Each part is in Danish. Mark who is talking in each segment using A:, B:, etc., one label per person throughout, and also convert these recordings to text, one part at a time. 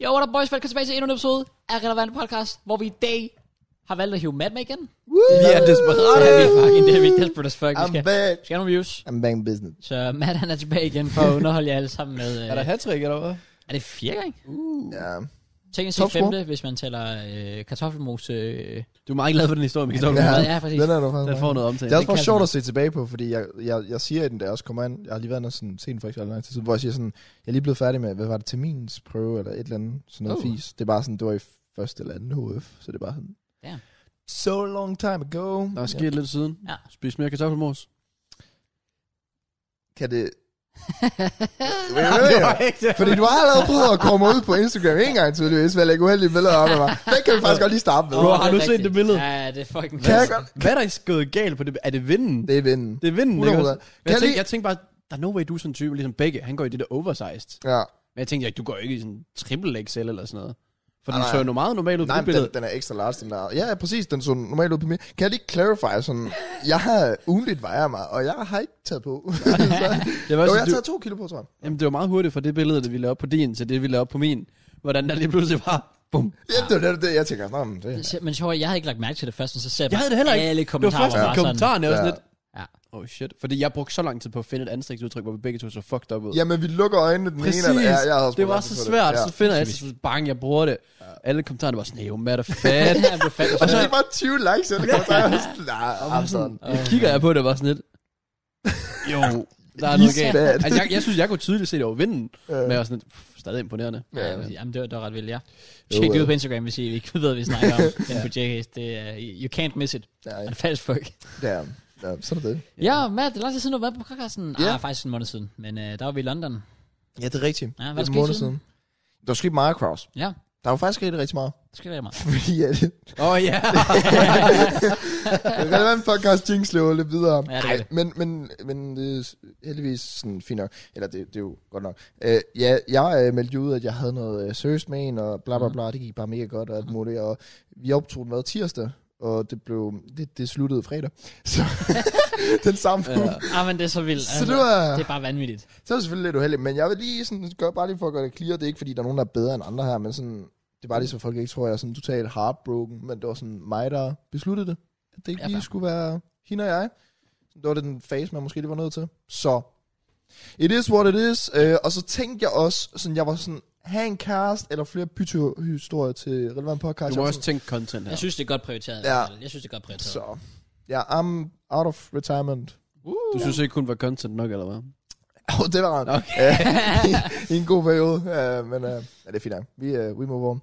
A: Jo, what up boys, velkommen tilbage til endnu en episode af Relevant Podcast, hvor vi i dag har valgt at hive Matt med igen.
B: Vi er desperate.
A: Det er vi fucking, det er vi desperate as fuck. Vi
C: I'm
A: skal,
C: back.
A: vi skal have nogle views.
C: I'm back in business.
A: Så Matt han er tilbage igen for at underholde jer alle sammen med... Øh,
B: Er der hattrick eller hvad?
A: er det fire gange?
C: Ja.
A: Teknisk
C: Top
A: set femte, hvis man tæller øh, kartoffelmos. Øh,
B: Du er meget glad for den historie, men
A: ja,
B: ja.
C: Ja,
A: ja, præcis.
C: Den er du faktisk.
B: Den får noget omtale.
C: Det er også
A: Den
C: bare
A: kan
C: sjovt
A: den.
C: at se tilbage på, fordi jeg, jeg, jeg siger i den, da jeg også kommer ind, jeg har lige været der sådan sent for ikke så lang tid siden, hvor jeg siger sådan, jeg er lige blevet færdig med, hvad var det, terminens prøve eller et eller andet, sådan noget
A: Oh.
C: oh. fis. Det er bare sådan, det var i første eller anden HF, så det er bare sådan,
A: Damn.
C: so long time ago.
B: Der er sket lidt siden.
A: Ja.
B: Spis mere kartoffelmos.
C: Øh. Kan det... Wait, wait, wait. Fordi du har allerede prøvet at komme ud på Instagram en gang tydeligvis, ved at lægge uheldige billeder op af mig. Det kan vi faktisk godt lige starte med.
B: Bro,
A: Åh,
B: har
A: det er
B: du set
A: rigtigt.
B: det billede?
A: Ja, det er fucking...
C: Kan jeg godt?
B: Hvad er der gået galt på det? Er det vinden?
C: Det er vinden.
B: Det er vinden, ikke også?
C: 100%.
B: Men Jeg
C: Kan
B: tænkte,
C: lige-
B: jeg tænkte bare, der er no way, du er sådan en type, ligesom begge. Han går i det der oversized.
C: Ja.
B: Men jeg tænkte, ja, du går ikke i sådan triple XL eller sådan noget. For den
C: Nej,
B: så
C: nej.
B: jo meget normalt ud på
C: Nej, men
B: det billede.
C: den, den er ekstra large, den der. Ja, ja, præcis, den så normalt ud på mig. Kan jeg lige clarify sådan, jeg har ugenligt vejer mig, og jeg har ikke taget på. så, jo,
B: Det var,
C: jeg
B: sådan,
C: har
B: du,
C: taget to kilo på, tror jeg.
B: jamen, det var meget hurtigt fra det billede, det vi lavede op på din, til det, vi lavede op på min. Hvordan der lige pludselig bare, bum.
C: Ja, det er det, det, jeg tænker. Nå, men det
A: Det er- Men sjovt, jeg havde ikke lagt mærke til det først, men så ser jeg
B: Jeg havde det heller ikke.
A: alle
B: Det var
A: kommentarer
B: først i
A: var bare sådan.
B: kommentaren, jeg var sådan
C: Ja.
B: lidt,
A: Ja.
B: Oh shit. Fordi jeg brugte så lang tid på at finde et ansigtsudtryk, hvor vi begge to så fucked up ud.
C: Jamen, vi lukker øjnene den ene eller ja, jeg havde også
B: det var
C: brugt
B: så
C: lang tid på
B: svært.
C: Ja.
B: Så finder jeg, så bang, jeg bruger det. Alle kommentarerne var sådan, jo, matter fat.
A: Ja, det er fandme
C: Og så
A: sjovt.
C: er det bare 20 likes, og det kommer til at være sådan, nej, I'm sådan.
B: jeg kigger jeg på det, og var sådan lidt, jo, der er noget
C: He's
B: galt.
C: bad.
B: Altså, jeg, jeg synes, jeg kunne tydeligt se det over vinden,
C: Ja.
B: men jeg var sådan øh, lidt, pff, stadig imponerende.
A: Ja,
C: Ja.
A: Jamen, det var, det var ret vildt, ja.
C: Jo,
A: Tjek det ud
C: ja.
A: på Instagram, hvis I ikke ved, hvad vi snakker om. Den på JK's, det er, you can't miss it.
C: Nej,
A: Han er fast fuck.
C: ja, ja, sådan er det.
A: Ja, Matt, det er lang tid siden, du har været på podcasten.
C: Ja.
A: Ah, faktisk en måned siden, men øh, der var vi i London.
C: Ja, det er rigtigt.
A: Ja, hvad
C: Det er
A: skete
C: en måned
A: siden?
C: siden. Der var sket meget, Kraus.
A: Ja,
C: Der var faktisk sket rigtig meget.
A: det skal være mig.
C: Fordi at...
B: Åh, oh, ja.
C: relevant podcast jinx løber lidt videre.
A: Ja, det er det.
C: men, men, men det er s- heldigvis sådan fint nok. Eller det, det er jo godt nok. Øh, ja, jeg øh, meldte jo ud, at jeg havde noget øh, seriøst med en, og bla bla
A: Mhm.
C: bla. Det gik bare mega godt og alt muligt. Og vi optog den hvad, tirsdag, og det blev det, det sluttede fredag. Så den samme uge.
B: ja.
A: Ah, men det er så vildt.
C: Så det var-
A: Det er bare vanvittigt.
C: Så er det selvfølgelig lidt uheldigt, men jeg vil lige sådan, gøre, bare lige for at gøre det clear, det er ikke fordi, der er nogen, der er bedre end andre her, men sådan, det er bare lige så folk ikke tror, jeg er sådan totalt heartbroken, men det var sådan mig, der besluttede det, at det ikke
A: Ja,
C: lige
A: fair.
C: skulle være hende og jeg. Det var den fase, man måske lige var nødt til. Så, it is what it is, øh, og så tænkte jeg også, sådan, jeg var sådan, have en cast eller flere byttehistorier til relevant podcast.
B: Du
C: Jeg
B: må
C: var
B: også tænke content her.
A: Jeg synes, det er godt prioriteret.
C: Ja.
A: Ja. Jeg synes, det er godt prioriteret. Så.
C: sådan, så, ja, I'm out of retirement.
B: Du synes ikke kun var content nok, eller hvad?
C: Oh, det var rart. Okay. i, I en god periode. Uh, men uh, ja, det er fint. nok. Vi, uh, we move on.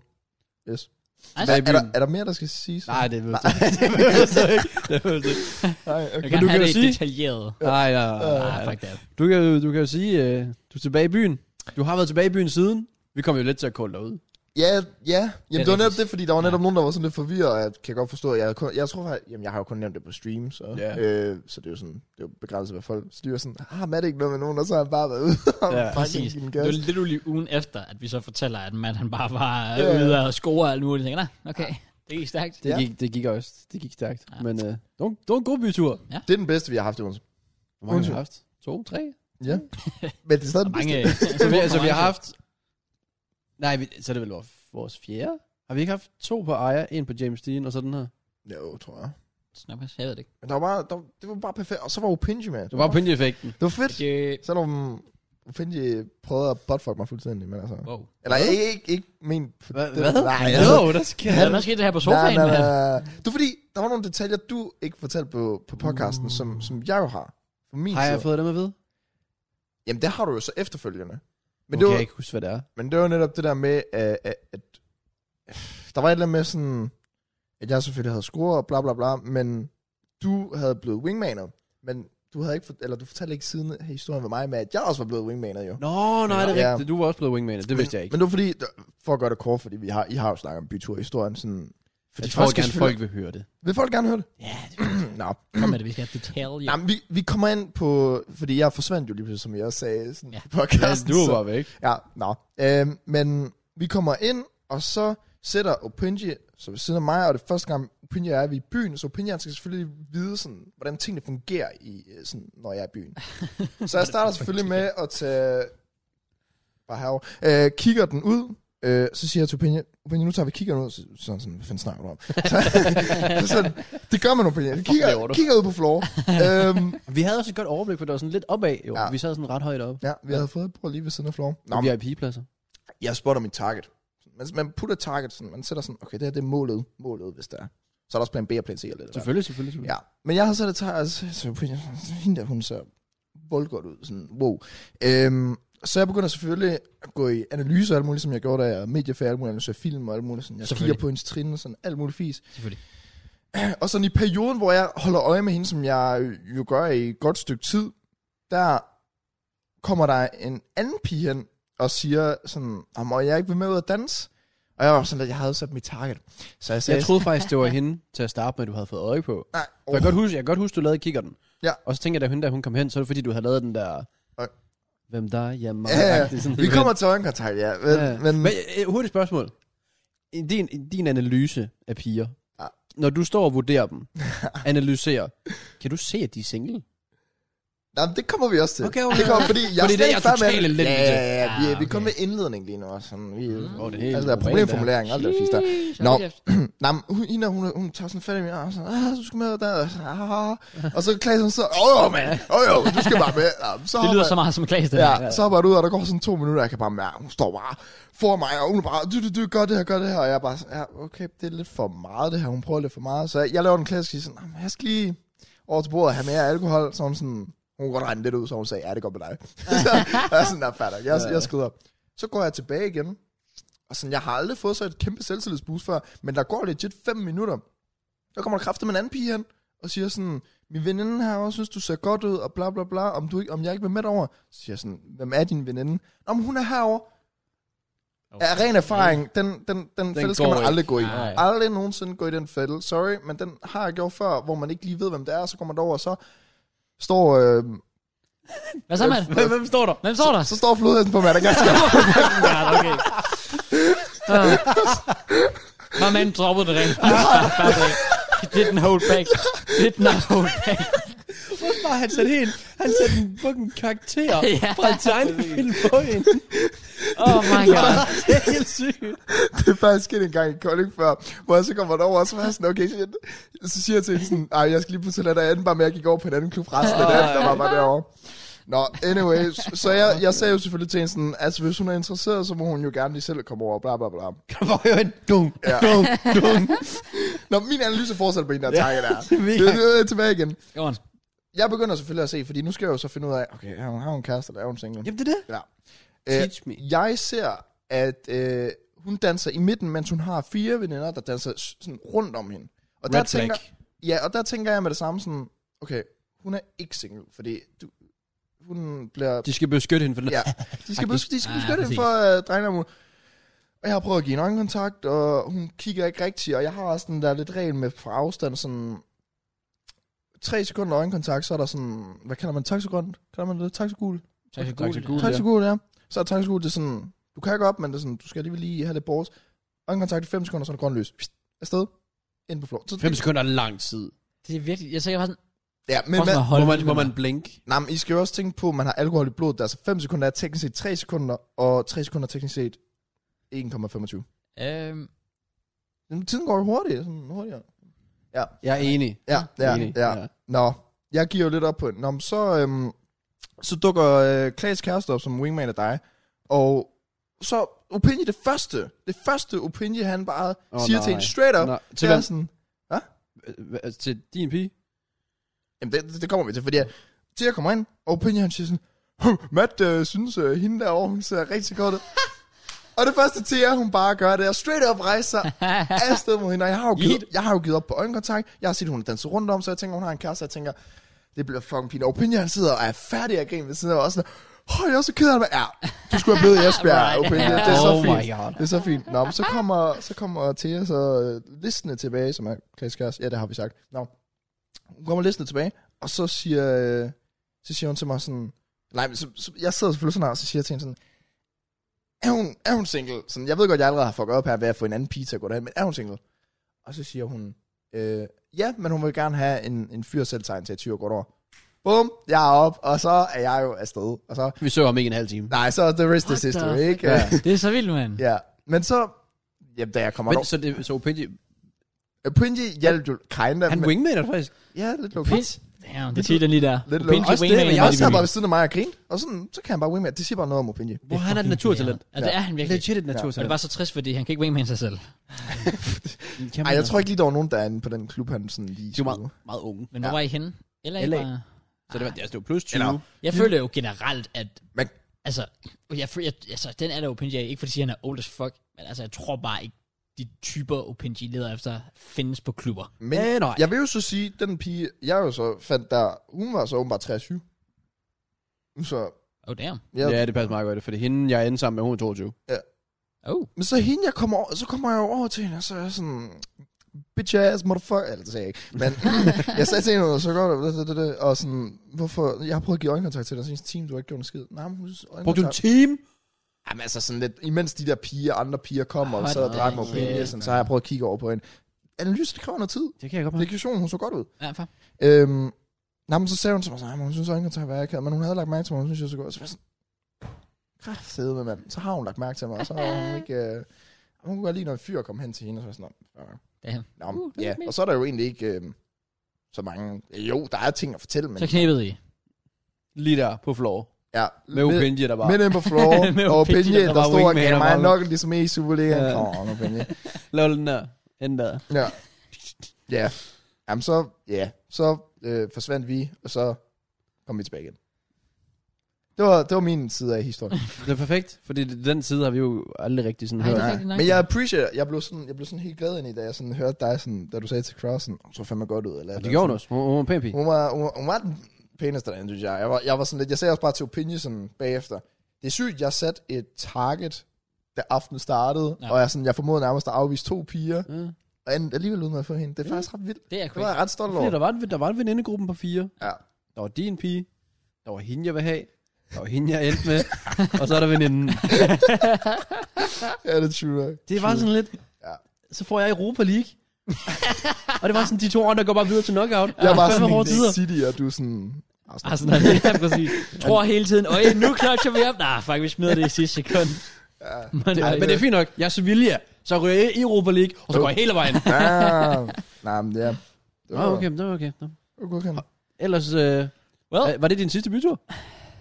C: Yes.
A: Altså,
C: Er,
A: jeg
C: er, der, er der mere, der skal siges?
B: Nej, det vil jeg ikke. Det vil jeg ikke. Det vil jeg ikke.
C: Nej,
A: kan,
C: okay.
B: Men
A: have
B: du kan jo
A: det
B: sige-
A: detaljeret.
B: Nej, nej,
A: Ah,
B: nej, nej.
A: fuck that.
B: Du kan, jo- du kan jo sige, øh, du er tilbage i byen. Du har været tilbage i byen siden. Vi kom jo lidt til at kolde dig ud.
C: Ja, ja.
A: Det er
C: Jamen, det, var netop
A: rigtigt.
C: det, fordi der var netop
A: Ja.
C: nogen, der var sådan lidt forvirret, og jeg kan godt forstå, at jeg, havde kun, jeg tror, at, jamen, jeg har jo kun nævnt det på stream, så,
B: Ja.
C: øh, så det er jo sådan, det er jo begrænset, hvad folk styrer sådan, har Matt ikke noget med nogen, og så har han bare været ude og
B: Ja.
C: ja,
A: Præcis.
C: fucking givet den
A: Det
C: gas.
A: var lidt ulig ugen efter, at vi så fortæller, at mand han bare var
C: Ja,
A: øh,
C: ja.
A: ude og score og alt muligt. Jeg tænker, nej, okay, det gik stærkt.
B: Det,
C: Ja.
B: gik, det gik også. Det gik stærkt.
A: Ja.
B: Ja. Men øh, det, var, det var en god bytur.
C: Det er den bedste, vi har haft i Odense.
B: Hvor mange har
C: Undskyld.
B: vi haft? To, tre?
C: Ja. Men det er stadig den
A: Mange,
C: bedste.
B: Så vi, altså, vi har haft... Nej, vi, så er det vel vores- vores fjerde? Har vi ikke haft to på Aya, en på James Dean, og så den her?
C: Jo, tror jeg.
A: Snappers, jeg ved det ikke.
C: Men der var bare, der, det var bare perfekt, og så var Opinji med.
B: Det var Pindy-effekten.
C: det var fedt.
A: Det-
C: Selvom Finji um, prøvede at buttfuck mig fuldstændig, men altså...
A: Wow.
C: Eller ikke, ikke, ikke men... Nej, altså,
B: Jo, der sker...
A: Ja, hvad skete der her på
C: nej,
A: sofaen?
C: nej,
A: mand?
C: nej. Det er fordi, der var nogle detaljer, du ikke fortalte på, på podcasten,
B: Uh.
C: som, som jeg jo har. På min
B: Har jeg
C: side.
B: fået dem at vide?
C: Jamen, det har du jo så efterfølgende. Men, okay. det,
B: Men kan
C: var,
B: jeg ikke huske, hvad det er.
C: men det var netop det der med, at, at, at der var et eller andet med sådan, at jeg selvfølgelig havde scoret og bla bla bla, men du havde blevet wingmanet, men du havde ikke, fort- eller du fortalte ikke siden af historien med mig med, at jeg også var blevet wingmanet jo.
B: Nå, nej, det er
C: Ja.
B: rigtigt. Du var også blevet wingman. Det vidste jeg ikke.
C: Men det var fordi, for at gøre det kort, fordi vi har, I har jo snakket om byturhistorien, sådan... Fordi
B: Jeg tror
C: skal
B: gerne,
C: selvfølgelig-
B: folk vil høre det.
C: Vil folk gerne høre det?
A: Ja, det
C: Nå.
A: kom med det, vi skal have detaljer.
C: Mm. Jamen, vi, vi kommer ind på... Fordi jeg forsvandt jo lige pludselig, som jeg også sagde sådan,
A: Ja.
C: ja. podcasten.
B: Du var
C: så-
B: bare væk.
C: Ja, nå. Øhm, men vi kommer ind, og så sætter Opinji, så ved siden af mig, og det er første gang, Opinji og jeg er vi er i byen, så Opinji han skal selvfølgelig vide, sådan, hvordan tingene fungerer, i, øh, sådan, når jeg er i byen. så jeg starter selvfølgelig med at tage bare herovre, øh, kigger den ud, Øh, så siger jeg til Opinion, Opinion, nu tager vi kigger ud. Så, sådan, sådan, hvad fanden snakker du om? Så, så sådan, det gør man, Opinion. Vi
A: laver
C: kigger,
A: du?
C: kigger ud på floor. øhm,
B: Vi havde også et godt overblik, for det var sådan lidt opad, jo.
C: Ja.
B: Ja. Vi sad sådan ret højt oppe.
C: ja, vi havde fået et bord lige ved siden af floor. Nå,
B: Nå,
C: men,
B: VIP-pladser.
C: jeg spotter mit target. Man, man putter target sådan, man sætter sådan, okay, det her det er målet, målet, hvis der er. Så er der også plan B og plan C og lidt. af hvert.
B: Selvfølgelig, selvfølgelig. selvfølgelig.
C: Ja, men jeg har så det tager, altså, så så hende der, hun ser voldgodt ud, sådan, wow. Øhm, så jeg begynder selvfølgelig at gå i analyser og alt muligt, som jeg gjorde, da jeg er mediefag, alt muligt, analyser film og alt muligt, sådan, jeg kigger
A: Selvfølgelig.
C: på hendes trin og sådan, alt muligt fis.
A: Selvfølgelig.
C: Og sådan i perioden, hvor jeg holder øje med hende, som jeg jo gør i et godt stykke tid, der kommer der en anden pige hen og siger sådan, "Ah, må jeg ikke vil med ud og danse? Og jeg var sådan lidt, jeg havde sat mit target. Så jeg
B: Så
C: sagde,
B: jeg troede faktisk, det var hende til at starte med, du havde fået øje på.
C: nej,
B: For jeg kan godt huske, jeg kan godt huske du lavede kikkerten.
C: Ja.
B: Og så tænker jeg, da hende der, hun kom hen, så er det fordi, du havde lavet den der...
C: Og-
B: Hvem der er hjemme?
C: Ja, ja. Vi kommer til øjenkontakt, ja. Men, ja. men,
B: men øh, hurtigt spørgsmål. I din, i din analyse af piger,
C: Ja.
B: ja. når du står og vurderer dem, analyserer, kan du se, at de er single?
C: nej, men det kommer vi også til.
B: Okay, okay,
C: det kommer,
B: okay.
C: fordi jeg
B: Fordi
C: slet
B: det er
C: ikke færdig med alt.
B: totalt elendig
C: Ja,
B: til.
C: ja, ja. Vi,
A: Ah,
C: vi kom med
A: okay.
C: indledning lige nu også. Sådan, vi,
B: Åh, det er helt
C: altså, der er
B: uren,
C: problemformulering, alt det fisk der.
A: Sheesh,
C: Nå.
A: hold kæft.
C: Nej, men hun, hende, her, hun, hun tager sådan fat i mig, og sådan, ah, du skal med der, og, sådan, ah, ah, ah. og så klager hun så, åh, oh, mand, åh, oh, jo, du skal bare med. Ja, så
A: Det lyder
C: hopper-
A: så meget som en klasse, det der.
C: Ja, så arbejder jeg ud, og der går sådan to minutter, og jeg kan bare mærke, hun står bare for mig, og hun er bare, du, du, du, gør det her, gør det her, og jeg er bare sådan, ja, okay, det er lidt for meget det her, hun prøver lidt for meget, så jeg, jeg laver den klassiske sådan, "Jamen, jeg skal lige over til bordet og have mere alkohol, så hun sådan, hun kunne godt regne lidt ud, så hun sagde, ja, det går med dig. så jeg er sådan, der færdig, jeg, jeg skrider. Så går jeg tilbage igen, og sådan, jeg har aldrig fået så et kæmpe selvtillidsboost før, men der går legit 5 minutter, der kommer der kraftigt med en anden pige hen, og siger sådan, min veninde her også synes, du ser godt ud, og bla bla bla, om, du ikke, om jeg ikke vil med over. Så siger jeg sådan, hvem er din veninde? Om hun er herover. Okay. Af ren erfaring, den, den, den, den fælde skal
B: går
C: man
B: ikke.
C: aldrig gå i.
A: Nej.
C: Aldrig nogensinde gå i den fælde. Sorry, men den har jeg gjort før, hvor man ikke lige ved, hvem det er, så kommer man over, og så står, øh,
A: Hvad så, mand?
B: Hvem, hvem står der?
A: Hvem står der?
C: så står flodhesten på Madagaskar.
A: Ja, okay. Uh. My man Ah. droppede det rent. faktisk. Færdig. He didn't hold back. Did not hold back.
B: Hvorfor har han sat helt... Han sat en fucking karakter
A: Ja.
B: fra en tegnefilm på hende.
A: Oh my god.
B: Det er helt sygt.
C: det er faktisk sket en gang i Kolding før, hvor jeg så kommer derover, og så var jeg sådan, okay, shit. Så siger jeg til hende sådan, ej, jeg skal lige på toilettet, og jeg endte bare med, at jeg gik over på en anden klub resten af dagen, der var bare derovre. Nå, anyway, så- så jeg, jeg sagde jo selvfølgelig til hende sådan, altså hvis hun er interesseret, så må hun jo gerne lige selv komme over, bla bla bla.
B: Der var jo en dum,
C: Ja.
B: dum, dum.
C: Nå, min analyse fortsætter på en der
B: Ja,
C: tanke der.
B: det er mega-
C: Det- det er tilbage igen.
A: Go on.
C: Jeg begynder selvfølgelig at se, fordi nu skal jeg jo så finde ud af, okay, har hun, har hun en kæreste, eller er hun single?
B: Jamen, det er det.
C: Ja. Øh.
B: Teach me.
C: Jeg ser, at øh, hun danser i midten, mens hun har fire veninder, der danser s- sådan rundt om hende. Og der
B: Red flag.
C: tænker, ja, og der tænker jeg med det samme sådan, okay, hun er ikke single, fordi du, hun bliver...
B: De skal beskytte hende for det.
C: Ja, de skal, bes, de skal
A: Ja,
C: beskytte
A: præcis.
C: hende for uh, drengene. Og jeg har prøvet at give hende øjenkontakt, og hun kigger ikke rigtigt, og jeg har også den der lidt regel med fra afstand, sådan... Tre sekunder øjenkontakt, så er der sådan... Hvad kalder man taxagrønt? Kalder man det taxagul?
A: Tak
B: så
A: til
B: god.
A: Google.
B: Gul,
C: Tak til Gud, ja. Så er tak til Gud, det er sådan, du kan ikke op, men det er sådan, du skal alligevel lige have lidt bort. Øjenkontakt i 5 sekunder, så er det grøn lys. Pst, Afsted. Ind på floor. Så,
B: 5 sekunder er lang tid.
A: Det er virkelig, jeg sagde bare sådan,
C: Ja, men,
A: Prøv
C: man,
A: sådan at
B: Må
A: holde
B: man,
A: den
B: må
A: med
B: man
A: mig.
B: blink?
C: nej, men I skal jo også tænke på, at man har alkohol i blodet. Der er så 5 sekunder er teknisk set 3 sekunder, og 3 sekunder er teknisk set 1,25.
A: Øhm,
C: Men Tiden går jo hurtigt, sådan hurtigere.
B: Jeg er enig.
C: Ja, ja,
B: Enig,
C: ja. ja.
B: ja.
C: Nå, jeg giver jo lidt op på den. Nå, men så, øhm, så dukker øh, Klaas kæreste op som wingman af dig, og så Opinje det første, det første Opinje, han bare oh,
B: Åh,
C: siger nej. til
B: nej.
C: en straight up,
B: Nå,
C: til
B: til
C: det er sådan,
B: hvem? Hva- altså, Til din pige?
C: Jamen, det, det kommer vi til, fordi at, til jeg kommer ind, og Opinje, han siger sådan, "Huh, Matt øh, synes, øh, hende derovre, hun ser rigtig godt ud. og det første til jer, hun bare gør, det er straight up rejse sig afsted mod hende, og jeg har jo givet, jeg har jo givet op på øjenkontakt, jeg har set, hun danser rundt om, så jeg tænker, hun har en kæreste, jeg tænker, det bliver fucking pinligt. Og Opinje, han sidder og er færdig af grin ved siden af, og også sådan, Åh, jeg er så ked af det. Ja, du skulle have blevet i Esbjerg,
A: Right.
C: Opinje. Det er så
B: Oh my
C: fint.
B: God.
C: Det er så fint. Nå, men så kommer, så kommer Thea så øh, listende tilbage, som er Klaas Kærs. Ja, det har vi sagt. Nå. Hun kommer listende tilbage, og så siger, øh, så siger hun til mig sådan... Nej, men så, så, jeg sidder selvfølgelig sådan her, og så siger jeg til hende sådan... Er hun, er hun single? Sådan, jeg ved godt, jeg allerede har fucket op her ved at få en anden pige til at gå derhen, men er hun single? Og så siger hun... Øh, ja, men hun vil gerne have en, en fyr selvtegn til at 20 år godt år. Bum, jeg er op, og så er jeg jo afsted. Og så,
B: Vi så ham ikke en halv time.
C: nej, så er the rest
A: What
C: is history,
A: the
C: ikke?
B: fuck?
C: Ja.
A: det er så vildt, mand.
C: Ja, Men så, jamen, da jeg kommer
B: Men,
C: over...
B: så, det, så Opinji,
C: Punji hjalp jo kinda,
B: han
C: men...
B: wingmaner faktisk.
C: Ja, lidt lukket.
A: Pins. Damn, det siger den lige der.
C: Lidt
A: Opinji
C: lukket.
B: Også det,
A: wingman,
B: men
C: Men
A: er
C: jeg også
A: de
C: sad bare ved
A: vilde.
C: siden af mig og grinede, og sådan, så kan han bare wingman. Det siger bare noget om Opinji.
B: Hvor han er et
A: Fucking
B: naturtalent.
A: Ja, det er han virkelig.
B: Legit et
A: Og det
B: naturtalent.
A: er bare så trist, fordi han kan ikke wingman sig selv.
B: Kan
C: Ej,
B: man
C: jeg
B: da.
C: tror ikke lige, der var nogen, der er inde på den klub, han sådan lige
B: De er jo
C: skulle.
B: meget, meget unge.
A: Men hvor
C: Ja.
A: var I henne? LA?
B: LA.
A: Bare...
B: Så det var, altså, det var plus 20.
C: Eller-
A: Jeg føler jo generelt, at...
C: Men-
A: Altså, jeg, føler, jeg, altså, den er der Opinji, ikke fordi han er old as fuck, men altså, jeg tror bare ikke, de typer Opinji leder efter findes på klubber.
C: Men
B: Ja, nej.
C: jeg vil jo så sige, den pige, jeg jo så fandt der, hun var så åbenbart 23. Så,
A: Oh damn.
C: jeg,
B: Ja, det passer meget godt, fordi hende, jeg endte sammen med, hun er 22.
A: Oh.
C: Men så hende, jeg kommer over, så kommer jeg jo over til hende, og så er jeg sådan, bitch ass motherfucker, eller det sagde jeg ikke, men jeg sagde til hende, og så går det, det, det, det, og sådan, hvorfor, jeg har prøvet at give øjenkontakt til dig, og så hendes team, du har ikke gjort en skid. Nej, men hun synes,
B: Brugte du en
C: øjenkontakt.
B: time?
C: Jamen altså sådan lidt, imens de der piger, andre piger kommer,
B: Ah,
C: og
A: Hold
C: så og
A: da
C: drak mig på
A: kæft,
C: hende, sådan, så har jeg prøvet at kigge over på hende. Analyse, det kræver noget tid.
B: Det kan jeg godt med.
C: Lektion, hun så godt ud.
A: Ja, for.
C: Øhm, nej, men så sagde hun til mig, sådan, "Ej, men hun synes øjenkontakt var akavet, men hun havde lagt mærke til mig, hun synes, jeg så godt. Så var jeg sådan, kraftede med mand. Så har hun lagt mærke til mig, og så har hun ikke... Øh, hun kunne godt lide, når en fyr kom hen til hende, og så var jeg sådan, "Nå, fair nok."
A: Damn.
C: Nå,
A: Uh,
C: men
A: det er
C: ja.
A: lidt
C: Og så er der jo egentlig ikke øh, så mange... Jo, der er ting at fortælle, men...
A: Så knæbede I.
B: Lige der på floor.
C: Ja,
B: Med Opinji, der bare...
C: Med den på floor,
A: Med
C: og
A: Opinje,
C: Opinje,
A: der
C: der,
B: var
C: står og
B: wingman,
C: gav
B: der
C: mig
B: var-
C: nok, ligesom i Superligaen.
B: Ja.
C: Ja. Kom on, Opinje.
B: Lav den der. Den der.
C: Ja. Ja. Jamen så, ja. Så øh, forsvandt vi, og så kom vi tilbage igen. Det var, det var min side af historien.
B: Det er perfekt, fordi det- den side har vi jo aldrig rigtig sådan
A: Ej,
B: hørt.
A: det er
C: Nej.
A: rigtigt nok.
C: Men jeg appreciate, jeg blev sådan, jeg blev sådan helt glad ind i, da jeg sådan hørte dig, sådan, da du sagde til Kraus, sådan, "Åh, så fandme godt ud. Eller,
B: Og det
C: eller
B: gjorde hun
C: sådan.
B: også. Hun hun var en pæn pige.
C: Hun var, hun, var- hun var den pæneste derinde, synes jeg. Jeg var, jeg var sådan lidt, jeg sagde også bare til Opinion sådan bagefter. Det er sygt, jeg satte et target, da aftenen startede,
A: Ja.
C: ja. og jeg, sådan, jeg formåede nærmest at afvise to piger,
B: Ja.
C: og endte alligevel uden at få hende. Det er faktisk ret vildt.
A: Det er
C: Det var
A: crazy.
C: jeg ret stolt
B: Fordi
C: over.
B: der var, en, der var en venindegruppen på fire.
C: Ja.
B: Der var din pige. Der var hende, jeg vil have. Der var hende, jeg endte med. og så er der veninden.
C: Ja, det er true. nok.
B: Det var sådan lidt...
C: Ja.
B: Så får jeg Europa League. og det var sådan de to år, der går bare videre til knockout.
C: Jeg var
B: Fandme
C: sådan
B: hårde tider.
C: en City, og du er sådan... Arsenal.
A: Arsenal, ja, præcis. Tror hele tiden, øj, nu clutcher vi op. Nej, fuck, vi smider det i sidste sekund.
C: Ja.
A: Men,
B: Ja, men det er fint nok. Jeg er Sevilla. Så ryger jeg i Europa League, og så går jeg hele vejen.
C: Ah, nej, men ja. Det
B: Nå, Ah, okay, men det var okay. Nå.
C: det var godkendt.
B: Ellers, øh,
A: Well,
B: var det din sidste bytur?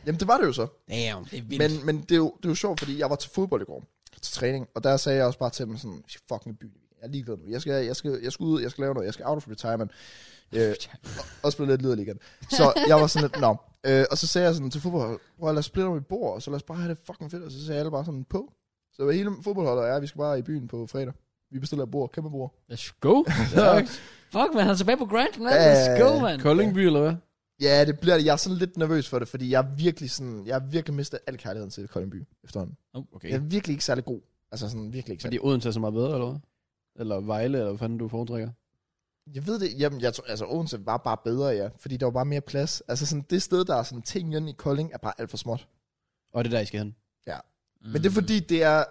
C: Jamen, det var det jo så.
A: damn, det er vildt.
C: Men, men det, er jo, det er jo sjovt, fordi jeg var til fodbold i går, til træning, og der sagde jeg også bare til dem sådan, "Jeg skal fucking i byen. Jeg er ligeglad nu. Jeg skal, jeg, skal, jeg skal ud, jeg skal lave noget, jeg skal out of retirement. Øh, og, og spille lidt liderlig igen. Så jeg var sådan lidt, nå. Øh, og så sagde jeg sådan til fodbold, prøv lad os splitte om et bord, og så lad os bare have det fucking fedt, og så sagde alle bare sådan på. Så hele fodboldholdet er, vi skal bare i byen på fredag. Vi bestiller et bord, kæmpe bord.
A: Let's go.
B: Ja.
A: Fuck, man, han er tilbage på grind, man.
C: Ja,
A: Let's go,
C: ja, ja.
A: man.
B: Koldingby, eller hvad?
C: Ja, det bliver det. Jeg er sådan lidt nervøs for det, fordi jeg er virkelig sådan, jeg har virkelig mistet al kærligheden til Koldingby efterhånden.
B: Okay.
C: Jeg er virkelig ikke særlig god. Altså sådan virkelig ikke særlig
B: Fordi Odense er så meget bedre, eller hvad? Eller Vejle, eller hvad fanden du foretrækker?
C: Jeg ved det, jamen, jeg tror, altså Odense var bare bedre, ja, fordi der var bare mere plads. Altså sådan, det sted, der er sådan ting inde i Kolding, er bare alt for småt.
B: Og det er der, I skal hen.
C: Mm. Men det er fordi, det er...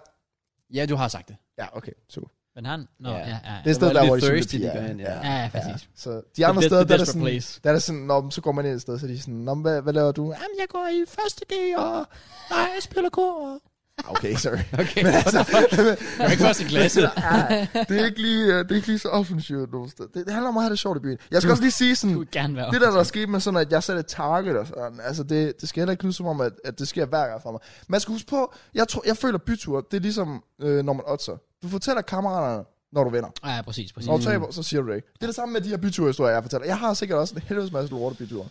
B: Ja, du har sagt det.
C: Ja, okay, super.
A: Men han, nå,
B: Ja.
A: ja, ja.
C: Det er
B: hvor er
C: stedet, der,
B: det
C: hvor de
B: thirsty,
C: sympati
B: de
C: er.
B: går hen, ja.
A: Ja, ja, præcis.
C: Så de andre
A: The
C: steder,
A: de-
C: der er
A: desperate
C: det sådan...
A: place.
C: Der er det sådan, Nå, men så går man ind et sted, så er de sådan, Nå, men hvad, hvad laver du? Jamen, jeg går i første G, og... Nej, jeg spiller kor, og... Ah, Okay, sorry.
B: Okay,
C: men altså,
B: det var ikke første klasse.
C: Ej, det, er ikke lige, øh, det er ikke lige så offensivt nogen sted. Det, det handler om at have det sjovt i byen. Jeg skal også lige sige
A: Du
C: sådan,
A: vil gerne være
C: Det der, der er sket med sådan, at jeg satte et target og sådan, altså det, det skal heller ikke lyde som om, at, at det sker hver gang for mig. Man skal huske på, jeg, tror, jeg føler bytur, det er ligesom, øh, når man otter. Du fortæller kammeraterne, når du vinder.
A: Ja, ja, præcis, præcis.
C: Når du taber, så siger du det ikke. Det er det samme med de her byturhistorier, jeg fortæller. Jeg har sikkert også en helvedes masse lortebyture.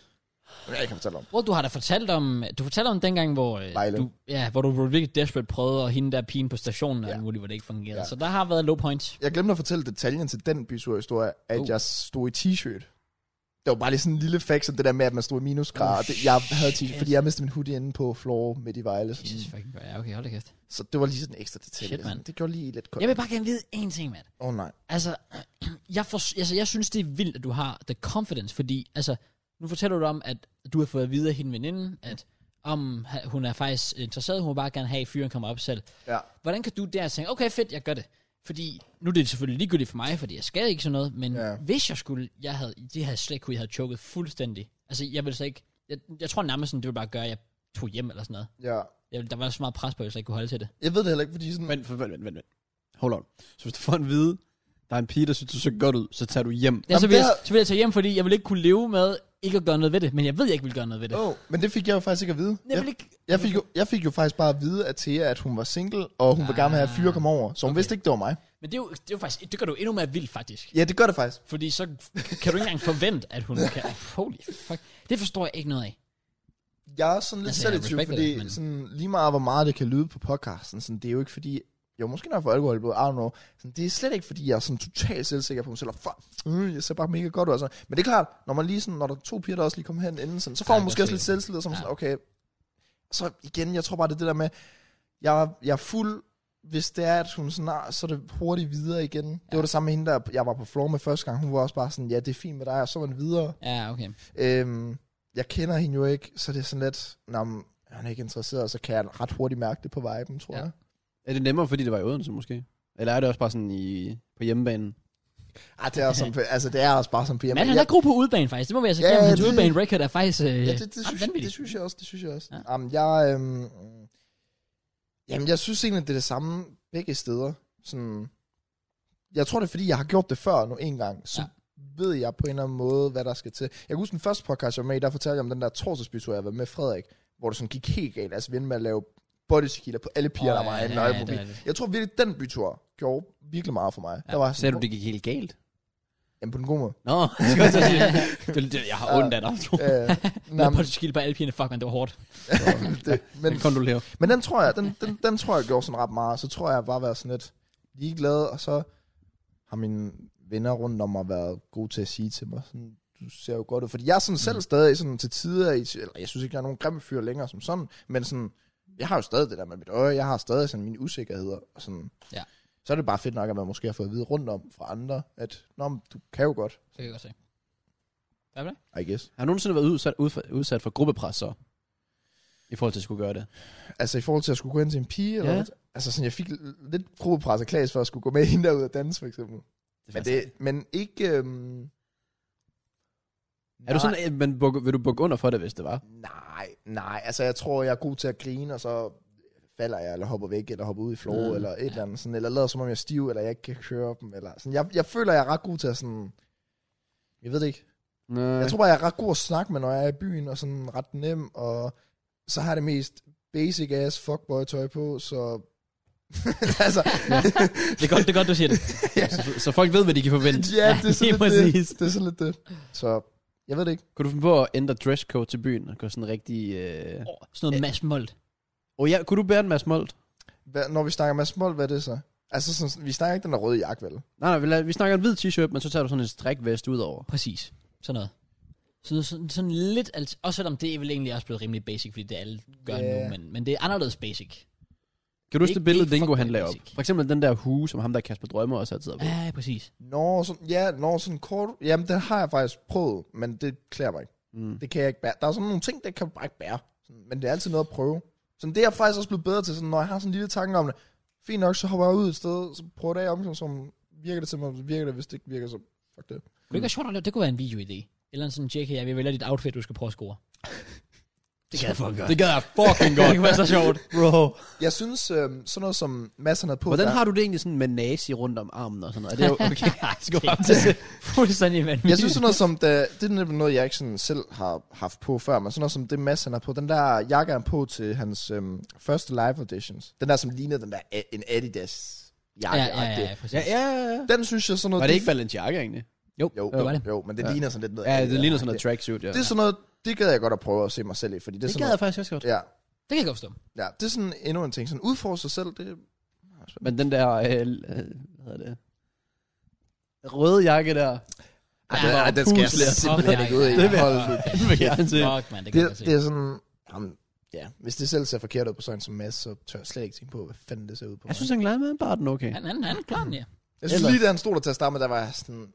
C: Det jeg ikke kan fortælle om.
A: Bro, du har da fortalt om, du fortalte om dengang, hvor, øh,
C: Vejle.
A: du, ja, hvor du var virkelig desperate prøvede, og hende der pigen på stationen, ja.
C: Ja.
A: og muligt, hvor det ikke fungerede. Ja.
C: Ja. Mm.
A: Så der har været low point.
C: Jeg glemte at fortælle detaljen til den byturhistorie, at
A: Oh.
C: oh. jeg stod i t-shirt. Det var bare lige sådan en lille fax om det der med, at man stod i minusgrader.
A: Oh,
C: Oh, det, jeg havde t-shirt,
A: shit.
C: fordi jeg mistede min hoodie inde på floor midt i Vejle. Sådan.
A: Jesus fucking God. Ja, okay, hold da kæft.
C: Så det var lige sådan en ekstra detalje.
A: Shit, mand.
C: Sådan, det gjorde lige lidt koldt.
A: Jeg vil bare gerne vide én ting, mand.
C: Åh oh, nej.
A: Altså, jeg, for, altså, jeg synes, det er vildt, at du har the confidence, fordi, altså, nu fortæller du om, at du har fået at vide af hende veninde, at om ha- hun er faktisk interesseret, hun vil bare gerne have, at fyren kommer op selv.
C: Ja.
A: Hvordan kan du der tænke, okay, fedt, jeg gør det. Fordi, nu er det selvfølgelig ligegyldigt for mig, fordi jeg skal ikke sådan noget, men ja.
C: Ja.
A: hvis jeg skulle, jeg havde, det havde jeg slet ikke kunne, jeg havde choket fuldstændig. Altså, jeg ville så ikke, jeg, jeg tror nærmest sådan, det ville bare gøre, at jeg tog hjem eller sådan noget.
C: Ja.
A: Jeg, ville- der var så meget pres på, at jeg slet ikke kunne holde til det.
C: Jeg ved det heller ikke, fordi sådan... Men,
B: Vent, vent, vent, vent, vent. hold on. Så hvis du får en vide, der er en pige, der synes, du ser godt ud, så tager du hjem.
A: Ja, så,
C: Jamen,
A: vil jeg,
C: der-
A: så vil jeg tage hjem, fordi jeg vil ikke kunne leve med ikke at gøre noget ved det. Men jeg ved, jeg ikke vil gøre noget ved det.
C: Oh, men det fik jeg jo faktisk ikke at vide.
A: Jeg vil ikke...
C: Jeg fik, jo, jeg fik jo faktisk bare at vide af Thea, at hun var single, og hun ah, ville gerne have, at fyre kom over. Så hun okay. vidste ikke, det var mig.
A: Men det er, jo, det er jo faktisk... Det gør du endnu mere vildt, faktisk.
C: Ja, det gør det faktisk.
A: Fordi så kan du ikke engang forvente, at hun kan... Holy fuck. Det forstår jeg ikke noget af.
C: Jeg er sådan lidt
A: Altså,
C: altså,
A: jeg
C: selektiv,
A: respekter det,
C: fordi det,
A: men-
C: men... sådan, lige meget hvor meget det kan lyde på podcasten, sådan, det er jo ikke fordi... Jo, måske når jeg får alkohol i blodet, I don't know. Sådan, det er slet ikke, fordi jeg er sådan totalt selvsikker på mig selv, og fuck, mm, jeg ser bare mega godt ud. Altså. Men det er klart, når, man lige sådan, når der er to piger, der også lige kommer hen inden, sådan, så får
A: Ja,
C: man
A: jeg
C: måske
A: kan
C: også
A: se
C: lidt
A: det.
C: selvtillid, som
A: Ja.
C: ja. sådan, okay, så igen, jeg tror bare, det er det der med, jeg, jeg er fuld, hvis det er, at hun sådan, "Ah, så er det hurtigt videre igen. Ja. Det var det samme med hende, der jeg var på floor med første gang. Hun var også bare sådan, ja, det er fint med dig, og så var den videre.
A: Ja, okay.
C: Øhm, jeg kender hende jo ikke, så det er sådan lidt, nå, men er hun er ikke interesseret, og så kan jeg ret hurtigt mærke det på viben, tror
A: Ja.
C: ja. jeg.
B: Er det nemmere, fordi det var i Odense måske? Eller er det også bare sådan i, på hjemmebanen?
C: Ej, det er også sådan, altså, det er også bare sådan på
A: Men han er god på udebane, faktisk. Det må vi altså
C: Ja,
A: ja, Hans
C: det-
A: udebane record er faktisk... Øh,
C: Ja, det, det, synes, jeg,
A: vanvittigt.
C: det synes jeg også, det synes jeg også.
A: Ja.
C: Ja. Jamen, jeg, øhm, jamen, jeg synes egentlig, det er det samme begge steder. Sådan, jeg tror, det er, fordi jeg har gjort det før nu en gang, så
A: Ja.
C: ja. ved jeg på en eller anden måde, hvad der skal til. Jeg kan huske den første podcast, jeg var med i, der fortalte jeg om den der torsdagsbytur, jeg var med Frederik, hvor det sådan gik helt galt, altså vi endte med at lave body tequila på alle piger,
A: Åh,
C: oh, der var
A: ja,
C: ja,
A: ja,
C: ja,
A: ja, det er
C: ja,
A: det.
C: Jeg tror virkelig, den bytur gjorde virkelig meget for mig.
A: Ja.
C: Ja. Der var
B: Sagde
C: sådan,
B: du, det gik helt galt?
C: Jamen, på den gode måde.
B: Nå, jeg skal også sige, det, det, jeg har ondt af dig, tror jeg.
C: Øh,
A: Med
C: nej, men,
A: på alle pigerne, fuck man, det var hårdt.
C: det, men,
B: Men kondolerer.
C: Men den tror jeg, den, den, den tror jeg gjorde sådan ret meget. Så tror jeg bare været sådan lidt ligeglad, og så har mine venner rundt om mig været gode til at sige til mig, sådan, du ser jo godt ud. Fordi jeg er sådan selv stadig sådan til tider, i- eller jeg synes ikke, jeg er nogen grim fyr længere som sådan, men sådan, jeg har jo stadig det der med mit øje, jeg har stadig sådan mine usikkerheder, og sådan,
A: Ja.
C: så er det bare fedt nok, at man måske har fået at vide rundt om fra andre, at, nå, men du kan jo godt,
A: Det kan jeg godt se.
C: I guess.
B: Har du nogensinde været udsat, udsat, udsat for gruppepres så? I forhold til at skulle gøre det.
C: Altså i forhold til at skulle gå hen til en pige, eller
B: Ja.
C: hvad? altså sådan, jeg fik l- lidt gruppepres af Klaas for at skulle gå med hende derud og danse, for eksempel. Men, det, men ikke... Øhm,
B: er du sådan, at man bukke, vil du bukke under for det, hvis det var?
C: Nej, nej. Altså, jeg tror, jeg er god til at grine, og så falder jeg, eller hopper væk, eller hopper ud i flow,
B: Mm,
C: mm, eller et eller andet sådan, eller lader som om jeg er stiv, eller jeg ikke kan køre dem, eller sådan. Jeg, jeg føler, jeg er ret god til at sådan... Jeg ved det ikke.
B: Nej.
C: Jeg tror bare, jeg er ret god at snakke med, når jeg er i byen, og sådan ret nem, og så har jeg det mest basic ass fuckboy-tøj på, så... altså,
A: Det er godt, det er godt du siger det.
B: så, så folk ved, hvad de kan forvente.
C: ja, det er sådan
A: Ja,
C: lidt
A: præcis.
C: det. Det er sådan lidt det. Så, jeg ved det ikke.
B: Kunne du finde på at ændre dresscode til byen og gå sådan rigtig... Øh...
A: Oh, sådan noget Mads Molt.
B: Oh, ja, kunne du bære en masse molt?
C: Hvad, når vi snakker med smål, hvad er det så? Altså, sådan, vi snakker ikke den der røde jakke, vel?
B: Nej, nej, vi, lader, vi snakker en hvid t-shirt, men så tager du sådan en strikvest ud over.
A: Præcis. Sådan noget. Så sådan, sådan lidt, alt, også selvom det er vel egentlig også blevet rimelig basic, fordi det alle gør
C: Ja.
A: nu, men, men det er anderledes basic.
B: Kan du huske
A: Ikke-
B: det billede,
A: ikke
B: Dingo han
A: fucking
B: lavede op?
A: basic.
B: For eksempel den der hue, som ham der Kasper Drømmer også altid har på.
A: Ja, præcis.
C: Nå, sådan, ja, nå, sådan kort... Jamen, det har jeg faktisk prøvet, men det klæder mig ikke.
B: Mm.
C: Det kan jeg ikke bære. Der er sådan nogle ting, der kan jeg bare ikke bære. Sådan, men det er altid noget at prøve. Så det er jeg faktisk også blevet bedre til, sådan, når jeg har sådan en lille tanke om det. Fint nok, så hopper jeg ud et sted, så prøver det af om, som virker det til mig, så virker det, hvis det ikke virker, så fuck det.
A: Kunne det ikke være sjovt at lave? Det kunne være en videoidé. Eller en sådan, JK, jeg vil vælge dit outfit, du skal prøve at score. Det kan jeg fucking godt.
B: Det gad jeg fucking godt.
A: det kunne være så sjovt.
B: Bro.
C: Jeg synes, øh, sådan noget som Mads han havde på...
B: Hvordan
C: der-
B: har du det egentlig sådan med nazi rundt om armen og sådan noget? Er det okay? Skal du frem til det?
A: Fuldstændig vanvittigt.
C: Jeg synes sådan noget som, da, det er nemlig noget, jeg ikke sådan selv har haft på før, men sådan noget som det Mads, han har på, den der jakke, han har på til hans øhm, første live auditions, den der, som lignede den der A- en Adidas jakke.
A: Ja, ja, ja, ja, præcis.
B: Ja, ja, ja.
C: Den synes jeg sådan noget...
B: Var det ikke Balenciaga egentlig?
C: Jo,
A: det var det.
C: jo, men det
B: Ja.
C: ligner sådan lidt noget.
B: Ja, det
C: Adidas-agtigt.
B: ligner sådan noget tracksuit, ja.
C: Det er sådan noget, det gad jeg godt at prøve at se mig selv i, fordi det er
B: det
C: sådan
B: gad jeg faktisk også godt.
C: noget, ja,
A: Det kan jeg godt forstå.
C: ja, det er sådan endnu en ting. Sådan udfordre sig selv, det
B: Men den der, øh, øh, hvad hedder det? Røde jakke der.
C: Ej,
A: Ja,
C: den-
A: hvor
C: ej, den skal jeg
A: puslet.
C: simpelthen
A: Fuck,
C: ikke ud
A: nej,
C: i.
A: nej, nej.
C: Hold nu
B: Det vil jeg gerne se.
A: Fuck, man, det kan jeg godt
C: det,
A: se.
C: det er sådan, jamen, ja, hvis det selv ser forkert ud på sådan en som Mads, så tør jeg slet ikke tænke på, hvad fanden det ser ud på.
B: Jeg
C: mig.
B: synes, han glæder med en barten okay.
A: Han, han, han er klar, ja.
C: Jeg synes
B: Ellers-
C: lige, da han stod der til at starte med, der var jeg sådan,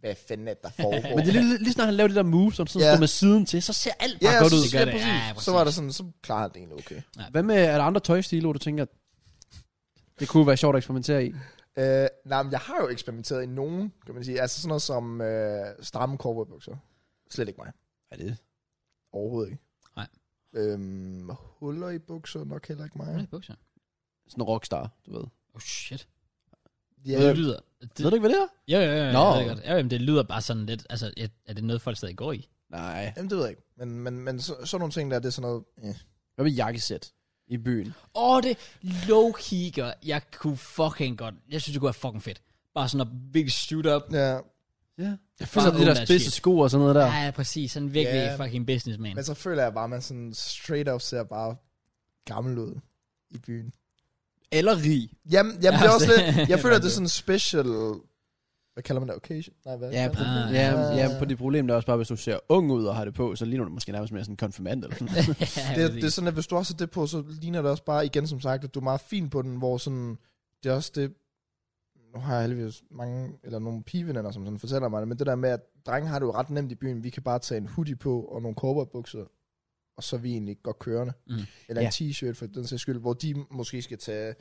C: hvad fanden er det, der foregår?
B: Men det er lige, lige snart han laver det der move, som sådan
C: Ja.
B: står med siden til, så ser alt bare
C: Ja,
B: godt
C: så
B: ud.
C: ser
A: det.
C: præcis.
A: Ja, præcis.
C: så var der sådan, så klarer han det egentlig okay.
B: Hvad med, er der andre tøjstiler, du tænker, det kunne være sjovt at eksperimentere i?
C: Øh, nej, men jeg har jo eksperimenteret i nogen, kan man sige. Altså sådan noget som øh, stramme cowboybukser. Slet ikke mig.
B: Er det?
C: Overhovedet ikke.
A: Nej.
C: Øhm, huller i bukser, nok heller ikke mig.
A: bukser.
B: Sådan en rockstar, du ved.
A: Oh shit. Ja,
B: Ved-
A: det lyder... Det,
B: Ved du ikke, hvad det er?
A: jo, jo, jo, jo,
B: Nå.
A: jeg ved det godt. Ja, jamen, det lyder bare sådan lidt... Altså, et- er det noget, folk stadig går i?
B: Nej.
C: Jamen, det ved jeg ikke. Men, men, men så, sådan nogle ting der, det er sådan noget... Eh.
B: Hvad med jakkesæt i byen?
A: Åh, oh, det low kigger. Jeg kunne fucking godt... Jeg synes, det kunne være fucking fedt. Bare sådan at virkelig suit up.
C: Ja.
B: Ja. Jeg
A: Bare
B: føler, det
A: own
B: der
A: that
B: spidse
A: shit.
B: sko og sådan noget der.
A: Ja, ja præcis. Sådan virkelig
C: Ja.
A: yeah. fucking businessman.
C: Men så føler jeg bare, at man sådan straight up ser bare gammel ud i byen.
B: Eller rig.
C: Jamen, jamen det
A: Ja,
C: er også
A: det-
C: lidt... Jeg føler, at det er sådan en special... Hvad kalder man det? Occasion? Nej, hvad?
B: Ja,
C: hvad-
B: på,
A: Ah,
B: ja,
C: ja.
B: ja, på det problem, der er også bare, hvis du ser ung ud og har det på, så ligner du måske nærmest mere sådan en konfirmand eller sådan noget.
A: ja,
C: det,
A: præcis.
C: det er sådan, at hvis du også har det på, så ligner det også bare, igen som sagt, at du er meget fin på den, hvor sådan, det er også det, nu har jeg heldigvis mange, eller nogle pigeveninder, som sådan fortæller mig det, men det der med, at drenge har det jo ret nemt i byen, vi kan bare tage en hoodie på, og nogle cowboybukser, og så er vi egentlig godt kørende.
A: Mm.
C: Eller
B: Ja.
C: en t-shirt for den sags skyld, hvor de måske skal tage,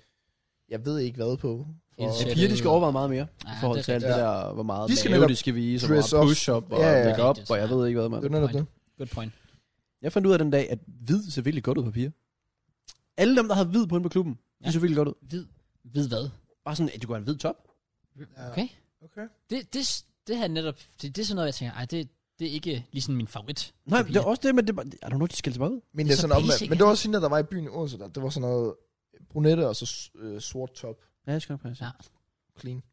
C: jeg ved ikke hvad på.
A: En
B: Ja,
A: sæt
B: piger, de skal overveje meget mere
A: Ja,
B: i forhold
A: Ah, det er
B: til alt det
C: rigtigt.
B: der, hvor meget
C: De skal
B: mave
C: netop
B: de skal vise, og hvor
C: dress
B: meget
C: up.
B: push-up og
C: Ja, ja.
B: make-up, og jeg
A: Ja.
B: ved ikke hvad, man.
C: Det er jo netop det.
A: Good point.
B: Jeg fandt ud af den dag, at hvid ser virkelig godt ud på piger. Alle dem, der havde hvid på inde på klubben, ja.
A: Ja.
B: de så virkelig godt ud.
A: Ved, ved hvad?
B: Bare sådan, at du går en hvid top.
C: Ja.
A: Okay.
C: Okay.
A: Det, det, det her netop... Det, det er sådan noget, jeg tænker, ej, det, det er ikke lige sådan min favorit.
B: Nej,
A: for
B: det er
A: piger.
B: også det, men det er bare, er der noget, de skældte sig bare ud?
C: Men
A: Det
C: det
A: er
C: er
A: så
C: sådan om,
A: basic,
C: men det var også sådan, der var i byen i Odense, der, det var sådan noget brunette og så s- øh, sort top,
B: Ja, det skal nok passe.
A: Ja.
B: Ja.
C: clean.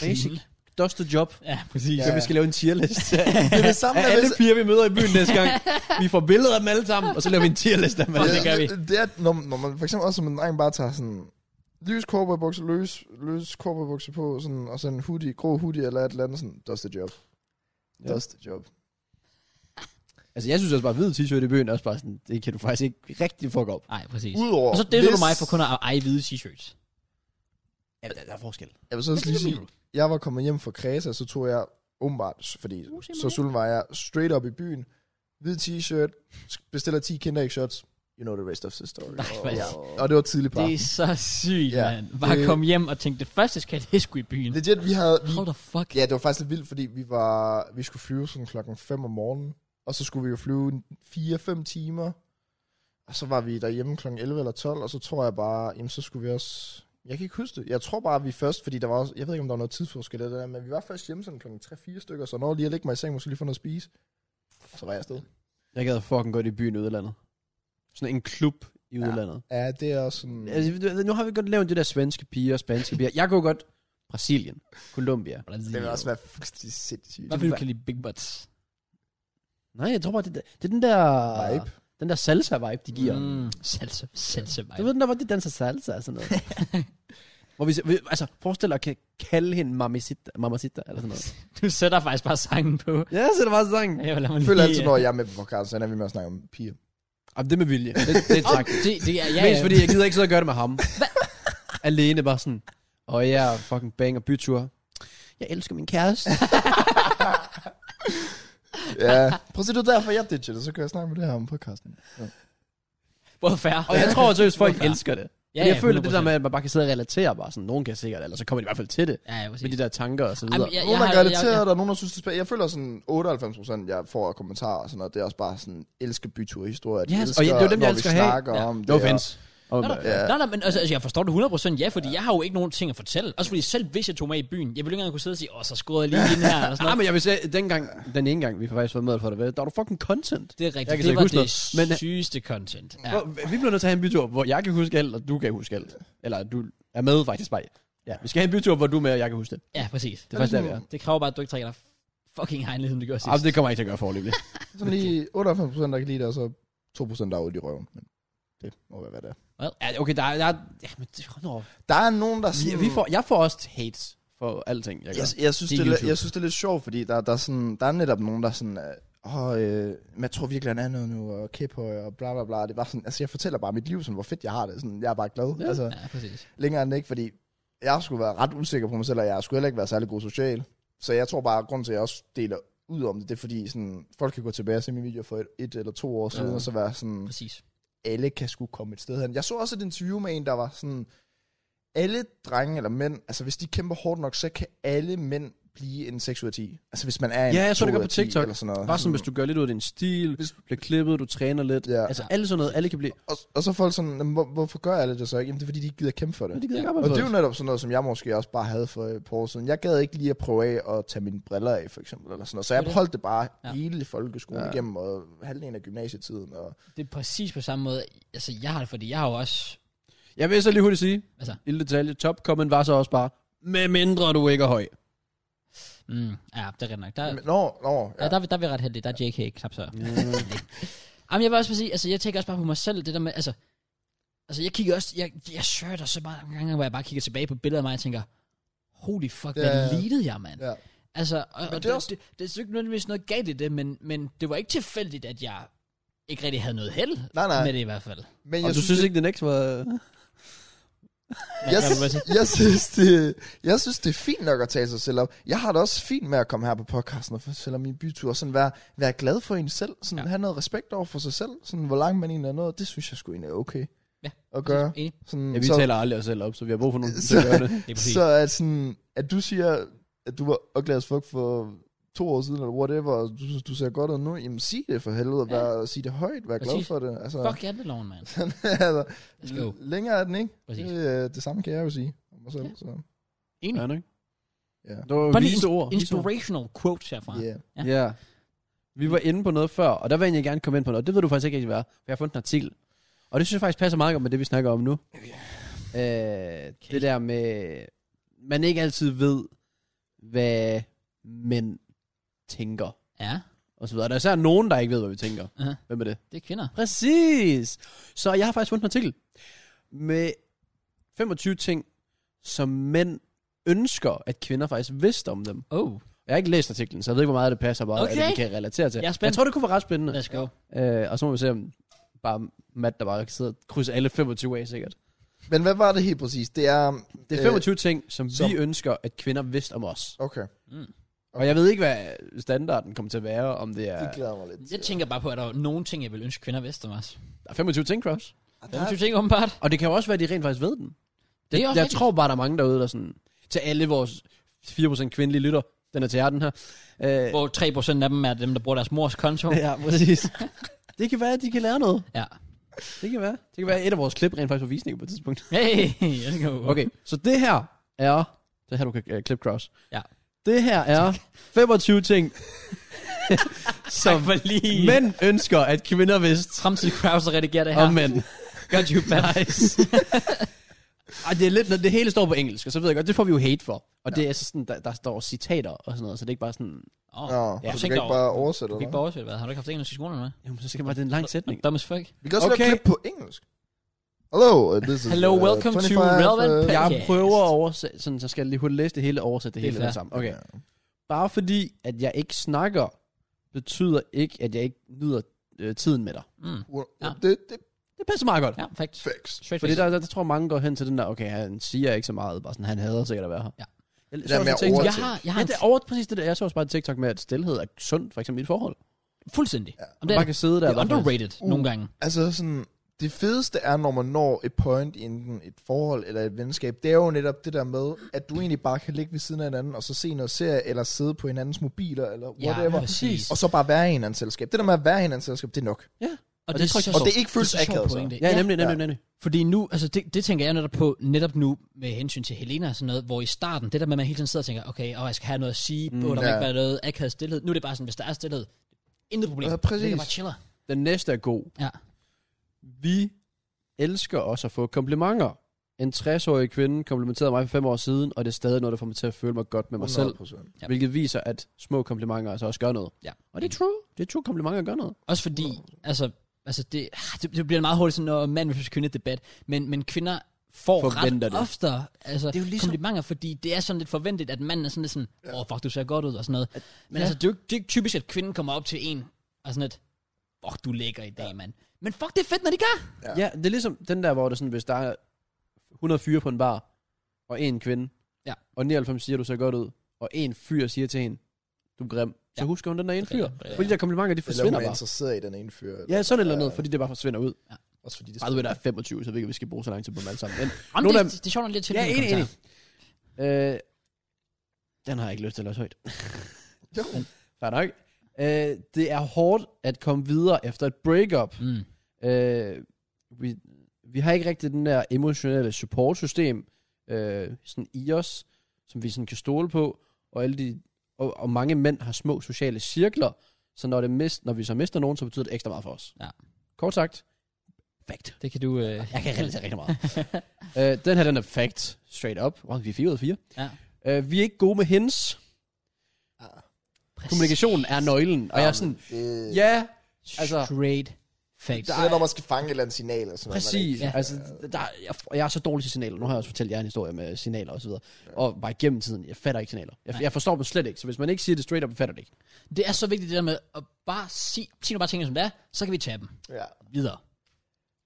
B: Basic.
A: Clean.
B: Dust the job.
A: Ja, præcis.
B: Ja.
C: Ja.
B: Så vi skal lave en tierlist.
C: Det er det samme,
B: af
C: der,
B: alle
C: hvis-
B: piger, vi møder i byen næste gang. Vi får billeder af dem alle sammen, og så laver vi en tierlist af dem.
A: Ja.
B: alle.
A: det gør vi.
C: Det er, når, når man for eksempel også som en dreng bare tager sådan lys cowboybukser, løs, løs cowboybukser på, sådan, og så en hoodie, grå hoodie eller et eller andet, sådan, does the job.
B: Ja.
C: Does the job.
B: Altså, jeg synes også bare, hvid t-shirt i byen er også bare sådan, det kan du faktisk ikke rigtig fuck op.
A: Nej, præcis.
C: Udover,
A: Og så dækker du mig for kun at eje hvide t-shirts.
B: Ja, der, der er forskel.
C: Jeg vil så også lige sige, jeg var kommet hjem fra Kreta, så tog jeg åbenbart, fordi
A: Uh, se
C: så
A: mig.
C: sulten var jeg straight up i byen, hvid t-shirt, bestiller 10 kinder shots, you know the rest of the story.
A: Nej,
C: og,
A: hvad?
C: ja. og det var tidligt på
A: Det er
C: aftenen.
A: så sygt,
C: Ja,
A: yeah. mand. Bare
C: det-
A: kom hjem og tænkte, det første skal det sgu i byen.
C: Legit, vi havde, vi,
A: How the fuck?
C: Ja, det var faktisk lidt vildt, fordi vi, var, vi skulle flyve sådan klokken 5 om morgenen, og så skulle vi jo flyve 4-5 timer, og så var vi derhjemme klokken 11 eller 12, og så tror jeg bare, jamen så skulle vi også... Jeg kan ikke huske det. Jeg tror bare, at vi først, fordi der var også, jeg ved ikke, om der var noget tidsforskel eller det der, men vi var først hjemme sådan klokken 3-4 stykker, så jeg nåede lige at lægge mig i seng, måske lige få noget at spise. Så var jeg afsted.
B: Jeg gad fucking godt i byen i udlandet. Sådan en klub i
C: Ja.
B: udlandet.
C: Ja, det er også sådan...
B: Altså, du- nu har vi godt lavet det der svenske piger og spanske piger. Jeg kunne godt Brasilien, Colombia.
C: Det vil også være fuldstændig sindssygt.
A: Hvad vil du kalde de big butts?
B: Nej, jeg tror bare, det, det er den der...
C: Vibe.
B: Den der salsa-vibe, de giver. Mm.
A: Mm, salsa, salsa vibe.
B: Du ved den der, hvor de danser salsa og sådan noget. hvor vi, vi, altså, forestil dig at kan kalde hende mamacita, mamacita eller sådan noget.
A: Du sætter faktisk bare sangen på.
B: Ja, så er det bare sangen.
A: Jeg vil lade mig
C: Jeg føler
A: lige-
C: altid, når jeg er med på podcasten, så ender vi med at snakke om piger.
B: Jamen, det med vilje. Det, det er tak.
A: Det, det er, ja,
B: Mest
A: ja.
B: fordi, jeg gider ikke sidde og gøre det med ham. Alene bare sådan. Og jeg er fucking banger bytur. Jeg elsker min kæreste.
C: Ja. Prøv at se, det er derfor, jeg ditcher det, så kan jeg snakke med det her om podcasten. Ja.
A: Både fair.
B: Og jeg tror også, at folk
A: Hvorfor?
B: elsker det. Ja, jeg føler det der med, at man bare kan sidde og relatere bare sådan, nogen kan sikkert, eller så kommer de i hvert fald til det,
A: Ja, ja, præcis.
B: med de der tanker og så
A: Ej, men
B: videre.
A: jeg-
C: Nogen, der
A: har-
C: kan relatere,
A: jeg-
C: der er nogen, der synes, det er spændende. Jeg føler sådan 98 procent, jeg får af kommentarer og sådan noget. Det er også bare sådan, elsker byturhistorier. De
A: Yes, og
C: elsker,
B: og ja, det er jo dem, jeg
C: når
B: elsker
C: vi
B: at have.
C: snakker
A: Ja.
C: om det.
B: No offense. øh, Og,
A: Nå, nå,
C: Ja.
A: nå, nå, men altså, altså, jeg forstår det 100% ja, fordi jeg har jo ikke nogen ting at fortælle. Også fordi selv hvis jeg tog med i byen, jeg ville ikke engang kunne sidde og sige, åh, så scorede jeg lige den her, og sådan
B: Nej,
A: noget.
B: Ah, men jeg vil sige, dengang, den ene gang, vi faktisk var med for det, der var du fucking content.
A: Det er rigtigt,
B: Jeg kan
A: det
B: slet
A: var
B: ikke
A: det
B: huske noget, men-
A: sygeste content. Ja.
B: Ja. Hvor, vi blev nødt til at have en bytur, hvor jeg kan huske alt, og du kan huske alt. Eller du er med faktisk bare. Ja, vi skal have en bytur, hvor du er med, og jeg kan huske det.
A: ja, præcis.
B: Det er faktisk der, vi er.
A: Det kræver bare, at du ikke trækker dig fucking hegnet, som du gjorde sidst.
B: Jamen, Ah, det kommer jeg ikke til at gøre forløbig.
C: Sådan lige 98 procent, der kan lide det, og så 2 procent, der er ude i røven. Men det må være, hvad det er.
B: ja, okay, der er... Der er ja, men det, hold nu op.
C: Der er nogen, der sådan...
B: vi, vi får, jeg får også hates for alting, jeg gør.
C: jeg, jeg, synes,
B: Det
C: det
B: er
C: er, lidt-
B: YouTube.
C: jeg synes, det er lidt sjovt, fordi der, der, er sådan, der er netop nogen, der er sådan... øh, Åh, oh, øh, man tror virkelig, han er noget nu, og kæphøj, og bla bla bla. Det var sådan, altså, jeg fortæller bare mit liv, sådan, hvor fedt jeg har det. Sådan, jeg er bare glad.
B: Ja.
C: Altså,
A: Ja, præcis.
C: længere end ikke, fordi jeg skulle være ret usikker på mig selv, og jeg skulle heller ikke være særlig god social. Så jeg tror bare, at grunden til, at jeg også deler ud om det, det er fordi, sådan, folk kan gå tilbage og se mine videoer for et, et eller to år siden,
B: Ja.
C: ja. og så være sådan,
A: Præcis.
C: alle kan skulle komme et sted hen. Jeg så også et interview med en, der var sådan, alle drenge eller mænd, altså hvis de kæmper hårdt nok, så kan alle mænd blive en 6 ud af 10. Altså hvis man er en
B: Ja, jeg så
C: 2
B: det godt
C: ud af
B: på
C: 10
B: TikTok.
C: Eller sådan noget.
B: Bare sådan, hvis du gør lidt ud af din stil, hvis du bliver klippet, du træner lidt.
C: Ja.
B: Altså alle sådan noget, alle kan blive...
C: Og, og så er folk sådan, "Jamen, hvor, hvorfor gør alle det så ikke? Jamen det er fordi, de ikke gider kæmpe for det.
B: Men de gider ikke
A: Ja.
B: arbejde
C: Og det er
B: for
C: jo
B: det.
C: netop sådan noget, som jeg måske også bare havde for et par år siden. Jeg gad ikke lige at prøve af at tage mine briller af, for eksempel, eller sådan noget. Så
A: Det er
C: jeg
A: det.
C: holdt det bare
A: Ja.
C: ja. hele folkeskolen
B: Ja.
C: ja. igennem, og halvdelen af gymnasietiden. Og,
A: Det er præcis på samme måde. Altså, jeg har det, fordi jeg har jo også...
B: Jeg vil så lige hurtigt sige,
A: Altså.
B: altså. lille detalje, top comment var så også bare, med mindre du ikke er høj.
A: Mm, ja, det er rigtigt nok. Der,
C: men, nå, nå,
A: ja.
C: ja.
A: der, er vi- der er vi ret heldige. Der er JK ikke knap
C: Mm.
A: så. Jamen, jeg vil også bare sige, altså, jeg tænker også bare på mig selv, det der med, altså, altså, jeg kigger også, jeg, jeg søger der så mange gange, hvor jeg bare kigger tilbage på billeder af mig, og tænker, holy fuck,
C: Ja,
A: hvad
C: ja, ja.
A: lignede jeg, mand?
C: Ja.
A: Altså, og, og
C: det er
A: det, det,
C: også-
A: det, det, er selvfølgelig ikke nødvendigvis noget galt i det, men, men det var ikke tilfældigt, at jeg ikke rigtig havde noget held
C: Nej, nej.
A: med det i hvert fald.
C: Men
B: Og
C: jeg Mm.
B: du synes ikke, den ikke var...
A: Men,
C: jeg,
A: hvad vil man sige?
C: synes, jeg, synes, det, jeg synes, det er fint nok at tage sig selv op. Jeg har det også fint med at komme her på podcasten og fortælle om min bytur. Og sådan være, være glad for en selv. Sådan
A: Ja.
C: ja. have noget respekt over for sig selv. Sådan hvor langt man egentlig er nået. Det synes jeg sgu egentlig er okay
A: Ja,
C: at gøre.
A: Enig.
C: Sådan,
B: Ja, vi
C: så,
B: taler aldrig os selv op, så vi har brug for nogen,
C: Så-
B: der gør det.
A: Det er præcis.
C: så at, sådan, at du siger, at du var glad as fuck for to år siden, eller whatever, og du, synes, du ser godt ud nu, jamen sig det for helvede,
A: Ja.
C: ja. vær, sig det højt, vær glad
A: Præcis.
C: for det. Altså,
A: Fuck janteloven, mand.
C: altså,
A: Let's go.
C: længere er den ikke.
A: Præcis.
C: Det, øh, det samme kan jeg jo sige om mig selv.
A: Ja.
C: Ja. Så,
A: Enig.
B: Ja, ikke?
C: Ja.
B: Det var jo
A: Bare lige
B: vise ord. vise ord.
A: Inspirational quotes herfra.
C: yeah.
A: Ja.
B: Ja. Vi var inde på noget før, og der vil jeg egentlig gerne komme ind på noget. Det ved du faktisk ikke rigtig hvad. er, For jeg har fundet en artikel. Og det synes jeg faktisk passer meget godt med det, vi snakker om nu. Okay. Øh, det der med, man ikke altid ved, hvad mænd tænker.
A: Ja,
B: Og så videre. Der er især nogen, der ikke ved, hvad vi tænker.
A: Aha.
B: Hvem er det?
A: det er kvinder.
B: Præcis. Så jeg har faktisk fundet en artikel med 25 ting, som mænd ønsker, at kvinder faktisk vidste om dem.
A: Oh,
B: Jeg har ikke læst artiklen, så jeg ved ikke, hvor meget det passer bare,
A: Okay.
B: okay. at vi kan relatere til.
A: Jeg er spændt.
B: jeg tror, det kunne være ret spændende.
A: let's go.
B: Øh, og så må vi se, om bare Matt, der bare sidder og krydser alle 25 af, sikkert.
C: Men hvad var det helt præcis? Det er...
B: Det er 25 øh, ting, som,
C: som-
B: vi ønsker, at kvinder vidste om os.
C: Øh, okay,
A: Mm.
B: Og jeg ved ikke, hvad standarden kommer til at være, om det
C: det
B: er...
C: glæder mig lidt.
A: Jeg tænker bare på, at der var nogle ting, jeg ville ønske kvinder vidste om os.
B: Der er 25 ting, Cross.
C: Ah,
A: Det er ting, åbenbart.
B: Og det kan jo også være, at de rent faktisk ved den.
A: Det er også
B: jeg
A: rigtigt.
B: tror bare, der er mange derude, der sådan... Til alle vores 4% kvindelige lytter, den er til jer, den her. Øh,
A: Hvor 3% af dem er dem, der bruger deres mors konto.
B: ja, præcis. det kan være, at de kan lære noget.
A: Ja.
B: Det kan være. Det kan være, at et af vores klip rent faktisk var visninger på et tidspunkt.
A: Hey, let's go.
B: Okay, så det her er... Det her, du kan uh, klippe cross.
A: Ja.
B: Det her er 25 ting,
A: Tak
B: som
A: for lige. Men...
B: mænd ønsker, at kvinder vidste
A: Fremtidig crowds at redigere det her.
B: om mænd.
A: Got you bad.
B: Nice. Ej, det er lidt, når det hele står på engelsk, og så ved jeg godt, det får vi jo hate for. Og ja. det er så sådan, der, der står citater og sådan noget, så det er ikke bare sådan,
A: Åh,
C: Nå,
A: ja,
C: ja,
A: du
C: så
A: tænker
C: du kan ikke
A: over-
C: bare oversætte
A: du fik
C: det.
A: bare oversætte, hvad? Har du ikke haft engelsk i skolen, eller hvad?
B: jamen, så skal man, det er en lang sætning.
A: Dumb as fuck.
C: Vi kan også
B: Okay.
C: okay. klip på engelsk. Hello, uh, this is...
A: Hello,
C: uh,
A: welcome to
C: 25, uh,
A: Relevant Pet.
B: Jeg
A: Podcast.
B: prøver at oversætte, sådan, så skal jeg lige hurtigt læse det hele og oversætte det,
A: Det er
B: det hele
A: fair.
B: med sammen. Okay. Bare fordi, at jeg ikke snakker, betyder ikke, at jeg ikke nyder øh, tiden med dig.
A: Mm.
C: Well,
A: Ja.
C: Det, det
B: Det passer meget godt.
A: Ja, faktisk.
C: facts.
A: Straight
B: Fordi
A: face.
B: der, der, der tror mange går hen til den der, okay, han siger ikke så meget, bare sådan, han hader sikkert at være her.
A: Ja.
B: Jeg, så
C: der
B: også
C: med
B: en TikTok-
C: ord-
A: Jeg har, jeg har
B: Ja,
A: en
B: det er over, præcis det der. Jeg så også bare en TikTok med, at stillhed er sundt, for eksempel i et forhold.
A: fuldstændig.
C: Ja.
A: Om
B: Det
A: det
B: er,
A: er,
B: man kan sidde der.
A: det
B: og
A: er
B: bare sådan-
A: underrated
C: Uh.
A: nogle gange.
C: Altså sådan, det fedeste er, når man når et point i enten et forhold eller et venskab, det er jo netop det der med, at du egentlig bare kan ligge ved siden af hinanden, og så se noget serie, eller sidde på hinandens mobiler, eller whatever. Ja,
A: præcis.
C: og så bare være i hinandens selskab. Det der med at være i hinandens selskab, det er nok.
A: Og
B: det
A: det er
B: tror jeg
A: så
B: ikke,
C: Og
A: sjovt.
C: det er ikke føles
A: Det er så sjov
C: akavet, så.
A: pointe.
B: Ja,
A: Ja.
B: nemlig, nemlig, nemlig.
A: Fordi nu, altså det, det tænker jeg netop på, netop nu med hensyn til Helena og sådan noget, hvor i starten, det der med, at man hele tiden sidder og tænker, okay, åh, jeg skal have noget at sige, mm,
B: Mm.
A: der må
C: Ja.
A: ikke være noget akavet stillhed. Nu er det bare sådan, hvis der er stillhed, intet problem.
C: Ja, præcis.
A: Jeg bare chiller.
B: Den næste er god.
A: Ja.
B: Vi elsker også at få komplimenter. En 60-årig kvinde komplimenterede mig for fem år siden, og det er stadig noget, der får mig til at føle mig godt med mig selv.
C: 100%.
A: Ja.
B: Ja. Hvilket viser, at små komplimenter altså også gør noget.
A: Ja.
B: Og det er true. Det er true, komplimenter gør noget.
A: Også fordi, altså, altså det, ah, det, det bliver meget hurtigt sådan noget mand versus kvinde debat, men, men kvinder får
B: Forventer
A: ret
B: det.
A: oftere altså, det
B: Det
A: er
B: er
A: jo
B: jo ligesom-
A: komplimenter, fordi det er sådan lidt forventet, at manden er sådan lidt sådan, åh, ja. oh, fuck, du ser godt ud og sådan noget. At, men ja.
B: ja.
A: altså, det er, jo, ikke- det er ikke typisk, at kvinden kommer op til en og sådan lidt, fuck, du lækker i dag, ja. mand. Men fuck, det er fedt, når de gør.
C: Ja.
B: Ja. ja, det er ligesom den der, hvor det er sådan, hvis der er 100 fyre på en bar, og en kvinde,
A: Ja.
B: og 99 siger, du ser godt ud, og en fyr siger til hende, du er grim, så
A: Ja.
B: husker hun den der ene
A: Det er
B: fyr.
A: rigtigt. Ja.
B: Fordi der komplimenter, de
C: Eller hun
B: forsvinder
C: er
B: bare.
C: interesseret i den ene fyr. eller-
B: Ja, sådan et eller andet, fordi det bare forsvinder ud.
C: Også fordi det
B: Bare du ved, der er 25, så ved jeg ikke, vi skal bruge så lang tid på dem alle sammen. Men
A: Jamen,
B: Nogle
A: det,
B: af-
A: det, det, er sjovt, når det er lidt til.
B: Ja, enig, enig. øh, der Den har jeg ikke lyst til at læse højt.
C: Jo.
B: Fair nok. Øh, det er hårdt at komme videre efter et breakup.
A: Mm.
B: Øh, vi, vi har ikke rigtig den der emotionelle supportsystem øh, sådan i os, som vi sådan kan stole på, og, alle de, og, og mange mænd har små sociale cirkler, så når, det mist, når vi så mister nogen, så betyder det ekstra meget for os.
A: Ja.
B: Kort sagt, fact.
A: Det kan du... Øh,
B: Jeg kan relatere rigtig meget. øh, den her, den er fact, straight up. Wow, vi er 4 ud af 4.
A: Ja.
B: Øh, vi er ikke gode med hendes. Kommunikationen er nøglen. Og jeg er sådan,
C: Ah, Det, ja.
B: ja,
A: Altså,
B: altså-
A: Straight facts.
C: Det er, når man skal fange et eller andet signal. Eller sådan noget, man
B: Præcis.
C: ikke-
B: Ja. Altså, der, jeg, og jeg er så dårlig til signaler. Nu har jeg også fortalt jer en historie med signaler og så videre. Og bare gennem tiden, jeg fatter ikke signaler. Jeg, jeg forstår dem slet ikke. Så hvis man ikke siger det straight up, jeg fatter det ikke.
A: Det er så vigtigt det der med at bare sige, sig nu bare tingene som det er, så kan vi tage dem
C: Ja.
A: videre.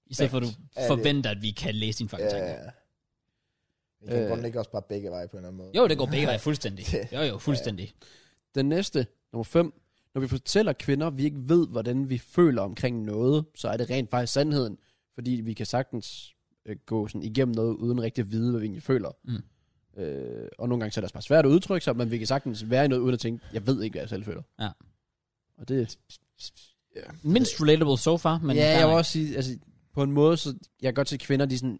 A: I stedet for at du
C: Ja, det-
A: forventer, at vi kan læse dine fucking
C: Ja,
A: tanker.
C: ja. ja. Men kan
B: Øh.
C: øh. ikke også bare begge veje på en eller anden måde?
A: Jo, det går begge veje fuldstændig. Jo, jo, fuldstændig.
B: Den næste, nummer 5. Når vi fortæller kvinder, vi ikke ved, hvordan vi føler omkring noget, så er det rent faktisk sandheden. Fordi vi kan sagtens øh, gå sådan igennem noget, uden rigtig at vide, hvad vi egentlig føler. Mm. Øh, og nogle gange så er det også bare svært at udtrykke sig, men vi kan sagtens være i noget, uden at tænke, jeg ved ikke, hvad jeg selv føler.
A: Ja.
B: Og det,
A: Mindst relatable so far, men...
B: Men ja,
A: fair
B: jeg vil
A: nok.
B: også sige, altså, på en måde, så jeg kan godt se at kvinder, de er sådan,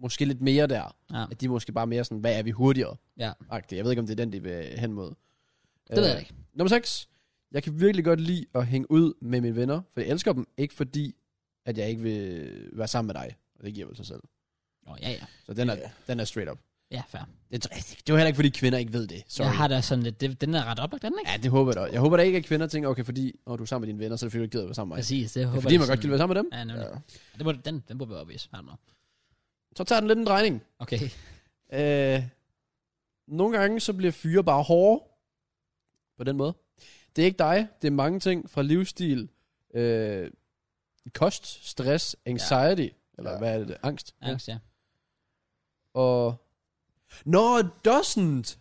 B: måske lidt mere der.
A: Ja.
B: At de er måske bare mere sådan, hvad er vi hurtigere?
A: Ja.
B: -agtige. Jeg ved ikke, om det er den, de vil hen mod. Øh,
A: Det ved jeg ikke.
B: Nummer 6. Jeg kan virkelig godt lide at hænge ud med mine venner, for jeg elsker dem, ikke fordi, at jeg ikke vil være sammen med dig. Og det giver vel sig selv.
A: Nå, ja, ja.
B: Så den er,
C: Ja.
B: den er straight up.
A: Ja, fair.
B: Det, det er jo heller ikke, fordi kvinder ikke ved det. Sorry.
A: Jeg har da sådan lidt... Det, den er ret oplagt, er den ikke?
B: Ja, det håber jeg da. Jeg håber da ikke, at kvinder tænker, okay, fordi når du er sammen med dine venner, så er det fordi, du ikke gider at være sammen med mig.
A: Præcis, det
B: Det er
A: håber
B: fordi,
A: jeg
B: man godt
A: sådan-
B: kan være sammen med dem.
A: Ja, nemlig.
C: Ja.
A: Ja. Det må, den, den burde være obvious. I don't know.
B: Så tager den lidt en drejning.
A: Okay.
B: Øh, nogle gange så bliver fyre bare hårde. På den måde. Det er ikke dig. Det er mange ting fra livsstil, øh, kost, stress, anxiety. Ja. Eller
C: Ja.
B: hvad er det? der? Angst.
A: Angst, ja.
B: Og... No, it doesn't.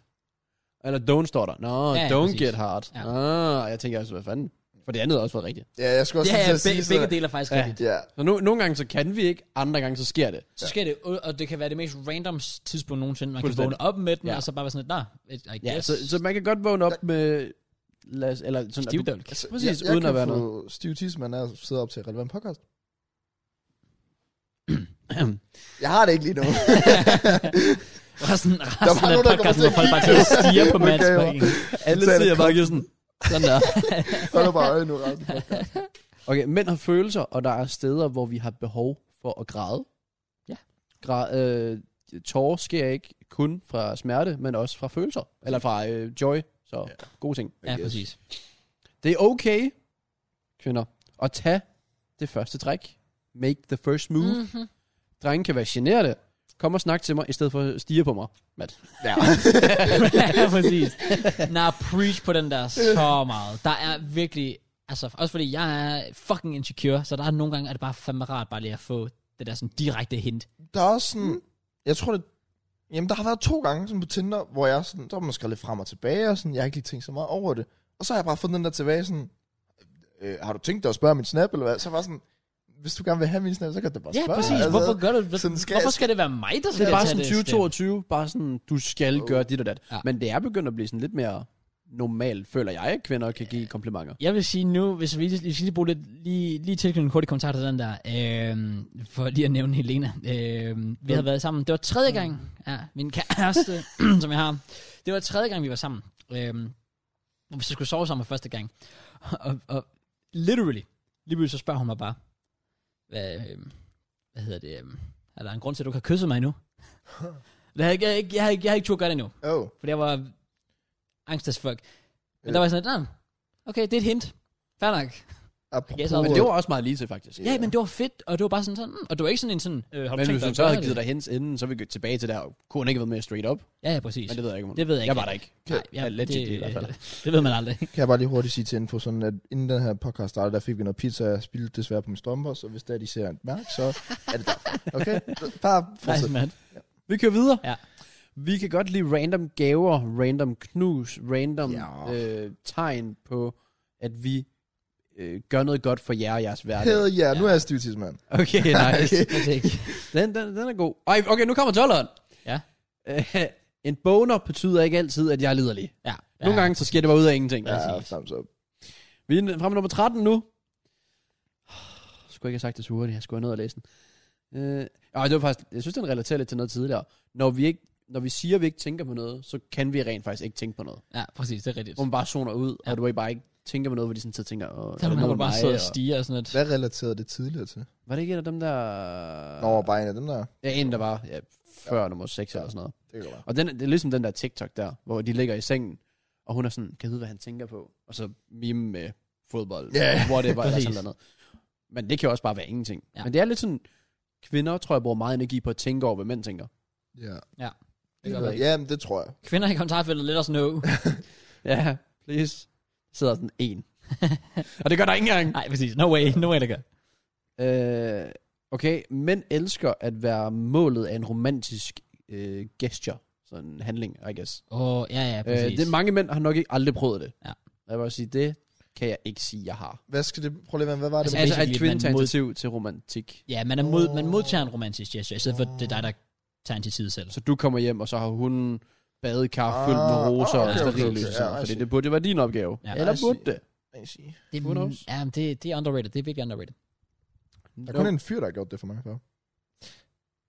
B: Eller don't står der. No,
A: Ja,
B: ja,
A: ja,
B: don't
A: præcis.
B: get hard.
A: Ja.
B: Ja. Ah, jeg tænker også, hvad fanden. For det andet har også været rigtigt.
C: Ja, jeg skulle også
A: Ja, ja
C: lige til at
A: be-
C: sige
A: begge
C: sådan-
A: dele er faktisk
B: Ja.
A: rigtigt.
C: Ja,
B: Så no, nogle gange så kan vi ikke, andre gange så sker det.
A: Så sker det, og- og det kan være det mest random tidspunkt nogensinde. Man kan
B: Fuldstændig.
A: vågne op med den,
B: Ja.
A: og så bare være sådan lidt, nah, I
B: Ja,
A: guess.
B: yes. så, så man kan godt vågne op med... Lad os, eller sådan, at du-
A: Stivdølk.
B: Altså, præcis,
C: jeg, jeg
B: uden
C: kan
B: at være
C: få
B: noget.
C: Stiv Tisman er sidder op til relevant podcast. jeg har det ikke lige nu.
A: Resten,
C: Der
A: resten
C: var
A: af
C: nogen, der kommer
A: podcasten,
C: til
A: hvor folk
C: at
A: bare til at stige på
C: Okay,
A: Mads
C: jo.
A: fucking.
B: Alle
C: Så er det
B: ser bare giver sådan... Sådan der.
C: Hold nu bare øje nu, resten. af podcasten.
B: Okay, mænd har følelser, og der er steder, hvor vi har behov for at græde.
A: Ja.
B: Gra- øh, tårer sker ikke kun fra smerte, men også fra følelser. Eller fra øh, joy, så ja. gode ting.
A: Ja, præcis.
B: Det er okay, kvinder, at tage det første træk. Make the first move. Mm.
A: Mhm.
B: Drengen kan være generede. Kom og snak til mig, i stedet for at stige på mig. Matt.
C: Ja.
A: ja, præcis. Nah, preach på den der så meget. Der er virkelig, altså også fordi jeg er fucking insecure, så der er nogle gange, at det bare fandme rart bare lige at få det der sådan direkte hint.
C: Der er også sådan... Jeg tror, det... Jamen, der har været to gange sådan på Tinder, hvor jeg sådan... Der var man skrevet lidt frem og tilbage, og sådan... Jeg har ikke lige tænkt så meget over det. Og så har jeg bare fået den der tilbage, sådan... Øh, har du tænkt dig at spørge min snap, eller hvad? Så var jeg sådan... Hvis du gerne vil have min snap, så kan du bare
A: Ja,
C: spørge. Altså,
A: præcis.
B: Altså,
A: Hvorfor gør du
C: sådan skal-
A: Hvorfor skal det være mig, der skal
B: Det er bare
A: tage
B: sådan
A: step?
B: 2022, bare sådan, du skal
C: Oh.
B: gøre dit og dat.
A: Ja.
B: Ja. Men det er begyndt at blive sådan lidt mere normalt, føler jeg, at kvinder kan give komplimenter.
A: Jeg vil sige nu, hvis vi lige, hvis vi lige bruger lidt, lige, lige tilknyttet en hurtig kommentar til den der, øhm, for lige at nævne Helena. Øhm, vi havde været sammen, det var tredje gang, ja, min kæreste, som jeg har, det var tredje gang, vi var sammen. Øhm, og vi så skulle sove sammen for første gang. Og, og literally, lige pludselig så spørger hun mig bare, hvad, øhm, hvad hedder det, øhm, er der en grund til, at du ikke har kysset mig endnu? Det har jeg, ikke- jeg, har ikke- jeg, har ikke- jeg har ikke turde gøre det endnu,
C: Oh,
A: for jeg var angst as fuck. Men
C: Øh.
A: der var jeg sådan, lidt, "Nå, okay, det er et hint. Fair nok.
C: apropos...
A: så-
B: Men det var også meget lige til, faktisk.
A: Ja, men det var fedt, og det var bare sådan, sådan mm, og det var ikke sådan en sådan, øh, har du
B: Men
A: tænkt
B: hvis
A: dig
B: hun
A: at
B: så
A: gøre
B: havde givet
A: det?
B: dig hendes inden, så ville vi gå tilbage til der, og kunne hun ikke have været mere straight up.
A: Ja, ja, præcis.
B: Men det ved jeg ikke, om hun-
A: Det ved jeg ikke.
B: Jeg var der ikke.
A: Nej,
B: Ja, legit i hvert fald.
A: det ved man aldrig.
C: Kan jeg bare lige hurtigt sige til info, sådan at inden den her podcast startede, der fik vi noget pizza, jeg spildte desværre på min strømper, så hvis der de ser et mærke, så er det derfor. Okay? Bare fortsæt.
A: Nice, man.
B: Vi kører videre.
A: Ja.
B: Vi kan godt lide random gaver, random knus, random
C: Ja.
B: øh, tegn på, at vi øh, gør noget godt for jer og jeres hverdag.
C: Hell yeah, nu er jeg stivtidsmand.
B: Okay, nice.
A: Det er ikke.
B: Den, den, den er god. Ej, okay, nu kommer 12'eren.
A: Ja.
B: Øh, En boner betyder ikke altid, at jeg er liderlig.
A: Ja.
B: Ja. Nogle gange, så sker det bare ud af ingenting. Ja.
C: Ja,
A: Præcis.
C: thumbs up.
B: Vi er fremme nummer 13 nu. Jeg skulle ikke have sagt det så hurtigt. Jeg skulle have nået at læse den. Øh, og det var faktisk, jeg synes, den relaterer lidt til noget tidligere. Når vi, ikke, når vi siger, at vi ikke tænker på noget, så kan vi rent faktisk ikke tænke på noget.
A: Ja, præcis, det er rigtigt.
B: Hvor man bare zoner ud, ja.
A: Ja.
B: og du ikke bare ikke tænker på noget, hvor de sådan sidder og tænker, åh,
A: Så er man
B: noget med
A: bare
B: mig?"
A: sidder og
B: Og-
A: stiger og sådan lidt.
C: Hvad relaterede det tidligere til?
B: Var det ikke en af dem der... Øh.
C: Nå, bare en af dem der.
B: Ja, en der var ja, før ja. nummer 6 ja. eller sådan noget.
C: Det kan godt være.
B: Og den, det er ligesom den der TikTok der, hvor de ligger i sengen, og hun er sådan, kan jeg vide, hvad han tænker på? Og så mime med fodbold,
C: Ja,
B: whatever, eller
A: præcis.
B: sådan noget. Men det kan jo også bare være ingenting. Ja.
A: Ja.
B: Men det er lidt sådan, kvinder tror jeg bruger meget energi på at tænke over, hvad mænd tænker.
C: Ja.
A: Ja.
C: Det
A: Det
C: kan
A: gør
C: være.
A: det ikke.
C: Jamen, det tror jeg.
A: Kvinder i kommentarfeltet lidt os no.
B: Ja, please. Der sidder sådan en. og det gør der ikke engang.
A: Nej, præcis. No way. No way, der gør.
B: Øh, okay, mænd elsker at være målet af en romantisk øh, gesture. Sådan en handling, I guess.
A: Åh, oh, ja, ja,
B: Øh,
A: præcis.
B: det er mange mænd har nok ikke aldrig prøvet det.
A: Ja.
B: Jeg vil også sige, det kan jeg ikke sige, jeg har.
C: Hvad skal det... Prøv lige, at- hvad var det?
A: Altså,
C: Altså,
B: Altså, at
A: basically,
B: kvinden
A: man
B: tager
A: mod-
B: initiativ til romantik.
A: Ja, man, er mod, man
C: Åh.
A: modtager en romantisk gesture, i stedet for, at det er dig, der tager en til side selv.
B: Så du kommer hjem, og så har hun badekar
C: Ah,
B: fyldt med roser
C: okay,
B: og
A: okay,
B: sterillys.
A: okay,
B: og sådan noget,
C: ja, altså. I
B: fordi
C: see.
B: det burde jo være din opgave.
A: Ja.
B: Eller
C: I see.
B: burde det?
A: Det,
B: Who knows?
A: ja, men det, det er underrated. Det er virkelig underrated.
C: der er kun en fyr, der har gjort det for mig før.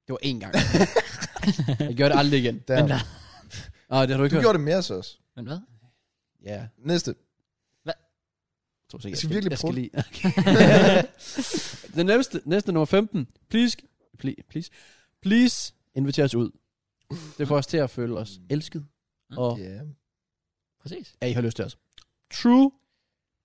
B: Det var én gang. jeg gjorde det aldrig igen.
C: Der.
A: Hvem der?
B: Ah, det har du ikke
C: Du
B: hørt.
C: gjorde det mere så også.
A: Men hvad?
B: Ja, jeg
C: Næste.
B: tror sikkert,
C: Jeg skal virkelig
B: jeg
C: prøve
B: skal lige. Den næste, næste nummer 15. Please, please, please, please inviter os ud. Det får os til at føle os elsket.
A: Mm.
B: Og
C: Ja.
A: Præcis.
B: at I har lyst til os. True.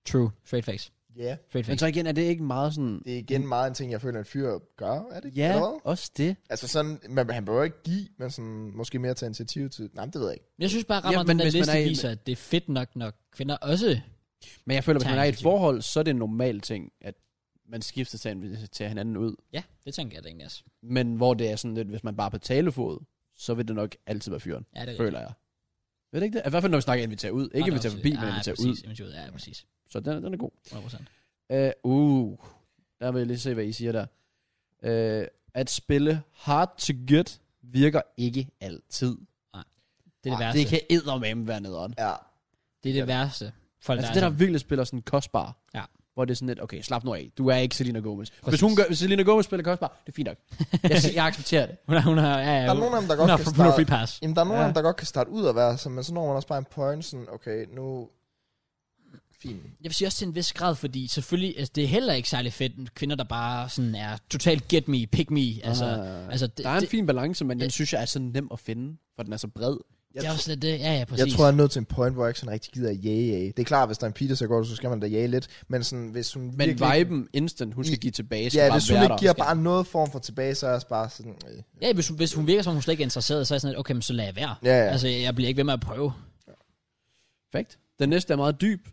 A: True. Straight facts.
C: Ja.
A: Straight
B: Men
A: facts.
B: så igen, er det ikke meget sådan...
C: Det er igen meget en ting, jeg føler, en fyr gør, er det ikke?
B: Ja,
C: Eller hvad?
B: også det.
C: Altså sådan, man, han behøver ikke give, men sådan, måske mere tage initiativ til... Nej, men det ved jeg ikke.
A: Jeg synes bare, at rammer
B: Ja, men
A: den der
B: hvis man
A: liste
B: er i-
A: viser, at det er fedt nok, når kvinder også...
B: Men jeg føler, hvis
A: Tager
B: man er i et
A: initiativ.
B: forhold, så er det en normal ting, at man skifter til, en- til hinanden ud.
A: Ja, det tænker jeg da egentlig også.
B: Men hvor det er sådan lidt, hvis man bare er på talefod, så vil det nok altid være fyren,
A: Ja, det er rigtigt.
B: føler jeg. Ved det ikke det? I hvert fald, når vi snakker invitere ud. Ikke
A: Andre
B: invitere
A: også-
B: forbi, men
A: Ah,
B: invitere
A: præcis,
B: ud.
A: invitere ud. Ja, præcis.
B: Så den, er- den er god.
A: 100%.
B: Uh, uh, der vil jeg lige se, hvad I siger der. Uh, at spille hard to get virker ikke altid.
A: Det er det
B: Ej,
A: værste.
B: det kan eddermame være nederen.
C: Ja.
A: Det er det værste. Folk,
B: Altså
A: er
B: det, der
A: sådan-
B: virkelig spiller sådan kostbar.
A: Ja.
B: Hvor det er sådan lidt, okay, slap nu af. Du er ikke Selena Gomez. Hvis,
A: Præcis.
B: hun gør, hvis Selena Gomez spiller kostbar, det er fint nok. Jeg, siger- jeg accepterer det.
A: Hun har, hun har, ja, ja,
C: Der er nogen af dem, der
A: hun
C: godt
A: har
C: kan
A: hun har
C: starte-
A: free pass.
C: Jamen, der er nogle
B: Ja.
C: ja. af dem, der godt kan starte ud at være sådan, men så når man også bare en point, sådan, okay, nu... Fint.
A: Jeg vil sige også til en vis grad, fordi selvfølgelig, altså, det er heller ikke særlig fedt, kvinder, der bare sådan er totalt get me, pick me. Altså,
B: Ah.
A: altså det,
B: Der er en
A: det,
B: fin balance, men den
A: det-
B: synes jeg er så nem at finde, for den er så bred.
A: det, er også lidt det. Ja, ja, præcis.
C: Jeg tror, jeg er nået til en point, hvor jeg ikke sådan rigtig gider at jage, jage. Det er klart, hvis der er en pige, der så godt, så skal man da jage lidt. Men sådan, hvis hun
B: Men
C: virkelig...
B: viben instant, hun skal give tilbage, skal
C: Ja,
B: bare
C: hvis hun
B: være
C: ikke
B: der.
C: giver
B: Skal-
C: bare noget form for tilbage, så er jeg også bare sådan... Øh.
A: Ja, hvis, hun- hvis hun virker som, hun slet ikke er interesseret, så er jeg sådan lidt, okay, men så lad jeg være.
C: Ja, ja.
A: Altså, jeg bliver ikke ved med at prøve.
B: Perfekt. Den næste er meget dyb.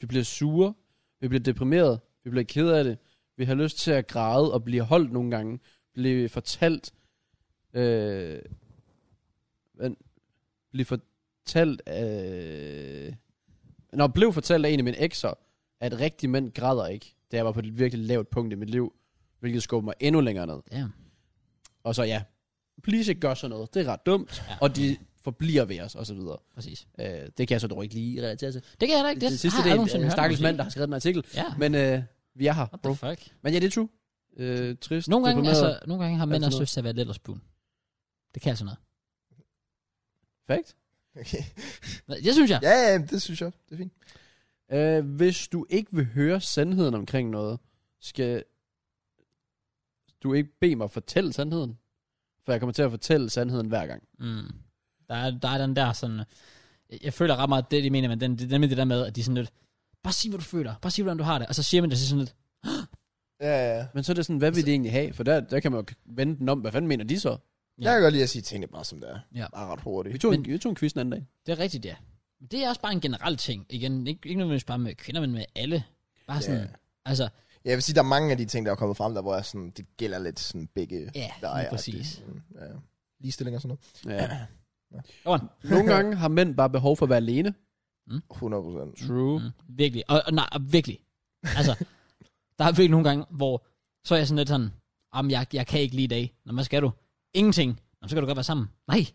B: Vi bliver sure. Vi bliver deprimeret. Vi bliver ked af det. Vi har lyst til at græde og blive holdt nogle gange. Blive fortalt... Øh, men, blive fortalt... Øh, når blev fortalt af en af mine ekser, at rigtige mænd græder ikke, da jeg var på et virkelig lavt punkt i mit liv, hvilket skubber mig endnu længere ned.
A: Ja.
B: Og så ja, please ikke gør sådan noget. Det er ret dumt.
A: Ja.
B: Ja. Og de forbliver ved os, og så videre.
A: Præcis.
B: Øh, det kan jeg så dog ikke lige relatere til.
A: Det kan jeg da ikke.
B: Det, det, sidste, det er en, en stakkels mand, der
A: der...
B: har skrevet en artikel.
A: Ja,
B: Men øh, vi er her,
A: what
B: bro.
A: the fuck.
B: Men ja, det er true. Øh, trist.
A: Nogle gange,
B: deprimeret.
A: altså, nogle gange har mænd
B: Altid
A: også
B: noget.
A: lyst til at være letterspun. Det kan altså noget.
B: Perfekt.
C: Okay.
A: Det synes jeg.
C: Ja, ja, det synes jeg. Det er fint.
B: Øh, hvis du ikke vil høre sandheden omkring noget, skal du ikke bede mig fortælle sandheden? For jeg kommer til at fortælle sandheden hver gang.
A: Mm. Der, er, der er den der sådan... øh, Jeg føler ret meget, det de mener, men den, det er nemlig det der med, at de sådan lidt... Bare sig, hvad du føler. Bare sig, hvordan du har det. Og så siger man det så sådan lidt...
C: Ja, ja. ja.
B: Men så er det sådan, hvad
A: Altså-
B: vil de egentlig have? For der, der kan man jo vende den om. Hvad fanden mener de så?
C: Jeg kan godt lide at sige tingene bare som det er.
A: Ja.
C: Bare ret
B: Vi
C: hurtigt.
B: tog, en,
A: Men-
B: vi tog en quiz den anden dag.
A: Det er rigtigt, ja. Men det er også bare en generel ting. Igen, ikke, ikke nødvendigvis bare med kvinder, men med alle. Bare sådan...
C: Ja.
A: Altså,
C: Jeg vil sige, der er mange af de ting, der er kommet frem, der hvor jeg sådan, det gælder lidt sådan begge
A: ja,
C: lejer.
A: lige præcis.
C: Det, mm, ja. Ligestilling og sådan noget.
B: Ja.
A: Kom on.
B: Nogle gange har mænd bare behov for at være alene.
C: 100 procent.
B: True.
A: Mm, virkelig. Og, og, nej, og virkelig. Altså, der er virkelig nogle gange, hvor så er jeg sådan lidt sådan, om jeg, jeg kan ikke lige i dag. Når man skal du? Ingenting. Nå, så kan du godt være sammen. Nej.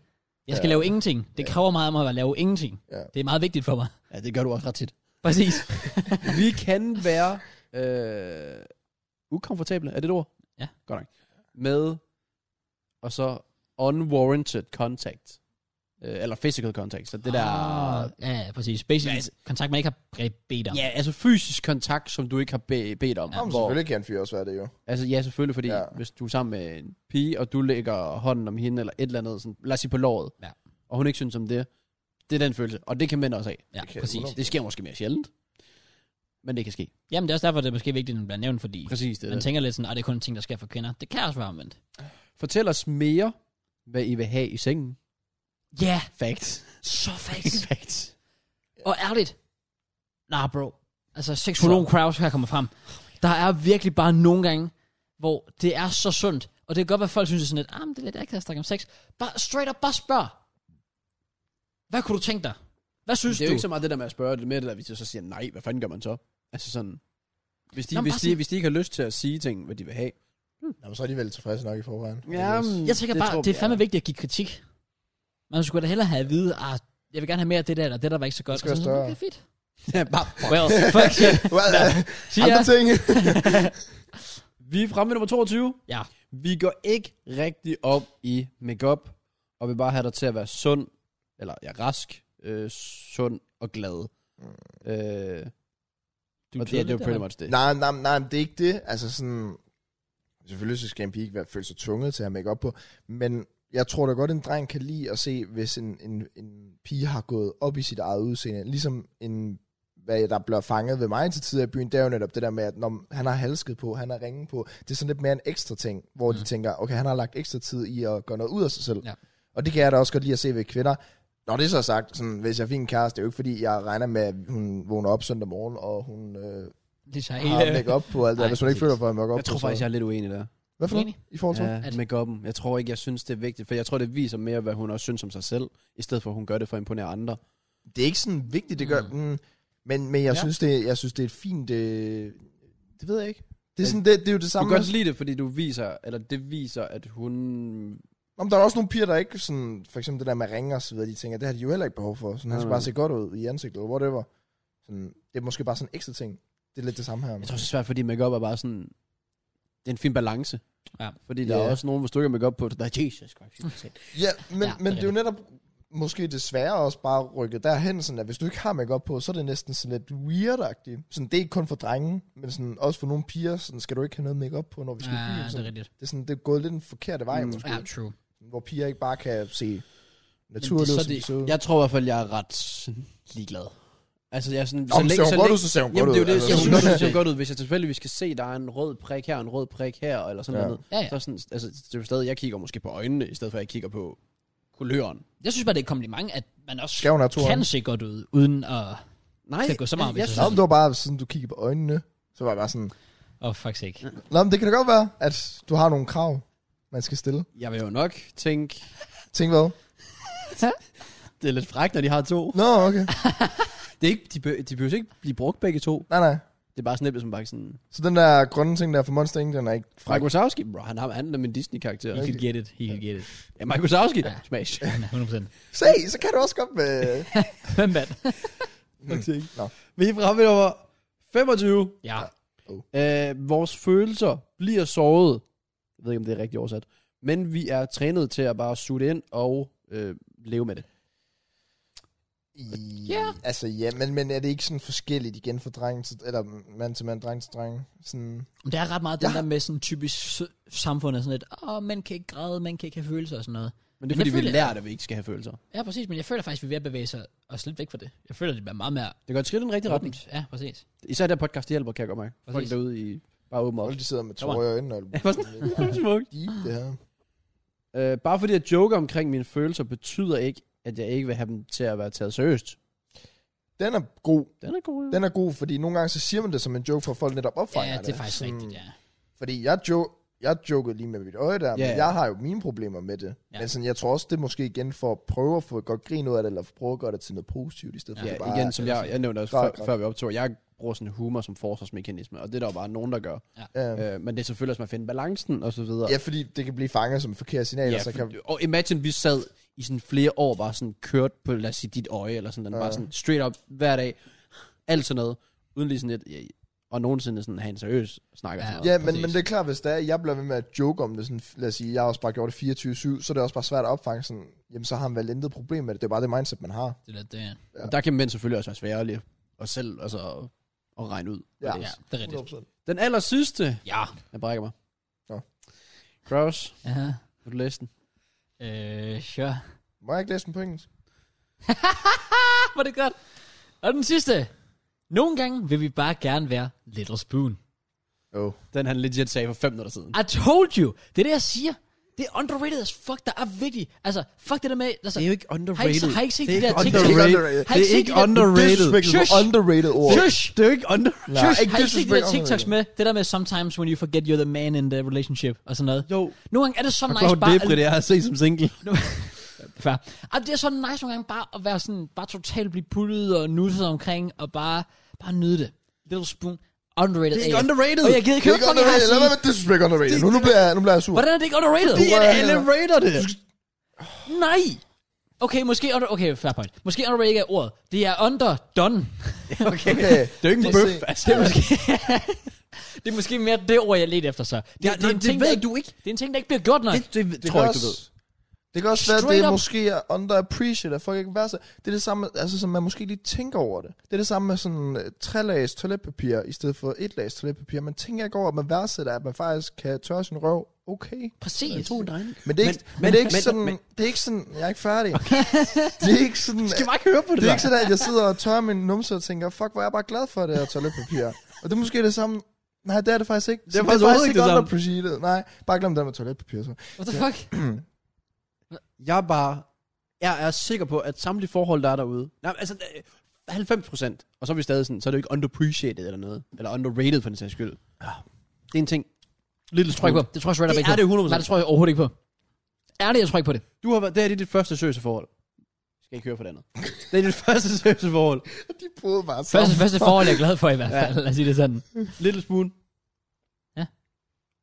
A: Jeg skal
C: Ja.
A: lave ingenting. Det
C: Ja.
A: kræver meget af mig at lave ingenting.
C: Ja.
A: Det er meget vigtigt for mig.
B: Ja, det gør du også ret tit.
A: Præcis.
B: Vi kan være øh, ukomfortable, er det et ord?
A: Ja.
B: Godt nok. Med, og så unwarranted contact. Øh, eller physical contact, så det der...
A: Ah, Ja, ja, præcis. Basic
B: Basic.
A: kontakt, man ikke har bedt om.
B: Ja, altså fysisk kontakt, som du ikke har be- bedt om.
C: Ja, men selvfølgelig kan en fyr også være det jo.
B: Altså ja, selvfølgelig, fordi ja.
C: Ja.
B: hvis du er sammen med en pige, og du lægger hånden om hende, eller et eller andet, sådan, lad os sige på låret,
A: Ja.
B: og hun ikke synes om det, det er den følelse, og det kan mænd også have.
A: ja
C: Okay,
A: præcis.
C: hundrede.
B: Det sker måske mere sjældent, men det kan ske.
A: Jamen, det er også derfor, det er måske vigtigt, at den bliver nævnt, fordi
B: Præcis det.
A: man
B: der.
A: tænker lidt sådan, at det er kun ting, der sker for kvinder. Det kan også være omvendt.
B: Fortæl os mere, hvad I vil have i sengen.
A: Ja,
B: Facts.
A: så facts.
B: Facts.
A: Og ærligt. Nah, bro. Altså, seksolog Kraus her kommer frem. Der er virkelig bare nogle gange, hvor det er så sundt. Og det kan godt være, at folk synes det er sådan lidt, ah, men det er lidt akavet at snakke om sex. Bare straight up, bare spørg. Hvad kunne du tænke dig? Hvad synes
B: Det er jo
A: du?
B: ikke så meget det der med at spørge, det er mere det der, hvis jeg så siger nej, hvad fanden gør man så? Altså sådan, hvis de,
A: Nå, men
B: hvis
A: bare
B: de,
A: sådan-
B: hvis de ikke har lyst til at sige ting, hvad de vil have.
C: Jamen, så er de vel tilfredse nok i forvejen.
B: Jamen,
A: Jeg tænker
B: det
A: bare,
B: tror
A: det
B: vi,
A: er fandme
B: ja.
A: vigtigt at give kritik. Man skulle da hellere have at vide, ah, jeg vil gerne have mere af det der, eller det der var ikke så godt.
C: Det skal
A: Og så
C: være
A: sådan,
C: større.
A: Okay, fedt.
B: Ja, bare,
A: Well, fuck yeah.
C: Well,
A: Siger
C: andre
A: jeg.
C: ting.
B: Vi er fremme ved nummer 22.
A: Ja.
B: Vi går ikke rigtig op i makeup og vil bare have dig til at være sund, eller ja, rask, øh, sund og glad. Mm. Øh,
A: Du
B: og det,
A: tyder
B: det er
A: lidt
B: jo pretty
A: der.
B: much det.
C: nej, nej, nej, men det er ikke det. Altså sådan... Selvfølgelig så skal en pige ikke være, føle sig tunget til at have make op på, men jeg tror da godt, en dreng kan lide at se, hvis en, en, en pige har gået op i sit eget udseende. Ligesom en, hvad der bliver fanget ved mig til tider i byen, det er jo netop det der med, at når han har halsket på, han har ringen på, det er sådan lidt mere en ekstra ting, hvor mm.
A: Mm.
C: de tænker, okay, han har lagt ekstra tid i at gøre noget ud af sig selv.
A: Ja.
C: Og det kan jeg da også godt lide at se ved kvinder. Når det er så sagt, sådan, hvis jeg fik en kæreste, det er jo ikke fordi, jeg regner med, at hun vågner op søndag morgen, og hun øh,
A: Det
B: Ah,
A: tager
C: har
A: hele...
C: make op på og alt det.
A: Nej,
C: der. Hvis hun ikke
A: præcis.
C: føler for at make op
B: Jeg tror
C: på,
B: faktisk,
C: så...
B: jeg er lidt uenig der.
C: Hvad for noget?
A: Enig.
C: I forhold til? Ja.
B: Ja,
A: At-
B: makeup'en. Jeg tror ikke, jeg synes, det er vigtigt, for jeg tror, det viser mere, hvad hun også synes om sig selv, i stedet for, at hun gør det for at imponere andre.
C: Det er ikke sådan vigtigt, det gør...
A: Mm.
C: Mm. Mm, men, men jeg,
B: Ja.
C: ja. synes, det, jeg synes, det er et fint... Øh, det ved jeg ikke. Det er, sådan, det, det er jo det
B: Du kan
C: samme.
B: godt lide det, fordi du viser, eller det viser, at hun...
C: Om der er også nogle piger, der ikke sådan, for eksempel det der med ringer og så videre, de tænker, det har de jo heller ikke behov for. Sådan, han skal
B: Nej.
C: bare se godt ud i ansigtet, eller whatever. Sådan, det er måske bare sådan en ekstra ting. Det er lidt det samme her.
B: Jeg tror, det er svært, fordi makeup er bare sådan... Det er en fin balance.
A: Ja.
B: Fordi der
C: Ja.
B: er også nogen, hvor stykker makeup på, der er Jesus Christ.
C: Ja, men,
A: Ja,
C: ja,
A: det er
C: men det er jo netop måske desværre også bare rykket derhen, sådan at hvis du ikke har makeup på, så er det næsten sådan lidt weird-agtigt. Sådan, det er ikke kun for drenge, men sådan, også for nogle piger, sådan, skal du ikke have noget makeup på, når vi skal i
A: Ja,
C: byen.
A: Ah, det er
C: Sådan.
A: rigtigt.
C: Det er sådan, det er gået lidt den forkerte vej,
B: Mm.
C: mm. måske,
A: Ja,
C: ja.
A: true.
C: hvor piger ikke bare kan se naturligt
A: så
C: ud, som
A: det-
C: de ser ud.
B: Jeg tror i hvert fald, jeg er ret sådan ligeglad. Altså, jeg er sådan...
C: Om ser hun godt ud,
B: længe,
C: så ser hun
B: jamen,
C: godt
B: det er
C: ud.
B: jo det,
C: altså.
B: jeg
A: sådan-
B: synes, det ser godt ud. Hvis jeg tilfældigvis skal se, der er en rød prik her, en rød prik her, eller sådan
C: Ja.
B: noget.
A: Ja, ja.
B: Så er sådan, altså, det er jo stadig, jeg kigger måske på øjnene, i stedet for at jeg kigger på kuløren.
A: Jeg synes bare, det er et kompliment, at man også
C: Skal hun have to
A: kan se godt ud, uden at...
B: Nej,
A: Skal gå så meget op i
B: jeg,
A: sig
B: jeg,
A: selv.
C: Nå,
B: jeg,
C: men det var bare, siden du kiggede på øjnene, så var jeg bare sådan,
A: Åh, oh, faktisk ikke.
C: Nå, men det kan da godt være, at du har nogle krav, man skal stille.
B: jeg vil jo nok tænke,
C: Tænk hvad?
B: det er lidt frækt, når de har to.
C: Nå, okay.
B: Det er ikke, de, bør, de behøver ikke blive brugt begge to.
C: Nej, nej.
B: Det er bare sådan lidt, som bare sådan...
C: Så den der grønne ting der for Monster Inc., den er ikke
B: Frank Wazowski, bro, han, har, han er min Disney-karakter.
A: He could get it. He could get it.
B: Ja, Mike Wazowski,
A: Ja.
B: smash.
A: Han er 100%.
C: Se, så kan du også godt med...
A: Hvem vandt?
C: Nå.
B: Vi er fremme ved nummer 25.
A: Ja.
B: Øh, vores følelser bliver såret. Jeg ved ikke, om det er rigtigt oversat. Men vi er trænet til at bare suge det ind og øh, leve med det.
A: Ja.
C: Ja. Altså ja, men, men er det ikke sådan forskelligt igen for dreng til, eller mand til mand, dreng til dreng? Sådan,
A: Men Det er ret meget den
C: Ja.
A: der med sådan typisk s- samfund er sådan lidt, åh, oh, man kan ikke græde, man kan ikke have følelser og sådan noget.
B: Men det er
A: Men det
B: fordi, vi
A: føler jeg.
B: lærer, at vi ikke skal have følelser. Det
A: Ja, præcis, men jeg føler faktisk, at vi er ved at bevæge sig os lidt væk fra det. Jeg føler, at det bliver meget mere
B: går et skridt i den rigtige retning.
A: åbent. Ja, præcis.
B: Især der podcast, det hjælper, kan jeg godt mærke. Folk
A: Præcis.
B: derude i bare åbne op.
C: folk de sidder med
A: Kom on.
C: tårer i øjnene.
B: Ja, hvor sådan- Smukt.
C: Deep, det her.
B: Øh, bare fordi jeg joker omkring mine følelser, betyder ikke, at jeg ikke vil have dem til at være taget seriøst.
C: Den er god.
B: Den er god.
C: Den er god, fordi nogle gange så siger man det som en joke, for at folk netop opfanger
A: Ja, det er faktisk
C: Sådan,
A: rigtigt, ja.
C: Fordi jeg, jo, jeg jokede lige med mit øje der, yeah.
B: Ja, ja.
C: men jeg har jo mine problemer med det.
A: Ja.
C: Ja. Men sådan, jeg tror også, det er måske igen for at prøve at få et godt grin ud af det, eller for at prøve at gøre det til noget positivt, i stedet for
B: Ja,
C: at bare...
B: igen, som jeg, jeg nævnte også
C: Grad,
B: før,
C: grad.
B: før vi optog, jeg bruger sådan humor som forsvarsmekanisme, og det er der jo bare nogen, der gør.
C: Øh,
B: Øh, men det er selvfølgelig også med at finde balancen og så videre.
C: ja, fordi det kan blive fanget som et forkert signal, ja,
B: Ja,
C: og så
B: for-
C: kan...
B: Og imagine, vi sad i sådan flere år bare sådan kørt på, lad os sige, dit øje, eller sådan, den
C: Ja.
B: bare sådan straight up hver dag, alt sådan noget, uden lige sådan et, ja, og nogensinde sådan have en seriøs snak.
A: Ja.
B: Ja.
C: Ja, men,
A: Præcis.
C: men det er klart, hvis det er, jeg bliver ved med at joke om det, sådan, lad os sige, jeg har også bare gjort det 24-7, så er det også bare svært at opfange sådan, jamen så har han vel intet problem med det, det er bare det mindset, man har.
A: Det, er lidt det, ja.
C: Ja.
B: Og der kan mænd selvfølgelig også være svære lige at selv altså, at- at regne ud. hvad
C: Ja.
B: det er.
A: ja, det er rigtigt.
C: 100%.
B: Den aller sidste,
A: Ja.
B: jeg brækker mig.
C: Nå.
B: Kraus,
A: Aha.
B: vil du læse den?
A: Øh, sure.
C: Må jeg ikke læse den på engelsk?
A: Var det godt. Og den sidste. Nogle gange vil vi bare gerne være Little Spoon.
C: Jo. Oh.
B: Den han legit sagde for fem minutter siden.
A: I told you. Det er det, jeg siger. Det er underrated as fuck. Der er vigtigt. Altså, fuck det der med... Altså,
B: Det er jo ikke underrated.
A: har I ikke- har I ikke set
B: det er
A: de der
B: ikke
A: ting-
B: underrated.
A: Har I
B: Det
A: ikke
B: er
A: set
B: ikke
A: de der-
B: underrated.
C: Disrespectful
A: Shush.
C: underrated ord.
A: shush!
B: Det er jo ikke underrated.
C: Nej,
A: Shush,
C: ikke
A: har I ikke set de der
C: disrespect-
A: TikToks med? Det der med, sometimes when you forget you're the man in the relationship, og sådan noget.
B: Jo.
A: Nogle gange er det så
B: Og
A: nice
B: hvor
A: bare...
B: debri det er at se som single.
A: Fair. Og det er så nice nogle gange bare at være sådan, bare totalt blive puttet og nusset omkring, og bare, bare nyde det. Little Spoon, underrated
B: Det er ikke
A: AF.
B: underrated.
A: Og jeg gider ikke
C: Det er
A: høre, fucking
C: ikke
A: hvad jeg
C: underrated, lad være
A: siger.
C: med disrespect underrated. Nu, nu, bliver jeg, nu bliver jeg sur.
A: Hvordan er det ikke underrated?
B: Fordi
C: er
B: at
C: det
B: alle
C: her?
B: rater det.
A: Nej! Okay, måske under... Okay, fair point. Måske underrated ikke er ordet. Det er underdone.
C: Okay.
B: Okay. Det er jo ikke
C: Det-
B: en bøf,
C: se.
B: altså.
A: Det er måske... det er måske mere det ord, jeg ledte efter så. Det,
B: Ja,
A: det, er en
B: det
A: ting,
B: ved
A: der ikke,
B: du ikke.
A: det er en ting, der ikke bliver godt nok.
B: Det, det, det
C: Det kan
B: tror jeg ikke, du ved.
C: også- Det kan også være, at det
A: Straight up.
C: måske er underappreciated, at folk ikke være så... Det er det samme, altså som man måske lige tænker over det. Det er det samme med sådan øh, tre lags toiletpapir, i stedet for et lags toiletpapir. Man tænker ikke over, at man værdsætter, at man faktisk kan tørre sin røv okay.
A: Præcis.
B: To drenge.
C: Men det er ikke, men, men, det er ikke sådan, men, det er ikke sådan, jeg er ikke færdig. Okay. Det er ikke sådan,
B: Skal bare ikke høre på det,
C: det er ikke sådan, at jeg sidder og tørrer min numse og tænker, fuck, hvor er jeg bare glad for det her toiletpapir. og det er måske det samme. Nej, det er det faktisk ikke. Så
B: faktisk overhovedet ikke det samme.
C: underappreciated. Nej, bare glem det med toiletpapir. Så.
A: What the fuck?
B: Jeg er bare... Jeg er sikker på, at samtlige forhold, der er derude... Nej, men altså... øh, 90 procent. Og så er vi stadig sådan... Så er det jo ikke underappreciated eller noget. Eller underrated, for den sags skyld. Det er en ting. Little
A: Det tror jeg ikke på. Det tror jeg straight up
B: Det
A: ikke
B: er det
A: på.
B: 100%.
A: Nej, det tror jeg overhovedet ikke på. Ærligt, jeg tror ikke på det.
B: Du har været, det her det er dit første seriøse forhold. Jeg skal ikke høre for det andet. Det er dit første seriøse forhold.
C: De boede bare sammen.
A: Første, første forhold, jeg er glad for i hvert fald. Lad os sige det sådan.
B: Little Spoon.
A: Ja.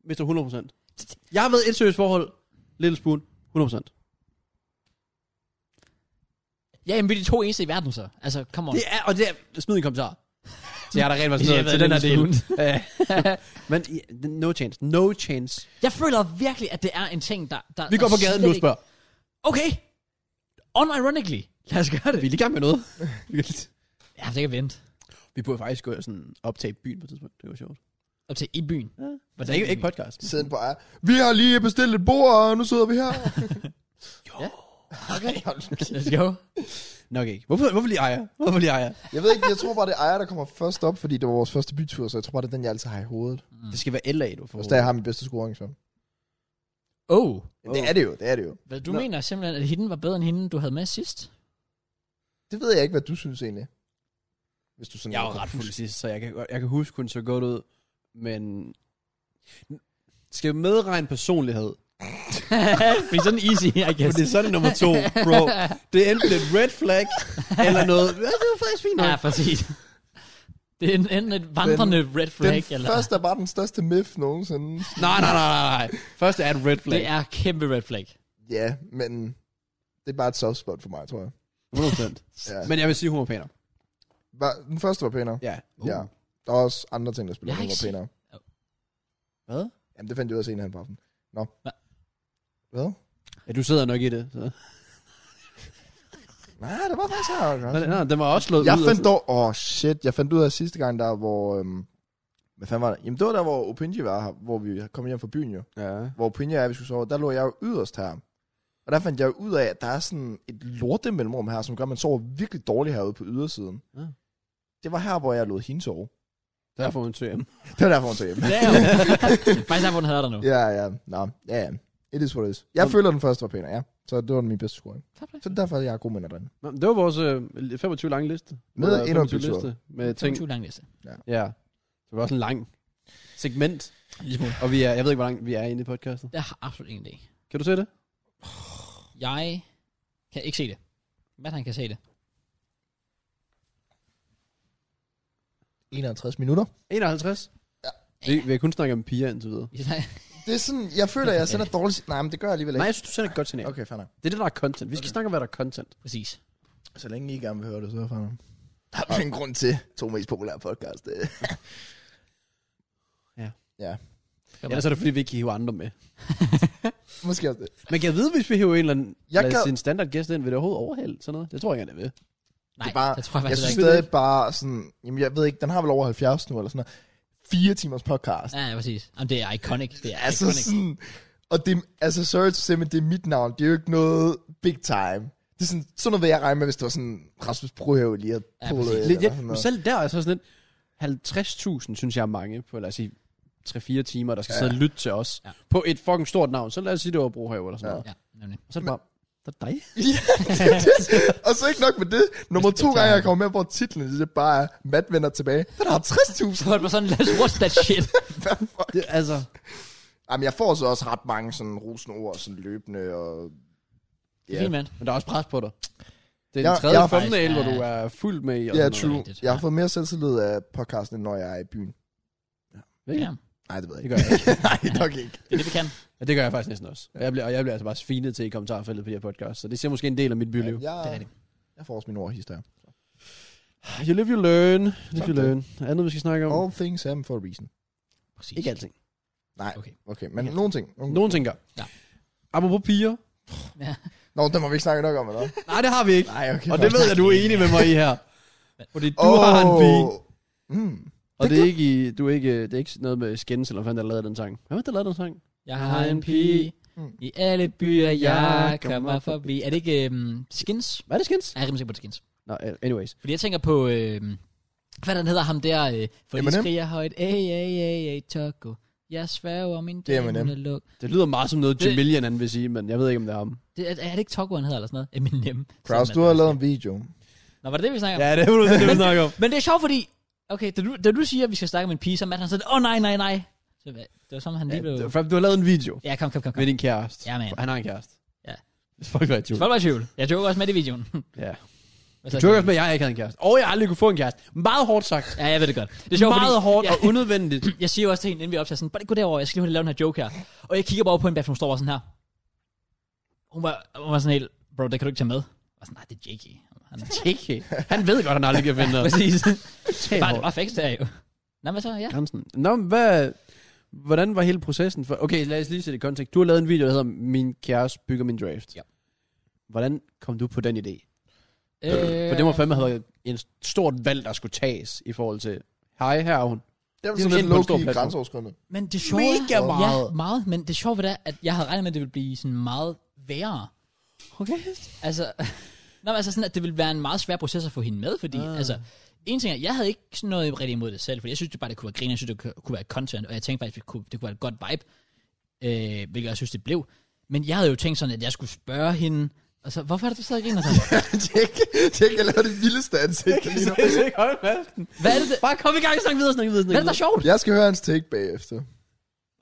B: Mister 100%. Jeg har været i et seriøst forhold. Little Spoon. 100%.
A: Ja, jamen, vi er de to eneste i verden, så. Altså, come on.
B: Det er, og det er, smid en kommentar. Så jeg har da rent faktisk
A: Hvis jeg
B: noget
A: havde
B: til den her
A: været
B: del.
A: Little
B: Ja. Men ja, no chance. No chance.
A: Jeg føler virkelig, at det er en ting, der... der
B: Vi går
A: der
B: på gaden
A: slet
B: nu og
A: ikke-
B: spørger.
A: Okay. Unironically. Lad os gøre det.
B: Vi er lige i gang med noget.
A: Ja, det kan vente.
B: vi burde faktisk gå og sådan optage byen på et tidspunkt. Det var sjovt.
A: Op til i byen.
B: Men det er ikke, ikke podcast.
C: Siden på ejer. Vi har lige bestilt et bord, og nu sidder vi her.
A: Ja.
C: Okay.
A: Let's go.
B: Nok ikke. Hvorfor, hvorfor lige ejer? Hvorfor lige ejer?
C: jeg ved ikke, jeg tror bare, det er ejer, der kommer først op, fordi det var vores første bytur, så jeg tror bare, det er den, jeg altid har i hovedet. Det
B: Det skal være LA, du får.
C: er også der, jeg har min bedste scoring, så.
B: Mm.
A: Oh.
C: Det er det jo, det er det jo.
A: Hvad, du
C: Nå.
A: mener simpelthen, at hende var bedre end hende, du havde med sidst?
C: Det ved jeg ikke, hvad du synes egentlig. Hvis du sådan
B: Jeg var ret fuld sidst, så jeg kan, godt- jeg kan huske, hun så godt ud, men... Skal jeg medregne personlighed?
A: Fordi sådan easy, I guess.
B: Fordi så er det nummer to, bro. Det er enten et red flag, eller noget... Ja, det var faktisk fint nok.
A: Ja, præcis. Det er en- enten et vandrende red
C: Den
A: flag, eller...
C: første er bare den største myth nogensinde.
B: Nej, nej, nej, nej, nej. Først er et red flag.
A: Det er kæmpe red flag.
C: Ja, men det er bare et soft spot for mig, tror jeg.
B: 100%.
C: Ja.
B: Men jeg vil sige, hun var pænere.
C: Var- Den første var pænere.
B: Ja.
A: Uh.
C: Ja. Der er også andre ting, der spiller,
A: Jeg har
C: der
A: ikke
C: var
A: set-
C: pænere.
B: Hvad?
C: Jamen, det fandt jeg ud af senere hen på aftenen. Nå.
A: Hva?
C: Hvad?
B: Ja, du sidder nok i det. Så.
C: Nej, det var faktisk her.
B: Nå, nej, den var også slået
C: Jeg
B: ud. altså.
C: fandt dog... Åh, oh, shit. Jeg fandt ud af sidste gang, der hvor... Øhm, hvad fanden var det? Jamen, det var der, hvor Opinji var her, hvor vi kom hjem fra byen jo.
B: Ja.
C: Hvor Opinji og jeg, vi skulle sove, der lå jeg jo yderst her. Og der fandt jeg jo ud af, at der er sådan et lorte mellemrum her, som gør, at man sover virkelig dårligt herude på ydersiden.
B: Ja.
C: Ja. Det var her, hvor jeg lod hende sove.
B: Derfor hun tog hjem.
C: Det var derfor, hun tog hjem.
A: Damn. Faktisk er, hvor den havde dig nu.
C: ja, ja. Nå, ja, ja. It is what it is. Jeg
B: Nå.
C: føler, den første var pænere, ja. Så det var min bedste scoring.
A: Fair play.
C: Så derfor er jeg god minder den.
B: Nå, men Det var vores øh, 25 lange liste.
C: Med
B: Vores
C: endnu en
B: 25
C: bytur.
B: liste Med ting.
A: 25 lang liste.
B: Ja. Så det var også en lang segment.
A: En lille smule.
B: Og vi er, jeg ved ikke, hvor langt vi er inde i podcasten.
A: Jeg har absolut ingen idé.
B: Kan du se det?
A: Jeg kan ikke se det. Matt, han kan se det.
C: 51 minutter.
B: 51?
C: Ja.
B: Vi, vi har kun snakket om piger indtil videre.
C: Det er sådan, jeg føler, jeg sender dårligt... Nej, men det gør jeg alligevel
B: Nej,
C: ikke.
B: jeg synes, du sender et godt signal. Okay.
C: Okay, fair nok.
B: Det er det, der er content. Vi skal okay. snakke om, hvad der er content.
A: Præcis.
C: Så længe I gerne vil høre det, så er fair nok. Der er ingen grund til to mest populære podcast. øh.
B: Ellers er det, fordi vi ikke kan hive andre med.
C: Måske også det.
B: Men kan jeg vide, hvis vi hiver en eller anden
C: Jeg
B: jeg kan...
C: kan-
B: sin standardgæst ind, vil det overhovedet overhælde sådan noget? Det tror jeg ikke, han er ved.
A: Nej, det,
C: er bare-
A: det tror jeg
C: Jeg
A: faktisk
C: synes
A: ikke.
C: stadig bare sådan... Jamen, jeg ved ikke, den har vel over 70 nu, eller sådan noget. Fire timers podcast.
A: Ja, ja, præcis. Jamen, det er iconic. Det er
C: Altså
A: iconic.
C: sådan... Og det, altså, sorry to say, men det er mit navn. Det er jo ikke noget big time. Det er sådan, sådan noget, vil jeg regne med, hvis det var sådan Rasmus Brohave lige at
A: Ja,
C: pulle
A: præcis.
C: eller
B: Lidt, ja,
C: sådan
B: men
C: noget.
B: selv der er så sådan lidt 50.000, synes jeg er mange på, lad os sige, 3-4 timer, der skal ja. sidde og lytte til os ja.
A: Ja.
B: på et fucking stort navn. Så lad os sige, det var Brohave eller sådan ja.
C: Ja.
B: noget.
A: Ja, nemlig.
B: Og så er det bare, det er dig.
C: Og så ikke nok med det. Nummer to gange, jeg kommer med, hvor titlen det er bare er, Matt vender tilbage. Den har 60.000.
A: Så var det bare sådan, let's watch that shit.
C: Hvad fuck?
B: Det, altså,
C: Jamen, jeg får så også ret mange sådan rosende ord, sådan løbende og...
A: Det er fint, mand.
B: men der er også pres på dig. Det er
C: Jeg-
B: den tredje
C: jeg-
B: thumbnail,
A: Ja.
B: hvor du er fuld med i. og
C: Ja,
B: sådan
A: true.
B: noget.
C: true.
A: rigtigt,
C: Jeg har
A: ja.
C: fået mere selvtillid af podcasten, end når jeg er i byen.
A: Ja.
C: Nej, det ved jeg
B: Det
C: ikke.
B: gør jeg ikke.
C: Nej, nok ikke.
A: Det er det, vi kan.
B: Ja, det gør jeg faktisk næsten også. Og jeg bliver, og jeg bliver altså bare svinet til i kommentarfeltet på de her podcast, så det ser måske en del af mit byliv.
C: Ja,
A: Det er
C: jeg,
A: rigtigt.
C: jeg får også mine ord i historie.
B: You live, you learn. You live, you
C: Sådan
B: learn. Andet, vi skal snakke om.
C: All things happen for a reason.
A: Præcis.
B: Ikke alting.
C: Nej,
A: Okay.
C: okay, okay men
A: Ja.
C: nogle ting. Nogle...
B: Nogen tænker.
A: Ja.
B: Apropos piger.
C: Nå, dem har vi ikke snakket nok om, eller?
B: Nej, det har vi ikke.
C: Nej, okay.
B: Og det ved jeg, du er enig med mig i her. Fordi du
C: Åh.
B: oh. har en pige.
C: Mm.
B: Og det er ikke, i- du er ikke, det er ikke noget med skins, eller hvad fanden, der lavede den sang. Hvem var det, der lavede den sang?
A: Jeg har en pige
C: Mm.
A: i alle byer, jeg kommer forbi. Er det ikke um, Skins?
B: Var det skins?
A: Ja, jeg er rimelig sikker på, det er Skins.
B: Nå, anyways.
A: Fordi jeg tænker på, øh, hvad den hedder ham der, øh, for de
C: Eminem?
A: skriger højt, ey, ey, ey, ey, Toko, jeg sværger min
C: Det er
A: dame, hun
C: Eminem.
A: er luk.
B: Det lyder meget som noget,
A: Det-
B: Jim Millian, han vil sige, men jeg ved ikke, om det er ham.
A: Det, er, er det ikke Toko, han hedder, eller sådan noget? Eminem.
C: Kraus,
A: Sådan, altså.
C: du
A: at-
C: har lavet en video.
A: Nå, var det det, vi snakker om?
B: Ja, det er det, vi snakker om.
A: Men det er sjovt, fordi, okay, da du, da du siger, at vi skal snakke om en pige, så er Matt, han sådan, åh, oh, nej, nej, nej. Så, hvad- det var sådan, han lige blev...
B: Det er for- Du har lavet en video
A: Ja, kom, kom, kom, kom.
B: med din kæreste.
A: Ja, man.
B: Han har en kæreste.
A: Ja.
B: Hvis folk var i tvivl.
A: Folk var i tvivl. Jeg joker også med det i videoen.
B: Ja.
A: Hvad
B: Du
A: så?
B: tog også med, at jeg ikke havde en kæreste. Og jeg aldrig kunne få en kæreste. Meget hårdt sagt.
A: Ja, jeg ved det godt. Det er sjovt,
B: meget
A: fordi,
B: hårdt
A: jeg,
B: og unødvendigt.
A: jeg siger jo også til hende, inden vi optager sådan, bare lige gå derover, jeg skal lige hurtigt lave den her joke her. Og jeg kigger bare over på hende, bagfra, hun står bare sådan her. Hun var, hun var sådan helt, bro, det kan du ikke tage med. Jeg var sådan, nej, det er Jakey. Han er
B: Ikke. Han ved godt, han aldrig kan finde noget.
A: præcis.
B: Totalt
A: bare, det
B: hårdt.
A: var fix der jo. Nå, hvad så? Ja.
B: grænsen. Nå, men hvad, hvordan var hele processen? For, okay, lad os lige sætte det i kontekst. Du har lavet en video, der hedder Min kæreste bygger min draft.
A: Ja.
B: Hvordan kom du på den idé?
A: Øh,
B: For det må fandme have været en stort valg, der skulle tages i forhold til, hej, her er hun.
C: Det er
B: Det er
C: sådan
B: en
C: lidt
B: på en stor
C: low-key
B: platform.
C: grænseoverskridende.
A: Men det sjove er-
B: Mega meget.
A: Ja, meget. Men det sjove ved det er, at jeg havde regnet med, at det ville blive sådan meget værre.
B: Okay.
A: Altså, nå, men altså sådan, at det ville være en meget svær proces at få hende med, fordi
B: Ah.
A: ah. altså, en ting er, jeg havde ikke sådan noget rigtig imod det selv, fordi jeg synes det bare, det kunne være griner, jeg synes det kunne- kunne være content, og jeg tænkte faktisk, det kunne, det kunne være et godt vibe, øh, hvilket jeg synes det blev. Men jeg havde jo tænkt sådan, at jeg skulle spørge hende, og så, hvorfor er det, du sidder og griner sådan?
C: Tjek, tjek, jeg laver det vildeste ansigt lige nu.
A: Hvad er det, der-
B: Bare kom i gang, snak videre, snak
A: hvad er
B: videre,
A: det,
B: snak
A: der
B: videre.
A: er sjovt?
C: Jeg skal høre hans take bagefter.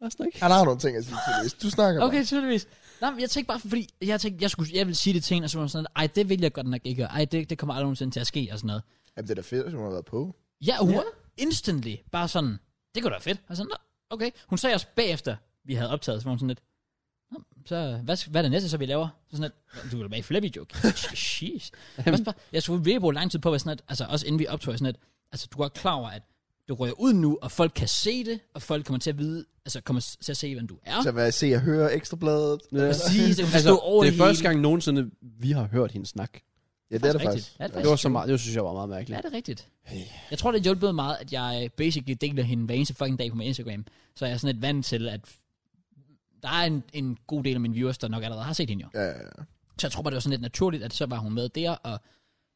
B: Bare snak.
C: Han har nogle ting at sige til det. Du snakker bare.
A: Okay, tydeligvis. Nej, men jeg tænkte bare, fordi jeg tænkte, jeg, skulle, jeg ville sige det til hende, og så var hun sådan, ej, det vil jeg godt nok ikke, og ej, det, det kommer aldrig nogensinde til at ske, og sådan noget.
C: Jamen, det er da fedt, at hun har været på.
A: Ja, og hun var instantly bare sådan, det kunne da være fedt. Og sådan, "Nå, okay. Hun sagde også bagefter, vi havde optaget, så var hun sådan lidt, "Nå, så hvad, hvad er det næste, så vi laver? Så sådan lidt, du vil være i Flappy Joke. Jeez. Jeg, bare, jeg skulle virkelig bruge lang tid på, at være sådan lidt, altså også inden vi optog, sådan lidt, altså du er godt klar over, at du rører ud nu, og folk kan se det, og folk kommer til at vide, altså kommer til at se, hvem du er.
C: Så hvad jeg ser og hører ekstrabladet.
B: Ja.
A: Præcis, det kan
B: Altså,
A: stå over
B: det er
A: det
B: første
A: hele.
B: gang nogensinde, vi har hørt hende snakke.
C: Ja, det er det
A: Faktisk
C: faktisk.
A: Altså, rigtigt. Ja, det er
B: Det var så meget, det synes jeg var meget mærkeligt.
A: Ja, det er rigtigt.
C: Hey.
A: Jeg tror, det har hjulpet meget, at jeg øh, basically deler hende hver eneste fucking dag på min Instagram. Så jeg er sådan lidt vant til, at der er en, en god del af mine viewers, der nok allerede har set hende jo.
C: Ja, ja, ja.
A: Så jeg tror bare, det var sådan lidt naturligt, at så var hun med der. Og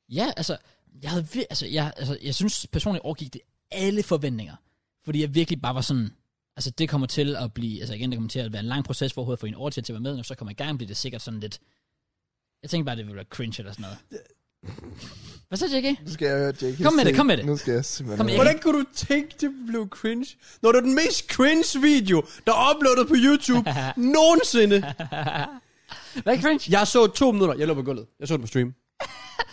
A: ja, altså, jeg, havde vir- altså, jeg, altså, jeg synes personligt overgik det alle forventninger. Fordi jeg virkelig bare var sådan, altså det kommer til at blive, altså igen, det kommer til at være en lang proces for overhovedet at få hende overtalt til at være med, og når så kommer i gang, bliver det sikkert sådan lidt, jeg tænkte bare, det ville være cringe eller sådan noget. Hvad så, JK?
C: Nu skal jeg høre Jake.
A: Kom med det, kom med det.
C: Nu skal jeg simpelthen...
A: Kom med
C: høre.
A: det.
B: Hvordan kunne du tænke, det blev cringe? Når det er den mest cringe video, der er uploadet på YouTube nogensinde.
A: Hvad er cringe?
B: Jeg så to minutter. Jeg lå på guldet. Jeg så den på stream.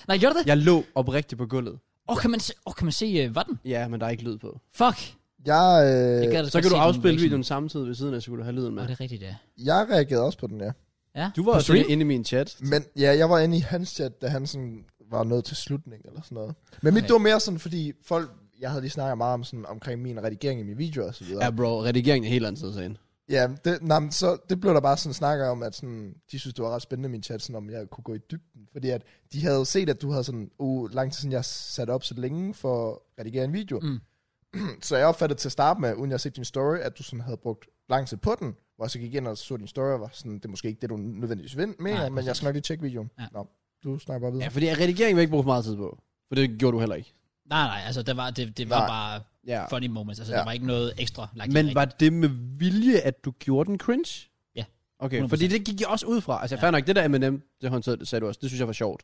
A: Nej, gjorde du det?
B: Jeg lå oprigtigt på guldet.
A: Åh, kan man se, åh, kan man se uh, var den?
B: Ja, men der er ikke lyd på.
A: Fuck!
C: Jeg,
A: Jeg
C: øh,
A: gad da
B: Øh, Så
A: godt
B: kan du
A: se den
B: afspille
A: reaction.
B: videoen samtidig ved siden af, så kan du have lyden
A: Åh,
B: med.
A: det er rigtigt, ja.
C: jeg reagerede også på den, ja.
A: Ja.
B: Du var
A: På
B: også
A: stream?
B: lidt inde i min chat.
C: Men ja, jeg var inde i hans chat, da han sådan var nået til slutningen eller sådan noget. Men mit,
A: Okay.
C: det var mere sådan, fordi folk, jeg havde lige snakket meget om sådan, omkring min redigering i mine videoer og så videre.
B: Ja,
C: Ja,
B: bro, redigeringen er helt anden side af sagen.
C: ja det, nej, men så, det blev der bare sådan snakker om, at sådan, de synes, det var ret spændende min chat, sådan, om jeg kunne gå i dybden. Fordi at de havde set, at du havde sådan, uh, lang tid siden jeg sat op så længe for at redigere en video.
A: Mm.
C: Mm. så jeg opfattede til at starte med, uden jeg havde set din story, at du sådan havde brugt lang tid på den. Hvor jeg så gik ind og så din story, og var sådan, det er måske ikke det, du nødvendigvis vil, mener,
A: Nej,
C: men jeg skal nok lige tjekke videoen.
A: Ja.
C: Nå, du snakker bare videre.
B: Ja, fordi redigeringen vil jeg ikke bruge for meget tid på. For det gjorde du heller ikke.
A: Nej, nej, altså det var, det, det var
C: Nej.
A: bare
B: Ja.
A: funny moments. Altså,
C: Ja.
A: der var ikke noget ekstra lagt i
B: Men
A: det,
B: var det med vilje, at du gjorde den cringe?
A: Ja.
B: Okay,
A: 100%.
B: fordi det gik jeg også ud fra. Altså,
A: Ja.
B: ja. fair nok, det der M&M, det hun sagde sagde du også, det synes jeg var sjovt.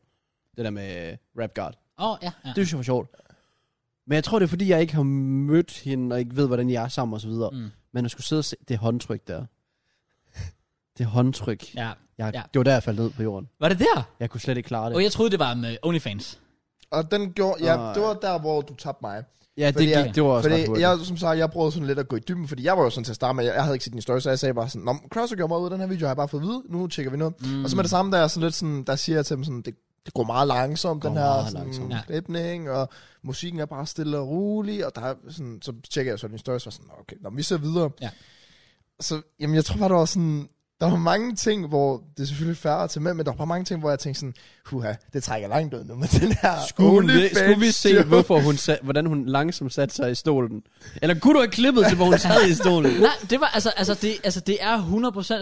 B: Det der med øh, Rap God.
A: Åh, oh, ja, ja.
B: Det synes jeg var sjovt. Men jeg tror, det er fordi, jeg ikke har mødt hende, og ikke ved, hvordan jeg er sammen og så videre.
A: Mm.
B: Men at skulle sidde og se det håndtryk der. Det håndtryk. Ja.
A: ja.
B: Jeg,
A: ja.
B: ja. Det var der, jeg faldt ned på jorden.
A: Var det der?
B: Jeg kunne slet ikke klare det.
A: Og jeg troede, det var med OnlyFans.
C: Og den gjorde, ja,
B: Og-
C: det var der, hvor du tabte mig.
B: ja, det,
C: fordi
B: gik,
C: jeg-
B: det var også ret
C: Fordi
B: hurtigt.
C: jeg, som sagt, jeg prøvede sådan lidt at gå i dybden, fordi jeg var jo sådan til at starte med, jeg, jeg havde ikke set din story, så jeg sagde bare sådan, Nå, men Crosser gjorde mig ud, af den her video har jeg bare fået at vide, nu tjekker vi noget. Mm. Og så med det samme, der er sådan lidt sådan, der siger jeg til dem sådan, det, det går meget langsomt,
B: Går
C: den her
B: meget
C: sådan,
B: langsomt.
A: Ja.
C: klipning, og musikken er bare stille og rolig, og der er sådan, så tjekker jeg så din story, så var jeg sådan, "Nå, okay, nå, men vi ser videre.
A: Ja.
C: Så, jamen, jeg tror bare, der var sådan, der var mange ting, hvor det er selvfølgelig færre til med, men der var bare mange ting, hvor jeg tænkte sådan, huha, det trækker langt ud nu med den her
B: Skulle, hun, vi- skulle vi se,
C: OnlyFans-joke."
B: hvorfor hun sat, hvordan hun langsomt satte sig i stolen? Eller kunne du have klippet til, hvor hun sad i stolen?
A: Nej, det var, altså, altså, det, altså, det er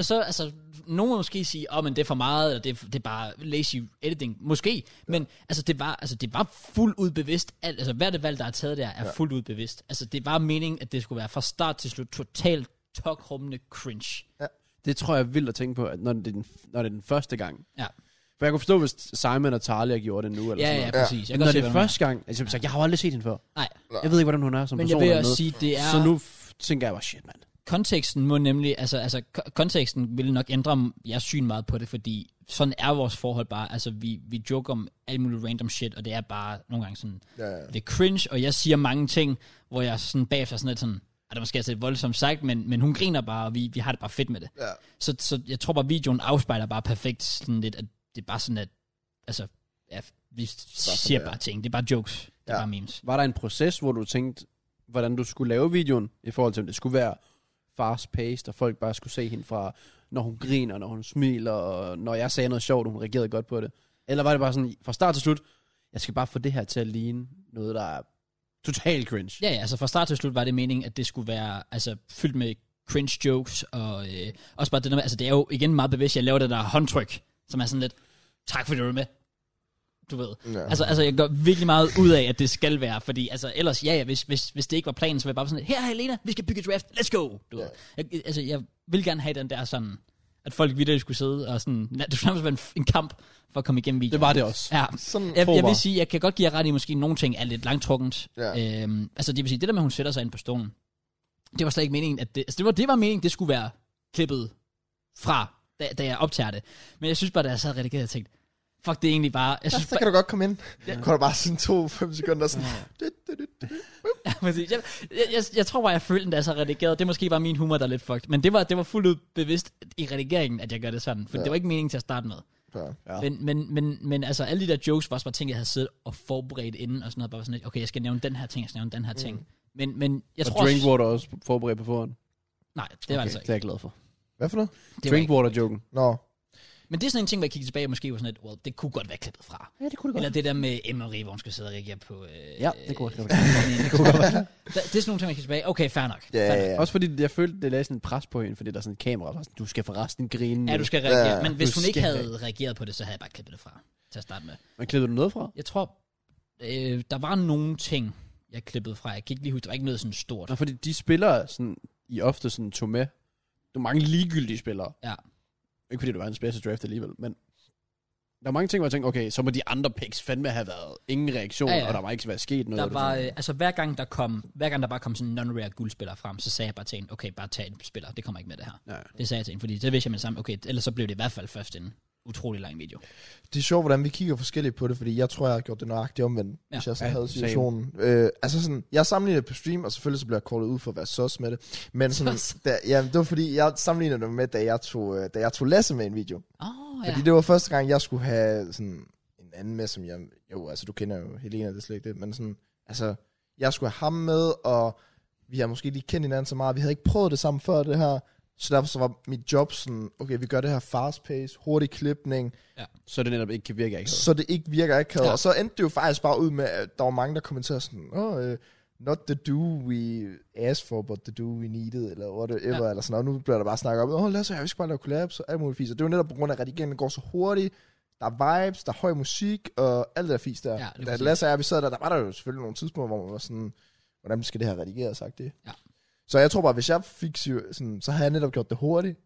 A: 100%, så, altså, nogen vil måske sige, åh, oh, men det er for meget, eller det, er- det er bare lazy editing, måske, men altså, det var, altså, det var fuldt ud bevidst, alt, altså, hvert et valg, der er taget der, er ja. fuldt ud bevidst. Altså, det var meningen, at det skulle være fra start til slut totalt tokrummende cringe.
B: Det tror jeg er vildt at tænke på, at når det er den, når det er den første gang.
A: Ja,
B: For jeg kunne forstå, hvis Simon og Talia gjorde det nu, eller
A: ja,
B: sådan
A: ja,
B: noget.
A: præcis. Jeg kan
B: når
A: godt se,
B: det
A: hvad
B: er
A: du
B: første gang, altså, så jeg har jo aldrig set hende før.
A: mener. Nej,
B: Jeg ved ikke, hvordan hun er som
A: men jeg
B: person.
A: vil
B: eller
A: også
B: noget.
A: sige, det er...
B: Så nu f- tænker jeg bare, shit, mand.
A: konteksten må nemlig, altså, altså ko- konteksten ville nok ændre jeres syn meget på det, fordi sådan er vores forhold bare. Altså, vi, vi joker om alt muligt random shit, og det er bare nogle gange sådan,
C: Ja, ja.
A: det er cringe, og jeg siger mange ting, hvor jeg sådan bagefter sådan lidt sådan, "Ej, det er måske altså lidt voldsomt sagt, men, men hun griner bare, og vi, vi har det bare fedt med det.
C: Ja.
A: Så, så jeg tror bare, videoen afspejler bare perfekt sådan lidt, at det er bare sådan, at altså, ja, vi siger
C: det er.
A: bare ting. Det er bare jokes. Det er
C: Ja.
A: bare memes.
B: Var der en proces, hvor du tænkte, hvordan du skulle lave videoen, i forhold til, om det skulle være fast-paced, og folk bare skulle se hende fra, når hun griner, når hun smiler, og når jeg sagde noget sjovt, og hun reagerede godt på det? Eller var det bare sådan, fra start til slut, jeg skal bare få det her til at ligne noget, der er totalt cringe?
A: Ja, ja, altså fra start til slut var det meningen, at det skulle være altså, fyldt med cringe jokes, og øh, også bare det der med, altså det er jo igen meget bevidst, jeg laver det der håndtryk, som er sådan lidt, tak fordi du er med. Du ved.
C: Ja.
A: Altså, altså, jeg gør virkelig meget ud af, at det skal være, fordi altså, ellers, ja, ja hvis, hvis, hvis det ikke var planen, så var jeg bare sådan, lidt, her er Helena, vi skal bygge et draft, let's go! Du ved. Jeg, altså, jeg vil gerne have den der sådan, at folk videre skulle sidde og sådan, na- det skulle nærmest være en, f- en kamp for at komme igennem videoen.
B: Det var det også.
A: Ja.
C: Sådan,
A: Jeg, jeg
B: Prober.
A: vil sige, jeg kan godt give jer ret i, at måske nogle ting er lidt langtrukkent.
C: Ja.
A: Ja. Øhm, altså det vil sige, det der med, at hun sætter sig ind på stolen, det var slet ikke meningen, at det, altså, det, var, det var meningen, det skulle være klippet fra, da, da jeg optager det. Men jeg synes bare, da jeg sad og redigerede, jeg tænkte, fuck, det er egentlig bare, jeg
C: Ja,
A: synes
C: så kan du godt komme ind. Ja. Kunne du bare sådan to, fem sekunder sådan... Ja.
A: Ja, præcis. Jeg, jeg, jeg, jeg tror bare, jeg følte den, da jeg så redigerede. Det er måske bare min humor, der er lidt fucked. Men det var, det var fuldt ud bevidst i redigeringen, at jeg gør det sådan. For ja.
C: Ja.
A: det var ikke meningen til at starte med.
B: Ja.
A: Ja. Men, men, men, men altså, alle de der jokes var også bare ting, jeg havde siddet og forberedt inden. Og sådan noget. Bare sådan lidt, okay, jeg skal nævne den her ting, jeg skal nævne den her ting. Men, men jeg
B: Jeg og
A: tror... også-
B: Drinkwater også forberedt på forhånd.
A: Nej, det var okay, altså
B: det er
A: ikke.
B: jeg glad for.
C: Hvad for noget?
A: Det var ikke.
B: Drinkwater-joken.
C: Nå.
A: Men det er sådan en ting, hvor jeg kigger tilbage og måske var sådan lidt, well, det kunne godt være klippet fra.
B: Ja, det kunne
A: Eller det der med Emery, hvor hun skal sidde og reagere på... Øh,
B: Ja, det kunne også godt
A: være. det, kunne godt være. det er sådan nogle ting, jeg kigger tilbage. Okay, fair nok.
C: Ja,
A: fair
C: ja,
A: nok.
C: ja.
B: Også fordi jeg følte, det lagde sådan et pres på hende, fordi der er sådan et kamera, der er sådan, du skal forresten grine.
A: Ja,
B: nu."
A: du skal reagere. Ja,
C: Ja,
A: men hvis
B: du
A: hun ikke
B: skal
A: havde reageret på det, så havde jeg bare klippet det fra til at starte med.
B: Men klippede du noget fra?
A: Jeg tror, øh, der var nogle ting, jeg klippede fra. Jeg kan ikke lige huske, der var ikke noget sådan stort.
B: Nå, fordi de spillere, sådan, I ofte sådan tog med, du er mange ligegyldige spillere.
A: Ja.
B: Ikke fordi det var hans bedste draft alligevel, men der er mange ting, hvor jeg tænkte, okay, så må de andre picks fandme have været ingen reaktion,
A: Ja,
B: ja,
A: ja.
B: ja. og der må ikke være sket noget.
A: Der
B: og det
A: var,
B: sådan-
A: øh, altså hver gang der kom, hver gang der bare kom sådan en non-rare guldspiller frem, så sagde jeg bare til en, okay, bare tag en spiller, det kommer ikke med det her.
B: Ja.
A: Det sagde jeg til en, fordi så vidste jeg med det samme, okay, ellers så blev det i hvert fald først inden. utrolig lang video.
C: Det er sjovt, hvordan vi kigger forskelligt på det, fordi jeg tror, jeg har gjort det nøjagtigt omvendt,
A: Ja.
C: ja. hvis jeg sådan
B: Ja,
C: ja, havde
B: same.
C: situationen. Øh, altså sådan, jeg sammenligner det på stream, og selvfølgelig så bliver jeg callet ud for at være sus med det. Men sådan,
A: Sus.
C: da, ja, det var fordi, jeg sammenligner det med, da jeg tog, øh, da jeg tog Lasse med i en video.
A: Åh, oh,
C: Fordi det var første gang, jeg skulle have sådan en anden med, som jeg... Jo, altså du kender jo Helena, det er slet ikke det, men sådan... Altså, jeg skulle have ham med, og vi har måske lige kendt hinanden så meget. Vi havde ikke prøvet det sammen før det her. Så derfor så var mit job sådan, okay, vi gør det her fast pace, hurtig klipning,
B: Så det netop ikke kan virke akavet.
C: så det ikke virker akavet.
A: Ja.
C: Ja. Og så endte det jo faktisk bare ud med, at der var mange, der kommenterede sådan, oh, uh, not the do we asked for, but the do we needed, eller whatever,
A: Ja.
C: ja. eller sådan noget. Nu bliver der bare snakket om, åh, oh, lad os høre, vi skal bare lave collabs, og alt muligt fisk. Og det var netop på grund af, at redigeringen går så hurtigt, der er vibes, der er høj musik, og alt det der fisk der.
A: Ja, lige
C: Ja, da
A: præcis.
C: Lasse og jeg, vi sad der, der var der jo selvfølgelig nogle tidspunkter, hvor man var sådan, hvordan skal det her redigeres, sagt det.
A: Ja.
C: Så jeg tror bare, hvis jeg fik, syv- sådan, så havde jeg netop gjort det hurtigt,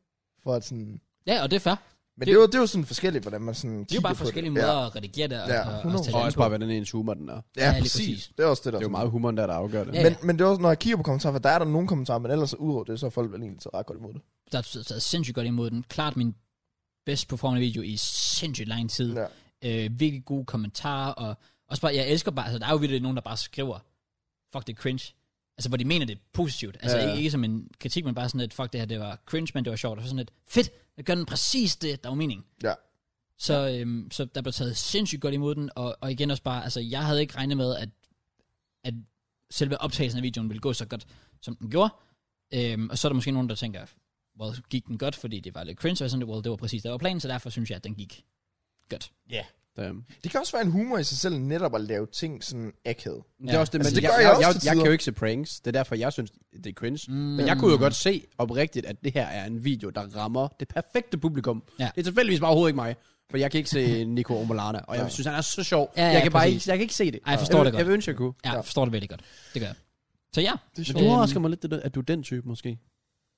C: for at sådan,
A: ja, og det er fair.
C: men det,
A: Det-
C: det, er, jo, det er jo sådan forskelligt, hvordan man
A: Det
C: sådan
A: er jo bare
C: kigger på
A: forskellige
C: Ja.
A: måder at redigere det og,
C: Ja,
A: og, og
C: 100.
A: tage
B: Og
A: det
B: også
A: an
B: bare,
A: på.
B: hvordan ens humor den er.
C: Ja,
A: Ja, lige
C: præcis.
A: præcis.
C: Det er også det, der
B: Det er jo meget humoren der, der afgør det.
A: Ja.
C: Men, men det er også, når jeg kigger på kommentarer, for der er der nogle kommentarer, men ellers udover det, så er folk vel egentlig så ret godt imod det.
A: Der er taget sindssygt godt imod den. Klart min bedst performende video i sindssygt lang tid.
C: Ja.
A: øh, virkelig gode kommentarer, og også bare, jeg elsker bare, altså der er jo virkelig nogen, der bare skriver, fuck det er cringe. Altså, hvor de mener det er positivt. Altså, ja,
C: Ja,
A: ja.
C: ja.
A: Ikke, ikke som en kritik, men bare sådan et, fuck det her, det var cringe, men det var sjovt. Og så sådan et, fedt, jeg gør den præcis det, der var meningen.
C: Ja.
A: Så, ja. øhm, så der blev taget sindssygt godt imod den, og, og igen også bare, altså, jeg havde ikke regnet med, at, at selve optagelsen af videoen ville gå så godt, som den gjorde. Øhm, og så er der måske nogen, der tænker, well, gik den godt, fordi det var lidt cringe, og sådan, well, det var præcis, det der var planen, så derfor synes jeg, at den gik godt.
B: Damn.
C: Det kan også være en humor i sig selv, netop at lave ting sådan akavet.
B: Men Det er også det, men
C: Altså, det
B: jeg,
C: gør jeg
B: jeg,
C: også
B: jeg,
C: til
B: jeg,
C: tider.
B: kan jo ikke se pranks. Det er derfor, jeg synes, det er cringe. Mm. Men jeg
A: Øhm.
B: kunne jo godt se oprigtigt, at det her er en video, der rammer det perfekte publikum.
A: Ja.
B: Det er tilfældigvis bare overhovedet ikke mig. For jeg kan ikke se Nico Omolana, og jeg synes, han er så sjov.
A: Ja,
B: Ja,
A: ja,
B: ja, jeg, kan bare
A: præcis.
B: ikke, jeg kan ikke se det.
A: Ej, jeg forstår
B: jeg,
A: det godt.
B: Jeg vil ønske, jeg kunne.
A: Ja, jeg forstår det virkelig godt. Det gør jeg. Så ja,
C: Det er
B: Men
C: sjovt.
B: det
A: Øhm.
B: overrasker mig lidt, det der, at du er den type, måske.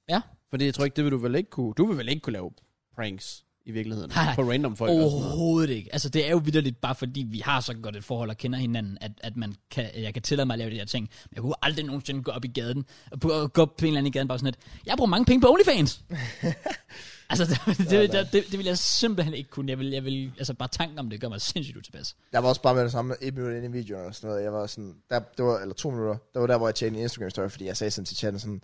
A: Ja.
B: Fordi jeg tror ikke, det vil du vel ikke kunne. Du vil vel ikke kunne lave pranks i virkeligheden.
A: Nej. Oh.
B: På random folk og sådan noget.
A: overhovedet ikke. Altså, det er jo vidderligt bare fordi, vi har så godt et forhold og kender hinanden, at, at man kan, jeg kan tillade mig at lave de her ting. Men jeg kunne aldrig nogensinde gå op i gaden, og på, og gå op på en eller anden i gaden bare sådan lidt, jeg bruger mange penge på OnlyFans. altså, det, det, det, det, det, vil jeg simpelthen ikke kunne. Jeg vil, jeg vil, altså, bare tanken om det gør mig sindssygt utilpas.
C: Jeg var også bare med det samme, et minut inde i videoen og sådan noget. Jeg var sådan, der, det var, eller to minutter, der var der, hvor jeg tjente en Instagram story, fordi jeg sagde sådan til chatten sådan,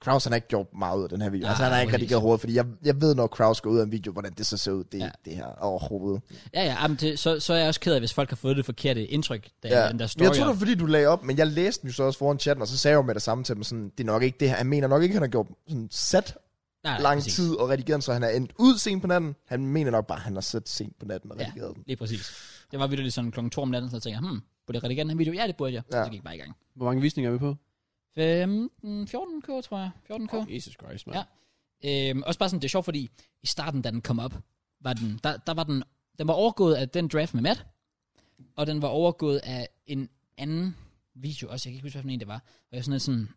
C: Kraus han har ikke gjort meget ud af den her video.
A: Nej,
C: altså han har ikke
A: præcis.
C: rigtig gjort hovedet, fordi jeg, jeg ved, når Kraus går ud af en video, hvordan det så ser ud, det,
A: Ja.
C: ja. det her overhovedet.
A: Ja, ja, jamen, det, så, så er jeg også ked af, hvis folk har fået det forkerte indtryk, da ja. Øh, den der
C: Men
A: story.
C: jeg tror, det var fordi, du lagde op, men jeg læste den jo så også foran chatten, og så sagde jeg jo med det samme til dem, sådan, det er nok ikke det her. Han mener nok ikke, han har gjort sådan sat
A: Nej, nej,
C: lang
A: præcis.
C: tid og redigeret den, så han er endt ud sent på natten. Han mener nok bare, at han har siddet sent på natten og
A: Ja.
C: redigeret den.
A: Lige præcis. Det var virkelig sådan klokken 2 om natten, så jeg tænkte, hmm, burde jeg redigere den her video? Ja, det burde jeg. Ja.
C: Ja.
A: Så gik jeg bare i gang.
B: Hvor mange visninger er vi på?
A: 15, 14k, tror jeg. 14k. Okay.
B: Jesus Christ, man.
A: Ja. Øhm, også bare sådan, det er sjovt, fordi i starten, da den kom op, var den, der, der var den, den var overgået af den draft med Matt, og den var overgået af en anden video også, jeg kan ikke huske, hvilken en det var, og jeg var sådan lidt sådan,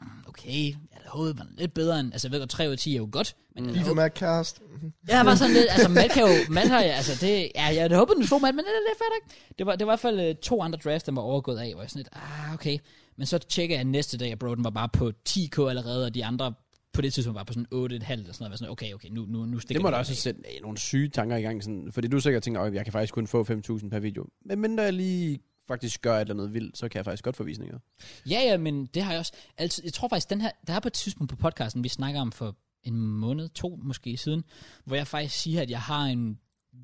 A: "Mm, okay, jeg havde håbet, man lidt bedre end, altså jeg ved godt, 3 ud af 10 er Mm. jo godt, men jeg,
C: Mm. Lige
A: havde-
C: for med cast.
A: jeg var sådan lidt, altså Matt kan jo, Matt har, altså det, ja, jeg havde håbet, den slog Matt, men det, det er fair ikke. Det var, det var i hvert fald øh, to andre drafts, den var overgået af, hvor jeg sådan lidt, ah, okay. Men så tjekker jeg næste dag, at bro, den var bare på 10k allerede, og de andre på det tidspunkt var på sådan 8,5 eller sådan noget. Jeg var sådan, okay, okay, nu, nu, nu stikker
B: Det må
A: den
B: da
A: af.
B: også sætte øh, nogle syge tanker i gang, sådan, fordi du sikkert tænker, at jeg kan faktisk kun få 5.000 per video. Men mindre jeg lige faktisk gør et eller andet vildt, så kan jeg faktisk godt få visninger.
A: Ja, ja, men det har jeg også. Altså, jeg tror faktisk, den her, der er på et tidspunkt på podcasten, vi snakker om for en måned, to måske siden, hvor jeg faktisk siger, at jeg har en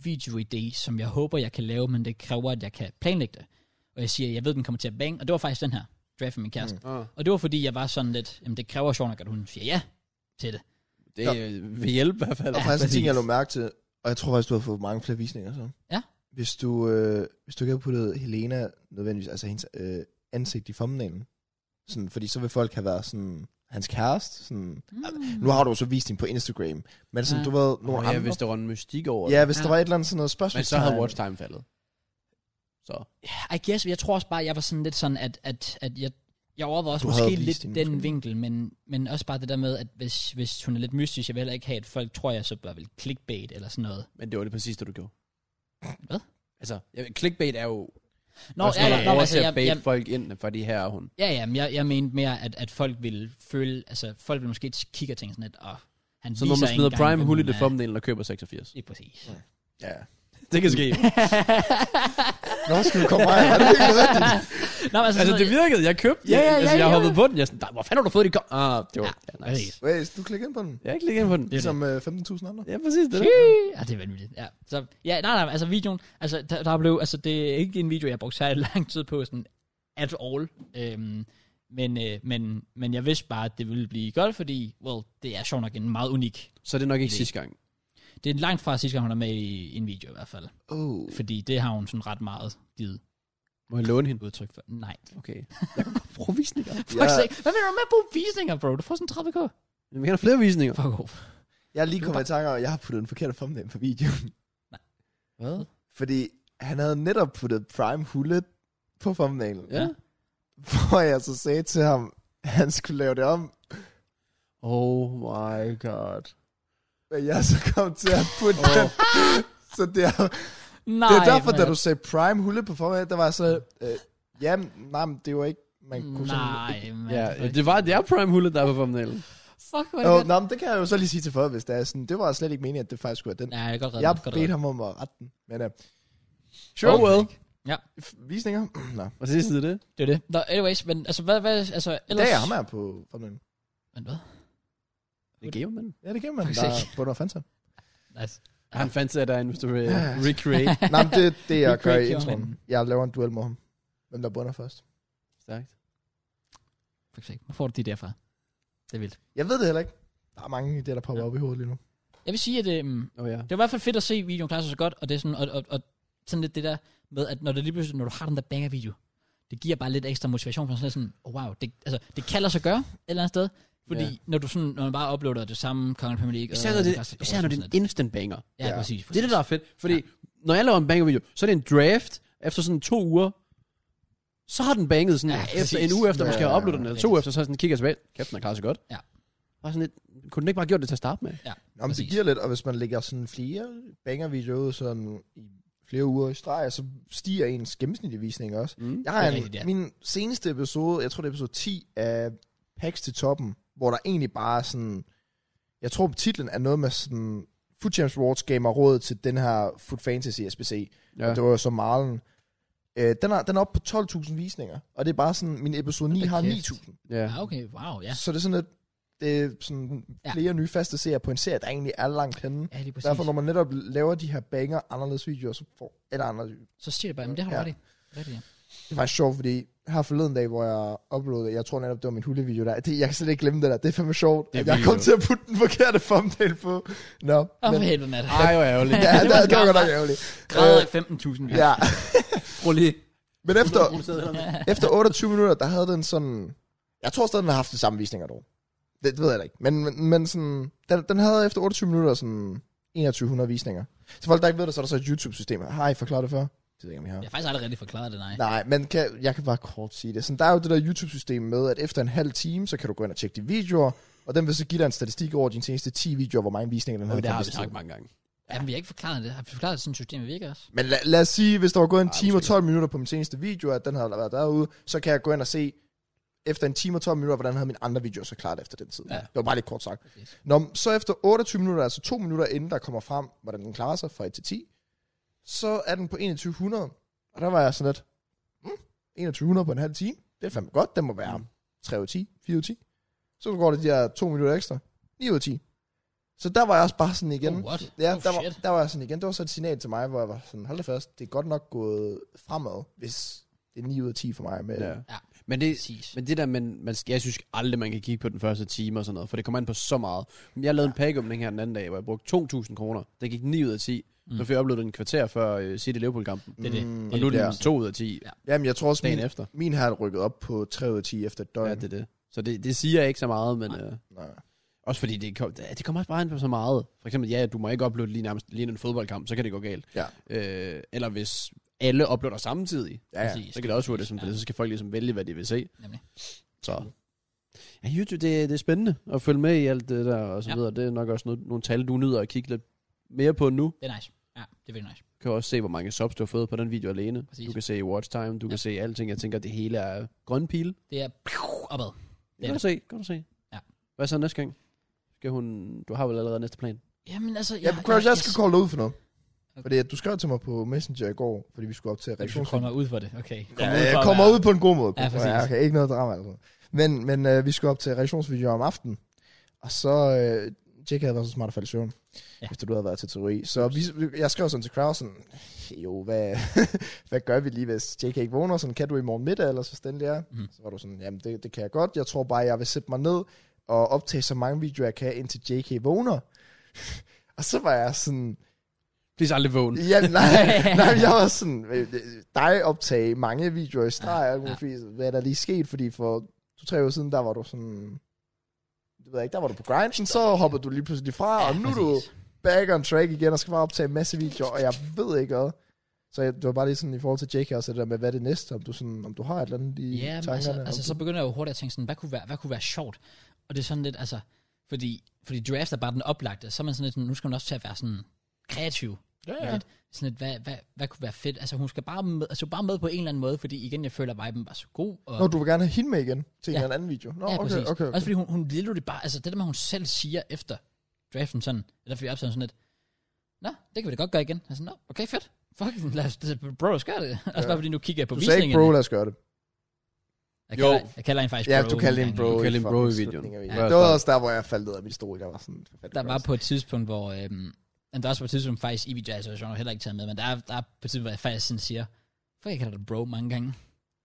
A: videoidé, som jeg håber, jeg kan lave, men det kræver, at jeg kan planlægge det. Og jeg siger, at jeg ved, den kommer til at bang, og det var faktisk den her, draft med min kæreste. Mm.
B: Ah.
A: Og det var, fordi jeg var sådan lidt, jamen det kræver sjovt nok, at hun siger ja til det.
B: Det øh, vil hjælpe i hvert fald.
C: Der er faktisk en ting, jeg lå mærke til, og jeg tror faktisk, du har fået mange flere visninger så.
A: Ja.
C: Hvis du, øh, hvis du ikke havde puttet Helena nødvendigvis, altså hendes øh, ansigt i thumbnailen, sådan, fordi så vil folk have været sådan, hans kæreste, sådan, mm. nu har du jo så vist hende på Instagram, men sådan,
A: Ja.
C: ja. du ved, nogle
B: Nå,
C: andre,
B: ja, hvis der var en mystik over
C: ja,
B: det.
C: hvis
A: Ja.
C: der var et eller andet sådan noget spørgsmål.
B: Men så havde watch time faldet. Så.
A: I guess, jeg tror også bare, jeg var sådan lidt sådan, at, at, at jeg, jeg overvejede også
C: Du havde
A: måske
C: vist
A: lidt den
C: hende
A: måske.
C: måske.
A: vinkel, men, men også bare det der med, at hvis, hvis hun er lidt mystisk, jeg vil heller ikke have, at folk tror, jeg så bare vil clickbait eller sådan noget.
B: Men det var det præcis, det du gjorde.
A: Hvad?
B: Altså, ja, clickbait er jo
A: Nå,
B: også
A: ja, ja,
B: noget, der
A: nå, men
B: bruger
A: altså,
B: til at
A: jeg,
B: bait
A: jeg,
B: folk ind, fordi her er hun.
A: ja, ja, men jeg, jeg mente mere, at, at folk vil føle, altså folk vil måske kigge og tænke sådan lidt, åh, Han
B: Så når
A: viser
B: man
A: ikke
B: smider
A: engang,
B: Prime
A: hvem
B: Hul i
A: han
B: det
A: er.
B: thumbnail og køber 86.
A: Lige præcis.
C: Ja.
B: Det kan ske.
C: Nå, skal vi komme mig? Var det virkelig rigtigt?
A: Nå, men altså,
B: altså, det
A: sådan-
B: virkede. Jeg købte
A: Ja,
B: det.
A: ja,
B: altså,
A: ja,
B: jeg
A: ja.
B: hoppede på den. Jeg er sådan, "Nej, hvor fanden har du fået det? i går?" Ah, det var...
A: Ja,
B: Ja, nice.
A: præcis.
C: Wait, du klikker ind på den.
B: Jeg har ikke ligget ind på den.
C: Ligesom øh, 15.000 andre.
B: Ja, præcis. Det er det.
A: Ja, det er vanvittigt. Ja. Så, ja, nej, nej, altså videoen, altså der, der blev, altså det er ikke en video, jeg har brugt særlig lang tid på, sådan at all. Øhm, men, øh, men, men jeg vidste bare, at det ville blive godt, fordi, well, det er sjovt nok en meget unik.
B: Så det er nok ikke
A: Idé.
B: sidste gang.
A: Det er langt fra sidste gang, hun er med i en video i hvert fald.
C: Oh.
A: Fordi det har hun sådan ret meget givet
B: Må jeg låne hende?
A: udtryk for. Nej.
B: Okay. Jeg kan godt bruge visninger.
A: Fuck ja. Hvad mener du med at bruge visninger, bro? Du får sådan 30k.
B: Men vi kan have flere visninger.
A: Fuck off.
C: Jeg er lige kommet i tanke om, at jeg har puttet en forkert thumbnail på videoen.
A: Hvad?
C: Fordi han havde netop puttet Prime Hullet på thumbnailen.
B: Ja.
C: Hvor jeg så sagde til ham, at han skulle lave det om.
B: Oh my god.
C: Men jeg så kom til at putte oh. den. Så det er,
A: Nej,
C: det er derfor, da
A: mand.
C: du sagde Prime Hullet på thumbnail, der var jeg så... Øh, jamen, nej, men det var ikke... Man kunne
A: Nej,
C: Sådan,
A: man.
B: Ja, det var, det er Prime Hullet, der er på thumbnailen.
A: Fuck, hvor er det
C: Jo,
A: godt.
C: nå, men det kan jeg jo så lige sige til folk, hvis det er sådan. Det var slet ikke meningen, at det faktisk skulle være den.
A: Ja, det er godt reddet.
C: jeg
A: godt
C: bedte
A: reddet.
C: ham om at rette den. Men uh,
B: Oh well.
C: f- visninger. nå.
B: Og til sidst er det.
A: Det er det. Nå, anyways, men altså, hvad, hvad, altså,
C: I
A: ellers...
C: dag er ham her på formiddagen.
A: Men hvad?
B: Det gav man.
C: Ja, det kan man.
A: Faktisk
C: Der er
A: ikke.
C: på noget Fanta.
A: Nice.
B: Jeg har en fancy af dig, hvis du vil recreate.
C: Nej, men det er det, jeg
A: Vi
C: gør i
A: breaker
C: introen.
A: hinanden.
C: Jeg laver en duel med ham. Hvem der bunder først.
B: Stærkt.
A: Fuck sake. Hvor får du de derfra? Det er vildt.
C: Jeg ved det heller ikke. Der er mange idéer, der popper op i hovedet lige nu.
A: Jeg vil sige, at øhm,
B: Åh ja.
A: det var i hvert fald fedt at se, at videoen klarer sig så godt, og det er sådan, og, og, og sådan lidt det der med, at når, det lige pludselig, når du har den der banger-video, det giver bare lidt ekstra motivation for sådan lidt sådan, oh, wow, det, altså, det kan lade sig gøre et eller andet sted, fordi
B: Ja.
A: yeah. når du sådan, når man bare uploader det samme Kongen Premier League,
B: Især når det,
A: Podcast,
B: især når det er en instant banger.
A: ja,
C: Ja.
A: ja, præcis, præcis.
B: Det er det, der er fedt. Fordi ja. når jeg laver en banger-video, så er det en draft efter sådan to uger. Så har den banget sådan
A: Ja,
B: ja, efter en
A: præcis.
B: uge efter, ja, måske jeg
C: Ja,
B: har uploadet den, eller to
A: præcis.
B: uger efter, så sådan kigger jeg tilbage. Kæft, den har klaret sig godt.
A: Ja.
B: Bare sådan lidt, kunne den ikke bare have gjort det til at starte med?
A: Ja,
C: Nå, men det
A: præcis.
C: giver lidt, og hvis man lægger sådan flere banger-videoer ud sådan i flere uger i streg, så stiger ens gennemsnitlige visning også.
B: Mm.
C: Jeg har
A: Det er
C: en,
A: rigtigt,
C: rigtigt,
A: ja.
C: ja. min seneste episode, jeg tror det er episode 10 af Packs til toppen, hvor der egentlig bare er sådan, jeg tror titlen er noget med sådan, Food Champs Awards gav mig råd til den her Food Fantasy SBC, ja. og det var jo så Marlen. Øh, den, er, den er oppe på 12.000 visninger, og det er bare sådan, min episode 9
A: da
C: har
A: kæft.
C: 9.000.
B: ja.
A: Ja, okay, wow, ja.
C: Så det er sådan lidt, det er sådan
A: Ja.
C: flere nye faste serier på en serie, der egentlig er langt henne.
A: Ja, lige præcis.
C: Derfor når man netop laver de her banger anderledes videoer, så får eller anderledes
A: Så siger det bare, men det har du
C: Ja.
A: ret i. Rigtigt, ja.
C: Det var sjovt, fordi her forleden dag, hvor jeg uploadede, jeg tror netop, det var min hundevideo der, det, jeg kan slet ikke glemme det der, det er fandme sjovt,
B: Det er
C: det at jeg
B: vildt
C: kom
B: jo.
C: til at putte den forkerte thumbnail på. Nå,
A: Åh,
C: men,
A: for helvede, Matt.
B: Ej, hvor ærgerligt.
C: ja, det,
A: var
C: det var
A: skam.
C: godt nok ærgerligt.
A: Græder i 15.000.
C: Øh,
A: Ja.
C: Ja,
B: Prøv lige.
C: men efter, efter 28 minutter, der havde den sådan, jeg tror stadig, den har haft de samme visninger dog. Det, det ved jeg da ikke, men, men, men sådan, den, den havde efter 28 minutter sådan 2100 visninger. Så folk, der ikke ved det, så er der så et YouTube-system. Har I forklaret det før? Det ved jeg ikke, om I har.
A: Jeg har faktisk aldrig rigtig forklaret det, nej.
C: Nej, men kan, jeg kan bare kort sige det. Sådan, der er jo det der YouTube-system med, at efter en halv time, så kan du gå ind og tjekke de videoer, og den vil så give dig en statistik over dine seneste 10 videoer, hvor mange visninger den
B: Nå,
C: har.
B: det har vi snakket mange gange.
A: Jamen, vi har ikke forklaret det. Har vi forklaret, at sådan et system virker også?
C: Men lad, lad os sige, hvis der var gået en
B: Ej,
C: time og
B: måske.
C: 12 minutter på min seneste video, at den havde været derude, så kan jeg gå ind og se, efter en time og 12 minutter, hvordan havde mine andre videoer så klaret efter den tid.
A: Ja.
C: Ja. Det var bare lidt kort sagt.
A: Præcis.
C: Nå, men så efter 28 minutter, altså to minutter inden der kommer frem, hvordan den klarer sig fra 1 til 10, så er den på 2100, og der var jeg sådan lidt, mm, 2100 på en halv time, det er fandme godt, den må være 3 ud af 10, 4 ud af 10. Så går der de her to minutter ekstra, 9 ud af 10. Så der var jeg også bare sådan igen.
A: Oh, what?
C: Ja,
A: Oh,
C: der, var,
A: shit.
C: der var jeg sådan igen, det var så et signal til mig, hvor jeg var sådan, hold da fast, det er godt nok gået fremad, hvis det er 9 ud af 10 for mig. Med,
B: Ja.
A: Ja.
B: Men det,
A: Præcis.
B: Men det der, man, man, jeg synes aldrig, man kan kigge på den første time og sådan noget, for det kommer an på så meget. Men Jeg lavede en pack om den her den anden dag, hvor jeg brugte 2.000 kroner. Der gik 9 ud af 10. Mm. Så fik jeg uploadet en kvarter før uh, City Liverpool-kampen.
A: Det er det.
C: Mm,
B: Og nu er
C: ja.
B: den 2 ud af 10
A: Ja.
C: Jamen, jeg tror også,
B: dagen
C: min,
B: efter.
C: min har rykket op på 3 ud af 10 efter et døgn.
B: Ja, det er det. Så det, det siger jeg ikke så meget, men øh,
C: Nej.
B: også fordi det, kom, det det kommer også bare an på så meget. For eksempel, ja, du må ikke uploade lige nærmest lige inden en fodboldkamp, så kan det gå galt.
C: Ja.
B: Øh, eller hvis alle uploader samtidig,
C: Ja, ja.
A: Præcis.
B: så kan det også hurtigt, som det, så skal folk ligesom vælge, hvad de vil se.
A: Nemlig.
B: Så. Ja, YouTube, det, det er spændende at følge med i alt det der og så
A: Ja.
B: ja. videre. Det er nok også noget, nogle tal, du nyder at kigge lidt mere på nu.
A: Det er nice. Ja, det er virkelig nice.
B: Du kan også se, hvor mange subs du har fået på den video alene.
A: Præcis.
B: Du kan se watch time, du
A: Ja.
B: kan se alting. Jeg tænker, det hele er grønne pile.
A: Det er opad.
B: Det kan du se, kan du se.
A: Ja.
B: Hvad så næste gang? skal hun... Du har vel allerede næste plan.
A: Jamen altså...
C: Ja, ja Crouch, jeg skal call ud for noget. Fordi at du skrev til mig på Messenger i går, fordi vi skulle op til
A: Jeg
C: redaktions.
A: kommer ud for det, okay.
C: Ja,
A: ud for
C: jeg
A: at
C: kommer
A: være-
C: ud på en god måde.
A: Ja, præcis.
C: Ja, okay, ikke noget drama. Altså. Men, men øh, vi skulle op til reaktionsvideo om aftenen, og så... Øh, Jake havde været så smart at falde i søvn,
A: Ja.
C: ja. efter du havde været til teori. Så vi, jeg skrev sådan til Kraus, sådan, jo, hvad, hvad gør vi lige, hvis Jake ikke vågner? Sådan, kan du i morgen middag, eller så stille jer?
A: Mhm.
C: Mm. Så var du sådan, jamen det, det kan jeg godt. Jeg tror bare, jeg vil sætte mig ned og optage så mange videoer, jeg kan, indtil JK vågner. og så var jeg sådan,
B: Please aldrig vågen.
C: Ja, nej, nej, men jeg var sådan, øh, øh, dig optage mange videoer i streg, og alt muligt, fordi hvad er der lige sket, fordi for to-tre år siden, der var du sådan, det ved jeg ikke, der var du på grinden, så hopper du lige pludselig fra, og nu er du
A: præcis.
C: back on track igen, og skal bare optage en masse videoer, og jeg ved ikke hvad. Så jeg, det var bare lige sådan i forhold til JK også, det der med, hvad er det næste, om du, sådan, om du har et eller andet i
A: Ja, men
C: tankerne.
A: altså,
C: om
A: altså
C: du-
A: så begynder jeg jo hurtigt at tænke sådan, hvad kunne være, hvad kunne være sjovt? Og det er sådan lidt, altså, fordi, fordi draft er bare den oplagte, så er man sådan lidt, sådan, nu skal man også til at være sådan kreativ.
C: ja, ja.
A: Lidt. Sådan lidt, hvad, hvad, hvad kunne være fedt? Altså hun skal bare med, altså, bare med på en eller anden måde, fordi igen, jeg føler, at viben var så god. Og,
C: Nå, du vil gerne have hende med igen til
A: Ja.
C: ja. en anden video. Nå,
A: ja,
C: okay,
A: præcis.
C: okay, okay.
A: Også fordi hun, hun lille det bare, altså det der med, hun selv siger efter draften sådan, eller fordi jeg opsagde sådan lidt, Nå, det kan vi da godt gøre igen. Altså, Nå, okay, fedt. Fuck, lad os, det- bro, lad os gøre det. Altså
C: Ja.
A: bare fordi nu kigger jeg på
C: Du sagde ikke,
A: visningerne.
C: bro, lad os gøre det.
A: jeg,
B: Jo.
A: kalder, jeg kalder hende faktisk
C: Ja,
A: bro.
C: du kaldte en
A: nogle
C: bro.
A: gange.
B: Du kaldte
C: i
B: en bro i
C: fucking
B: videoen.
C: slutningen af
B: Ja.
C: videoen. Det var også der, hvor jeg faldt ud af min stol. Jeg var sådan...
A: Der var på et tidspunkt, hvor... Øhm, der er også på et tidspunkt faktisk, Ibi Jazz og heller ikke taget med, men der er, der er på et tidspunkt, hvor jeg faktisk sådan siger, for jeg kalder dig bro mange gange.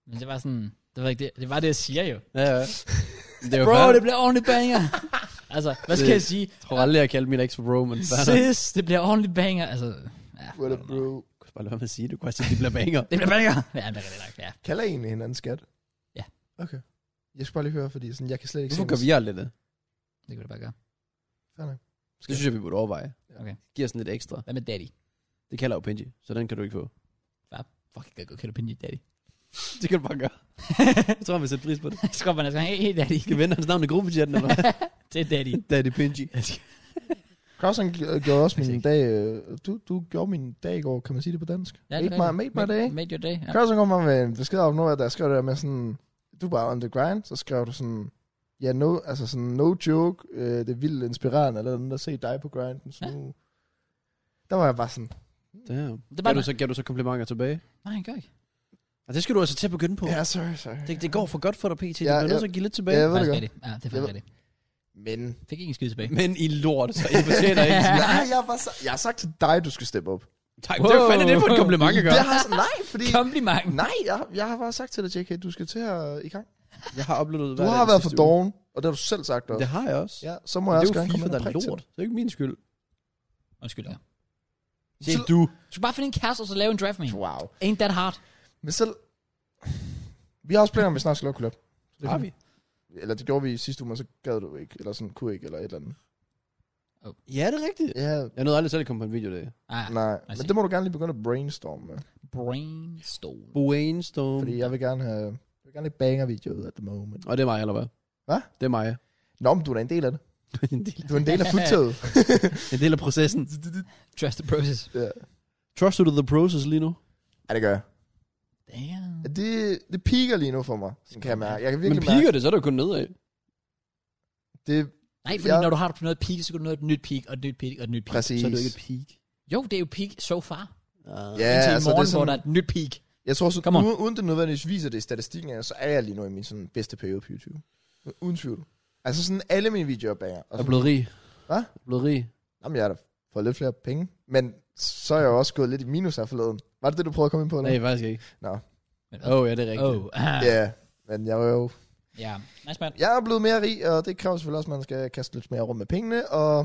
A: Men det var sådan, det var ikke det, det var det, jeg siger jo.
B: Ja, ja. Det er jo
A: Bro,
B: fair.
A: det bliver ordentligt banger. altså, hvad skal
B: Det-
A: jeg sige?
B: Jeg tror aldrig, jeg kaldte min ex for bro, men fair nok.
A: Sis, det bliver ordentligt banger. Altså, ja.
C: What up, bro?
B: Jeg kunne bare lade være med at sige, det. du kunne også sige, de bliver banger.
A: Det bliver banger. Ja, det er rigtig nok, ja.
C: Kalder I egentlig hinanden skat?
A: Ja.
C: Okay. Jeg skal bare lige høre, fordi sådan, jeg kan slet ikke
B: Hvorfor
C: se...
B: gør vi aldrig det?
A: Det kan du bare gøre.
B: Det synes jeg, vi burde overveje.
A: Okay.
B: Giver sådan lidt ekstra.
A: Hvad med daddy?
B: Det kalder jo Benji, så den kan du ikke få.
A: Fuck, jeg kan- kan du pinde dit daddy?
B: Det kan du bare gøre. Jeg tror, han vil sætte pris på det.
A: Så kommer man og siger, hey, hey daddy.
B: Skal vi vende hans navn i gruppechatten, eller hvad?
A: Det er daddy.
B: Daddy Benji.
C: Krausen gjorde også
B: Altså,
C: min
A: Præcis.
C: dag... øh, Du, du gjorde min dag i går, kan man sige det på dansk?
A: det
C: Make
A: er
C: my-
A: rigtigt.
C: make my day.
A: Made your day. Ja.
C: Krausen kom mig med en besked om noget, der skrev det der med sådan... Du er bare on the grind, så skrev du sådan... Ja, no, altså sådan, no joke, øh, det er vildt inspirerende, eller andet at se dig på grinden, så
A: Ja.
C: nu... Der var jeg bare sådan,
B: Damn.
A: Det er
B: Gav
A: bare,
B: du, så, gav du så komplimenter tilbage?
A: nej, han gør ikke.
B: Og det skal du altså til at begynde på.
C: ja, yeah, sorry, sorry.
B: Det, det går for godt for dig, PT. Du
C: Ja,
B: bliver nødt
C: ja.
B: til at give lidt
C: Ja,
B: tilbage.
C: jeg ved det
A: Faktisk
C: godt.
A: rigtigt. Ja, det er faktisk
C: Jeg-
A: rigtigt.
C: Men
A: Fik ikke en skid tilbage.
B: Men I lort, så I fortjener ikke. sådan-
C: Nej, jeg, var så, jeg har sagt til dig, du skal steppe op.
B: Tak, det er
A: Wow.
B: fandme det for et kompliment, jeg gør.
C: Det har jeg sådan, nej, fordi...
A: Kompliment.
C: Nej, jeg, jeg har bare sagt til dig, JK, du skal til at i gang.
B: Jeg har uploadet
C: Du
B: hver dag
C: har
B: den
C: været for
B: sidste uge.
C: doven, og det har du selv sagt også.
B: Det har jeg også.
C: Ja, så må
B: Men
C: jeg
B: det
C: også
B: er
C: gerne
B: jo
C: komme
B: FIFA,
C: med
B: der
C: en
B: er
C: prik til
B: lort. Det er jo ikke min skyld.
A: Undskyld, ja.
B: Se
C: Så-
B: du.
A: Du skal bare finde en kæreste, og så lave en draft med
C: dig.
A: hende.
C: Wow.
A: Ain't that hard.
C: Men selv... Vi har også planer om, at vi snart skal lukke klub.
B: Har vi?
C: Eller det gjorde vi i sidste uge, men så gad du ikke. Eller sådan, kunne ikke, eller et eller andet.
B: Ja, det er rigtigt.
C: Ja,
B: Jeg nåede aldrig selv at komme på en video i dag.
A: Ah,
C: nej.
A: altså-
C: Men det må du gerne lige begynde at brainstorme med.
A: brainstorm.
B: Brainstorm.
C: Fordi jeg vil gerne have... Jeg vil gerne have banger-video ud at the moment.
B: Og det er mig, eller hvad?
C: Hvad?
B: Det er mig.
C: Nå, men du er da en del af det.
B: en, del,
C: Du er en del af fuldtaget.
B: en del af processen.
A: Trust the process.
C: ja.
B: Trust to the process lige nu.
C: ja, det gør jeg.
A: Damn.
C: Det, det piker lige nu for mig, sådan kan jeg mærke. Jeg kan
B: Men
C: virkelig mærke,
B: piker det, så er det jo kun nedad.
C: det er
A: Nej, fordi
C: Jeg-
A: når du har noget peak, så kan du nå et nyt peak, og et nyt peak, og et nyt peak.
C: præcis.
B: Så er det jo ikke et peak.
A: Jo, det er jo peak so far.
C: Ja,
A: Indtil i
C: altså, det
A: morgen,
C: er
A: hvor der
C: sådan,
A: er et nyt peak.
C: jeg tror, så,
A: Come on.
C: uden, uden det nødvendigvis viser det i statistikken, så er jeg lige nu i min sådan, bedste periode på YouTube. Uden tvivl. Altså sådan alle mine videoer banger. Og
B: Jeg er
C: sådan,
B: blevet rig.
C: Hvad?
B: Jeg er blevet rig.
C: jamen, jeg har da fået lidt flere penge, men så er jeg jo også gået lidt i minus her forleden. Var det det, du prøvede at komme ind på? nu?
B: Nej, faktisk ikke.
A: Men-
B: Åh, oh, ja, det er rigtigt.
A: Oh, ah,
C: Ja, men jeg var jo...
A: ja. Nice man.
C: Jeg er blevet mere rig, og det kræver selvfølgelig også, at man skal kaste lidt mere rum med pengene, og...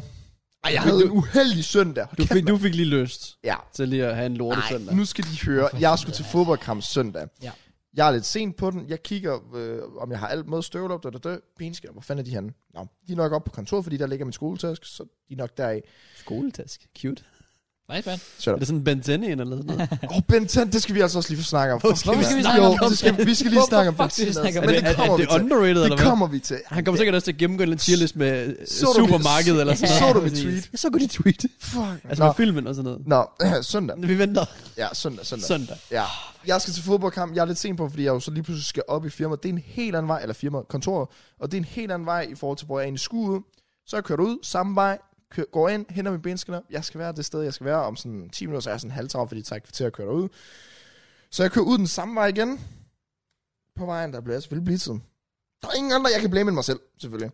C: Ej, jeg
B: Fik
C: havde
B: du-
C: en uheldig søndag. Hold
B: Du
C: kæft,
B: fik,
C: mand.
B: du fik lige lyst
C: Ja,
B: til lige at have en lorte
C: Nej,
B: søndag.
C: nu skal de høre. Jeg skulle til fodboldkamp søndag.
A: Ja.
C: Jeg er lidt sent på den. Jeg kigger, øh, om jeg har alt med støvler op, da, da, da. Benskab, hvor fanden er de henne? Nå, de er nok op på kontoret, fordi der ligger min skoletaske, så de er nok deri.
B: Skoletask. Cute.
A: Nice man.
C: Shut
B: Er
C: up.
B: det sådan en Ben 10 en eller noget?
C: Åh, oh, Ben 10, det skal vi altså også lige få snakke om. Fuck,
A: skal vi
C: mand.
A: snakke om
C: Jo,
A: Ben
C: det skal, vi skal lige
A: Hvorfor
C: snakke om
A: fuck
C: Ben
A: skal vi
C: 10
A: snakke
C: også.
A: om
C: Men
A: Ben
C: det
A: 10?
C: kommer
B: er
C: vi
B: det
C: til.
B: underrated, eller
C: Det
B: hvad?
C: kommer vi til.
B: Han kommer sikkert også til at gennemgå en tierlist med øh,
C: Så du mit-
B: supermarkedet eller sådan
C: Så
B: noget.
C: du mit tweet?
B: Jeg så godt dit tweet.
C: Fuck.
B: Altså
C: Nå,
B: med filmen og sådan noget.
C: Nå, søndag.
B: Vi venter
C: Ja, søndag, søndag.
B: søndag.
C: Ja. Jeg skal til fodboldkamp. Jeg er lidt sent på, fordi jeg jo så lige pludselig skal op i firma. Det er en helt anden vej, eller firma, kontor, og det er en helt anden vej i forhold til, hvor jeg egentlig skulle ud. Så jeg kørt ud, samme vej, kører, går ind, henter min benskiller. Jeg skal være det sted, jeg skal være. Om sådan 10 minutter, så er jeg sådan halvtravl, fordi det tager et kvarter at køre derud. Så jeg kører ud den samme vej igen. På vejen, der bliver jeg selvfølgelig blitzet. Der er ingen andre, jeg kan blame end mig selv, selvfølgelig.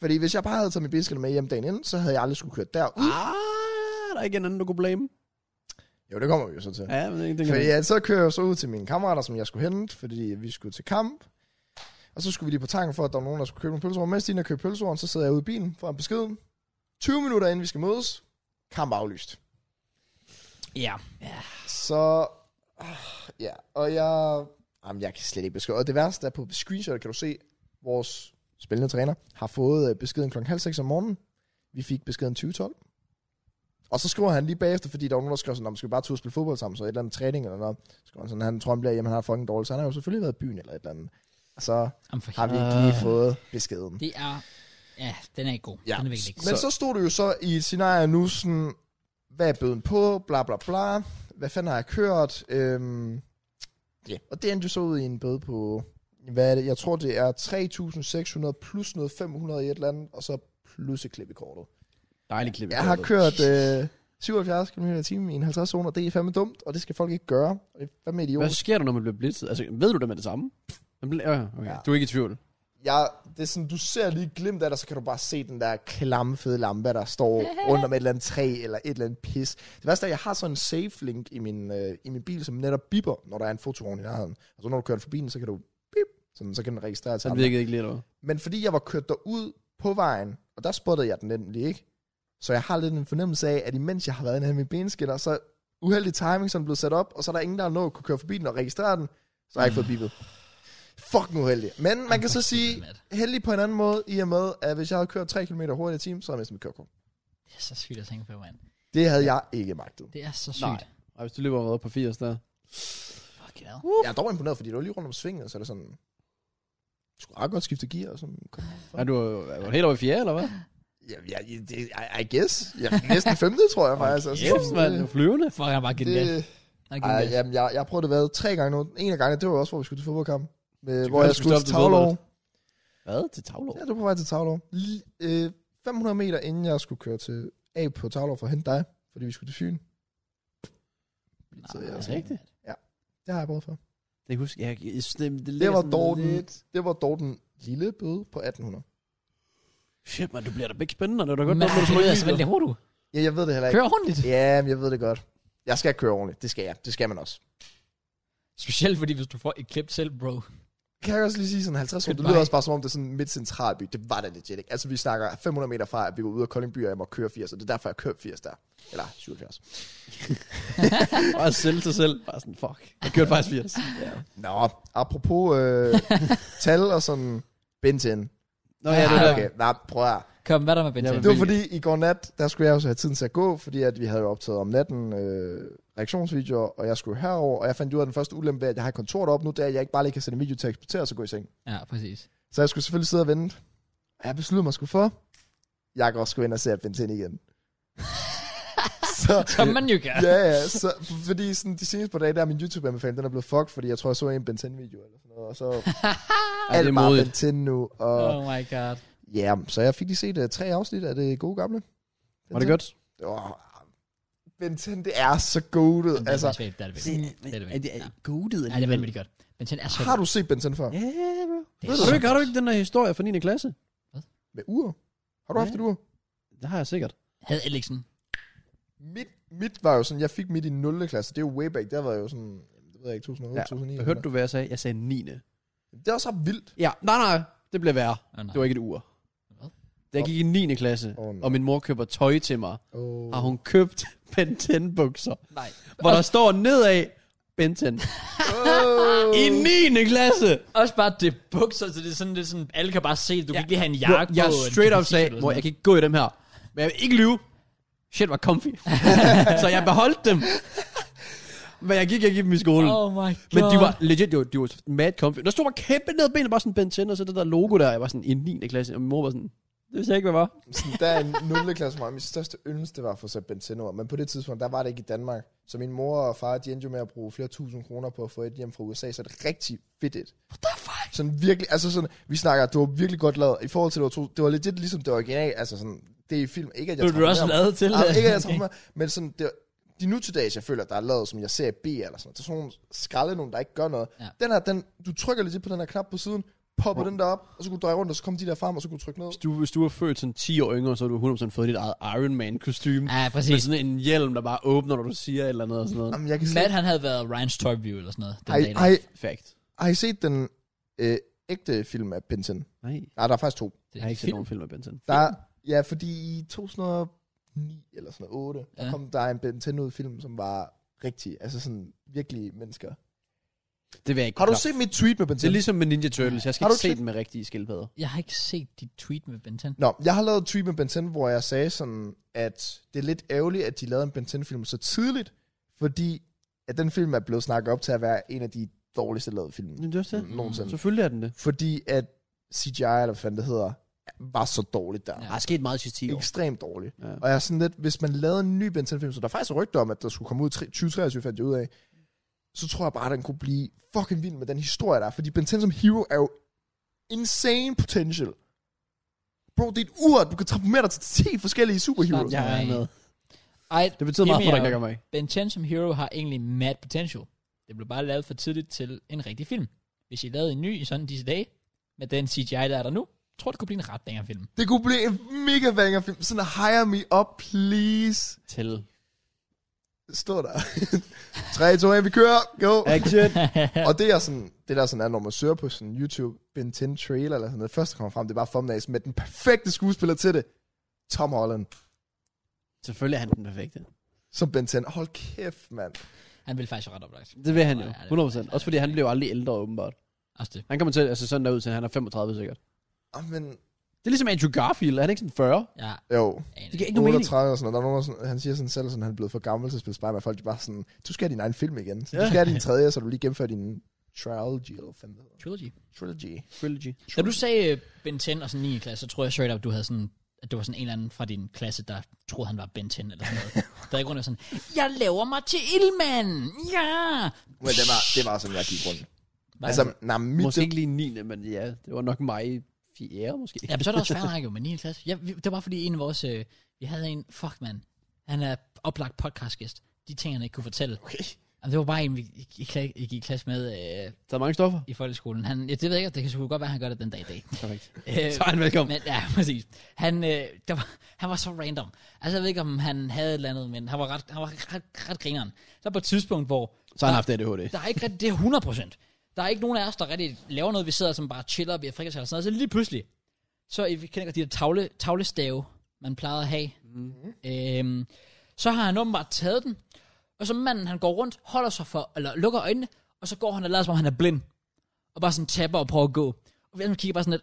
C: Fordi hvis jeg bare havde taget min benskiller med hjem dagen inden, så havde jeg aldrig skulle køre derud.
B: Ah, der er ikke en anden, du kunne blame.
C: Jo, det kommer vi jo så til.
B: Ja, men det, det kan
C: Fordi ja, så kører jeg så ud til mine kammerater, som jeg skulle hente, fordi vi skulle til kamp. Og så skulle vi lige på tanken for, at der var nogen, der skulle købe nogle pølser. Mens de er købe pølser, så sidder jeg ude i bilen for en besked. 20 minutter inden vi skal mødes, kamp aflyst.
A: Ja.
C: Så, ah, ja, og jeg, jamen, jeg kan slet ikke beskrive. Og det værste er, på screenshot kan du se, vores spillende træner har fået øh, beskeden klokken halv seks om morgenen. Vi fik beskeden 2012. Og så skriver han lige bagefter, fordi der var nogen, der skrev sådan, om skal vi bare tage ud og spille fodbold sammen, så et eller andet træning eller noget. Så skriver han sådan, han tror, han bliver hjemme, han har fucking dårligt, så han har jo selvfølgelig været i byen eller et eller andet. Og så
A: Jamen, for
C: har vi
A: helvede.
C: ikke lige fået beskeden.
A: Øh, Det er... Ja, den er ikke god.
C: Ja.
A: Den er virkelig ikke god.
C: Men så stod det jo så i et scenarie nu sådan, hvad er bøden på, bla bla bla, hvad fanden har jeg kørt, øhm, yeah. og det endte jo så ud i en bøde på, hvad er det, jeg tror det er 3.600 plus noget 500 i et eller andet, og så plus et klip i kortet.
B: Dejligt klip. i
C: Jeg har
B: kortet.
C: kørt øh, 77 km i timen i en 50 zone, og det er fandme dumt, og det skal folk ikke gøre. Hvad med
B: Hvad
C: idioter?
B: sker der, når man bliver blitzet? Altså, ved du det med det samme? Man bliver, ja, okay.
C: Ja.
B: Du er ikke i tvivl.
C: Jeg, det er sådan, du ser lige et glimt af dig, så kan du bare se den der klamme fede lampe, der står rundt om et eller andet træ, eller et eller andet pis. Det værste er, at jeg har sådan en safe link i min, øh, i min bil, som netop biber, når der er en fotovogn i nærheden. Og så når du kører den forbi den, så kan du bip, sådan, så kan den registrere til
B: Den
C: andre.
B: virkede ikke lige derovre.
C: Men fordi jeg var kørt derud på vejen, og der spottede jeg den nemlig ikke, så jeg har lidt en fornemmelse af, at imens jeg har været inde af min benskiller, så er uheldig timing, som er blevet sat op, og så er der ingen, der har nået at kunne køre forbi den og registrere den, så har jeg ikke fået bippet. Fucking uheldig. Men man kan så sige,
A: Mad.
C: heldig på en anden måde, i og med, at hvis jeg havde kørt 3 km hurtigere i timen, så havde jeg mistet mit kørekort.
A: Det er så sygt at tænke på, mand.
C: Det havde jeg ikke magtet.
A: Det er så sygt.
B: Og hvis du løber over på 80 der.
A: Fuck yeah.
C: Jeg er dog imponeret, fordi det var lige rundt om svinget, så er det sådan... Jeg skulle ret godt skifte gear og sådan... Kom,
B: Er du, er du helt over i fjerde, eller hvad?
C: ja, ja, det, I, I guess. Ja, næsten femte, tror jeg faktisk. Altså,
B: Yes, man. Du er flyvende.
A: Fuck, han er bare genial.
C: det,
A: Han er
C: Ej,
A: genial.
C: jamen, jeg, jeg har prøvet det været tre gange nu. En af gangene, det var også, hvor vi skulle til fodboldkamp. Med, hvor
B: være,
C: jeg skulle
B: du skulle
C: til
B: stoppe til
C: Tavlov.
B: Hvad? Til Tavlov?
C: Ja, du var på vej til Tavlov. L- øh, 500 meter inden jeg skulle køre til A på Tavlov for at hente dig, fordi vi skulle til Fyn. Så jeg
A: Nej,
C: er
B: altså
A: mand.
B: rigtigt.
C: Det har jeg prøvet for.
B: Det kan jeg huske. Jeg, jeg, det, det,
C: Det
B: ligger
C: var
B: sådan
C: dog den,
B: lidt-
C: det var dog den lille bøde på 1800.
B: Shit, man, du bliver da begge spændende. Det er da godt,
A: Men
B: når du
A: det altså,
B: slår
A: lyder så
B: i
A: vældig hurtigt.
C: Ja, jeg ved det heller ikke.
A: Kør ordentligt.
C: Ja, men jeg ved det godt. Jeg skal køre ordentligt. Det skal jeg. Det skal man også.
A: Specielt fordi, hvis du får et klip selv, bro.
C: Kan jeg også lige sige sådan 50 rundt? Det
A: Goodbye.
C: lyder også bare som om, det er sådan midt centralby. Det var da legit ikke. Altså, vi snakker 500 meter fra, at vi går ud af Koldingby, og jeg må køre 80, og det er derfor, jeg kører 80 der. Eller 77.
B: Bare selv til selv. Bare sådan, fuck. Jeg kørte faktisk 80.
C: Nå, apropos øh, tal og sådan Benton.
B: Nå ja, det er der.
C: Okay, nej, prøv at høre.
A: Kom, hvad er der med Benton?
B: Jamen,
C: Det var
B: Hvilket-
C: fordi, i går nat, der skulle jeg også have tiden til at gå, fordi at vi havde jo optaget om natten øh, reaktionsvideoer, og jeg skulle herover, og jeg fandt ud af den første ulempe, ved, at jeg har et kontor deroppe nu, der jeg ikke bare lige kan sende en video til at eksportere og så gå i seng.
A: Ja, præcis.
C: Så jeg skulle selvfølgelig sidde og vente. Og jeg besluttede mig sgu for, jeg går også skulle ind og se at Benton igen. så,
A: Som man jo gør.
C: ja, ja, så, fordi sådan, de seneste par dage, der er min YouTube-anbefaling, den er blevet fucked, fordi jeg tror, jeg så en Benton video eller sådan noget, og så
B: Ej, det
C: alt
B: er
C: bare
B: modigt.
C: Benton nu, og...
A: Oh my god.
C: Ja, så jeg fik lige set uh, tre afsnit af det gode gamle.
B: Var det godt?
C: Oh, Benton, det er så godet.
A: Det er
C: Altså,
A: altså, det er det vigtigt. Det er det vigtigt. Ja.
B: godet
A: Ja, det er vanvittigt godt. Benton er så
C: har du set Benton før? Ja.
B: altså- Ja, bro.
A: Det
B: Ved
A: er
B: du,
A: så
B: ikke, har du ikke den der historie fra 9. klasse?
C: Med ur? Har du
B: Ja.
C: haft et ur?
B: Det har jeg sikkert.
A: Havde Alexen.
C: Mit, mit var jo sådan, jeg fik mit i 0. klasse. Det er jo way back. Der var jeg jo sådan, det ved jeg ikke, 2008,
B: Ja,
C: 2009.
B: Hørte du, hvad jeg sagde? Jeg sagde 9.
C: Det er også ret vildt.
B: Ja, nej, nej. Det blev værre.
A: Oh, nej.
B: Det var ikke et ur.
A: Hvad?
B: Da jeg gik i 9. klasse,
C: Åh, nej.
B: og min mor køber tøj til mig,
C: Oh.
B: har hun købt Ben 10 bukser,
A: Nej.
B: hvor der står nedad Ben 10. I 9. klasse!
A: Også bare det bukser, så det er sådan lidt sådan, alle kan bare se, du ja. kan
B: Ja.
A: ikke lige have en
B: Hvor
A: jakke på.
B: jeg
A: en
B: straight up
A: t-shirt
B: sagde,
A: eller
B: mor,
A: sådan
B: jeg kan ikke gå i dem her. Men jeg vil ikke lyve. Shit var comfy. så jeg beholdt dem. Men jeg gik ikke i dem i skolen.
A: noget. Oh my god.
B: Men de var legit, de var, de var mad comfy. Der stod bare kæmpe ned ad benet, bare sådan Ben 10, og så det der logo der. Jeg var sådan i 9. klasse, og min mor var sådan, det vidste jeg ikke, hvad var.
C: Sådan, der er en 0. klasse for mig. Mit største ønske, det var at få sat Benton ur. Men på det tidspunkt, der var det ikke i Danmark. Så min mor og far, de endte jo med at bruge flere tusind kroner på at få et hjem fra USA. Så det er rigtig fedt et.
A: What the fuck?
C: Sådan virkelig, altså sådan, vi snakker, det var virkelig godt lavet. I forhold til, det var, to, det var legit ligesom det originale, altså sådan, det i film. Ikke at jeg
A: Blev du
C: trak
A: også
C: med
A: lavet til?
C: ham.
A: det?
C: Ja, Ah, ikke at jeg okay. med, men sådan, det, de nutildags, jeg føler, der er lavet, som jeg ser i B eller sådan noget, der er sådan nogle skralde nogen, der ikke gør noget.
A: Ja.
C: Ja. Den her, den, du trykker lidt på den her knap på siden, popper den der op, og så kunne du dreje rundt, og så kom de der frem, og så kunne du trykke ned.
B: Hvis du, hvis du var født sådan 10 år yngre, så har du 100% fået dit eget Iron Man kostume.
A: Ja,
B: Med
A: præcis.
B: sådan en hjelm, der bare åbner, når du siger et eller andet og sådan noget.
C: Jamen, jeg kan
A: Matt,
C: slet,
A: han havde været Ryan's Toy View eller sådan noget. Den
C: har,
A: dag
C: I,
A: der.
C: har, I,
B: Fact.
C: har I set den øh, ægte film af Benson?
B: Nej,
C: Nej, der er faktisk to.
A: Det
B: jeg har ikke set
A: film.
B: nogen film af Benton.
C: Der er, ja, fordi i 2009 eller sådan noget, 8, ja.
A: Ja.
C: der kom der en Nintendo-film, som var rigtig, altså sådan virkelige mennesker.
B: Det vil jeg ikke
C: Har du
B: kunne klare.
C: set mit tweet med
B: Det er
C: Nintendo?
B: ligesom med Ninja Turtles. Jeg skal
C: Har du
B: ikke se
C: set-
B: den med rigtige skildpadder.
A: Jeg har ikke set dit tweet med Ben 10.
C: Nå, jeg har lavet et tweet med Nintendo, hvor jeg sagde sådan, at det er lidt ærgerligt, at de lavede en Nintendo-film så tidligt, fordi at den film er blevet snakket op til at være en af de dårligste lavede film
B: Men det er også
A: Mm,
B: det.
C: nogensinde.
B: Selvfølgelig er den det.
C: Fordi at CGI, eller hvad fanden det hedder, var så dårligt der.
A: Ja.
B: Der er sket meget de sidste 10 år.
C: Ekstremt dårligt.
B: Ja.
C: Og jeg er sådan lidt, hvis man lavede en ny Ben 10-film, så der er faktisk rygter om, at der skulle komme ud i tre- 2023, fandt jeg ud af, så tror jeg bare, at den kunne blive fucking vild med den historie, der er. Fordi Ben 10 som hero er jo insane potential. Bro, det er et ur, du kan transformere dig til 10 forskellige superheroes.
A: Snart,
C: Ja.
B: Jeg er med.
A: Ej,
B: Det betyder meget
A: Jamen,
B: for dig,
A: jeg-
B: jeg gør mig.
A: Ben 10 som hero har egentlig mad potential. Det blev bare lavet for tidligt til en rigtig film. Hvis I lavede en ny i sådan disse dage, med den CGI, der er der nu, tror jeg, det kunne blive en ret længere film.
C: Det kunne blive en mega banger film. Sådan, hire me up, please.
B: Til.
C: Stå der. 3, 2, 1, vi kører. Go.
B: Action.
C: Og det er sådan, det der sådan er, når man søger på sådan YouTube, Ben 10 trailer eller sådan noget, det første der kommer frem, det er bare thumbnails med den perfekte skuespiller til det. Tom Holland,
B: Selvfølgelig er han den perfekte.
C: som Ben 10. Hold kæft, mand.
A: Han ville faktisk være ret oplagt.
B: Det vil han jo.
A: Ja, det vil
B: 100%. Også fordi han blev aldrig ældre, åbenbart.
A: Også det.
B: Han kommer til, altså sådan derud til, han er 35 sikkert.
C: Ah, men,
B: Det er ligesom Andrew Garfield. Han er ikke sådan 40.
A: Ja,
C: jo,
B: Det giver ikke nogen mening.
C: 38 og sådan noget. Der er nogen, der sådan, han siger sådan selv, sådan, han er blevet for gammel til at spille Spider-Man. Folk de er bare sådan, du skal have din egen film igen. Så, du skal have din tredje, så du lige gennemfører din trilogy, eller hvad fanden det hedder.
A: Trilogy.
C: Trilogy.
B: Trilogy.
A: Da du sagde øh, Ben 10 og sådan 9. klasse, så tror jeg straight up, du havde sådan at det var sådan en eller anden fra din klasse, der troede, han var Ben 10 eller sådan noget. der er grund af sådan, jeg laver mig til ildmand! Ja!
C: Men det var, det var sådan, jeg gik rundt.
A: Var
C: Altså,
A: det-
C: nej, mit,
B: Måske ikke lige 9. men ja, det var nok mig i 4. måske.
A: Ja, men så er det også fair nok jo med 9. klasse. Ja, vi, det var fordi en af vores... Øh, vi havde en... Fuck, mand. Han er oplagt podcastgæst. De ting, han ikke kunne fortælle.
C: Okay.
A: Jamen, det var bare en, vi gik i, kla- gik i klasse med øh,
B: Der er mange stoffer.
A: i folkeskolen. Han, ja, det ved jeg ikke. Det kan sgu godt være, han gør det den dag i dag.
B: Perfekt.
A: Øh,
B: Så er han velkommen.
A: Men, ja, præcis. Han, øh, der var, han var så random. Altså, jeg ved ikke, om han havde et eller andet, men han var ret, han var ret, ret grineren. Så på et tidspunkt, hvor
B: Så har han haft ADHD.
A: der er ikke rigtig, det er 100%. Der er ikke nogen af os, der rigtig laver noget, vi sidder som bare chiller, vi har frikadeller og sådan noget. Så lige pludselig, så I kender godt de der tavle, tavlestave, man plejede at have. Mm-hmm. Øhm, så har han åbenbart taget den, og så manden, han går rundt, holder sig for, eller lukker øjnene, og så går han og lader som om, han er blind. Og bare sådan tapper og prøver at gå. Og han kigger bare sådan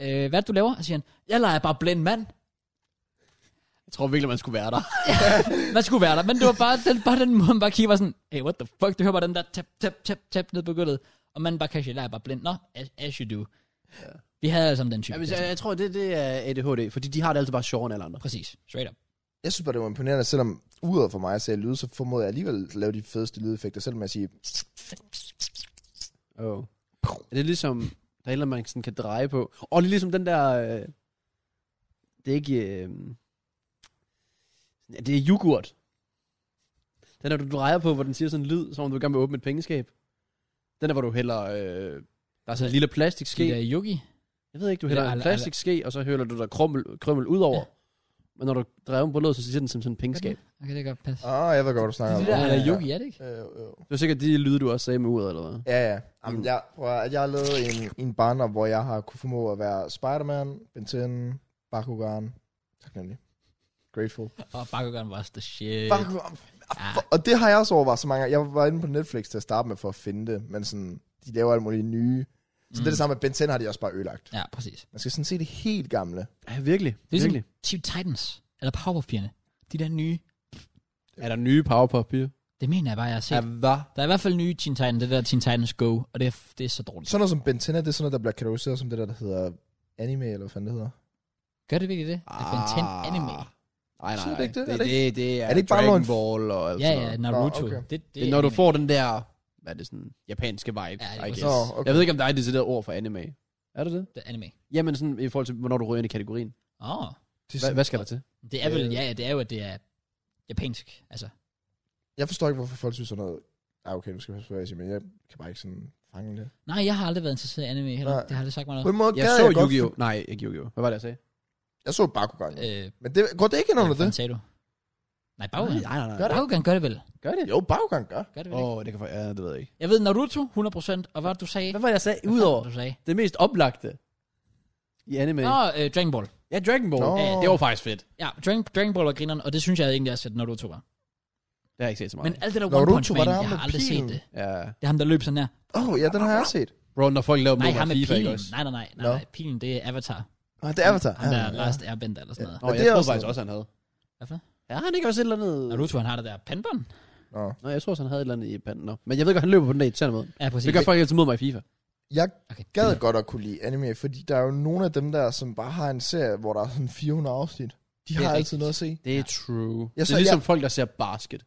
A: lidt, øh, hvad er det, du laver? Og siger han, jeg leger bare blind mand.
B: Jeg tror virkelig, man skulle være der.
A: Man skulle være der, men det var bare den, bare den måde, man bare kigger bare sådan, hey, what the fuck, du hører bare den der tap, tap, tap, tap ned på gulvet, og man bare kan sige, bare blind, nå, as, as you do. Vi havde alle sammen den type.
B: Ja,
A: Ja,
B: men jeg, jeg tror, det, det er ADHD, fordi de har det altid bare sjovere end alle andre.
A: Præcis, straight up.
C: Jeg synes bare, det var imponerende, at selvom uret for mig ser lyde, så formåede jeg alligevel at lave de fedeste lydeffekter, selvom jeg siger,
B: Oh. Er det ligesom, der er et eller andet, man sådan kan dreje på? Og det er ligesom den der... Øh, det er ikke... Øh, ja, det er yoghurt. Den der, du drejer på, hvor den siger sådan en lyd, som om du gerne vil åbne et pengeskab. Den der, hvor du hælder... Øh, der er sådan en lille plastikske.
A: Ske. Det er Yugi.
B: Jeg ved ikke, du
A: det der
B: hælder en
A: al- al-
B: plastikske, og så hælder du der krummel, krømmel ud over.
A: Ja.
B: Men når du drejer om på låget, så siger den som sådan en pengeskab.
A: Okay, det kan godt passe.
C: ah, jeg ved godt, hvad du snakker om.
A: det der
C: Ja,
A: er
C: ja, ja.
A: Yugi, er det ikke?
C: Øh, øh.
B: Det var sikkert de lyde, du også sagde med uret, eller hvad?
C: Ja, ja. Jamen, jeg, prøv at, jeg har lavet en, en barndom, hvor jeg har kunne formå at være Spider-Man, Ben 10, Bakugan. Tak nemlig. Grateful.
A: Og Bakugan var også the shit.
C: Bakugan.
A: Ah,
C: Og det har jeg også overvejet så mange gange. Jeg var inde på Netflix til at starte med for at finde det, men sådan, de laver alle mulige nye. Så mm. det er det samme med Ben 10 har de også bare ødelagt.
A: ja, præcis.
C: Man skal sådan se det helt gamle.
B: Ja, virkelig.
A: Det er
B: virkelig.
A: ligesom Teen Titans, eller Powerpuff-pigerne. De der nye,
B: Er der nye powerpop-piger?
A: det mener jeg bare, jeg har set.
B: Ja, hvad?
A: Der er i hvert fald nye Teen Titans, det der Teen Titans Go, og det er, det er så dårligt.
C: Sådan noget som Ben 10, det er sådan noget, der bliver kategoriseret som det der, der hedder anime, eller hvad fanden det hedder.
A: Gør det virkelig det? At Ben 10
B: Ah,
A: anime.
B: altså. Nej, nej,
C: Synes du
B: nej.
C: ikke det?
B: Det,
C: Er
B: det,
C: det
B: det, det er,
C: er det ikke bare
B: Dragon
C: noget-
B: Ball og alt
A: Ja,
B: sådan
A: ja,
B: noget.
A: Naruto.
C: Nå, okay.
A: Det, det
B: Det
A: er
B: er, når du
A: anime.
B: får den der hvad er det sådan, japanske vibe,
A: Ja, det er
B: I guess.
A: præcis.
C: Nå,
B: Okay.
C: okay.
B: Jeg ved ikke, om der er et decideret ord for anime. Er det det?
A: Det er anime.
B: Jamen sådan i forhold til, hvornår du ryger ind i kategorien.
A: Åh. Oh.
C: Det er
B: Hva,
C: sådan,
B: hvad skal der til?
A: Det er vel,
C: Øh.
A: ja, ja, det er jo, at det er japansk. Altså,
C: Jeg forstår ikke, hvorfor folk synes sådan noget. Ah, okay, nu skal jeg passe på, hvad jeg siger, men jeg kan bare ikke sådan fange det.
A: nej, jeg har aldrig været interesseret i anime heller.
C: Nej.
A: Det har aldrig sagt mig
C: På
A: noget.
C: en måde
B: Jeg
C: gad
B: så
C: jeg godt
B: Yu-Gi-Oh! Nej, ikke Yu-Gi-Oh! Hvad var det, jeg sagde?
C: Jeg så Bakugan. jo.
A: Øh,
C: Men det, går det ikke ind under det?
A: hvad sagde du? Nej, Bakugan.
B: Nej, nej, nej.
C: Gør det?
A: Bakugan gør det vel.
B: Gør det?
C: Jo, Bakugan gør.
A: Gør det vel
B: Åh,
A: ikke?
B: oh, det kan for... Ja, det ved jeg ikke.
A: Jeg ved Naruto 100%, og hvad var det, du sagde?
B: Hvad var det, jeg sagde?
A: Hvad fanden
B: Udover
A: var det, Du sagde.
B: det mest oplagte i anime.
A: Nå, øh, Dragon Ball. Øh,
B: Ja, Dragon Ball.
C: Nå.
B: Ja, det var faktisk fedt.
A: Ja, Dragon, Dragon Ball var grineren, og det synes jeg egentlig også, at Naruto var.
B: Det har jeg ikke set så
A: Men
B: meget. Men...
A: alt det der One
C: Naruto
A: Punch
C: var
A: Man,
C: der ham
A: jeg har
C: med
A: aldrig set
C: pilen.
A: det.
B: Ja.
A: Det er ham, der løb sådan her.
C: Åh, oh, ja, den har jeg set.
B: Bro, når folk laver
A: Nej,
B: MOBA
A: ham med
B: FIFA, ikke
A: pilen.
B: også?
A: Nej, nej, nej, nej,
C: Nå.
A: nej. Pilen, det er Avatar.
C: Nå, det er Avatar.
A: Ham der
C: Ah,
A: ja. Last Airbender eller sådan
C: Ja.
A: noget.
B: Nå,
C: Men
B: jeg
C: det er
B: troede
C: også
B: faktisk
C: noget.
B: også, han havde.
A: Hvad for?
B: Ja, han ikke også et eller andet...
A: Naruto, han har det der pandbånd.
C: Nå.
B: Nå, jeg tror også, han havde et eller andet i panden. Nå. Men jeg ved godt, han løber på den der irriterende måde.
A: Ja, præcis.
B: Det gør folk altid mod mig i FIFA.
C: Jeg
A: Okay.
C: gad godt at kunne lide anime, fordi der er jo nogle af dem der, som bare har en serie, hvor der er sådan 400 afsnit. De
A: er
C: har altid
A: rigtigt.
C: noget at se.
B: Det er true.
C: Jeg
B: Jeg
C: så-
B: det er ligesom folk, der ser basket.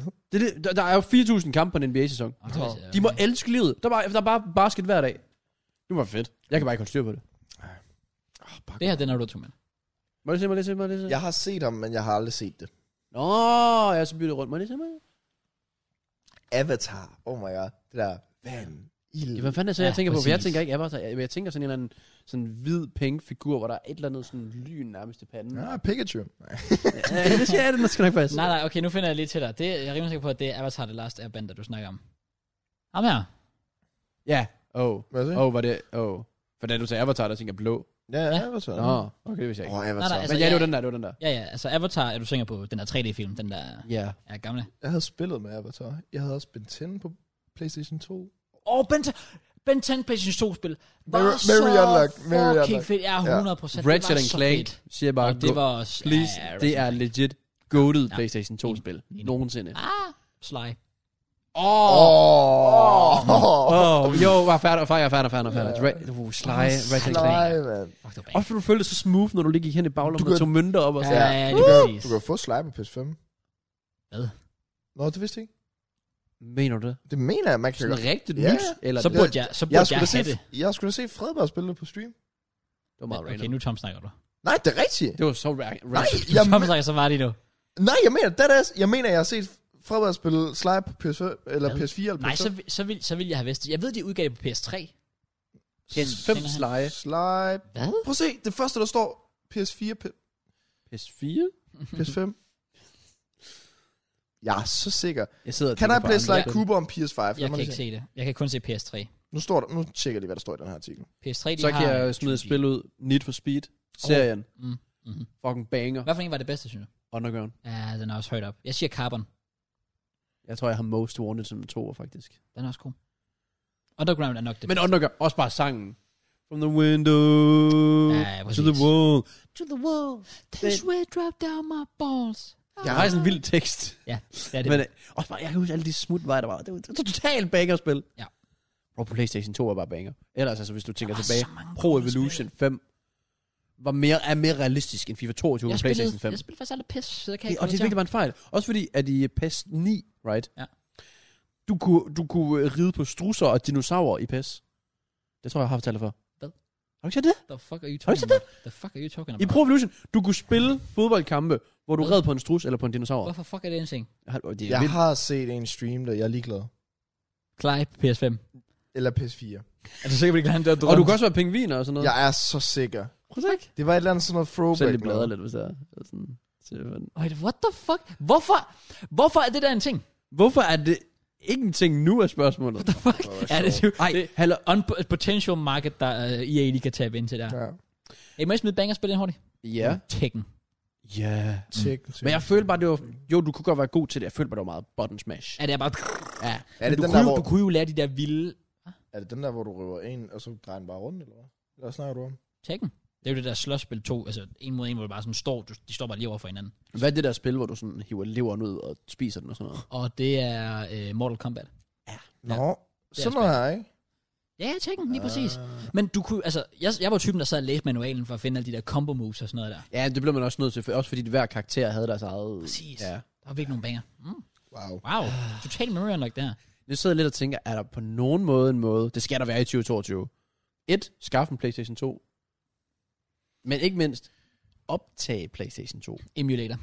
A: Hvad?
B: Det, er det, der, der er jo 4.000 kampe på en NBA-sæson.
A: Nå, det vidste jeg
B: De må
A: jo ikke.
B: elske livet. Der er, bare, der er bare basket hver dag. Det var fedt. Jeg kan bare ikke holde styr på det.
C: Oh,
A: Det her, det er Naruto, mand.
B: Må jeg lige se, må jeg lige se, må jeg lige se.
C: Jeg har set ham, men jeg har aldrig set det.
B: Nå, jeg er så byttet rundt. Må jeg lige se, må jeg lige se?
C: Avatar. Oh my god. Det der vand.
B: Ja,
C: Ild.
B: Hvad fanden er det så,
A: Ja,
B: jeg tænker på? For jeg
A: præcis.
B: tænker ikke Avatar. Jeg, jeg tænker sådan en eller anden sådan hvid pink figur, hvor der er et eller andet sådan lyn nærmest i panden. Ja.
C: Ja, Pikachu. Nej.
B: det siger jeg, det skal nok passe.
A: Nej, nej, okay, nu finder jeg lige til dig. Det, jeg er rimelig sikker på, at det er Avatar The Last Airbender, du snakker om. Ham her.
B: Ja, oh.
C: Hvad er det?
B: Oh, var det, oh. For da du sagde Avatar, der tænker jeg blå.
C: Ja,
A: Ja.
C: Avatar.
B: Nå, okay, det vidste jeg
C: Åh,
B: ikke.
C: oh,
A: Nej,
C: Avatar.
A: nej, altså,
B: Men ja, det var
A: jeg-
B: den der, det var den der.
A: Ja, ja, altså Avatar, er du tænker på den der 3D-film, den der
B: Ja.
A: er gamle.
C: Jeg havde spillet med Avatar. Jeg havde også Benten på PlayStation 2.
A: Åh, oh, Ben 10, Ben 10 PlayStation 2-spil var
C: Very-
A: så
C: very unlock, very
A: fucking
C: unlock.
A: fedt. Ja, 100 procent.
B: Ratchet and Clank siger bare,
A: Og det
B: go-
A: var også...
B: please,
A: ja,
B: det
A: Ratchet
B: er
A: and Clank.
B: legit goated
A: Ja.
B: PlayStation 2-spil.
A: Enig.
B: Nogensinde.
A: Ah, Sly.
B: Åh,
C: Åh!
B: oh, jo, var færdig, færdig, færdig, færdig, færdig.
C: Ja.
B: Ra- uh, Sly, Ratchet and Clank.
C: Nej, mand.
A: Fuck, det var
B: Også fordi du følte det så smooth, når du lige gik hen i
C: Du
B: baglommen
C: kan-
B: og tog mønter op og
A: Ja,
C: Altså,
B: sådan.
A: ja, det er præcis.
C: Du kan jo få Sly på PS5.
A: Hvad?
C: Nå, det vidste jeg ikke.
B: Mener du det?
C: Det mener jeg, man kan
B: Sådan
C: gøre.
B: rigtigt
C: Ja.
B: nyt? Eller
A: Så
B: det,
A: burde jeg, så burde
C: Jeg
A: jeg,
C: skulle, da se,
A: have det.
C: jeg skulle da se Fredberg spille det på stream.
B: det var meget
A: Okay,
B: random.
A: nu Tom snakker du.
C: Nej, det er rigtigt.
B: Det var så ra-
C: Nej,
B: random.
A: Jeg
C: jeg,
A: Tom snakker så meget lige nu.
C: nej, jeg mener, that is, jeg mener, jeg har set Fredberg spille Sly på PS5, eller
A: Hvad?
C: PS4 eller PS5.
A: Nej, så, vil- så, vil, så vil jeg have vidst det. Jeg ved, de udgav det på PS3.
B: PS5
A: Senere hen.
B: Sly.
C: Sly.
A: Hvad?
C: Prøv at se, det første, der står PS4, P-
B: PS4?
C: PS5.
A: Mhm.
C: jeg er så sikker.
B: Jeg sidder og
C: Kan I
B: tænker på
C: play
B: andre
C: Sly
B: spil.
C: Cooper om PS5? Lad
A: Jeg
C: mig
A: kan
C: lige
A: ikke
C: se.
A: se det. Jeg kan kun se PS3.
C: Nu, står der, nu tjekker de, hvad der står i den her artikel.
A: PS3, de
B: Så
A: har...
B: kan jeg smide et spil ud. Need for Speed. Serien.
A: Mm, mhm.
B: Fucking banger.
A: Hvad for en var det bedste, synes du?
B: Underground.
A: Ja, den er også højt op. Jeg siger Carbon.
B: Jeg tror, jeg har Most Wanted som toer, faktisk.
A: Den er også god. Underground er nok det
B: Men
A: bedste.
B: Underground. Også bare sangen. From the window
A: Ja, ja,
B: to
A: præcis.
B: the wall.
A: to the wall. This way drop down my balls.
B: Jeg har faktisk en vild tekst.
A: Ja, det er det.
B: Ah. Det men øh, også bare, jeg kan huske alle de smutveje, der var. Det var, det var totalt bangerspil.
A: Ja.
B: Og på PlayStation 2 var bare banger. Ellers altså, hvis du tænker
A: var
B: tilbage,
A: så mange
B: Pro
A: gode
B: Evolution 5 var mere, er mere realistisk end FIFA 22
A: jeg
B: på
A: spillede,
B: PlayStation 5.
A: jeg spillede faktisk aldrig PES, så jeg kan
B: Det,
A: ikke
B: og det
A: kommentere.
B: virkelig var en fejl. Også fordi, at i PES 9, right?
A: Ja.
B: Du kunne, du kunne øh, ride på strusser og dinosaurer i PES. Det tror jeg, jeg har fortalt dig for.
A: Hvad?
B: Har du ikke set det?
A: The fuck are you
B: Har du
A: talking
B: set det?
A: about? The fuck are you talking
B: I
A: about?
B: Pro Evolution, du kunne spille fodboldkampe, hvor du
A: Hvad?
B: red på en strus eller på en dinosaur.
A: Hvorfor fuck er det en ting?
B: Har- og Det er
C: Jeg
B: vildt.
C: har set en stream, der jeg er ligeglad.
A: Clive PS5.
C: Eller PS4.
A: Er du sikker på, at det er der
B: Og du kan også være pingviner og sådan noget.
C: Jeg er så sikker.
B: Prøv at
C: Det var et eller andet sådan noget throwback.
B: Selv lidt bladre
C: noget.
B: lidt, hvis det er. Eller Sådan, så-
A: Wait, what the fuck? Hvorfor? Hvorfor er det der en ting?
B: Hvorfor er det ikke en ting nu, er spørgsmålet?
A: The fuck?
C: Hvor er
A: er det jo...
B: Nej,
A: Det
B: hallo.
A: er un potential market, der uh, EA lige kan tabe ind til der. Ja.
C: Ja.
A: Hey, må jeg smide banger spil ind hurtigt?
B: Ja.
A: Tekken.
B: Ja.
C: Tjek, tjek.
B: Mm. Men jeg følte bare, det var... Jo, du kunne godt være god til det. Jeg følte bare, det var meget button smash.
A: Ja, det er bare... Ja.
C: Er det
A: du,
C: den
A: kunne
C: der,
A: jo,
C: hvor-
A: du kunne jo lære de der vilde...
C: Er det den der, hvor du river en, og så drejer den bare rundt, eller hvad? Hvad snakker du om?
A: Tekken. Det er jo det der slåsspil 2, altså en mod en, hvor du bare sådan står, du, de står bare lige over for hinanden.
B: Hvad er det der spil, hvor du sådan hiver leveren ud og spiser den og sådan noget?
A: Og det er uh, Mortal Kombat.
C: Nå, sådan
A: spændende.
C: noget her, ikke?
A: Ja, Tekken, lige præcis.
C: Ah.
A: Men du kunne, altså, jeg, jeg var typen, der sad og læste manualen for at finde alle de der combo moves og sådan noget der.
B: Ja, det blev man også nødt til. for- Også fordi hver karakter havde deres eget...
A: Præcis.
B: Ja.
A: Der var virkelig nogle banger. Mm.
C: Wow.
A: Wow,
C: Ah.
A: total memory unlock der.
B: Nu sidder jeg lidt og tænker, er der på nogen måde en måde, det skal der være i 2022. Et, skaffe en Playstation 2. Men ikke mindst, optage Playstation 2.
A: Emulator.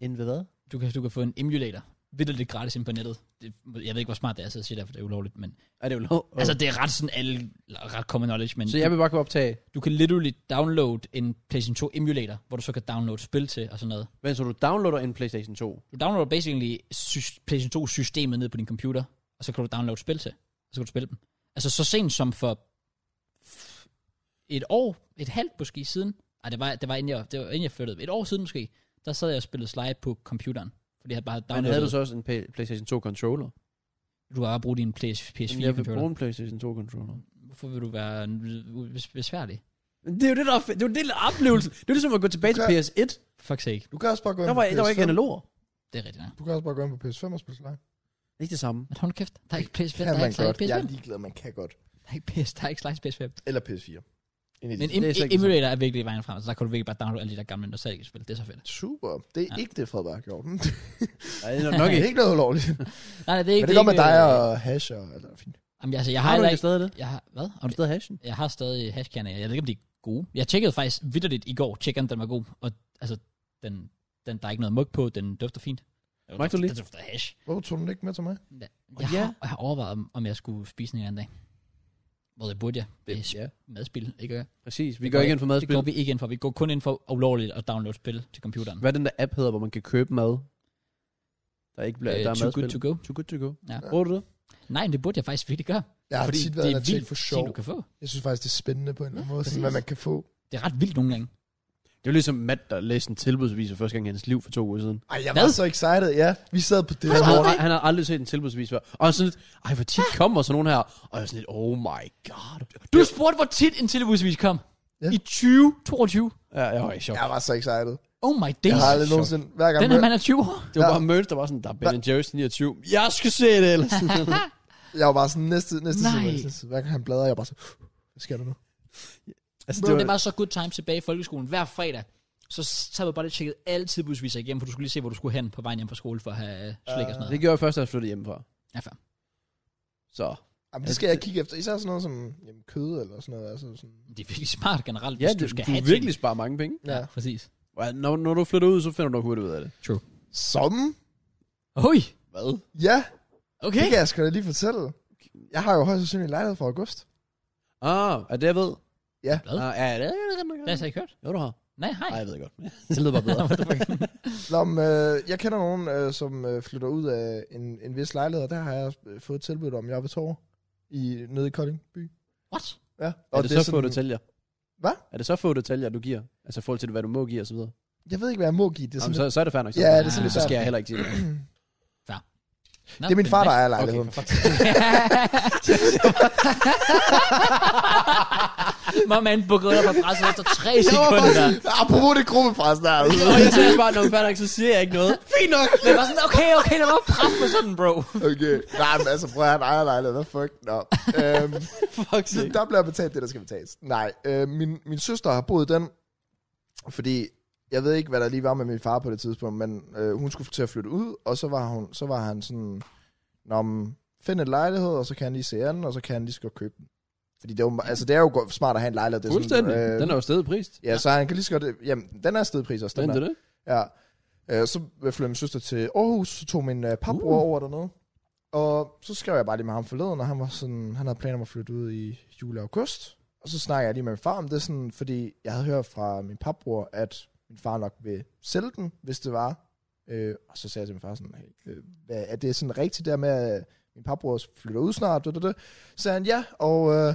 B: Inden ved hvad?
A: Du kan, du kan få en emulator. Vildt lidt gratis ind på nettet. Det, jeg ved ikke, hvor smart det er, så jeg siger derfor, det er ulovligt. Men,
B: Er det jo lov? Øh,
A: oh. Altså, det er ret sådan alle, eller ret common knowledge, men
B: så jeg vil bare kunne optage,
A: du kan literally download en PlayStation 2 emulator, hvor du så kan downloade spil til og sådan noget.
B: men så du downloader en Playstation 2.
A: Du downloader basically sy- PlayStation 2 systemet ned på din computer, og så kan du downloade spil til, og så kan du spille dem. Altså så sent som for f- et år, et halvt måske siden, nej, det var, det var, inden, jeg, det var inden jeg flyttede, et år siden måske, der sad jeg og spillede Slide på computeren, fordi jeg bare
B: Men havde
A: downloadet,
B: du
A: du,
B: så også en pa- Playstation 2 controller?
A: du har bare brugt din PS,
B: Men jeg vil bruge
A: PS4-computer.
B: en Playstation 2 controller.
A: Hvorfor vil du være n- bes- besværlig?
B: Det er jo det, der er fedt. Det er jo det, der er oplevelsen. Det er ligesom at gå tilbage til
C: Okay.
B: PS1.
A: Fuck sake,
C: Du kan også bare gå ind
B: Der var,
C: på
B: der var ikke
C: PS5.
B: analoger.
A: det er rigtigt nok.
C: Du kan også bare gå ind på PS5 og spille live.
B: Ikke det samme.
A: Men hold nu kæft, der er ikke PS5, der
C: Kan
A: er
C: man
A: ikke, der er
C: godt.
A: ikke PS5,
C: Jeg er ligeglad, man kan godt.
A: der er ikke PS, der er ikke Slice PS5.
C: Eller PS4. En af de
A: Men
C: to.
A: em-
B: det er slet ikke
A: emulator er virkelig vejen frem, så der kan du virkelig bare downloade alle de der gamle nostalgiske spil, det er så fedt.
C: Super. Det er
A: Ja.
C: ikke det, Frederik har gjort.
B: Nej, det er nok
C: Det
B: ikke.
C: er ikke noget ulovligt.
A: Nej, nej, det er
C: Men
A: ikke
C: det går med dig
A: ikke, øh,
C: og hash og... Eller, fint.
A: Jamen, altså, jeg har,
B: Har du
A: heller
B: ikke
A: ikke...
B: stadig det?
A: Jeg har, hvad?
B: Har du stadig hashen?
A: Jeg har stadig hashkerner. Jeg ved ikke, om de er gode. Jeg tjekkede faktisk vidderligt i går, tjekkede om den var god. Og altså, den, den, der er ikke noget mug på, den dufter fint. Den
B: Magter
A: dufter-
B: du lige?
A: Den dufter af hash.
C: Hvorfor tog du den ikke med til mig?
B: Og
A: Jeg,
B: ja.
A: ja. har, jeg har overvejet, om- om jeg skulle spise den en anden dag. Hvor det burde jeg. Det er
B: Ja,
A: madspil, ikke? Det
B: præcis. Vi
A: Det
B: går
A: går
B: ikke ind for madspil.
A: går vi ikke ind for. Vi går kun ind for ulovligt at downloade spil til computeren.
B: Hvad er den der app hedder, hvor man kan købe mad? Der er ikke bl-
A: Øh,
B: der er
A: too good
B: madspil.
A: to go.
B: Too good to go.
A: Ja.
B: Bruger du det?
A: Nej, men det burde jeg faktisk virkelig gøre.
C: Jeg har
A: fordi
C: tit været
A: det
C: en
A: er
C: artikel
A: vildt
C: for
A: ting,
C: sjov.
A: du kan få.
C: Jeg synes faktisk, det er spændende på en eller anden måde, sådan,
A: præcis.
C: hvad man kan få.
A: Det er ret vildt nogle gange.
B: Det er jo ligesom Matt, der læste en tilbudsvis for første gang i hans liv for to uger siden.
C: Ej, jeg
A: Hvad?
C: var så excited, ja. Vi sad på det
B: Han
C: her.
B: har, han har aldrig set en tilbudsvis før. Og han er sådan lidt, ej, hvor tit kommer sådan nogen her. Og jeg er sådan lidt, oh my god.
A: Du spurgte, hvor tit en tilbudsvis kom.
C: Ja.
A: I 2022.
B: Ja, jeg var i chok.
C: Jeg var så excited.
A: Oh my
C: Jeg
A: days.
C: har aldrig
B: sjovt.
C: nogensinde... Hver gang
A: Den her
C: jeg,
A: mand er 20 år.
B: Det var
C: Ja.
B: bare merch, der var sådan, der er Ben Jerry's 29. Jeg skal se det ellers.
C: jeg var bare sådan næste, næste
A: Nej.
C: side, næste side. Hver gang han bladrer, jeg var bare så... Hvad sker der nu?
B: altså,
A: Bro, det var så good times tilbage i folkeskolen. Hver fredag, så sad vi bare lige og tjekkede alle tilbudsviser igennem, for du skulle lige se, hvor du skulle hen på vejen hjem fra skole for at have øh, slik og sådan noget.
B: det gjorde jeg først, da jeg flyttede hjemmefra.
A: Ja, fair.
B: Så
C: Jamen, det skal jeg kigge efter. Især sådan noget som jamen, kød eller sådan noget. Altså sådan,
A: Det er virkelig smart generelt,
B: ja,
A: hvis
B: det,
A: du skal
B: du
A: have
B: virkelig spare mange penge.
A: ting. Ja, præcis.
B: Ja, Når, når du flytter ud, så finder du nok hurtigt ud af det.
C: Som?
A: Oj,
B: Hvad?
C: Ja, det
A: okay.
C: kan jeg sgu da lige fortælle. Jeg har jo højst sandsynligt lejlighed for august.
B: Ah, er det, jeg ved?
C: Ja.
A: Hvad?
B: Ah, ja, det er det, jeg
A: Det har jeg slet ikke hørt.
B: Jo, du har.
A: Nej, hej.
B: Nej, jeg ved det godt. det lyder bare bedre.
C: Nå, men, øh, jeg kender nogen, øh, som øh, flytter ud af en, en vis lejlighed, og der har jeg øh, fået tilbudt om, jeg vil tage over i, nede i Kolding by.
A: What?
C: Ja,
B: er det, det så få detaljer?
C: Hvad?
B: Er det så få detaljer, du giver? Altså i forhold til, hvad du må give og så videre?
C: Jeg ved ikke, hvad jeg må give. Det er,
B: Jamen,
C: sådan,
B: så, så er det fair nok. så
C: Ja,
B: fair
C: det er
B: nok.
A: sådan lidt
B: Så skal
C: fair.
B: jeg heller ikke sige det.
A: Nå,
C: det er min far, der ejer
B: Okay,
C: lejligheden.
B: for fuck's
A: Må man bukkede dig fra presset efter tre sekunder. Der.
C: Apropos det gruppepres der. Altså.
B: sake. Og jeg siger bare, når man fair nok, så siger jeg ikke noget.
A: Fint nok. Det var sådan, okay, okay, det var pres med sådan, bro.
C: Okay. Nej, men altså, prøv at have en ejerlejlighed. Hvad fuck? Nå. Øhm,
B: Fuck
C: så der bliver betalt det, der skal betales. Nej, øh, min, min søster har boet i den, fordi jeg ved ikke, hvad der lige var med min far på det tidspunkt, men øh, hun skulle til at flytte ud, og så var, hun, så var han sådan, Nå, men, find en lejlighed, og så kan han lige se an, og så kan han lige skal købe den. Fordi det er, jo, altså, det er jo godt- smart at have en lejlighed. Det er
B: Fuldstændig.
C: Sådan, øh,
B: Den er jo stadig prist.
C: Ja, så han kan lige så godt... Jamen, den er stedpris også, den der.
B: Den er det.
C: Ja. Øh, så flyttede min søster til Aarhus, så tog min øh, papbror
B: Uh.
C: uh. over dernede. Og så skrev jeg bare lige med ham forleden, og han, var sådan, han havde planer om at flytte ud i juli og august. Og så snakker jeg lige med min far om det, sådan, fordi jeg havde hørt fra min papbror, at min far nok vil sælge den, hvis det var. Øh, og så sagde jeg til min far sådan, hey, øh, hvad, er det sådan rigtigt der med, at min papbror flytter ud snart? Det, det, det. Så sagde han ja, og øh,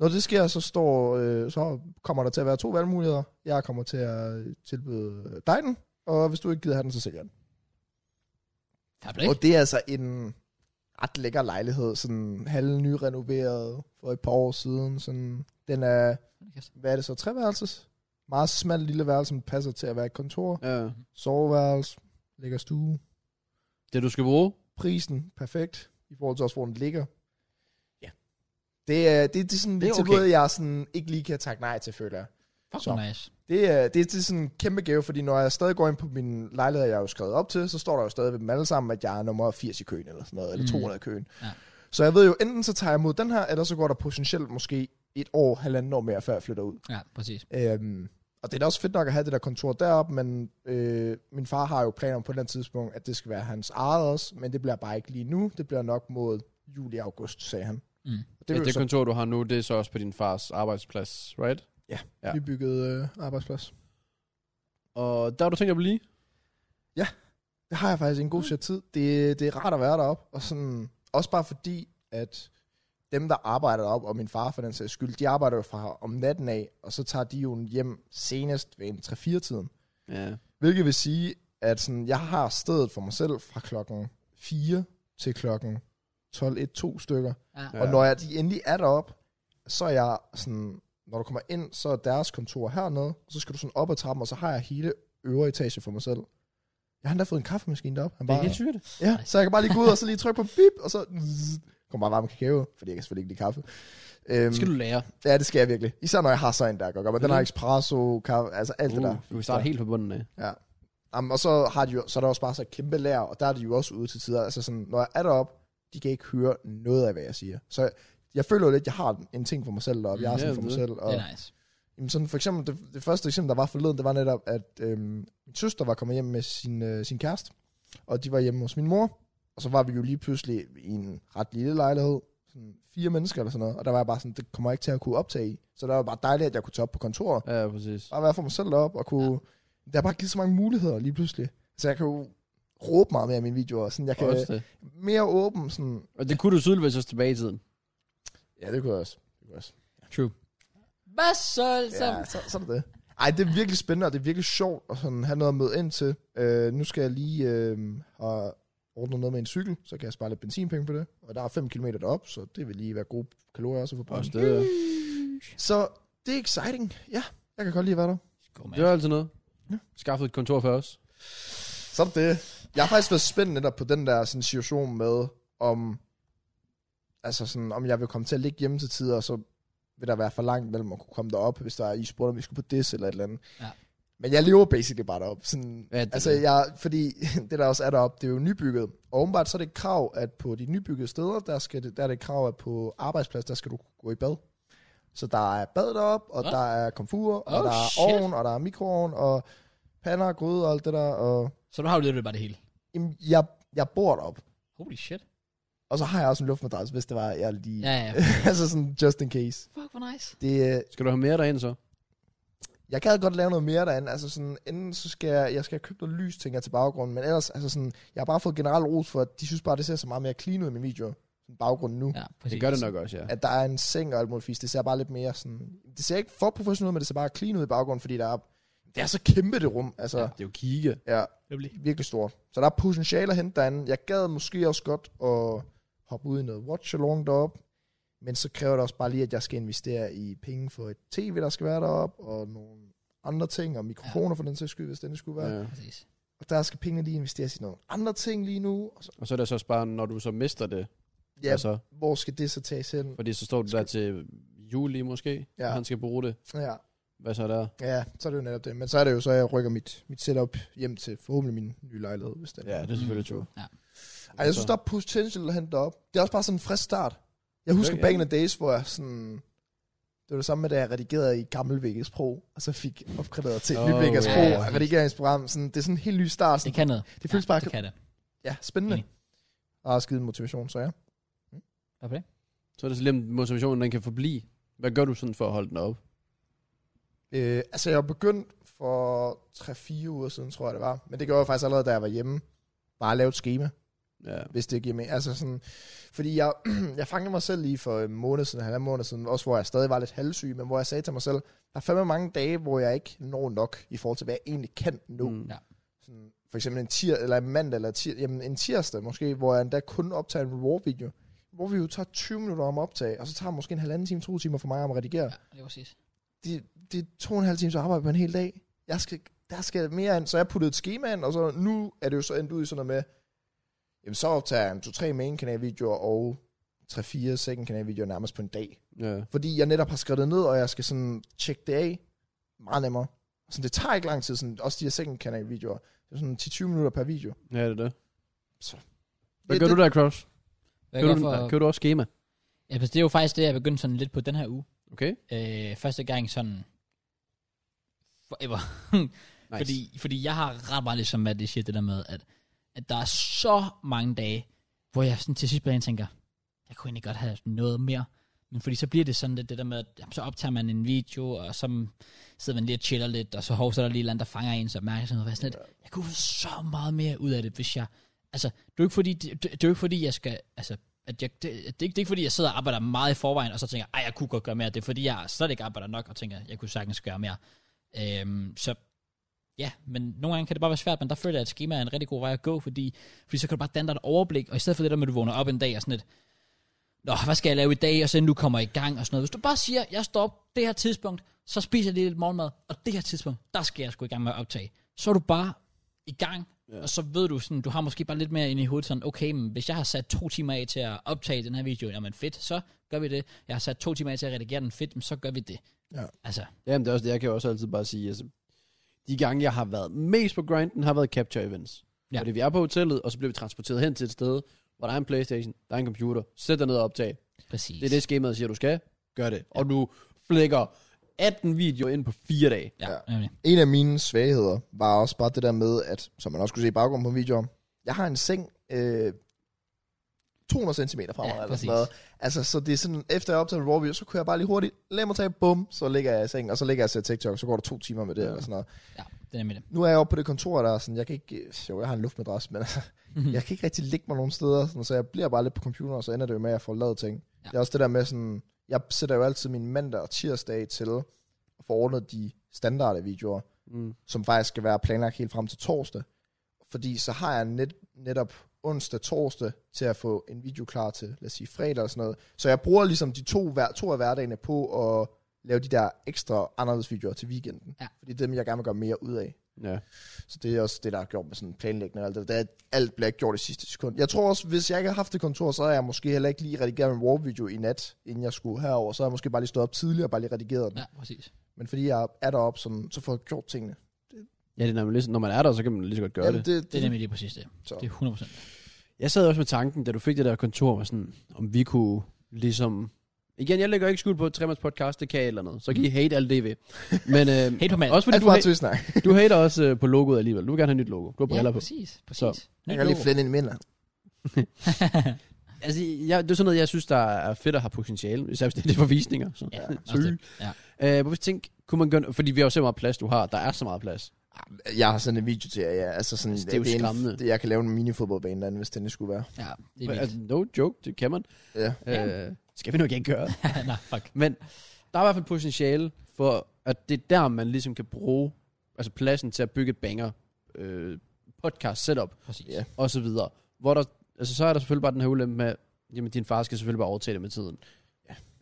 C: når det sker, så, står, øh, så kommer der til at være to valgmuligheder. Jeg kommer til at øh, tilbyde dig den, og hvis du ikke gider have den, så sælger jeg den.
A: Fair play.
C: Og det er altså en ret lækker lejlighed, sådan halv nyrenoveret for et par år siden. Sådan, den er, hvad er det så, treværelses? Meget smal lille værelse, som passer til at være et kontor.
B: Ja.
C: Soveværelse, lækker stue.
B: Det, du skal bruge.
C: Prisen, perfekt, i forhold til også, hvor den ligger.
B: Ja.
C: Det er, det, det er sådan
B: Det er
C: det er tilbud,
B: okay.
C: jeg sådan ikke lige kan takke nej til, føler jeg.
A: Fuck,
C: Så.
A: hvor nice.
C: Det er, det, er, det er sådan en kæmpe gave, fordi når jeg stadig går ind på min lejlighed, jeg er jo skrevet op til, så står der jo stadig ved dem alle sammen, at jeg er nummer 80 i køen, eller sådan noget, eller
A: Mm.
C: 200 i køen.
A: Ja.
C: Så jeg ved jo, enten så tager jeg mod den her, eller så går der potentielt måske et år, halvanden år mere, før jeg flytter ud.
A: Ja, præcis.
C: Øhm, og det er da også fedt nok at have det der kontor deroppe, men øh, min far har jo planer om på den tidspunkt, at det skal være hans eget også, men det bliver bare ikke lige nu, det bliver nok mod juli-august, sagde han.
A: Mm.
C: Og
B: Det,
C: det er
B: ja,
C: jo
B: det
C: så
B: kontor, du har nu, det er så også på din fars arbejdsplads, right? ja.
C: nybygget øh, arbejdsplads.
B: Og der har du tænkt dig at blive?
C: Det har jeg faktisk en god set tid. Det, det er rart at være deroppe. Og sådan, også bare fordi, at dem, der arbejder deroppe, og min far for den sags skyld, de arbejder jo fra om natten af, og så tager de jo hjem senest ved en 3-4-tiden.
B: Ja.
C: Hvilket vil sige, at sådan, jeg har stedet for mig selv fra klokken 4 til klokken 12-1-2 stykker.
A: Ja.
C: Ja. Og når jeg, de endelig er deroppe, så er jeg sådan, når du kommer ind, så er deres kontor hernede, og så skal du sådan op ad trappen, og så har jeg hele øvre etage for mig selv. Jeg har endda fået en kaffemaskine deroppe. Han
B: Det er
C: bare,
B: helt sygt.
C: Ja, så jeg kan bare lige gå ud og så lige trykke på bip, og så zzz, kommer bare varm kakao, fordi jeg kan selvfølgelig ikke lide kaffe. Øhm,
B: Det skal du lære.
C: Ja, det skal jeg virkelig. Især når jeg har sådan en, der går godt, men den har espresso, kaffe, altså alt uh, det
B: Uh,
C: der.
B: du kan starte helt på bunden af.
C: Jamen, og så, har de jo, så er der også bare så et kæmpe lager, og der er de jo også ude til tider. Altså sådan, når jeg er deroppe, de kan ikke høre noget af, hvad jeg siger. Så jeg, jeg føler jo lidt, jeg har en ting for mig selv deroppe. Jeg er
B: Mm,
C: sådan
B: ja,
C: for mig
B: det-
C: selv. Og,
A: Det er nice.
C: Jamen sådan for eksempel, det, det første eksempel, der var forleden, det var netop, at øhm, min søster var kommet hjem med sin, øh, sin kæreste, og de var hjemme hos min mor, og så var vi jo lige pludselig i en ret lille lejlighed, sådan fire mennesker eller sådan noget, og der var jeg bare sådan, det kommer jeg ikke til at kunne optage i. Så det var bare dejligt, at jeg kunne tage op på kontoret,
B: Ja, præcis.
C: bare være for mig selv op og kunne... Ja. Der er bare givet så mange muligheder lige pludselig. Så jeg kan jo råbe meget mere i mine videoer, sådan jeg kan
B: Også det.
C: mere åben, sådan...
B: Og det kunne du tydeligvis også tilbage i tiden.
C: Ja, det kunne jeg også. Det kunne jeg også.
A: True. Hvad så? så?
C: Ja, så, så er det det. Ej, det er virkelig spændende, og det er virkelig sjovt at sådan have noget at møde ind til. Øh, nu skal jeg lige øh, have ordnet noget med en cykel, så kan jeg spare lidt benzinpenge på det. Og der er 5 km derop, så det vil lige være gode kalorier også at få på.
B: Også det. ja.
C: Så det er exciting. Ja, jeg kan godt lide at være der.
A: Skål, mand.
B: Det var altid noget.
C: Ja.
B: Skaffet et kontor for os.
C: Så er det det. Jeg har faktisk været spændt netop på den der sådan, situation med, om, altså sådan, om jeg vil komme til at ligge hjemme til tider, og så vil der være for langt mellem at kunne komme derop, hvis der er, I spurgte, om vi skulle på det eller et eller andet.
A: Ja.
C: Men jeg lever basically bare derop. Sådan,
B: Ja, det er
C: altså,
B: det.
C: jeg, fordi det der også er deroppe, det er jo nybygget. Og åbenbart så er det et krav, at på de nybyggede steder, der, skal det, der er det et krav, at på arbejdsplads, der skal du kunne gå i bad. Så der er bad derop, og
A: Nå.
C: der er komfur, og
A: Oh,
C: der er
A: shit.
C: ovn, og der er mikroovn, og pander og gryde og alt det der, og
A: Så du har jo lidt af bare det hele.
C: Jamen, jeg, jeg bor derop.
A: Holy shit.
C: Og så har jeg også en luftmadras, hvis det var, jeg lige...
A: Ja, ja.
C: altså sådan, just in case.
A: Fuck, hvor nice.
C: Det, øh,
B: Skal du have mere derind så?
C: jeg gad godt lave noget mere derinde. Altså sådan, enten så skal jeg, jeg skal have købt noget lys, tænker jeg, til baggrunden. Men ellers, altså sådan, jeg har bare fået generelt ros for, at de synes bare, det ser så meget mere clean ud i min video. Sådan baggrunden nu. Ja.
A: Ja, præcis.
B: Det gør det nok også, ja.
C: At der er en seng og alt muligt fisk. Det ser bare lidt mere sådan... Det ser ikke for professionelt ud, men det ser bare clean ud i baggrunden, fordi der er... Det er så kæmpe det rum. Altså,
B: Det er jo kigge.
C: ja.
A: Det bliver.
C: virkelig stort. Så der er potentiale at hente derinde. Jeg gad måske også godt at hoppe ud i noget watch-along deroppe, men så kræver det også bare lige, at jeg skal investere i penge for et tv, der skal være deroppe, og nogle andre ting, og mikrofoner for den sags skyld, hvis den skulle være. Ja.
B: Ja.
A: Præcis.
C: Og der skal pengene lige investeres i nogle andre ting lige nu. Og så,
B: Og så er det så også bare, når du så mister det,
C: ja,
B: altså,
C: hvor skal det så tages hen?
B: fordi så står du der til juli måske,
C: Ja.
B: ja. og han skal bruge det.
C: Ja,
B: Hvad så der?
C: ja, så er det jo netop det. Men så er det jo så, at jeg rykker mit, mit setup hjem til forhåbentlig min nye lejlighed, hvis det er.
B: Ja, det er selvfølgelig true. Altså,
C: Ej, jeg synes, der er potential at hente op. Det er også bare sådan en frisk start. Jeg husker
B: Ja,
C: okay,
B: ja.
C: back in the days, hvor jeg sådan... Det var det samme med, da jeg redigerede i gammel VGS Pro, og så fik opgraderet til oh,
B: Oh,
C: ny VGS
A: ja,
C: Pro
A: ja,
C: og
A: præcis.
C: redigeringsprogram. Sådan, det er sådan en helt ny start.
A: Det
C: Sådan,
A: kan noget.
C: det føles
A: ja,
C: bare
A: Det kan det.
C: ja, spændende.
A: Enig.
C: Og skide motivation, så ja.
A: Hvad for det?
B: Så er det så lidt om motivationen, den kan forblive. Hvad gør du sådan for at holde den op?
C: Øh, altså, jeg var begyndt for 3-4 uger siden, tror jeg det var. Men det gjorde jeg faktisk allerede, da jeg var hjemme. Bare at lave et schema.
B: Ja.
C: hvis det giver mening. Altså sådan, fordi jeg, jeg fangede mig selv lige for en måned siden, halvanden måned siden, også hvor jeg stadig var lidt halvsyg, men hvor jeg sagde til mig selv, der er fandme mange dage, hvor jeg ikke når nok, i forhold til, hvad jeg egentlig kan nå. Mm.
B: Mm.
A: Ja.
C: Sådan, for eksempel en tir, eller en mandag, eller tir, jamen en tirsdag måske, hvor jeg endda kun optager en raw-video. Raw-video tager 20 minutter om at optage, og så tager det måske en halvanden time, to timer for mig om at redigere. Ja.
A: Ja, det er præcis.
C: Det, det er to og en halv times arbejde på en hel dag. Jeg skal, der skal mere ind, så jeg puttede et schema ind, og så nu er det jo så endt ud i sådan noget med, Jamen, så optager jeg en 2-3 main kanal videoer og 3-4 second kanal videoer nærmest på en dag.
B: ja.
C: Fordi jeg netop har skrevet det ned, og jeg skal sådan tjekke det af. meget nemmere. Så det tager ikke lang tid, sådan, også de her second canal videoer. Det er sådan 10-20 minutter per video.
B: Ja, det er det.
C: Så.
B: Hvad
C: Det-
B: gør
C: det-
B: du der, Cross?
A: Hvad
B: Kører
A: gør
B: du,
A: for,
B: for... kører du også schema?
A: ja, altså, det er jo faktisk det, jeg begyndte sådan lidt på den her uge.
B: Okay.
A: Øh, første gang sådan... Forever.
B: Nice.
A: Fordi, fordi jeg har ret meget ligesom, at det siger det der med, at, at der er så mange dage, hvor jeg sådan til sidst på dagen tænker, jeg kunne egentlig godt have noget mere. Men fordi så bliver det sådan lidt det der med, at jamen, så optager man en video, og så sidder man lige og chiller lidt, og så hov, så er der lige et eller andet, der fanger ens opmærksomhed. Og jeg er sådan lidt, jeg kunne få så meget mere ud af det, hvis jeg... Altså, det er jo ikke fordi, det, det, det er jo ikke fordi jeg skal... Altså, at jeg, det, det, er ikke, det er ikke fordi, jeg sidder og arbejder meget i forvejen, og så tænker, ej, jeg kunne godt gøre mere. Det er fordi, jeg slet ikke arbejder nok, og tænker, jeg kunne sagtens gøre mere. Øhm, så Ja, men nogle gange kan det bare være svært, men der føler jeg, at schema er en rigtig god vej at gå, fordi, fordi så kan du bare danne dig et overblik, og i stedet for det der med, at du vågner op en dag og sådan lidt, Nå, hvad skal jeg lave i dag, og så inden du kommer i gang og sådan noget. Hvis du bare siger, jeg står op det her tidspunkt, så spiser jeg lige lidt morgenmad, og det her tidspunkt, der skal jeg sgu i gang med at optage. Så er du bare i gang, ja. og så ved du sådan, du har måske bare lidt mere ind i hovedet sådan, okay, men hvis jeg har sat to timer af til at optage den her video, jamen fedt, så gør vi det. Jeg har sat to timer af til at redigere den fedt, men så gør vi det.
C: Ja.
A: Altså,
B: Jamen, det er også det, jeg kan jo også altid bare sige, altså, de gange, jeg har været mest på grinden, har været capture events.
A: Ja.
B: Ja. Fordi vi er på hotellet, og så bliver vi transporteret hen til et sted, hvor der er en Playstation, der er en computer, sæt dig ned og optag.
A: præcis.
B: Det er det, skemaet siger, du skal. Gør det. Og du flækker 18 videoer ind på fire dage.
A: Ja,
C: Ja.
A: nemlig.
C: En af mine svagheder var også bare det der med, at, som man også kunne se i baggrunden på videoen, jeg har en seng øh, 200 cm fra
A: Ja,
C: mig. Ja, eller
A: præcis.
C: sådan noget. Altså, så det er sådan, efter jeg optagede Raw Video, så kunne jeg bare lige hurtigt, lad mig tage, bum, så ligger jeg i sengen, og så ligger jeg og ser TikTok, så går der to timer med det,
B: Ja.
C: ja. eller sådan noget.
A: ja, det er nemlig det.
C: Nu er jeg oppe på det kontor, der er sådan, jeg kan ikke, øh, jo, jeg har en luftmadras, men altså, jeg kan ikke rigtig ligge mig nogen steder, sådan, så jeg bliver bare lidt på computeren, og så ender det jo med, at jeg får lavet ting.
A: Ja.
C: Ja. Det er også det der med sådan, jeg sætter jo altid min mandag og tirsdag til at få ordnet de standarde videoer,
B: Mm.
C: som faktisk skal være planlagt helt frem til torsdag. Fordi så har jeg net, netop onsdag, torsdag til at få en video klar til, lad os sige fredag og sådan noget. Så jeg bruger ligesom de to, hver, to af hverdagene på at lave de der ekstra anderledes videoer til weekenden.
A: Ja.
C: Fordi det er dem, jeg gerne vil gøre mere ud af.
B: Ja.
C: Så det er også det, der har gjort med sådan planlægning og alt det der. Det er, at Alt bliver ikke gjort i sidste sekund. Jeg tror også, hvis jeg ikke havde haft det kontor, så havde jeg måske heller ikke lige redigeret en raw-video i nat, inden jeg skulle herover. Så havde jeg måske bare lige stået op tidligere og bare lige redigeret den. Ja.
A: Ja, præcis.
C: Men fordi jeg er deroppe, sådan, så får jeg gjort tingene.
B: Ja, det er nemlig, lige sådan, når man er der, så kan man lige så godt gøre
C: Jamen,
B: det.
A: Det er nemlig lige præcis det.
C: Så.
A: Det er 100%.
B: Jeg sad også med tanken, da du fik det der kontor, var sådan, om vi kunne ligesom... Igen, jeg lægger ikke skuld på et tremands podcast, det kan jeg et eller andet. Så kan
A: Mm.
B: I hate alt det I vil. Men øh,
A: Helt på mand.
B: også fordi
C: Alt
B: du,
C: for meget
B: ha-
C: tøsnak.
B: du hater også øh, på logoet alligevel. Du vil gerne have et nyt logo. Du har briller
A: ja,
B: på.
A: præcis.
B: Så.
A: præcis. Nyt
C: Jeg kan lige
A: logo.
C: flænde ind i midten.
B: Altså, jeg, det er sådan noget, jeg synes, der er fedt at have potentiale. Især hvis det er for visninger. Så.
A: Ja,
C: Ja,
A: også det. ja.
B: Øh, hvorfor tænk, kunne man gøre... Fordi vi har jo så meget plads, du har. Der er så meget plads.
C: Ah, Jeg har sådan en video til jer, ja. Altså sådan,
B: Altså, det er jo
C: en-
B: skræmmende.
C: det, jeg kan lave en minifodboldbane derinde, hvis det skulle være.
A: ja, det er vildt.
B: Altså, no joke, det kan man.
C: Ja.
A: Ja.
B: Øh, skal vi nok ikke gøre.
A: Nej, fuck.
B: Men der er i hvert fald potentiale for, at det er der, man ligesom kan bruge altså pladsen til at bygge et banger, øh, podcast setup
A: Præcis.
C: Ja.
B: og så videre. Hvor der, altså så er der selvfølgelig bare den her ulempe med, jamen din far skal selvfølgelig bare overtage det med tiden.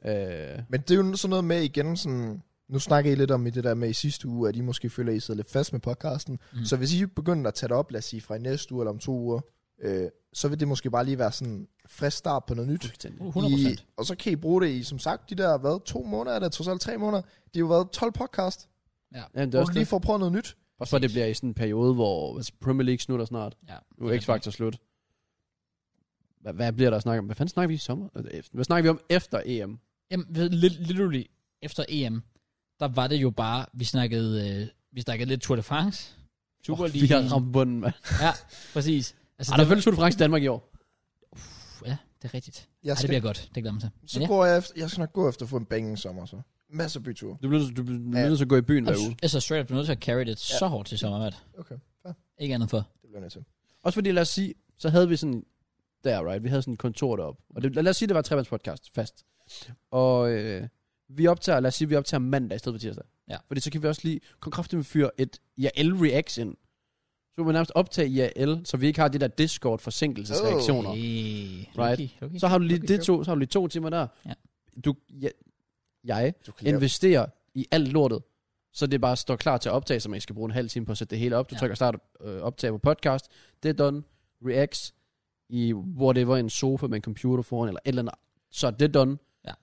B: Ja. Øh,
C: Men det er jo sådan noget med igen sådan... Nu snakker I lidt om i det der med i sidste uge, at I måske føler, at I sidder lidt fast med podcasten.
A: Mm.
C: Mm. Så hvis I begynder at tage det op, lad os sige, fra i næste uge eller om to uger, øh, så vil det måske bare lige være sådan en frisk start på noget nyt.
B: fuldstændig.
A: Uh, 100%.
C: I, og så kan I bruge det i, som sagt, de der, hvad, to måneder, eller trods alt tre måneder. Det har jo været 12 podcast,
A: Ja.
B: Jamen, det
C: hvor du
B: er også
C: lige
B: det.
C: får prøvet noget nyt.
B: Også for, at det bliver i sådan en periode, hvor altså, Premier League snutter snart.
A: ja.
B: Nu er X-Factor slut. Hvad, hvad bliver der at snakke om? Hvad fanden snakker vi i sommer? Hvad snakker vi om efter E EM?
A: Jamen, ved- lit- literally, efter EM, der var det jo bare, vi snakkede, øh, vi snakkede lidt Tour de France. Super
B: Åh,
A: lige.
B: Vi har ramt bunden, mand. Ej,
A: Ja, præcis. Altså,
B: der er
A: det,
B: selvfølgelig Tour de France i Danmark i år.
A: ja, det er rigtigt.
C: Jeg
A: Ej, det
C: skal,
A: bliver godt. Det glæder jeg mig til. Men
C: så
A: ja.
C: går jeg, efter, jeg skal nok gå efter at få en bang i sommer, så. Masser af byture.
B: Du bliver, nødt- du bliver du bliver
C: Ja.
B: nødt til at gå i byen hver uge.
A: Altså, altså, straight up, du er nødt til at carry det
C: Ja.
A: så hårdt til sommer, mand.
C: Okay,
A: Ikke andet for.
C: det bliver jeg nødt til.
B: Også fordi, lad os sige, så havde vi sådan, der, right? Vi havde sådan et kontor deroppe. Og det, lad os sige, det var et trebandspodcast, fast. Og øh, vi optager, lad os sige, vi optager mandag i stedet for tirsdag.
A: Ja.
B: Fordi så kan vi også lige, kom kraftigt med fyre et IRL reaction. Så kan man nærmest optage IRL, så vi ikke har det der Discord forsinkelsesreaktioner.
A: Hey,
B: Okay.
A: right.
B: Right. Så har du lige
C: Okay,
B: det
C: jo.
B: to, så har du lige to timer der.
A: Ja.
B: Du, ja, jeg
C: Du kan lave-
B: investerer i alt lortet, så det bare står klar til at optage, så man ikke skal bruge en halv time på at sætte det hele op. Du
A: Ja.
B: ja. trykker start øh, optage på podcast. Det er done. Reacts i whatever, en sofa med en computer foran, eller et eller andet. Så er det done.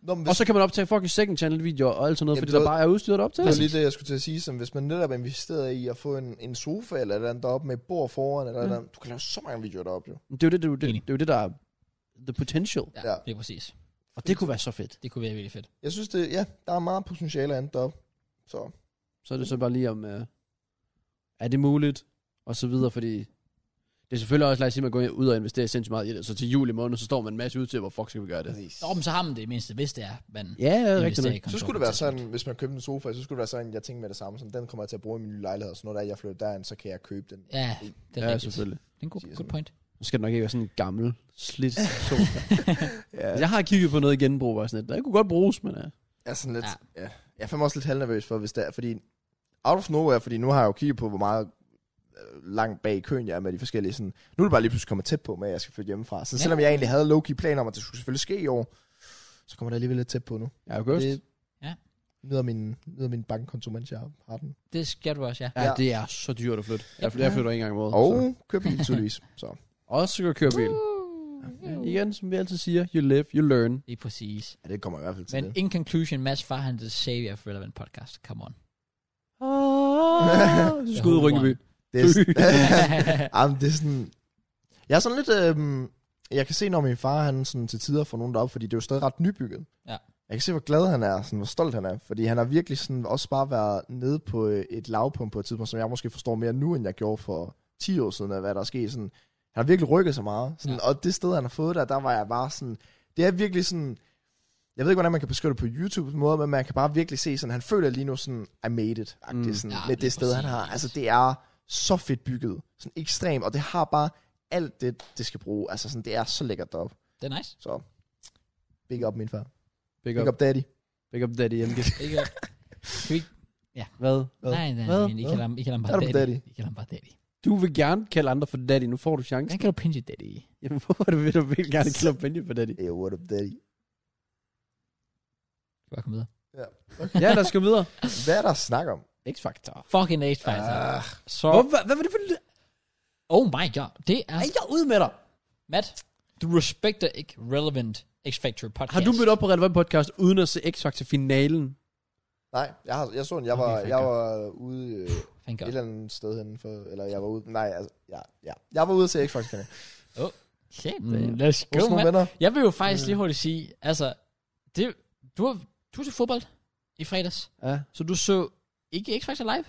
C: Nå, men
B: Og så kan man optage fucking second channel videoer og alt sådan noget,
C: Jamen,
B: fordi
C: det
B: der
C: var-
B: bare er udstyret op til.
C: Det var lige det, jeg skulle til at sige, som hvis man netop er investeret i at få en, en sofa eller et eller andet deroppe med et bord foran, eller, et
A: Mm.
C: eller andet, du kan lave så mange videoer deroppe jo.
B: Det er jo det, det, er jo det,
A: Enig.
B: det, er jo det der er the potential.
A: Ja,
C: Ja.
A: ja. det er præcis.
B: Og det kunne være så fedt.
A: Det kunne være virkelig fedt.
C: Jeg synes, det, ja, der er meget potentiale andet deroppe. Så
B: Så er det så bare lige om, øh, er det muligt? Og så videre, fordi det er selvfølgelig også, lad os sige, man går ud og investerer sindssygt meget i det. Så til juli måned, så står man en masse ud til, hvor fuck skal vi gøre det?
A: Nå, men så har man det i mindste, hvis det er, man
B: Ja, ja, rigtigt.
A: investerer
B: nok.
A: i kontor
C: så
A: på
C: skulle det være
A: et tidspunkt.
C: sådan, hvis man købte en sofa, så skulle det være sådan, jeg tænkte med det samme, sådan, den kommer jeg til at bruge i min nye lejlighed, og så når der er, jeg flytter derind, så kan jeg købe den.
A: Ja, det er
B: Ja,
A: rigtigt.
B: selvfølgelig.
A: Det er en god,
C: Siger
A: good
C: sådan.
A: point.
B: Nu skal det nok ikke være sådan en gammel, slidt sofa. ja. Jeg har kigget på noget genbrug og sådan noget. Det kunne godt bruges, men øh, ja.
C: Jeg er sådan lidt, ja. ja. Jeg er fandme også lidt halvnervøs for, hvis det er, fordi out of nowhere, fordi nu har jeg jo kigget på, hvor meget øh, langt bag i køen jeg er med de forskellige sådan, nu er det bare lige pludselig kommet tæt på med, at jeg skal flytte hjemmefra. Så
A: Ja.
C: selvom jeg egentlig havde low-key planer om, at det skulle selvfølgelig ske i år, så kommer det alligevel lidt tæt på nu.
B: Ja, august.
C: Det-
B: Det,
C: Nyder min, nyder min bankkonto, mens jeg har den.
A: Det skal du også, ja.
B: ja,
C: ja.
B: det er så dyrt at flytte. Jeg, jeg flytter en gang om året. så.
C: Og kører bil, tydeligvis. Så.
B: Og så kan jeg køre bil. Ja, igen, som vi altid siger, you live, you learn.
A: Lige præcis.
C: Ja, det kommer i hvert fald til
A: Men
C: det.
A: in conclusion, Mads Far, han er the savior of relevant podcast. Come on.
B: Skud
A: håber,
B: Rynkeby.
C: Det er, Jamen, det er sådan... Jeg er sådan lidt... Øhm, jeg kan se, når min far han sådan til tider får nogen derop, fordi det er jo stadig ret nybygget.
A: Ja.
C: Jeg kan se, hvor glad han er, sådan, hvor stolt han er. Fordi han har virkelig sådan, også bare været nede på øh, et lavpunkt på et tidspunkt, som jeg måske forstår mere nu, end jeg gjorde for 10 år siden, af hvad der er sket. Sådan, han har virkelig rykket så meget. Sådan,
A: Ja.
C: ja. Og det sted, han har fået der, der var jeg bare sådan... Det er virkelig sådan... Jeg ved ikke, hvordan man kan beskrive det på YouTube på en måde, men man kan bare virkelig se sådan, han føler lige nu sådan, I made it, mm.
B: Mm.
C: sådan,
A: Ja,
C: ja, med
A: lige
C: det sted, han
A: præcis.
C: har. Altså, det er så fedt bygget. Sådan ekstremt, og det har bare alt det, det skal bruge. Altså, sådan, det er så lækkert deroppe.
A: det er nice.
C: Så, big up, min far.
B: Big
C: Big
B: up,
C: up, daddy.
B: big up daddy, MG.
A: Ikke? Kan vi ikke?
B: Hvad?
C: Hvad?
A: Nej, nej,
B: Hvad?
A: nej. men I kalder ham, I kalder ham
C: Er
A: bare
C: du på
A: daddy.
C: daddy?
A: I kalder ham bare daddy.
B: Du vil gerne kalde andre for daddy, nu får du chancen.
A: Hvordan kan du pinche daddy?
B: Jamen, hvorfor vil du vil du virkelig gerne kalde Benji for daddy?
C: Hey, what up, daddy?
A: Du kan bare komme videre.
B: Ja, lad os gå videre.
C: Hvad er der at snakke om?
B: X-Factor.
A: Fucking Age Fighter.
C: Ah.
A: Så,
B: Hvor, hvad, hvad var det for en...
A: oh my god. Det er,
B: Er jeg ude med dig?
A: Matt, du respekter ikke relevant X Factor podcast.
B: Har du mødt op på Relevant Podcast uden at se X-Factor finalen?
C: Nej, jeg, har, jeg så den. Jeg var,
B: Okay, fair
C: jeg
B: godt.
C: var ude øh,
A: Thank
C: et
A: God.
C: eller andet sted henne. For, eller jeg var ude... Nej, altså, ja, ja. Jeg var ude til Xbox Kanal.
A: Okay, mm, let's go,
C: Hos nogle
A: man.
C: venner.
A: Jeg vil jo
B: Øh.
A: faktisk lige hurtigt sige, altså, det, du, har, du til fodbold i fredags,
B: Ja.
A: så du så ikke X Factor live?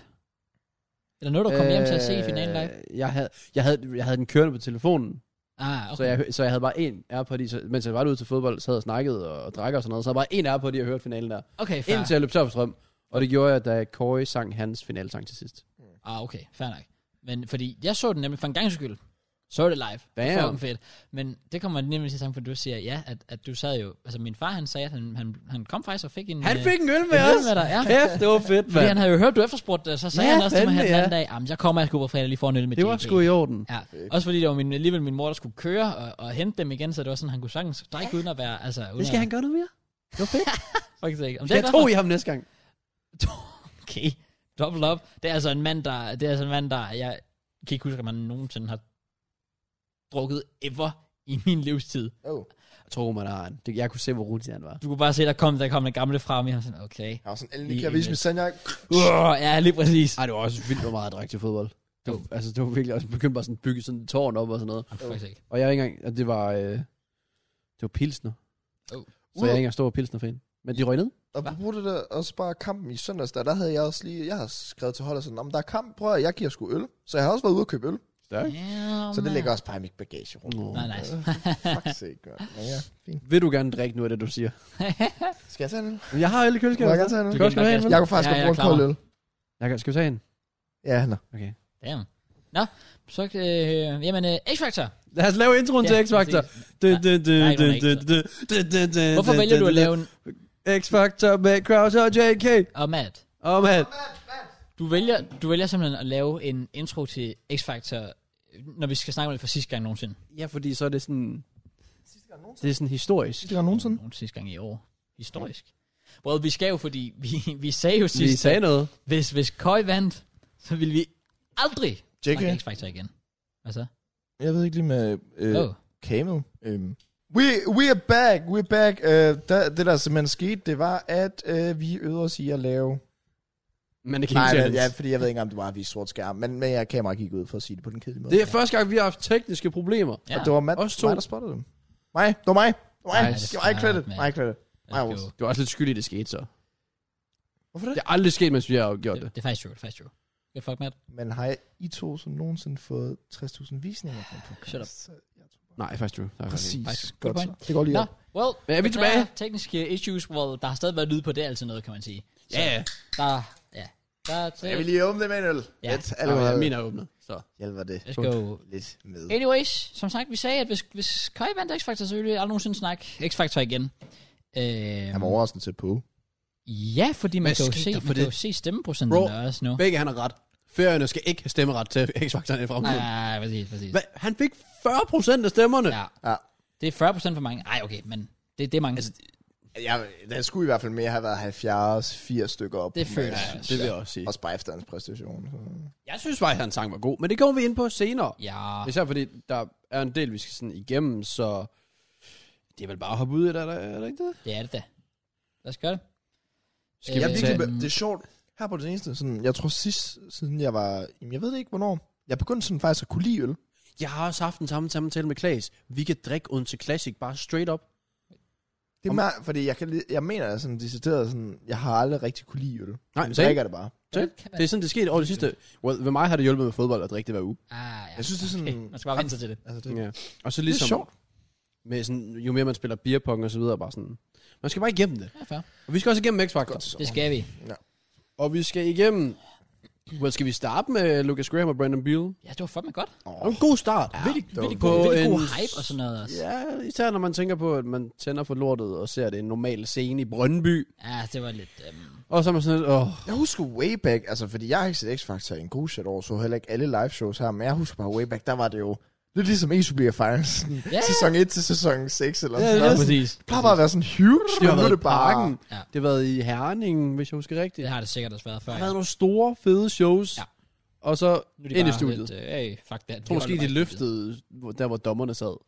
A: Eller noget, du kom hjem til at se i finalen live?
B: Øh, Jeg havde, jeg, havde, jeg havde den kørende på telefonen,
A: Ah,
B: okay. så,
A: okay.
B: jeg, så jeg havde bare en AirPod i, så, mens jeg var ude til fodbold, sad og snakkede og, og drak og sådan noget, så havde jeg bare en AirPod i og hørte finalen der.
A: Okay, fair.
B: Indtil jeg løb tør for strøm, og det gjorde jeg, da Corey sang hans finalsang til sidst.
A: Ah, okay, fair nok. Men fordi jeg så den nemlig for en gangs skyld. Så det live.
B: Damn.
A: Fucking fedt. Men det kommer nemlig til sammen, for du siger, ja, at, at du sad jo... Altså min far, han sagde, at han, han, han kom faktisk og fik en...
B: Han
A: øh,
B: fik en øl med
A: en øl
B: os!
A: med dig, ja.
B: Kæft, det var fedt,
A: Fordi han
B: mand.
A: havde jo hørt, du efterspurgte det, så sagde
B: Ja,
A: han også til mig her
B: fandme,
A: den anden
B: ja.
A: dag, jamen jeg kommer, jeg skal gå på fredag lige for en øl med
B: Det var
A: DB."
B: sgu i orden.
A: Ja, også fordi det var min, alligevel min mor, der skulle køre og, og hente dem igen, så det var sådan, han kunne sagtens drikke uden at være... Altså, uden
B: Det skal han gøre noget mere. Det var fedt.
A: Faktisk ikke. Om
B: Jeg
A: det er
B: tog i ham næste gang.
A: Okay, dobbelt op. Det er altså en mand, der... Det er altså en mand, der... Jeg kan ikke huske, at man nogensinde har drukket ever i min livstid.
C: Oh,
B: Jeg tror, man har en. Det- Jeg kunne se, hvor rutig han var.
A: Du kunne bare se, der kom, der kom den gamle frem, og jeg var sådan, okay.
C: jeg var sådan,
A: Lige
C: endelig kan jeg
A: lidt.
C: vise mig Sanja.
A: Uh, ja, lige præcis.
B: Ej, det var også vildt, hvor meget jeg drak til fodbold. Det var, altså, det var virkelig også begyndt bare sådan at bygge sådan et tårn op og sådan noget.
A: Oh, faktisk ikke.
B: Og jeg er ikke engang, at det var, øh, det var pilsner.
A: Oh.
B: Oh. Så jeg er ikke engang stor pilsner-fan. Men de røg ned.
C: Og på det der, også bare kampen i søndags, der, der havde jeg også lige, jeg har skrevet til holdet sådan, om der er kamp, prøv at jeg giver sgu øl. Så jeg har også været ude og købe øl.
B: Stærk.
A: Yeah,
C: Så det ligger også bare i mit bagagerum.
B: Nå.
A: Nej, nice.
C: Fuck sake, man. Men ja, fint.
B: Vil du gerne drikke nu af det, du siger?
C: Skal jeg tage en øl?
B: Men Jeg har øl i
C: Skal jeg
B: køleskabet.
C: gerne tage en øl?
A: Du kan
B: Du kan også
A: godt
B: have en,
A: kaste-
B: vel?
C: Jeg kunne faktisk
A: Ja,
C: godt
A: jeg
C: bruge en
A: er
C: kold øl.
B: Jakob, skal vi tage en?
C: Ja, han er.
A: Damn. Nå, så... Øh, jamen, øh, X-Factor.
B: Lad os lave introen til X-Factor.
A: præcis.
B: Du, du, du,
A: Nej,
B: du,
A: der er ikke
B: du,
A: nogen
B: du, du, du, du,
A: Hvorfor
B: du,
A: vælger
B: du,
A: du at
B: du.
A: lave en...
B: X-Factor med Kraus og JK.
A: Og Matt,
B: Åh, oh, mand.
A: du vælger, du vælger simpelthen at lave en intro til X-Factor, øh, når vi skal snakke om det for sidste gang nogensinde.
B: Ja, fordi så er det sådan... Det er sådan historisk.
C: Sidste gang nogensinde.
A: Nogen sidste gang i år. Historisk. Well, vi skal jo, fordi vi, vi sagde jo sidst,
B: Vi sagde noget.
A: hvis, hvis Køj vandt, så ville vi aldrig
C: JK.
A: snakke X-Factor igen. Hvad så?
C: Jeg ved ikke lige med øh,
A: Øh. Oh.
C: Camel. Øhm, We, we are back, we are back. Øh, der, det der simpelthen skete, det var, at øh, vi øvede os i at lave...
B: Men det kan
C: Nej,
B: ikke
C: men,
B: tælles.
C: ja, fordi jeg ved ikke, om det var at vise sort skærm, men, men jeg kamera gik ud for at sige det på den kedelige måde.
B: Det er første gang, vi har haft tekniske problemer.
A: Ja.
C: Og det var Matt,
B: Os
C: Også
B: to.
C: mig, der spottede dem. Mig, det var mig. Det var mig.
B: Nice.
C: Det var ikke credit.
A: Smart,
C: Mig credit.
A: Let's
C: Ej,
A: go.
C: hvor-
B: Du er også lidt skyldig, det skete så.
C: Hvorfor
B: Det er aldrig sket, mens vi har gjort det.
A: Det, det er faktisk true, det er faktisk true. Good fuck, Matt.
C: Men har I- I to så nogensinde fået 60.000 visninger på en podcast?
A: Shut up.
C: Så jeg tror bare-
B: Nej, faktisk du. Nej, faktisk ikke.
C: Præcis.
A: Faktisk.
C: Godt
A: Good
C: så.
A: point.
C: Det går lige
A: Nå,
C: op.
A: well.
B: Men er vi
A: der
B: tilbage?
A: Tekniske issues, hvor well, der har stadig været lyd på det, er altid noget, kan man sige. Så
B: Ja, ja.
A: Der, ja. Der er til.
C: Jeg vil lige åbne det med en øl.
A: Øh. Ja.
C: Lidt
B: Eller
C: allerede.
B: jeg mener jeg åbner. Så.
C: Hjælper det.
A: Let's go.
C: Lidt med.
A: Anyways, som sagt, vi sagde, at hvis, hvis Kai vandt X-Factor, så ville vi aldrig nogensinde snakke X-Factor igen.
C: Han var
A: Øh,
C: overraskende til på.
A: ja, fordi man
B: Hvad
A: kan, jo
B: skete
A: se,
B: der for
A: man kan
B: det?
A: jo se stemmeprocenten
B: Bro.
A: der også nu.
B: Begge han har ret. Færøerne skal ikke have stemmeret til X-Factor'en i fremtiden.
A: Nej, Ah, præcis, præcis.
B: Hva? Han fik 40% af stemmerne.
A: Ja.
C: Ja.
A: Det er 40% for mange. Ej, okay, men det, det er mange. Altså,
C: Jeg, den skulle i hvert fald mere have været 70-80 stykker op.
A: Det
C: på
A: føler
C: max.
A: jeg
B: Det vil jeg også sige.
C: Også bare efter hans præstation. Så.
B: Jeg synes faktisk, at hans sang var god, men det kommer vi ind på senere.
A: ja,
B: Især fordi, der er en del, vi skal sådan igennem, så det er vel bare at hoppe ud i det, er der- er der ikke det?
A: det er det da. Lad os gøre det.
B: Skal vi
C: Jeg er
A: Øh,
C: virkelig,
A: mm,
C: be- det er sjovt. Her på det eneste, sådan, jeg tror sidst, siden jeg var... Jamen, jeg ved det ikke, hvornår. Jeg begyndte sådan faktisk at kunne lide øl.
B: Jeg har også haft en samme samtale med Klaas. Vi kan drikke Odense Classic bare straight up.
C: Det er
B: Om-
C: mere, fordi jeg, kan, lide- jeg mener jeg sådan decideret sådan, jeg har aldrig rigtig kunne lide øl.
B: Nej, men
C: Så
B: seriøst.
C: ikke er det bare.
A: hvordan kan man-
B: Det er sådan, det skete over det sidste. Well, ved mig har det hjulpet med fodbold at drikke det hver uge.
A: Ah, ja.
C: Jeg synes, det er sådan...
A: Okay, man skal bare vente sig til Mm. det.
C: Altså, det,
B: Ja. Og så
C: det
B: ligesom,
C: er sjovt.
B: Med sådan, jo mere man spiller beer pong og så videre, bare sådan, man skal bare igennem det.
A: Ja, fair.
B: Og vi skal også igennem X-Factor.
C: så.
A: Det skal vi.
B: Og vi skal igennem, well, skal vi starte med Lucas Graham og Brandon Beal?
A: Ja, det var fandme godt.
B: Det var en god start.
A: Ja, virkelig,
C: var
A: virkelig,
B: på
A: god, virkelig god
B: en-
A: hype og sådan noget også.
B: Ja, især når man tænker på, at man tænder for lortet og ser det en normal scene i Brøndby.
A: Ja, det var lidt... Øhm,
B: Og så er man sådan lidt, åh,
C: Jeg husker way back, altså fordi jeg har ikke set X-Factor i en god shit år, så heller ikke alle live shows her, men jeg husker bare way back, der var det jo lidt ligesom e Super Finals,
A: ja.
C: yeah. sæson 1 til sæson 6 eller
B: Ja,
C: sådan
B: ja,
C: noget.
A: præcis.
C: Det plejer bare at være sådan huge,
B: det
C: men
B: har
C: nu er
B: været i
C: det bare...
B: parken.
A: Ja.
B: Det har været i Herning, hvis jeg husker rigtigt.
A: Det
B: Ja.
A: har det sikkert også været før. ja.
B: Der har været nogle store, fede shows.
A: Ja.
B: Og så
A: Nu er de
B: ind i
A: bare
B: studiet.
A: Lidt, øh, hey, fuck that.
B: Jeg tror måske,
A: holder
B: de
A: bare i studiet.
B: løftede, hvor- der hvor dommerne sad.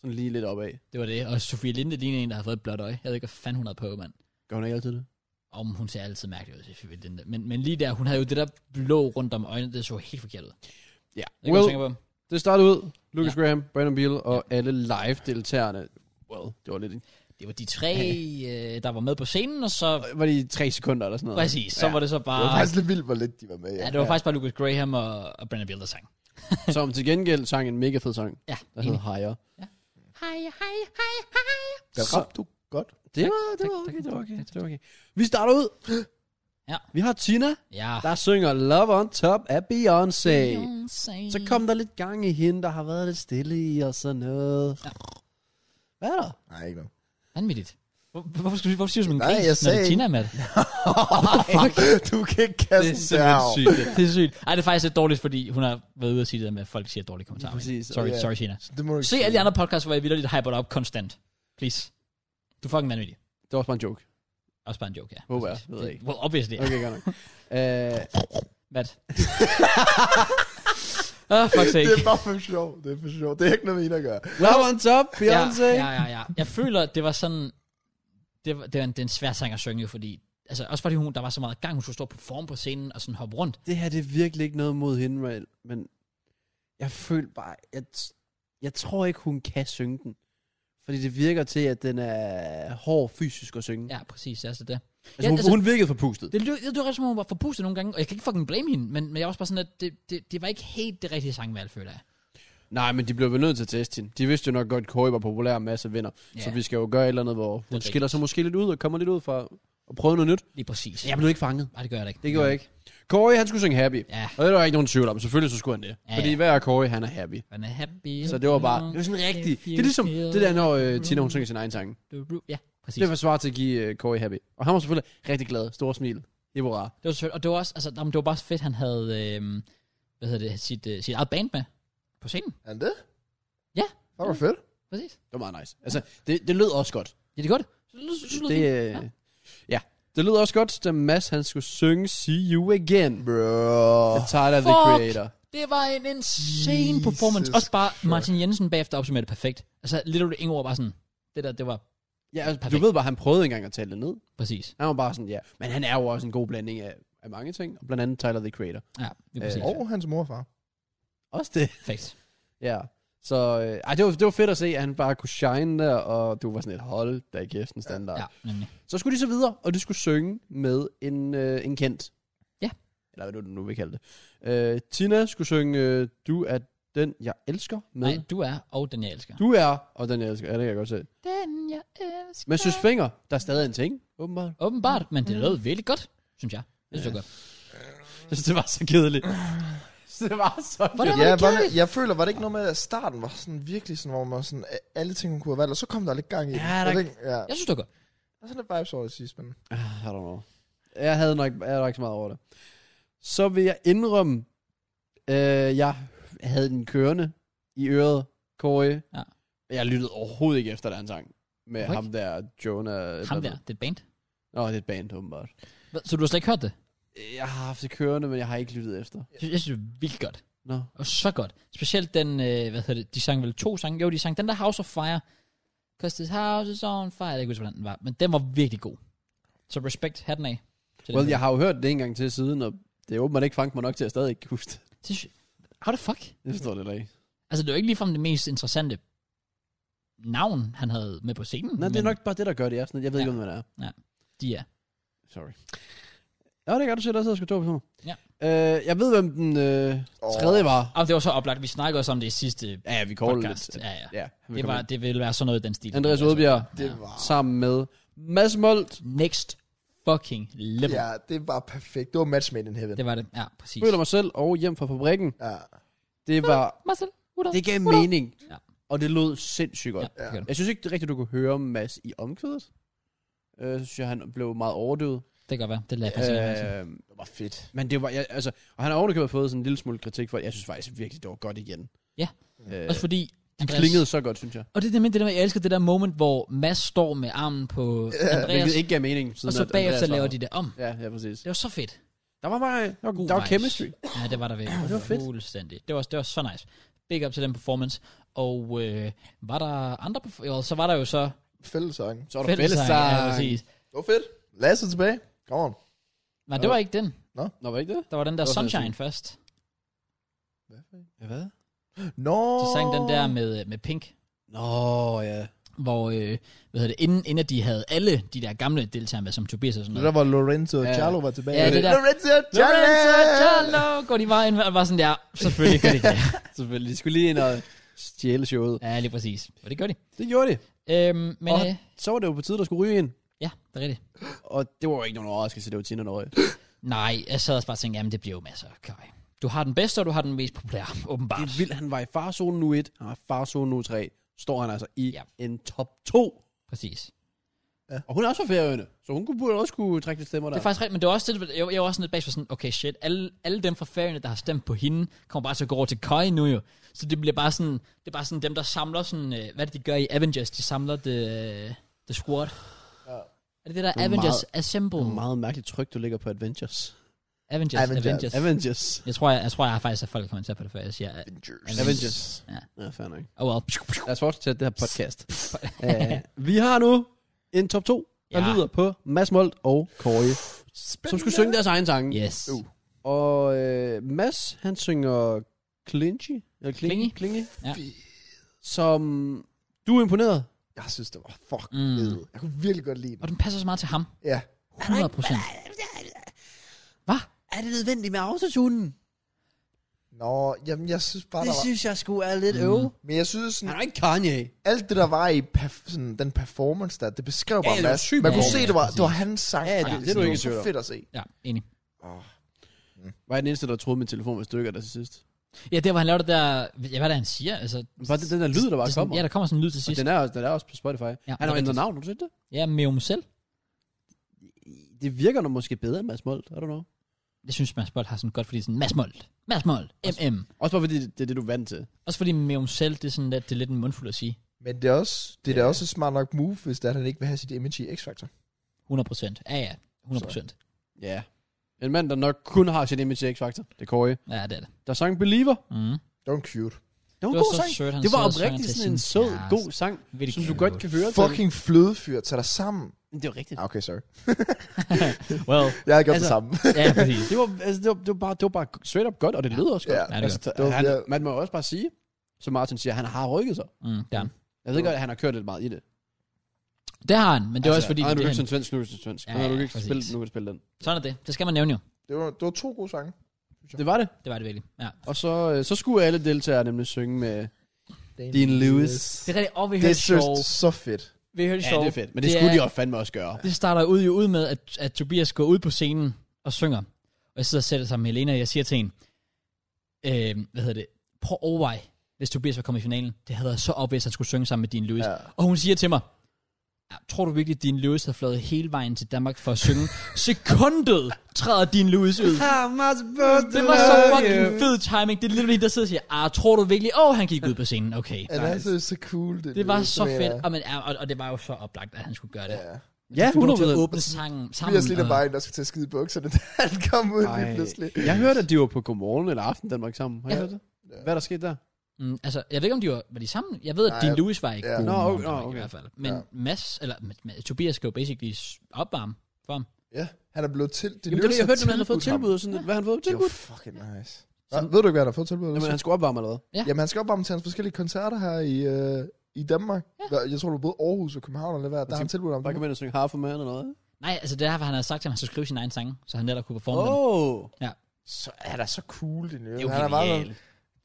B: Sådan lige lidt opad.
A: Det var det. Og Sofie Linde ligner en, der har fået et blåt øje. Jeg ved ikke, hvad fanden hun havde på, mand.
B: Gør hun ikke altid det?
A: Om hun ser altid mærkelig ud, Sofie Linde. Men, men lige der, hun havde jo det der blå rundt om øjnene. Det så helt forkert ud.
B: Ja.
A: Det kan well,
B: Well,
A: tænke på.
B: det startede ud. Lucas Graham, Brandon Beal og alle live-deltagerne. Well, det var lidt...
A: Det var de tre, øh, der var med på scenen, og så...
B: Var de tre sekunder eller sådan noget?
A: Præcis, så
B: Øh, Ja.
A: var det så
C: Det
A: bare...
C: var faktisk lidt vildt, hvor lidt de var med.
A: Ah. Ja, det var faktisk bare Lucas Graham og, og Brandon Beal, der sang.
B: Som til gengæld sang en mega fed sang,
A: Mm. Ja,
B: der hed Higher.
A: Hej, hej, hej, hej.
C: Der
B: Så-
C: ramte du godt.
B: Det var, det
A: tak,
B: var
A: tak,
B: okay, det var okay,
A: tak, tak.
B: det var okay. Vi starter ud.
A: Ja.
B: Vi har Tina,
A: Ja.
B: der synger Love on Top af Beyoncé.
A: Beyoncé.
B: Så kom der lidt gang i hende, der har været lidt stille i og sådan noget.
A: Ja.
B: Hvad er der?
C: Nej, ikke noget.
A: Vanvittigt. Hvor- Hvorfor, skulle, du- hvorfor siger du som en
C: Nej,
A: gris,
C: jeg
A: når det
C: sagde
A: er Tina, Matt? Fuck.
C: du kan ikke kaste den derovre.
B: sygt. det.
A: Det er sygt. Ej, det er faktisk lidt dårligt, fordi hun har været ude og sige det der med, at folk siger dårlige kommentarer.
B: Ja, præcis.
A: Sorry,
C: Ja.
A: sorry, Tina.
C: Så Det må du ikke
A: Se
C: sige.
A: alle de andre podcasts, hvor jeg vildt hyper dig op konstant. Please. Du er fucking vanvittig.
B: Det var også bare en joke.
A: Også bare en joke, ja.
B: Håber
A: Præcis.
B: jeg. Ved
A: Det-
B: jeg ikke.
A: Well, obviously.
B: Okay, godt nok. Øh,
A: Hvad? Åh, fuck sake.
C: Det er bare for sjov. Det er for sjov. Det er ikke noget, med hende at gøre.
B: Love on Top, Beyoncé.
A: Ja, ja, ja, ja. Jeg føler, at det var sådan... Det var, det var en, det er en svær sang at synge, jo, fordi... Altså, også fordi hun, der var så meget gang, hun skulle stå på form på scenen og sådan hoppe rundt.
B: Det her, det er virkelig ikke noget mod hende, Rael, men jeg føler bare, jeg, jeg tror ikke, hun kan synge den. Fordi det virker til, at den er hård fysisk at synge.
A: Ja, præcis, altså det.
B: Altså, hun,
A: altså-
B: hun virkede forpustet.
A: Det lød, det lød ret som om, hun var forpustet nogle gange, og jeg kan ikke fucking blame hende, men, men jeg var også bare sådan, at det, det, det var ikke helt det rigtige sangvalg, føler jeg.
B: Nej, men de blev vel nødt til at teste hende. De vidste jo nok godt, at Corey var populær og masse vinder.
A: Ja.
B: Ja. Så vi skal jo gøre et eller andet, hvor hun
A: rigtigt.
B: skiller sig måske lidt ud og kommer lidt ud fra og prøve noget nyt.
A: Lige præcis.
B: Jeg blev ikke fanget.
A: Nej, det gør jeg da ikke.
B: Det gjorde jeg ikke. Corey, han skulle synge Happy.
A: Ja,
B: Og det var der ikke nogen tvivl om. Selvfølgelig så skulle han det.
A: Ja,
B: Ja, Fordi
A: ja.
B: ja. hver Corey, han er happy.
A: man er happy.
B: Så det var bare... Det var sådan rigtigt. Det er ligesom det der, når øh, Tina, hun synger sin egen sang.
A: Ja, præcis.
B: Det var svar til at give øh, Corey Happy. Og han var selvfølgelig rigtig glad. Stor smil. Det var rart.
A: Det var selvfølgelig, og det var også, altså, jamen, det var bare så fedt, han havde, øhm, hvad hedder det, sit, øh, sit eget band med på scenen.
C: Er det?
A: Ja.
C: Det var fedt.
A: Præcis.
B: Det var meget nice. Altså, det, det lød også godt.
A: Ja, det er godt. Så lyder- så lyder
B: Det,
A: fint.
B: øh, ja. Det lød også godt, da Mads han skulle synge See You Again.
C: Bro.
B: Tyler, the
A: Fuck.
B: Creator.
A: Det var en insane Jesus performance.
C: Jesus
A: Også bare Martin Jensen bagefter opsummerede det perfekt. Altså, lidt over ingen ord bare sådan, det der, det var
B: Ja, altså, du
A: Perfekt.
B: ved bare, han prøvede engang at tale det ned.
A: præcis.
B: Han var bare sådan, ja. Men han er jo også en god blanding af, af mange ting. Og blandt andet Tyler, the Creator.
A: Ja, det er
B: Øh,
A: præcis.
C: Og hans mor og far.
B: Også det.
A: Perfekt.
B: Ja. Så øh, ej, det, var, det var fedt at se, at han bare kunne shine der, og du var sådan et hold, der ikke en standard.
A: Ja, nemlig.
B: Så skulle de så videre, og de skulle synge med en, øh, en kendt.
A: Ja.
B: Eller hvad du nu vil kalde det. Øh, Tina skulle synge øh, Du er den, jeg elsker med.
A: Nej, du er, og den jeg elsker.
B: Du er, og den jeg elsker. Ja, det kan jeg godt se.
A: Den jeg elsker. Mm.
B: Men Søs Finger, der er stadig en ting, åbenbart.
A: Åbenbart, men det lød virkelig godt, synes jeg. Det synes jeg godt.
B: Jeg synes, det var så kedeligt. Så det var så
A: Var det,
C: Ja,
A: var det
C: var
A: kedeligt?
C: det, jeg føler, var det ikke noget med, at starten var sådan virkelig sådan, hvor man var sådan, at alle ting, hun kunne have valgt, og så kom der lidt gang i
B: Ja,
C: den.
B: der-
C: Jeg ved ikke- ja.
A: Jeg synes, det var godt.
C: Der er sådan lidt vibes over det sidste, men...
B: Ah, I don't know. Jeg havde nok, jeg havde nok ikke så meget over det. Så vil jeg indrømme, øh, jeg havde den kørende i øret, Corey.
A: Ja.
B: Jeg lyttede overhovedet ikke efter den sang. Med
A: Hvorfor
B: ham der, Jonah.
A: Ham der, det er et band.
B: Nå, det er et band, åbenbart.
A: Hvad, Så du har slet ikke hørt det?
B: Jeg har haft det kørende, men jeg har ikke lyttet efter.
A: Jeg synes, jeg synes, det er vildt godt.
B: Nå.
A: Og så godt. Specielt den, øh, hvad hedder det, de sang vel to sange. Jo, de sang den der House of Fire. Cause this house is on fire. Jeg kan ikke huske, hvordan den var. Men den var virkelig god. Så respekt, hatten af. til den
B: Well,
A: her.
B: jeg har jo hørt det en gang til siden, og det er åbenbart ikke fangt mig nok til, at jeg stadig ikke kan huske det.
A: Det sy- How the fuck?
B: Jeg forstår det heller ikke.
A: Altså, det var ikke ligefrem det mest interessante navn, han havde med på scenen.
B: Nej, det er
A: men
B: nok bare det, der gør det. Jeg, er sådan, jeg ved ikke, hvem det er.
A: De er.
B: Sorry. Ja, det er godt, du siger, der sidder sgu to personer.
A: Ja.
B: Øh, jeg ved, hvem den øh, tredje var.
A: Og det var så oplagt. Vi snakkede også om det i sidste
B: Ja, ja, vi callede
A: podcast.
B: lidt.
A: Ja, ja.
B: Ja, vi
A: Det,
B: kom
A: var,
B: ind.
A: det ville være sådan noget i den stil. Altså,
B: Andreas Odbjerg
C: Det
A: Ja.
C: var...
B: sammen med Mads Molt.
A: Next fucking level.
C: Ja, det var perfekt. Det var match made in heaven.
A: Det var det. Ja, præcis.
B: Føler mig selv og hjem fra fabrikken.
C: Ja.
B: Det var...
A: Marcel, Uda.
B: Det gav mening.
A: Ja.
B: Og det lød sindssygt godt.
A: Ja, det gør det.
B: Jeg synes ikke det rigtigt, du kunne høre Mads i omkvædet. Øh, så synes jeg, han blev meget overdøvet.
A: det kan godt være. Det lader jeg faktisk ikke mærke til.
B: Øh,
C: Det var fedt.
B: men det var, jeg, altså, og han har ovenikøbet fået sådan en lille smule kritik for, at jeg synes faktisk virkelig, det var godt igen.
A: Ja.
B: Øh,
A: Også fordi...
B: det klingede så godt, synes jeg.
A: Og det er nemlig det der med, jeg elsker det der moment, hvor Mads står med armen på Andreas,
B: Hvilket ikke gav mening. Siden
A: og så
B: at
A: bagefter
B: Andreas var
A: laver
B: her.
A: de det om.
B: Ja, ja, præcis.
A: Det var så fedt.
B: Der var bare, der var,
A: God
B: der var
A: vibes.
B: chemistry.
A: Ja, det var der virkelig.
B: det var fedt.
A: Fuldstændig. Det var, det var så nice. Big up til den performance. Og øh, var der andre... perf- Jo, så var der jo så...
C: Fællesang.
B: Så var der
A: fællessang.
B: fællessang.
A: Ja, præcis.
C: Det var fedt. Lasse tilbage. Kom on.
A: Nej, det var ikke den.
B: Nå, var det ikke det?
A: Der var den der
B: Det var sådan, jeg
A: Sunshine først.
B: Ja, hvad?
C: Nå.
A: De sang den der med, med Pink.
B: Nå, ja.
A: hvor, øh, hvad hedder det, inden, inden at de havde alle de der gamle deltagere med, som Tobias og sådan
C: Det
A: noget.
C: der var Lorenzo og
B: Ja.
C: Charlo var tilbage.
A: Ja, det der-
C: Lorenzo og Charlo!
A: Lorenzo Charlo! Går de bare ind og var sådan der, selvfølgelig gør de det.
B: Selvfølgelig. De skulle lige ind og stjæle showet.
A: ja, lige præcis. Og det gør de.
B: Det gjorde de.
A: Øhm, men
B: Og-
A: øh,
B: Så var det jo på tide, der skulle ryge ind.
A: ja, det er rigtigt.
B: Og det var jo ikke nogen overraskelse, det var Tina Norge.
A: Nej, jeg sad også bare og tænkte, jamen det bliver jo masser. Okay. Du har den bedste, og du har den mest populære,
B: Det
A: åbenbart.
B: er vildt. Han var i farzonen nu 1, han var i farzonen nu 3. Står han altså i
A: Ja.
B: ja. en top 2.
A: Præcis.
B: Og hun er også fra Færøerne, så hun kunne burde også kunne trække lidt stemmer der.
A: Det er faktisk rigtigt, men det var også det, jeg, jeg var også sådan lidt bag for sådan, okay shit, alle, alle dem fra færgerne, der har stemt på hende, kommer bare til at gå over til Køj nu jo. Så det bliver bare sådan, det er bare sådan dem, der samler sådan, øh, hvad er det, de gør i Avengers? De samler det, det squad.
C: Ja.
A: Er det det der
B: Det er
A: Avengers
B: meget-
A: Assemble?
B: Det er meget mærkeligt tryk, du ligger på Adventures.
A: Avengers, Avengers.
C: Avengers.
A: Avengers.
B: Avengers.
A: Jeg tror, jeg, jeg tror jeg faktisk, at folk kommer til at på det, før jeg siger, at-
C: Avengers.
B: Avengers.
A: Ja.
B: Ja, fair nok.
A: oh well.
B: Lad os fortsætte det her podcast. uh, vi har nu en top 2, der
A: Ja.
B: ja. lyder på Mads Molt og Kåre, som skulle synge deres egen sange.
A: Yes.
C: Uh.
B: Og øh, Mads, han synger Clinchy, eller Klinge,
A: Klinge.
B: Klinge,
A: Ja.
B: som du er imponeret.
C: Jeg synes, det var fuck
A: Mm.
C: fed. Jeg kunne virkelig godt lide
A: Og
C: den.
A: den passer så meget til ham.
C: Ja.
A: 100 procent.
B: Er det nødvendigt med autotunen?
C: Nå, jamen jeg synes bare, der var...
B: synes jeg sgu er lidt
A: øv.
C: Men jeg synes sådan,
B: Mm. Han er ikke Kanye.
C: alt det, der var i perf- sådan, den performance der, det beskrev bare ja,
B: det var
C: Mads.
B: syg
C: Man kunne
A: performance.
C: se, det var,
A: Ja,
C: det var hans sang.
B: Ja, det-
C: faktisk.
B: det er du ikke i
C: var
B: tvivl
C: så
B: om.
C: fedt at se.
A: Ja, enig.
C: Åh,
B: Var jeg den eneste, der troede, min telefon var i stykker der til sidst?
A: Ja, det var han lavede det der, ja, hvad er det, han siger? Altså,
B: Var det den der lyd, der bare
A: det er sådan,
B: kommer?
A: ja, der kommer sådan en lyd til
B: og
A: sidst.
B: den er, også, den er også på Spotify.
A: Ja,
B: Ja,
A: det
B: han
A: er
B: har ændret
A: rigtigt.
B: navn, har du set det?
A: Ja, Meum selv.
B: Det virker nok måske bedre end Mads Molt, I don't know.
A: Jeg synes, Mads Bold har sådan godt, fordi sådan, Mads Mold, Mads Mold, MM.
B: Også bare fordi, det, det er det, du er vant til.
A: Også fordi Meum selv, det er sådan lidt, det er lidt en mundfuld at sige.
C: Men det er også, det er da også et smart nok move, hvis det er, at han ikke vil have sit image i X-Factor.
A: 100 procent. Ja, ja, 100 procent.
B: Ja. En mand, der nok kun har sit image i X-Factor. Det er Corey.
A: Ja, det er det.
B: Der sang Believer.
A: Mm.
C: Don't cute.
B: Det var
A: Det
B: en
A: var
B: god
A: så
B: sang.
A: sødt, han
B: det var
A: sad og sang
B: oprigtigt
A: til
B: sådan en
A: sin
B: sød,
A: kæreste.
B: god sang,
A: Virkelig
B: som du
A: cute.
B: godt kan høre. til.
C: Fucking flødefyr, tag dig sammen.
B: Men Det var rigtigt.
C: Ah, okay, sorry.
A: Well,
C: Jeg har gjort altså, det
B: Altså,
C: samme.
A: ja, præcis.
B: Det var, altså, det, var, det, var bare, det var bare straight up godt, og det
A: Ja.
B: lød også godt.
C: Ja,
A: det er
B: altså,
C: Det var-
B: han,
C: ja.
B: man må også bare sige, som Martin siger, han har rykket sig.
A: Mm, det, har han.
B: Jeg ved godt, at han har kørt lidt meget i det.
A: det har han, men det er
B: altså,
A: også fordi...
B: "Ej,
A: det
B: du
A: er
B: kan ikke
A: han-
B: spille svensk, nu er du til svensk.
A: Ja,
B: Ja, ja, du kan
A: ja,
B: ikke spille,
A: præcis.
B: nu kan du spille den.
A: Sådan er det. Det skal man nævne jo.
C: Det var, det var to gode sange.
B: Det var det.
A: Det var det virkelig. Ja.
B: Og så, øh, så skulle alle deltagere nemlig synge med Dean Lewis.
A: Det er rigtigt, og vi
C: Det
A: hører
C: er
A: det
C: så,
A: show.
C: så fedt.
A: Vi hører det
B: Ja,
A: show.
B: det er fedt.
A: Det
B: Men det, det skulle
A: er-
B: de også fandme også gøre.
A: Det starter ud, jo ud med, at, at Tobias går ud på scenen og synger. Og jeg sidder og sætter sammen med Helena, og jeg siger til hende, øh, hvad hedder det, prøv at overvej, hvis Tobias var kommet i finalen. Det havde været så op, hvis han skulle synge sammen med Dean Lewis. Ja.
C: Ja.
A: Og hun siger til mig, "Ja, tror du virkelig, at Dean Lewis har fløjet hele vejen til Danmark for at synge? Sekundet træder Dean Lewis ud. Det var så fucking fed timing. Det er lidt der sidder og siger, ah, tror du virkelig? Åh, oh, han gik ud på scenen. Okay.
C: Ja, det er så, så cool. Det,
A: Det var
C: Lewis,
A: så
C: mener
A: fedt.
C: jeg.
A: Og, men, ja, og, og det var jo så oplagt, at han skulle gøre det.
C: Ja.
B: Ja,
A: Fik lov til at
B: 100%.
A: åbne sangen sammen.
C: Tobias lige bare en, der skal til at skide i bukserne, da han kom ud lige
B: Ej.
C: pludselig.
B: Jeg hørte, at de var på Godmorgen eller Aften Danmark sammen. Har I
A: Ja.
B: hørt det? Hvad er der sket der?
A: Mm, altså, jeg ved ikke, om de var, var de sammen. Jeg ved, at
C: Nej,
A: Dean Lewis var ikke
C: ja.
A: ja. god.
B: Nå,
A: Morgen
B: okay,
A: Danmark
B: okay.
A: I hvert fald. Men
C: Ja.
A: Mads, eller Ma- Tobias skal jo basically s- opvarme for ham.
C: Ja, han er blevet til...
B: Jamen, det, er det, jeg hørte, at han havde fået tilbud. og Sådan, Hvad har han fået
C: Det
B: tilbud?
C: var fucking nice. Nå, ved du ikke, hvad han har fået tilbud?
B: Jamen, han skulle opvarme allerede.
A: Ja.
C: Jamen, han skal opvarme til hans forskellige koncerter her i, øh, i Danmark. Ja. Jeg tror, du er både Aarhus og København eller hvad. Der har han tilbudt om
B: Bare kom ind og synge Half a Man eller noget.
A: Nej, altså det er derfor, han havde sagt til ham, at han skulle skrive sin egen sang, så han netop kunne performe oh. den.
B: Åh!
C: Så er der så cool, det nye.
A: Det er jo
C: Han har meget
A: genialt.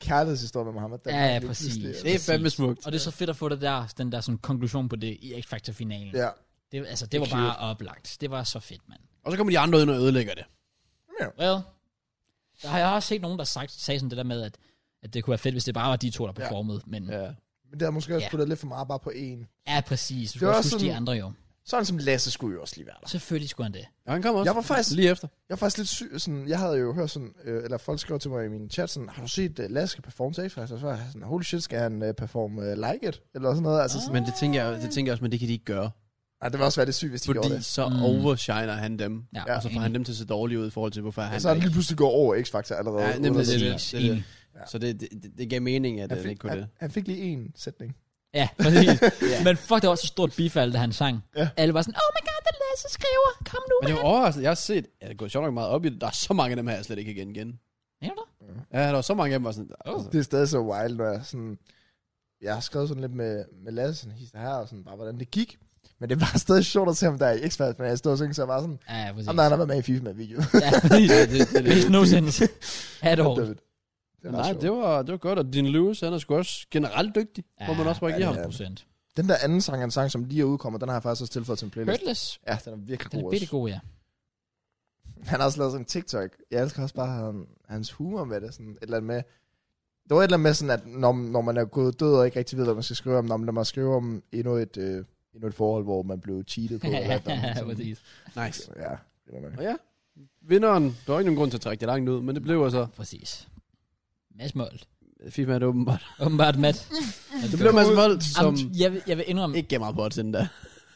C: kærlighedshistorie med Mohammed.
A: Ja, ja, præcis.
B: Det er fandme smukt.
A: Og det er så fedt at få det der, den der sådan konklusion på det i X-Factor-finalen.
C: Ja.
A: Det, altså, det, det var
B: er
A: bare oplagt. Det var så fedt, mand.
B: Og så kommer de andre ind og ødelægger det.
A: Well, der har jeg også set nogen, der sagt, sagde sådan det der med, at, at det kunne være fedt, hvis det bare var de to, der
C: Ja.
A: performede. Ja. Men ja,
B: Ja.
C: Men det har måske også
A: Ja.
C: puttet lidt for meget bare på én.
A: ja præcis. Du
C: Det
A: skal
C: var
A: også huske
C: sådan-
A: de andre jo.
C: Sådan som Lasse skulle jo også lige være der.
A: Selvfølgelig skulle han det.
B: Og han kom også.
C: Jeg var faktisk-
B: Lige efter.
C: Jeg var faktisk lidt syg, sådan, jeg havde jo hørt sådan, øh, eller folk skrev til mig i min chat sådan, har du set uh, Lasse skal performe til X-Factor? Så var jeg sådan, holy shit, skal han uh, performe uh, like it? Eller sådan noget. Altså, sådan,
B: Men det tænker, jeg, det tænker jeg også, men det kan Ah. de ikke gøre.
C: ej, det var også være det syg, hvis de
B: Fordi
C: gjorde det.
B: så
A: Mm.
B: overshiner han dem.
A: Ja,
B: Og så får
A: enig.
B: han dem til at se dårlige ud i forhold til, hvorfor Altså, han
C: Og så er det
B: ikke...
C: lige pludselig gået over X-Factor allerede.
B: Ja, nemlig
C: Uden at
B: det,
C: sige-
B: det,
A: Præcis,
B: det, det.
A: enig.
C: Ja.
B: Så det, det, det gav mening, at
C: Han
B: han
C: fik,
B: ikke kunne
C: han,
B: det.
C: han fik lige én sætning.
A: Ja, præcis.
B: Ja.
A: yeah. Men fuck, det var så stort bifald, da han sang.
C: Ja.
A: Ja. Alle var sådan, oh my god, det er Lasse skriver. Kom nu,
B: Men det var
A: mand.
B: overraskende. Jeg har set, jeg er gået sjovt nok meget op i det. Der er så mange af dem her, jeg slet ikke kan genkende.
A: Mener du det?
B: Ja, der var så mange af dem, var sådan...
A: Oh.
B: Altså,
C: Det er stadig så wild, når jeg sådan... Jeg har skrevet sådan lidt med, med Lasse, sådan hister her, og sådan bare, hvordan det gik. Men det var stadig sjovt at se ham der i X-Factor, men jeg stod og synge, så jeg var sådan,
A: Ja, præcis.
C: om der har været med i FIFA med video.
A: Ja, præcis.
B: ja, det, det,
A: Makes
B: det,
A: no sense at all.
C: det, det
B: nej, det var, det var godt, og Dean Lewis, han er sgu også generelt dygtig, ja, må man også bare give
C: ja,
B: ham.
C: det er-
A: 100%.
C: Den der anden sang, han sang, som lige er udkommet, den har jeg faktisk også tilføjet til en playlist.
A: Hurtless,
C: Ja, den er virkelig
A: den
C: god
A: er
C: også.
A: bitte god, ja.
C: Han har også lavet sådan en TikTok. Jeg elsker også bare han, hans humor med det. Sådan et eller andet med, det var et eller andet med sådan, at når, når man er gået død og ikke rigtig ved, hvad man skal skrive om, når man, når man skriver om endnu et, øh, endnu et forhold, hvor man blev cheatet på. eller hvad der er, sådan.
A: præcis.
B: Nice.
C: Ja, det var nok.
B: Og ja, vinderen, der var ikke nogen grund til at trække det langt ud, men det blev altså...
A: Præcis. Mads Mold.
B: FIFA er det åbenbart.
A: Åbenbart Mads.
B: Det blev Mads Mold, som
A: Som... Jeg, vil, jeg vil indrømme,
B: ikke gav meget på at sende der.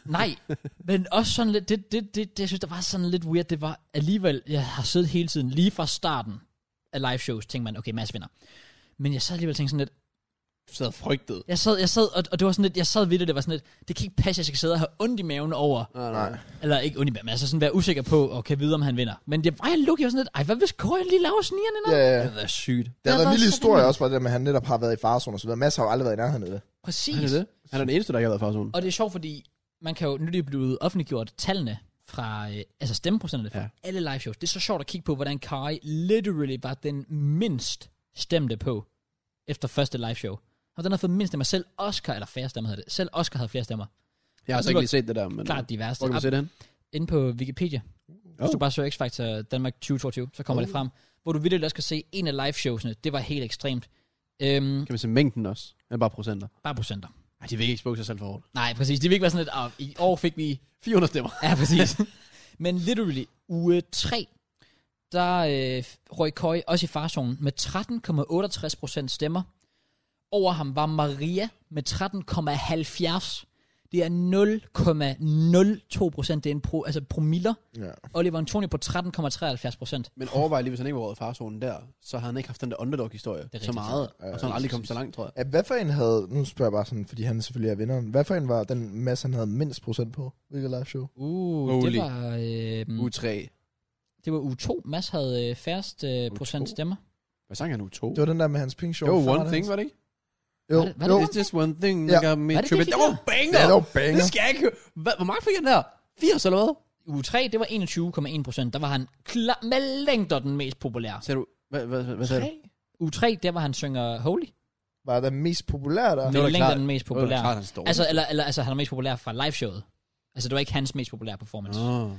A: nej, men også sådan lidt, det, det, det, det, jeg synes, der var sådan lidt weird, det var alligevel, jeg har siddet hele tiden, lige fra starten af live shows, tænkte man, okay, Mads vinder. Men jeg sad alligevel og tænkte sådan lidt,
B: Du sad frygtet.
A: Jeg sad, jeg sad og, og, det var sådan lidt, jeg sad ved det, det var sådan lidt, det kan ikke passe, at jeg skal sidde og have ondt i maven over,
B: Nej, nej.
C: Nej.
A: eller ikke ondt i maven, men altså sådan være usikker på, og kan vide, om han vinder. Men jeg var jeg lukket, jeg var sådan lidt, ej, hvad hvis Kåre lige laver snigerne nu?
C: Ja, ja, ja.
B: Det var sygt.
C: Det har været en
A: var
C: lille
A: så
C: historie
A: vildt.
C: også, bare det der med, at han netop har været i farzone og så videre. Mads har jo aldrig været i nærheden af det.
A: Præcis.
B: Han er det. Han er den eneste, der ikke har været i farzonen.
A: Og det er sjovt, fordi man kan jo, nu er det blevet offentliggjort tallene fra, øh, altså stemmeprocenterne fra
B: Ja.
A: ja. alle live shows. Det er så sjovt at kigge på, hvordan Kari literally var den mindst stemte på efter første live show. Og den har fået mindst stemmer. Selv Oscar, eller færre stemmer hedder det. Selv Oscar havde flere stemmer.
B: Jeg har altså
A: Det
B: ikke
A: var-
B: lige set det der, men...
A: Klart de værste.
B: Hvor kan man se det hen?
A: inde på Wikipedia. Hvis
B: Oh.
A: du bare søger X-Factor Danmark 2022, så kommer oh. det frem. Hvor du virkelig også kan se, en af live-showsene, det var helt ekstremt. Øhm,
B: Kan man se mængden også? Eller bare procenter?
A: bare procenter.
B: Ej, de vil ikke expose sig selv for hårdt.
A: Nej, præcis. Det vil ikke være sådan, at oh, i år fik vi...
B: 400 stemmer.
A: Ja, præcis. Men literally, uge 3, der øh, røg Køj også i farzonen med 13,68 procent stemmer. Over ham var Maria med 13,70. Det er 0,02 procent. Det er en pro, altså promiller.
C: Ja.
A: Oliver Antonio på 13,73 procent.
B: Men overvej lige, hvis han ikke var røget i farzonen der, så havde han ikke haft den der underdog-historie
A: er
B: så
A: rigtigt.
B: meget,
C: Ja, ja,
B: og så han aldrig kommet så langt, tror jeg.
C: Ja, hvad for en havde, nu spørger jeg bare sådan, fordi han selvfølgelig er vinderen, hvad for en var den masse, han havde mindst procent på? Hvilket live show?
A: Uh,
B: Holy.
A: det var, øh,
B: U3.
A: det var U2. Mads havde øh, færrest øh, procent stemmer.
B: Hvad sang han U2?
C: Det var den der med hans pink show.
B: Det var
C: Faren
B: One
C: hans.
B: Thing, var det ikke?
C: Jo,
A: Var det- var det
C: jo.
A: det?
B: It's just one thing
C: Ja.
B: that got me
A: Var det
B: tripped.
A: virkelig
B: Det var banger!
C: Ja, det var banger.
B: Det skal jeg ikke Hva- Hvor meget fik han der? 80 eller hvad?
A: U3, det var 21,1 procent. Der var han klar, med længder den mest populære.
B: Sagde du... Hvad, hvad, hvad sagde du?
A: U3, der var han synger Holy.
C: Var den mest populære der?
B: Det var
A: Med
B: da
A: længder
B: klart-
A: den mest
B: Det var da
A: populære.
B: klart, hans dårligste.
A: Altså, eller, eller, altså, han er mest populær fra liveshowet. Altså, det var ikke hans mest populære performance. Oh.
B: Ah.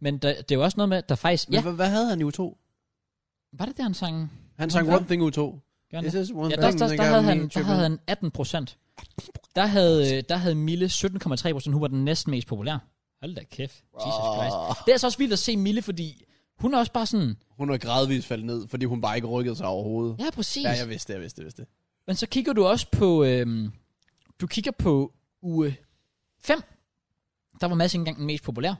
A: Men der, det er jo også noget med, at der faktisk...
B: Men
A: Ja,
B: hvad, hvad havde han i U2?
A: var det der, han sang?
B: Han sang
A: Hvad?
B: One Thing U2.
A: Gjorde han det?
B: It's just one
A: Ja,
B: thing
A: der, der, der,
B: got
A: havde
B: me
A: han, der
B: tripped.
A: havde han 18 procent. Der havde, øh, der havde Mille 17,3 procent. Hun var den næsten mest populære. Hold da kæft. Jesus Christ. Det er altså også vildt at se Mille, fordi hun er også bare sådan...
B: Hun er gradvist faldet ned, fordi hun bare ikke rykkede sig overhovedet.
A: Ja, præcis.
B: Ja, jeg vidste det, jeg vidste det, jeg vidste det.
A: Men så kigger du også på... Øhm, du kigger på uge 5. Der var Mads ikke engang den mest populære.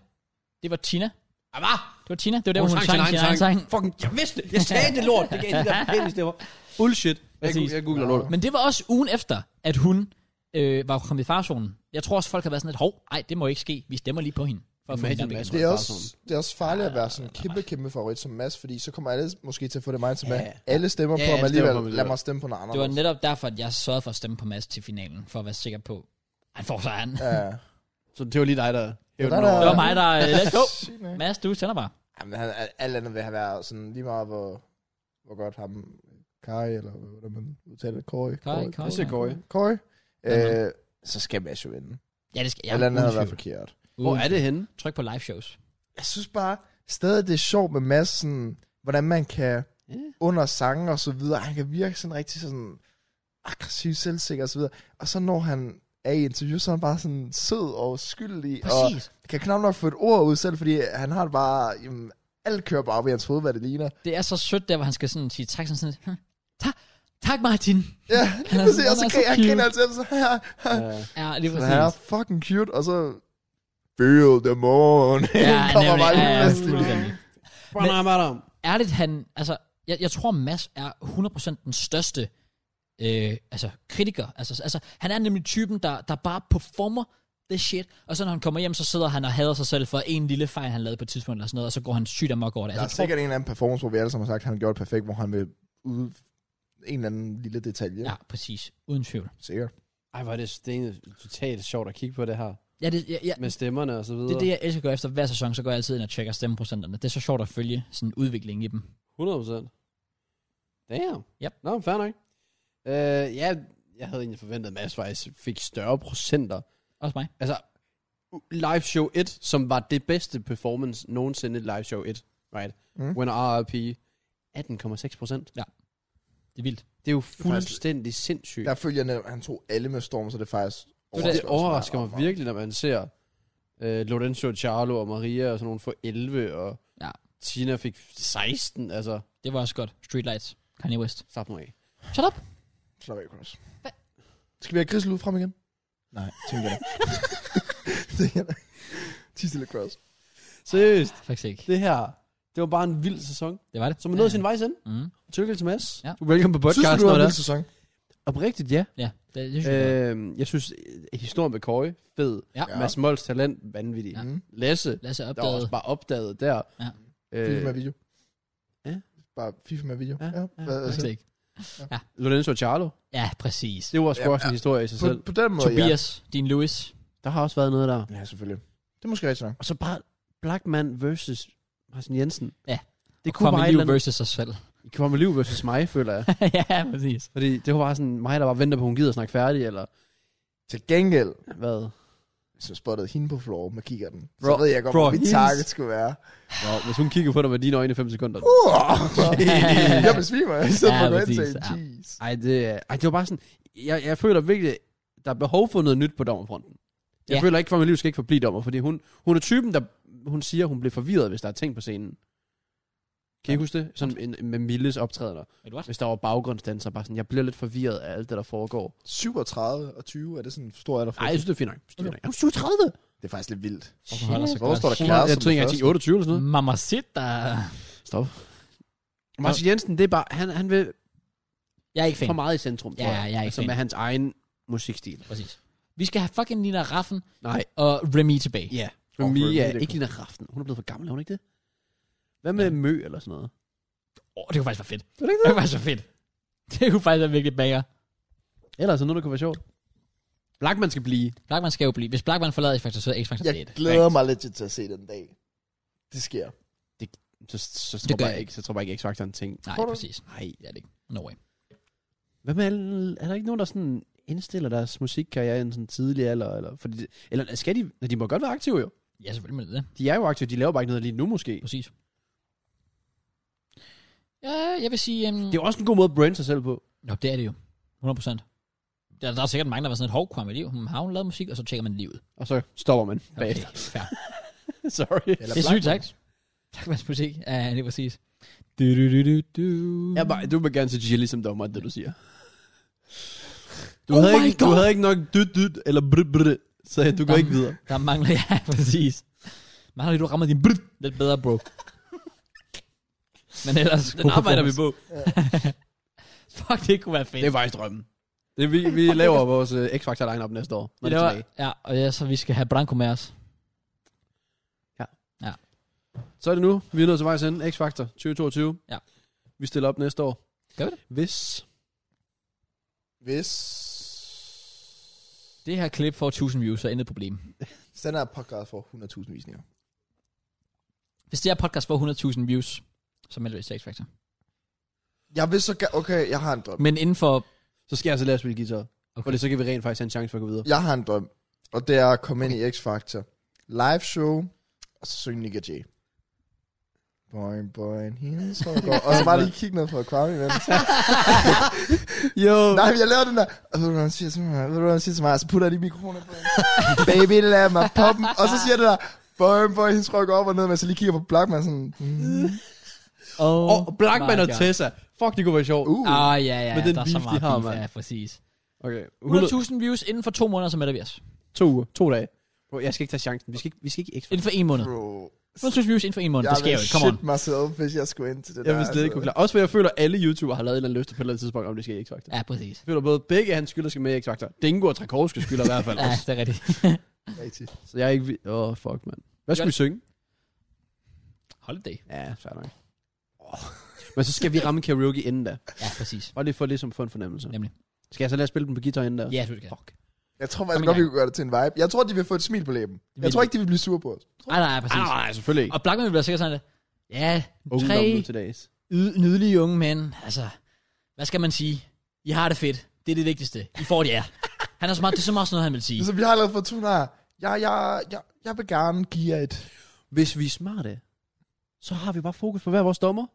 A: Det var Tina.
B: Ah, hvad?
A: Det var Tina. Det var der, hun, hun sang sin egen sang.
B: Fucking, jeg vidste det. Jeg sagde det lort. Det gav det der penis, det var. Bullshit. Jeg,
A: Præcis.
B: gu- jeg googler lort.
A: Men det var også ugen efter, at hun øh, var kommet i farzonen. Jeg tror også, folk har været sådan lidt, hov, ej, det må ikke ske. Vi stemmer lige på hende. For at få
B: Imagine
A: hende der
B: Mads.
A: væk.
C: Det er,
B: Bare
C: også, det er også farligt at være sådan
B: Ah.
C: en kæmpe, kæmpe favorit som Mads, fordi så kommer alle måske til at få det mindset med,
B: Ja.
C: alle stemmer
B: Ja,
C: på ham
B: alle stemmer på ham
C: alligevel, lad
B: alligevel.
C: mig stemme på noget
A: det var
C: andet.
A: netop derfor, at jeg sørgede for at stemme på Mads til finalen, for at være sikker på, han får sig an.
C: Ja.
B: Så det var lige dig, der... hævde
C: der-
B: den over.
A: Det var mig, der... øh, Let's go!
C: Sygt nok.
A: Mads, du tænder bare.
C: Jamen, han, alt andet vil have været sådan lige meget, hvor, hvor godt ham, Kai, eller hvordan man udtaler det, Kåre.
A: Kai, Kai.
B: Jeg siger Kåre.
C: Kåre.
A: Ja,
C: Øh, så skal Mads jo vinde.
A: Ja, det skal
C: Ja, eller andet havde
A: uden
C: været
A: tvivl.
C: forkert.
B: Hvor
A: Uden
B: er det henne?
A: tvivl. Tryk på live shows.
C: Jeg synes bare, stadig det er sjovt med Mads, sådan, hvordan man kan
B: Ja.
C: under sange og så videre, han kan virke sådan rigtig sådan aggressiv, selvsikker og så videre. Og så når han er i interview, så er han bare sådan sød og skyldig, og
A: Præcis.
C: kan knap nok få et ord ud selv, fordi han har det bare, jamen, alt kører bare op i hans hoved, hvad det ligner.
A: Det er så sødt der, hvor han skal sådan sige tak, sådan sådan, hm, tak, tak Martin.
C: Ja,
A: er
C: lige præcis,
A: sådan-
C: og så
A: han er
C: kan
A: så
C: jeg
A: cute.
C: kende altid, så her,
B: Øh,
A: Ja, lige
C: han er
A: præcis.
C: fucking cute, og så feel the moon.
A: Ja,
C: kommer bare lige
A: ja,
C: næsten.
A: fuldstændig.
B: badam, badam.
A: ærligt, han, altså, jeg, jeg tror, Mads er 100% den største øh, altså, kritiker. Altså, altså, han er nemlig typen, der, der bare performer det shit, og så når han kommer hjem, så sidder han og hader sig selv for en lille fejl, han lavede på et tidspunkt, eller sådan noget, og så går han sygt amok over det.
C: Der er
A: Altså, jeg tror,
C: sikkert en eller anden performance, hvor vi alle sammen har sagt, at han gjorde det perfekt, hvor han vil ude en eller anden lille detalje.
A: ja, præcis. Uden tvivl.
C: Sikkert.
B: Ej, hvor er det stenet totalt sjovt at kigge på det her.
A: Ja, det, ja, ja,
B: Med stemmerne og så videre.
A: det er det, jeg elsker at gøre efter hver sæson, så går jeg altid ind og tjekker stemmeprocenterne. Det er så sjovt at følge sådan udviklingen i dem.
B: 100 procent. Damn.
A: Yep.
B: Nå, fair nok. Øh, ja, jeg havde egentlig forventet, at Mads faktisk fik større procenter.
A: Også mig.
B: Altså, u- live show 1, som var det bedste performance nogensinde i live show 1, right?
C: Mm.
B: Mm. When RRP, 18,6 procent.
A: Det er vildt.
B: Det er jo
C: er faktisk-
B: fuldstændig sindssygt.
C: Der følger netop, han tog alle med storm, så det er faktisk...
A: det,
B: Det overrasker mig virkelig, når man ser øh, Lorenzo, Charlo og Maria og sådan nogle for 11, og
A: Ja.
B: Tina fik 16, altså,
A: Det var også godt. Streetlights. Kanye West.
B: slap nu af.
A: Shut up.
C: Slap af, Cross. Skal vi have Chris ud frem igen? Nej, tænker jeg. ikke. Tis stille, Cross.
B: Seriøst,
A: Faktisk ikke.
B: det her, det var bare en vild sæson,
A: Det var det.
B: som er nået sin vej ind.
A: Mm.
B: Tillykke til Mads.
A: Ja.
B: Du er velkommen på
C: Synes du,
B: podcasten,
C: du har
B: når
C: en vild
B: det er.
C: sæson?
B: Oprigtigt, ja.
A: Ja, det, det synes jeg. Øh,
B: Øhm, jeg synes, øh, historien med Køje, fed.
A: ja.
C: ja.
B: Ja. Mads Mols talent, vanvittig.
A: Ja.
B: Ja.
C: Mm.
B: Lasse,
A: Lasse
B: der var
A: opdagede.
B: også bare opdaget der.
A: Ja.
C: FIFA med
B: Øh,
C: video.
B: Ja.
C: Bare FIFA med video.
B: Ja,
C: Ja.
B: ja.
C: Hvad- altså,
A: Faktisk ikke.
B: Lorenzo og Charlo,
A: Ja, præcis.
B: det var sgu
C: Ja,
B: også en historie i sig
C: På,
B: selv.
C: på den måde, ja.
A: Tobias, din Louis.
B: Der har også været noget der.
C: Ja, selvfølgelig. Det er måske rigtigt nok.
B: Og så bare Blackman versus Martin Jensen.
A: Ja.
B: Det
A: Kom
B: kunne bare et eller
A: liv
B: andet.
A: versus sig selv.
B: Kommer liv versus mig, føler jeg.
A: ja, præcis.
B: Fordi det var bare sådan mig, der bare venter på, at hun gider at snakke færdig, eller
C: Til gengæld,
B: hvad?
C: hvis jeg spottede hende på floor med kikkerten, så
B: Bro,
C: ved jeg godt,
B: bro,
C: hvor mit
B: hendes-
C: target skulle være.
B: Nå, hvis hun kigger på dig med dine øjne i 5 sekunder.
C: Uh, jeg besvimer, i stedet for
A: Ja,
C: at gå ind til
A: præcis,
C: en.
A: ja.
C: Jeez.
B: Ej, det, er- ej, det var bare sådan... Jeg, jeg føler virkelig, der er behov for noget nyt på dommerfronten. Jeg
A: Ja.
B: føler ikke, at liv skal ikke forblive dommer, fordi hun, hun er typen, der hun siger, hun bliver forvirret, hvis der er ting på scenen. Kan I huske det? Sådan en, med Milles optrædener.
A: Wait, what?
B: Hvis der var baggrundsdanser, bare sådan, jeg bliver lidt forvirret af alt det, der foregår.
C: 37 og 20, er det sådan, hvor stor er der
B: Nej, jeg synes, det er fint nok. Jeg synes, Det er fint nok. Jeg er 37!
C: Det er faktisk lidt vildt.
A: Shit. Mm.
B: holder sig
C: Hvor står der
B: Jeg,
C: kæreste?
B: jeg tror ikke, jeg er 28 eller sådan noget.
A: Mamma Sita.
B: Stop. Martin Jensen, det er bare, han, han vil
A: Jeg er ikke fan.
B: for meget i centrum,
A: Ja,
B: tror jeg.
A: jeg er ikke
B: altså
A: fan.
B: med hans egen musikstil.
A: Præcis. Vi skal have fucking Nina Raffen
B: Nej.
A: og Remy tilbage.
B: Ja.
C: Og
B: Yeah. Mia
C: Remy,
B: er
C: det
B: ikke Lina Raften. Hun er blevet for gammel, er hun ikke det? Hvad med Mø eller sådan noget?
A: Åh, oh, det kunne faktisk være fedt. Det kunne faktisk være fedt. Det kunne faktisk være virkelig banger.
B: Eller altså noget, der kunne være sjovt. Blackman skal blive.
A: Blackman skal jo blive. Hvis Blackman forlader X-Factor, så er X-Factor
C: Jeg
A: det.
C: glæder mig legit til at se den dag. Det sker.
B: Så, så, så,
A: Det gør
B: tror jeg
A: jeg
B: ikke, så tror jeg ikke, X-Factor er en ting.
A: Nej,
C: Tror du?
A: præcis.
B: Nej.
A: Ja, det er ikke. No way.
B: Hvad med alle, er der ikke nogen, der sådan indstiller deres musikkarriere i en sådan tidlig alder? Eller, fordi, det- eller skal de, nej, de må godt være aktive jo.
A: Ja, selvfølgelig med det.
B: De er jo aktive, de laver bare ikke noget lige nu måske.
A: Præcis. Ja, jeg vil sige... Um...
B: Det er jo også en god måde at brande sig selv på.
A: Nå, det er det jo. 100%. Der, der er sikkert mange, der var sådan et hårdkvam i livet. Hmm, Har hun lavet musik? Og så tjekker man livet.
B: Og så stopper man bagefter.
A: fair.
B: Sorry.
C: Eller
A: Det er sygt sagt. Blackmans musik. Ja, lige præcis. Du, du, du, du, du.
B: Jeg bare, du vil gerne se Jilly som dommer, det du siger. Du,
A: Oh
B: havde
A: my
B: ikke, du
A: God.
B: havde ikke nok dyt dyt eller brr brr, så du går
A: Jamen.
B: ikke videre.
A: Der mangler... Ja, præcis. Mangler lige, du rammer din bryd lidt bedre, bro. Men ellers... god performance.
B: på.
A: Fuck, det kunne være fedt.
B: Det er faktisk drømmen. Det, er- vi, vi laver vores uh, X-Factor lineup næste år. Når
A: Vi
B: det
A: laver,
B: er tilbage.
A: ja, og ja, så vi skal have Branko med os.
B: så er det nu. Vi er nået til vejs ende. X-Factor 2022.
A: Ja.
B: Vi stiller op næste år.
A: Gør vi det?
B: Hvis...
C: Hvis
A: Det her klip får 1000 views, så er intet problem.
C: Hvis den her podcast får 100.000 visninger.
A: Hvis det her podcast får 100.000 views, så melder vi til X-Factor.
C: Jeg vil så gerne... Okay, jeg har en drøm.
A: Men inden for...
B: Så skal jeg altså lære at spille guitar. Okay. Fordi så kan vi rent faktisk have en chance for at gå videre.
C: Jeg har en drøm. Og det er at komme ind i X-Factor. Live show. Og så synge Nick og Jay. Boing, boing, here's how it goes. Og så bare lige kigge ned på akvariet imens.
B: Jo.
C: Nej, men jeg laver den der. Og ved du, hvad han siger til mig? Ved du, hvad han siger til mig? Og så putter jeg lige mikrofonen på. hende. Baby, lad mig poppe. Og så siger det der. Boing, boing, hendes rykker op og ned, men så lige kigger på Blackman sådan. Mm.
A: Oh,
B: Og Blackman
A: my
B: og
A: God.
B: Tessa. Fuck, det kunne være sjovt.
C: Uh.
A: Ah, ja, ja,
B: Med den
A: der er så
B: beef, de
A: meget
B: har,
A: beef,
B: mand.
A: ja, præcis.
B: Okay. 100,
A: 100.000 views inden for to måneder, så melder vi os.
B: to uger. To dage. Bro, jeg skal ikke tage chancen. Vi skal ikke, vi skal ikke X-Factor.
A: Inden for en måned.
C: Bro.
A: 100.000 views inden for en måned, det sker jo ikke, come on.
C: shit myself, hvis jeg skulle ind til det
B: Jeg
C: der.
B: vil slet ikke kunne klare. Også fordi jeg føler, at alle YouTubere har lavet et eller andet løfte på et eller andet tidspunkt, om det skal i X-Factor.
A: Ja, præcis.
B: Jeg føler både begge hans skylder skal med i X-Factor. Dingo og Trakowski skylder i hvert fald
A: Ja,
B: også.
A: det er rigtigt.
C: klare. Rigtigt.
B: Så jeg er ikke... vi- Åh, oh, fuck, mand. Hvad skal
A: Gør
B: vi synge?
A: Holiday.
B: Ja, fair nok. Åh. Men så skal vi ramme karaoke inden da.
A: Ja, præcis.
B: Og lige for ligesom at få en fornemmelse.
A: Nemlig.
B: Skal jeg så lade os spille den på guitar inden da?
A: Ja, du skal.
B: Fuck.
C: Jeg tror faktisk
A: Kom i
C: godt, vi
A: gang.
C: kunne gøre det til en vibe. Jeg tror, de vil få et smil på læben. Jeg
A: vil
C: tror
A: de.
C: ikke, de vil blive sure på os.
A: Ej, nej, Ah, nej,
B: Ej,
A: præcis.
B: nej, nej, selvfølgelig ikke.
A: Og Blackman bliver sikkert sådan, at ja, tre
B: Ungdom nu til dags.
A: yd- nydelige unge mænd, altså, hvad skal man sige? I har det fedt. Det er det vigtigste. I får det, ja. Han er smart, det er så meget sådan noget, han vil sige.
C: Så vi har allerede fået to der. Jeg, jeg, jeg, jeg vil gerne give jer et...
B: Hvis vi er smarte, så har vi bare fokus på hver vores dommer.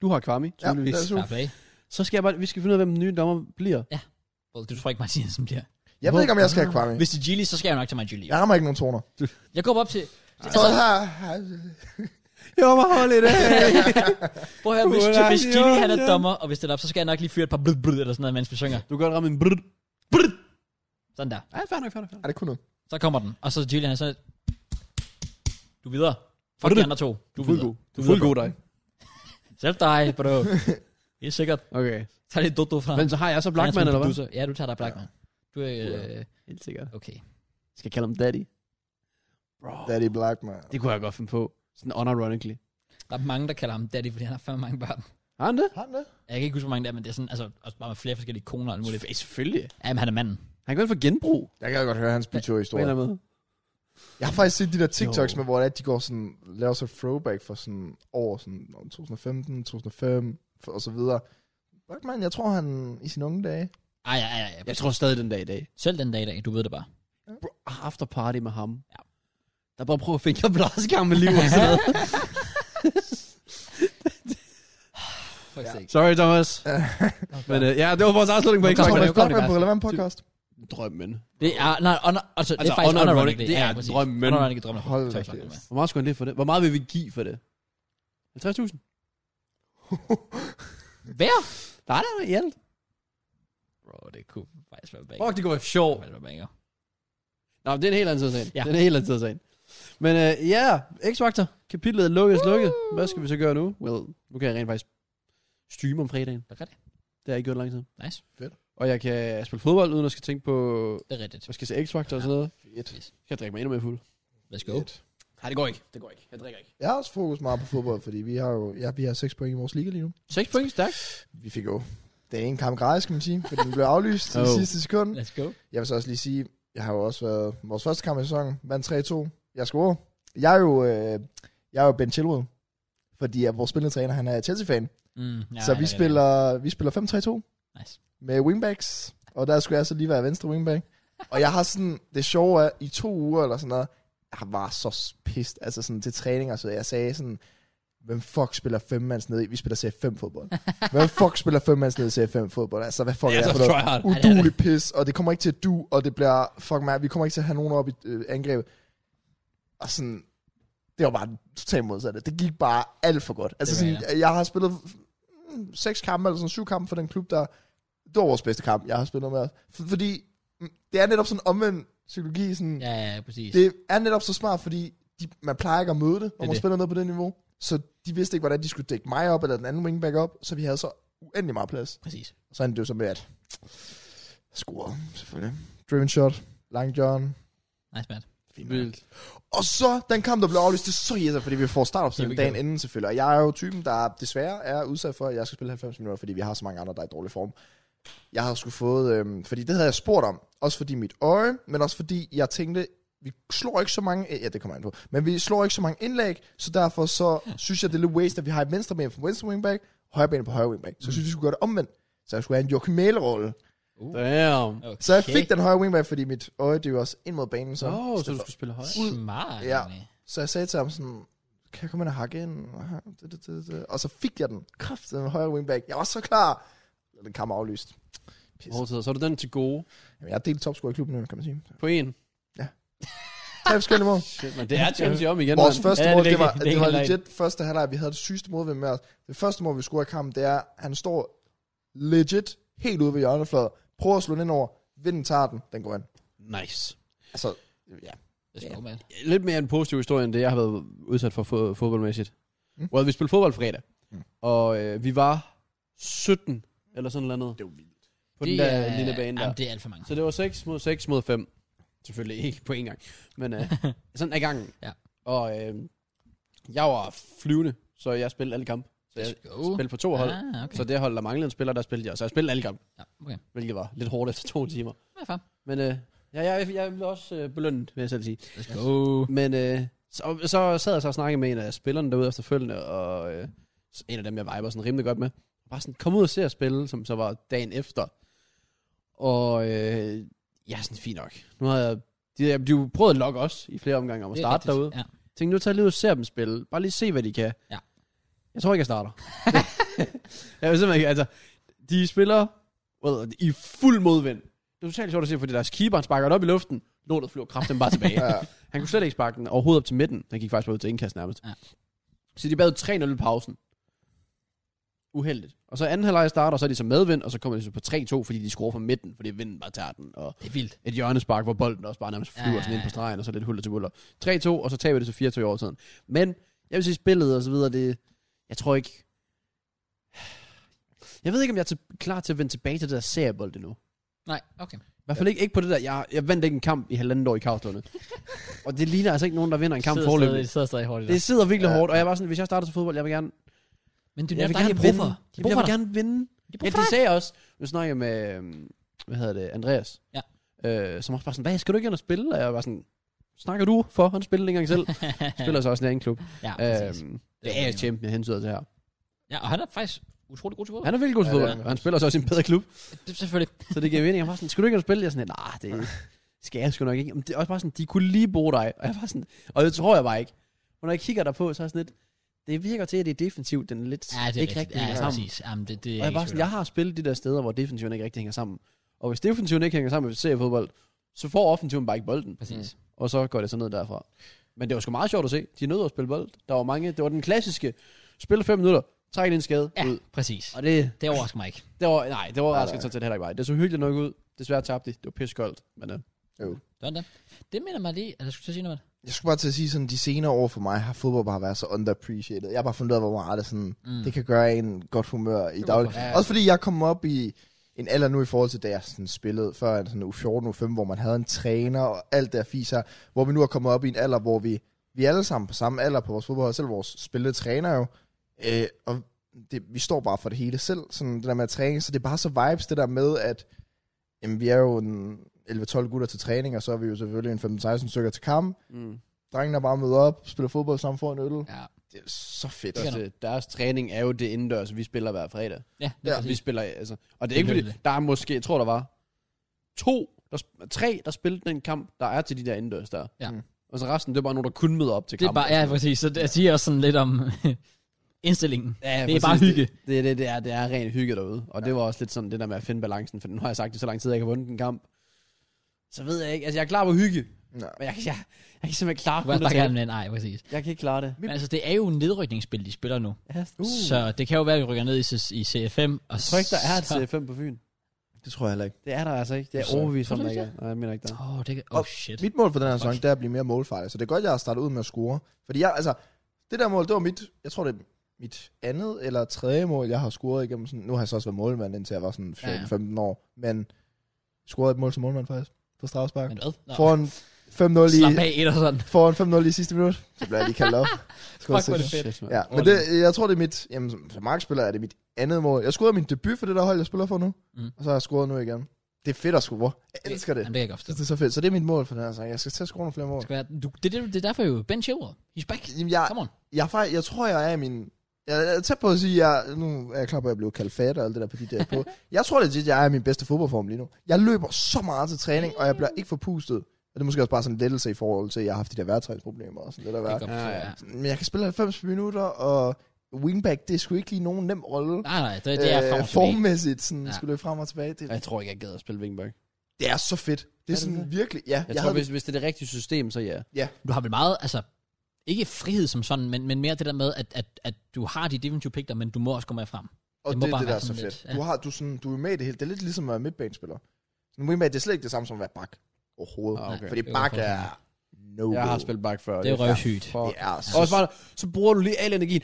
B: Du har Kwame,
C: Ja,
B: tydeligvis.
C: lad os-
A: Fair play.
B: så skal jeg bare, vi skal finde ud af, hvem den nye dommer bliver.
A: Well, du tror ikke, Martinsen bliver.
C: Jeg ved ikke, om jeg skal have Kwame.
A: Hvis det er Gilly, så skal jeg nok til mig Gilly.
C: Jeg rammer ikke nogen toner.
A: Jeg går op til...
C: Så her... her
B: Jeg var holde i dag.
A: Prøv at høre, hvis,
B: Goddag,
A: hvis Gilly han er
B: Jørgen.
A: dommer, og hvis det er op, så skal jeg nok lige fyre et par blød blød eller sådan noget, mens vi synger.
B: Du kan godt ramme en brrr.
A: Sådan der.
B: Ej, fair nok, fair nok. fair
C: er
B: nok.
C: det kun noget?
A: Så kommer den. Og så er Gilly han er sådan lidt, Du er videre. Fuck de andre to. Du er
B: Du er fuld
A: videre.
B: god. Du er fuld
A: videre.
B: god dig.
A: Selv dig, bro. Det er sikkert.
B: Okay.
A: Tag lidt dodo fra.
B: Men så har jeg så Blackman, eller hvad?
A: hvad? Ja, du tager dig Blackman. Du er... Øh,
B: Helt sikkert.
A: okay.
B: Skal jeg kalde ham Daddy? Bro.
C: Daddy Blackman.
B: Det kunne jeg godt finde på. Sådan unironically.
A: Der er mange, der kalder ham daddy, fordi han har fandme mange børn.
B: Har han det?
C: Har han det?
A: Jeg kan ikke huske, hvor mange der er, men det er sådan, altså, også bare med flere forskellige koner og alt muligt.
B: Selvfølgelig. Selvfølgelig.
A: Ja, men han er manden.
B: Han kan vel få genbrug.
C: Jeg kan godt høre hans
B: På en
C: bytur-historie.
B: eller anden måde.
C: Jeg har faktisk set de der TikToks
B: Jo.
C: med, hvor det er, at de går sådan, laver så throwback for sådan over sådan om 2015, 2005 for- og så videre. Blackman, jeg tror han i sine unge dage.
A: Ej, ja, ja, ja.
B: Jeg tror stadig den dag i dag.
A: Selv den dag i dag, du ved det bare.
B: Bro, ah, after party med ham.
A: Ja.
B: Der bare prøver at finde jeg blaske ham med liv og sådan noget.
A: For ja.
B: Sorry, Thomas. Men øh, ja, det var vores afslutning på
A: Nu
B: x
C: Så
A: kommer
C: tror
A: det
C: jeg,
A: jo godt
C: Blackman på
A: være.
C: relevant podcast.
B: Drømmen.
A: Det er, nej, under, altså, det
B: Altså,
A: er faktisk
B: under-
A: underrunning.
B: det er
A: præcis.
B: drømmen.
A: Underrunning er drømmen.
C: Hold da
A: Sorry,
C: kæft.
A: sorry, sorry.
B: Hvor meget skulle han det for det? Hvor meget vil vi give for det? 50.000?
A: Hver?
B: Nej, nej, i alt.
A: Bro, det kunne faktisk være banger.
B: Fuck, det går sjovt.
A: Det var banger.
B: Nå, men det er en helt anden tidssag.
A: Ja.
B: Ja. Det er en helt anden tidssag. Men øh, ja, uh, X-Factor, kapitlet er lukket, uh. lukket. Hvad skal vi så gøre nu? Well, nu kan jeg rent faktisk streame om fredagen.
A: Hvad gør det?
B: Det har jeg ikke gjort i lang tid.
A: Nice.
B: Og jeg kan spille fodbold, uden at skal tænke på,
A: Det er rigtigt.
B: at skal se X-Factor og sådan noget.
C: Fedt.
B: Jeg kan drikke mig endnu mere fuld.
A: Let's go.
C: Fedt.
B: Nej, det går ikke. Det går ikke. Jeg drikker ikke.
C: Jeg har også fokus meget på fodbold, fordi vi har jo ja, vi har 6 point i vores liga lige nu.
B: 6 point, stærkt.
C: Vi fik jo den ene kamp gratis, kan man sige, for den blev aflyst oh. i
B: Oh.
C: sidste sekund.
A: Let's go.
C: Jeg vil så også lige sige, jeg har jo også været vores første kamp i sæsonen, vandt 3-2. Jeg scorer. Jeg er jo, øh, jeg er jo Ben Chilwell, fordi at vores spillende træner, han er Chelsea-fan.
A: Mm,
C: Ja, så vi spiller, vi spiller 5-3-2
A: Nice.
C: med wingbacks, og der skulle jeg så lige være venstre wingback. Og jeg har sådan, det sjove er, i to uger eller sådan noget, jeg var så pissed, altså sådan til træning og så, jeg sagde sådan, hvem fuck spiller femmands ned i? Vi spiller CF5 fodbold. Hvem fuck spiller femmands ned i CF5 fodbold? Altså, hvad fuck
B: Det er så
C: for noget?
B: tryhard.
A: Ja, det er
C: udulig pis, og det kommer ikke til at du, og det bliver, fuck mig, vi kommer ikke til at have nogen op i øh, angrebet. Og sådan, det var bare den totalt modsatte. Det gik bare alt for godt. Altså
A: Det
C: sådan,
A: mener
C: jeg har spillet mm, seks kampe, eller sådan syv kampe for den klub, der, det var vores bedste kamp, jeg har spillet med os. For, fordi, mm, det er netop sådan omvendt psykologi, sådan,
A: Ja, ja, ja, præcis.
C: det er netop så smart, fordi de, man plejer ikke at møde det,
A: er
C: når man
A: det.
C: spiller noget på det niveau. Så de vidste ikke, hvordan de skulle dække mig op, eller den anden wingback op, så vi havde så uendelig meget plads.
A: Præcis.
C: Og så endte det jo så med, at score, selvfølgelig. Driven shot, lang john.
A: Nice, man.
B: Vildt.
C: Og så den kamp, der blev aflyst, det er så irriterende, fordi vi får startopstilling
A: Ja, vi kan.
C: dagen inden selvfølgelig. Og jeg er jo typen, der desværre er udsat for, at jeg skal spille 90 minutter, fordi vi har så mange andre, der er i dårlig form. Jeg havde sgu fået, øhm, fordi det havde jeg spurgt om, også fordi mit øje, men også fordi jeg tænkte, vi slår ikke så mange, ja det kommer jeg ind på, men vi slår ikke så mange indlæg, så derfor så synes jeg, det er lidt waste, at vi har et venstre ben på venstre wingback, højre ben på højre wingback. Så jeg synes, vi skulle gøre det omvendt. Så jeg skulle have en Joachim Mæle-rolle.
B: Uh. Damn.
A: Okay.
C: Så jeg fik den højre wingback, fordi mit øje, det er jo også ind mod banen. Så,
B: Åh, oh, så
C: så,
B: du skulle spille højt.
A: Smart.
C: Ja.
A: egentlig.
C: så jeg sagde til ham sådan, kan jeg komme ind og hakke ind? Og han, det, det, det, det. Og så fik jeg den. Kraft, den højre wingback. Jeg var så klar. Og Den kamp er aflyst. Pis.
B: Hårde tider. Så er du den til gode
C: Jamen, jeg har delt topscore i klubben nu, kan man sige.
B: på en.
C: Tre forskellige mål.
B: Shit, men det er Chelsea om igen,
C: Vores
B: mand.
C: første
A: Ja, det er
C: mål, det
A: rigtigt.
C: var,
A: Det er
C: det var
A: helt
C: legit første halvleg. Vi havde det sygeste mål ved med os. Det første mål, vi scorer i kampen, det er, at han står legit helt ude ved hjørnefladet. Prøver at slå den ind over. Vinden tager den. Den går ind.
B: Nice.
C: Altså, ja.
A: Let's go, man.
B: lidt mere en positiv historie, end det, jeg har været udsat for fo- fodboldmæssigt.
C: Mm.
B: Mm. Well, vi spillede fodbold fredag,
C: Mm.
B: mm. og øh, vi var 17 eller sådan noget
C: Det var vildt.
B: på den der lille bane der.
A: Jamen, det er alt for mange.
B: Så det var 6 mod 6 mod 5. Selvfølgelig ikke på én gang, men øh, sådan er gangen.
A: Ja.
B: Og øh, jeg var flyvende, så jeg spillede alle kampe. Så jeg
A: Let's go.
B: spillede på to hold,
A: Ah, okay.
B: så det hold, der manglede en spiller, der spillede jeg. Så jeg spillede alle kampe,
A: Ja, okay.
B: hvilket var lidt hårdt efter to timer.
A: Hvad for?
B: Men øh, ja, jeg, jeg blev også øh, belønnet, vil jeg selv sige.
A: Let's go.
B: Men øh, så, så sad jeg så og snakkede med en af spillerne derude efterfølgende, og øh, en af dem, jeg viber sådan rimelig godt med. Bare sådan, kom ud og se at spille, som så var dagen efter. Og øh, ja, sådan fint nok. Nu havde jeg, de, jeg- de prøvede at lokke os i flere omgange om at
A: Det er
B: starte
A: rigtigt.
B: derude.
A: Ja.
B: Tænkte, nu tager jeg lige ud og ser dem spille. Bare lige se, hvad de kan.
A: Ja.
B: Jeg tror ikke, jeg starter. jeg ved simpelthen ikke, altså, de spiller well, i fuld modvind. Det er totalt sjovt at se, fordi deres keeper, han sparker den op i luften. Lortet flyver kraften bare tilbage.
C: Ja.
B: Han kunne slet ikke sparke den overhovedet op til midten. Den gik faktisk bare ud til indkast nærmest.
A: Ja.
B: Ja. Så de bad 3-0 i pausen. Uheldigt. Og så anden halvleg starter, og så er de så medvind, og så kommer de så på 3-2, fordi de scorer fra midten, fordi vinden bare tager den. Og
A: Det er vildt.
B: et hjørnespark, hvor bolden også bare nærmest flyver
A: Ja, ja,
B: ja, sådan ind
A: ja.
B: på stregen, og så lidt huller til buller. 3-2, og så taber det så 4-2 i overtiden. Men jeg vil sige, spillet og så videre, det, jeg tror ikke... Jeg ved ikke, om jeg er til, klar til at vende tilbage til det der seriebold endnu.
A: Nej, okay.
B: I hvert fald ikke, ikke på det der. Jeg, jeg vandt ikke en kamp i halvandet år i Kavslunde. og det ligner altså ikke nogen, der vinder en kamp
A: Sidder
B: forløbig.
A: stadig- sidder stadig hårdt i dig.
B: Det sidder virkelig
C: Ja.
B: ja. hårdt, og jeg var sådan, hvis jeg starter til fodbold, jeg vil gerne,
A: Men det er
B: jeg
A: jo
B: vil
A: bare, de
B: gerne
A: har brug for.
B: vinde.
A: De har
B: Jeg
A: brug for
B: vil
A: dig.
B: gerne vinde.
A: De har
B: Ja,
A: brug for
B: det
A: dig.
B: sagde jeg også. Nu snakker jeg med, øhm, hvad hedder det, Andreas.
A: Ja.
B: Øh, som også bare sådan, hvad, skal du ikke ind og spille? Og jeg var sådan, snakker du for? Han spillede ikke engang selv. spiller så også i en anden klub.
A: Ja,
B: Ja,
A: præcis.
B: øhm,
A: Det er
B: det er
A: problemet.
B: champion, jeg hensyder til her.
A: Ja, og han er faktisk utrolig god til fodbold.
B: Han er virkelig god til
C: Ja, det er
B: fodbold,
C: han.
B: og han spiller så også i en bedre klub.
A: Det er selvfølgelig.
B: Så det giver mening. Jeg var sådan, skal du ikke ind og spille? Jeg er sådan, nej, det skal jeg sgu nok ikke. Men det er også bare sådan, de kunne lige bruge dig. Og jeg var sådan, og det tror jeg bare ikke. Og når jeg kigger derpå, så er jeg sådan lidt, det virker til, at det er defensivt, den er lidt,
A: Ja, det er
B: ikke
A: rigtigt.
B: rigtig
A: Ja,
B: hænger
A: ja,
B: sammen.
A: præcis. Jamen, det, det er
B: Og jeg,
A: ikke
B: bare sådan, jeg har spillet de der steder, hvor defensiven ikke rigtig hænger sammen. Og hvis defensiven ikke hænger sammen med seriefodbold, så får offensiven bare ikke bolden.
A: Præcis.
B: Og så går det så ned derfra. Men det var sgu meget sjovt at se. De nød at spille bold. Der var mange. Det var den klassiske. Spil 5 minutter. Træk en skade
A: Ja,
B: ud.
A: præcis.
B: Og det,
A: Det overrasker mig ikke.
B: det var, nej, det var
C: Nej,
B: overraskende
C: nej.
B: sådan set heller ikke mig. Det så hyggeligt nok ud. Desværre tabte de. Det var pissekoldt. Men, øh,
A: Sådan der. Det minder mig lige, at jeg skulle til at sige noget.
C: Jeg skulle bare til at sige sådan, de senere år for mig har fodbold bare været så underappreciated. Jeg har bare fundet ud af, hvor meget det, sådan,
A: Mm.
C: mm. det kan gøre en godt humør i
A: Det
C: daglig.
A: var
B: ja,
C: Også fordi jeg kom op i en alder nu i forhold til, da jeg sådan spillede før, sådan u 14, u 15, hvor man havde en træner og alt der fis her, hvor vi nu er kommet op i en alder, hvor vi, vi er alle sammen på samme alder på vores fodbold, selv vores spillede træner jo, øh, og det, vi står bare for det hele selv, sådan det der med at træne, så det er bare så vibes det der med, at jamen, vi er jo en 11-12 gutter til træning, og så er vi jo selvfølgelig en 15-16 stykker til kamp,
B: mm.
C: drengene bare møder op, spiller fodbold sammen for en øl. Ja.
A: Ja,
C: Det er så fedt.
B: Det er også, øh, deres træning er jo det indendørs, vi spiller hver fredag.
A: ja, det
C: Ja,
A: er
B: Vi
A: præcis.
B: spiller, altså, og det
A: Det
B: er ikke
A: er
B: fordi,
A: det.
B: der er måske, jeg tror der var to, der, sp- tre, der spillede den kamp, der er til de der indendørs der.
A: Ja.
B: Mm. Og så resten, det er bare nogen, der kun møder op til
A: Det er
B: kampen.
A: bare, ja, præcis. Så det siger også sådan lidt om indstillingen.
B: Ja,
A: Det er bare hygge.
B: Det, det, det, det, er, det er rent hygge derude. Og ja. det var også lidt sådan det der med at finde balancen, for nu har jeg sagt det så lang tid, at jeg ikke har vundet en kamp. Så ved jeg ikke, altså jeg er klar på hygge,
C: Nej.
B: men jeg, jeg, jeg kan simpelthen klare
A: Du kan også bare
B: 100
A: gerne med en ej, præcis.
B: Jeg kan ikke klare det.
A: Men altså, det er jo en nedrykningsspil, de spiller nu.
B: Ja.
A: Uh. Så det kan jo være, at vi rykker ned i, C- i CFM. Og
B: Jeg tror ikke, der er et
A: så-
B: CFM på Fyn.
C: Det tror jeg heller ikke.
B: Det er der altså ikke. Det er
C: Tror du
B: overbevist om,
A: ikke
B: der ikke
A: det?
B: er. Nej, jeg mener ikke der. er.
A: Åh, oh, det kan... Oh,
C: Og
A: shit.
C: Mit mål for den her sæson,
A: Fuck.
C: det er at blive mere målfarlig. Så det er godt, jeg har startet ud med at score. Fordi jeg, altså, det der mål, det var mit, jeg tror det er mit andet eller tredje mål, jeg har scoret igennem. Sådan, nu har jeg så også været målmand, indtil jeg var sådan
A: Ja, ja.
C: 15 år. Men scorede et mål som målmand faktisk, på strafspark.
A: Men hvad? Nå.
C: Foran 5-0
A: Slap
C: i,
A: af et og sådan.
C: foran 5-0 i sidste minut. Så bliver jeg lige kaldt op. Scoret
A: Fuck, hvor er det
C: seks.
A: fedt.
B: Shit, mand.
C: Ja, men det, jeg tror, det er mit... Jamen, som som markspiller er det mit andet mål. Jeg scorede min debut for det der hold, jeg spiller for nu.
A: Mm.
C: Mm. Og så har jeg scoret nu igen. Det er fedt at score. Jeg elsker det.
A: Jamen, det kan jeg godt
C: Det
A: forstå.
C: er så fedt. Så det er mit mål for den her sang. Jeg skal til at score nogle flere
A: Det
C: mål.
A: skal være, du, det, det, det er derfor jo Ben Chilwell. He's back.
C: Jamen, jeg,
A: Come on.
C: jeg, er faktisk, jeg tror, jeg er i min... Jeg er tæt på at sige, jeg, nu er jeg klar på, at jeg blev kaldt fat og alt det der på de der på. Jeg tror legit, jeg er i min bedste fodboldform lige nu. Jeg løber så meget til træning, og jeg bliver ikke forpustet. Og det er måske også bare sådan en lettelse i forhold til, at jeg har haft de der værtræningsproblemer og sådan lidt af
A: Det kan
C: hver.
A: jeg godt forstå,
B: Ja,
A: ja.
B: ja.
C: Men jeg kan spille 90 minutter, og wingback, det er sgu ikke lige nogen nem rolle.
A: Nej, nej, det,
C: Øh,
A: det er frem og tilbage.
C: formmæssigt, sådan
A: Ja.
C: ja. skulle løbe frem og tilbage. Det,
B: Og Jeg tror ikke, jeg gider at spille Wingback.
C: det er så fedt. Det er,
B: det
C: sådan
B: det?
C: virkelig, ja.
B: Jeg, jeg tror, hvis, hvis det er det rigtige system, så ja.
A: Du har vel meget, altså, ikke frihed som sådan, men, men mere det der med, at, at, at du har de defensive pligter, men du må også komme med frem.
C: og
A: det
C: det,
A: må
C: det,
A: bare
C: det der er
A: være
C: så
A: sådan
C: fedt.
A: lidt, ja.
C: Du, har, du, er sådan, du er med i det hele. Det er lidt ligesom at være midtbanespiller. Nu wingback, det er slet ikke det samme som at være bak. Overhovedet.
B: Ah,
C: Ah,
B: okay.
C: okay. Fordi
A: Det er
C: bak
A: godt.
C: er no
B: Jeg
C: go.
B: har spillet back før.
A: Det er røvsygt.
B: fuck.
C: Det er
B: Og
C: så,
B: så, bare, så bruger du lige al energien,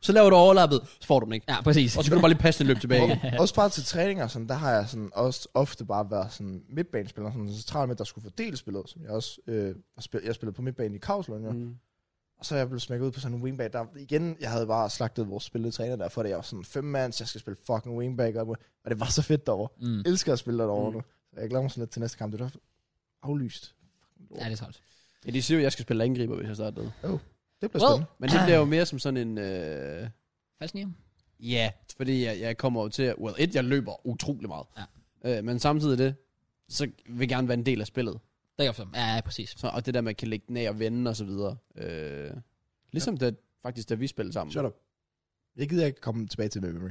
B: så laver du overlappet, så får du den ikke.
A: Ja, præcis.
B: Og så kan du bare lige passe den løb tilbage.
C: og, også bare til træninger, sådan, der har jeg sådan, også ofte bare været sådan midtbanespiller, sådan en central med, der skulle fordele spillet, som jeg også, øh, har spillet- jeg spillede på midtbanen i Kavslund, jo.
B: Mm.
C: Og så er jeg blevet smækket ud på sådan en wingback, der igen, jeg havde bare slagtet vores spillede træner der, for det jeg var sådan fem mands, jeg skal spille fucking wingback op, og det var så fedt derovre.
A: Mm.
C: Jeg elsker at spille derovre
B: Mm.
C: mm. nu. Så jeg glæder mig sådan lidt til næste kamp, det er derfor aflyst.
A: Ja, det er træls.
B: Ja, de siger jo, at jeg skal spille angriber, hvis jeg starter med.
C: Det bliver
A: Well.
C: spændende.
B: Men det bliver jo mere som sådan en... Øh,
A: Falsk nier.
B: Ja, yeah, fordi jeg, jeg kommer jo til at... Well, et, jeg løber utrolig meget. Ja. Øh, men samtidig det, så vil jeg gerne være en del af spillet.
A: Det kan jeg forstå. Ja, ja, præcis.
B: Så, og det der med, at man kan lægge den af og vende og så videre. Øh, ligesom ja. da, faktisk, da vi spillede sammen.
C: Shut up. Jeg gider ikke komme tilbage til det memory.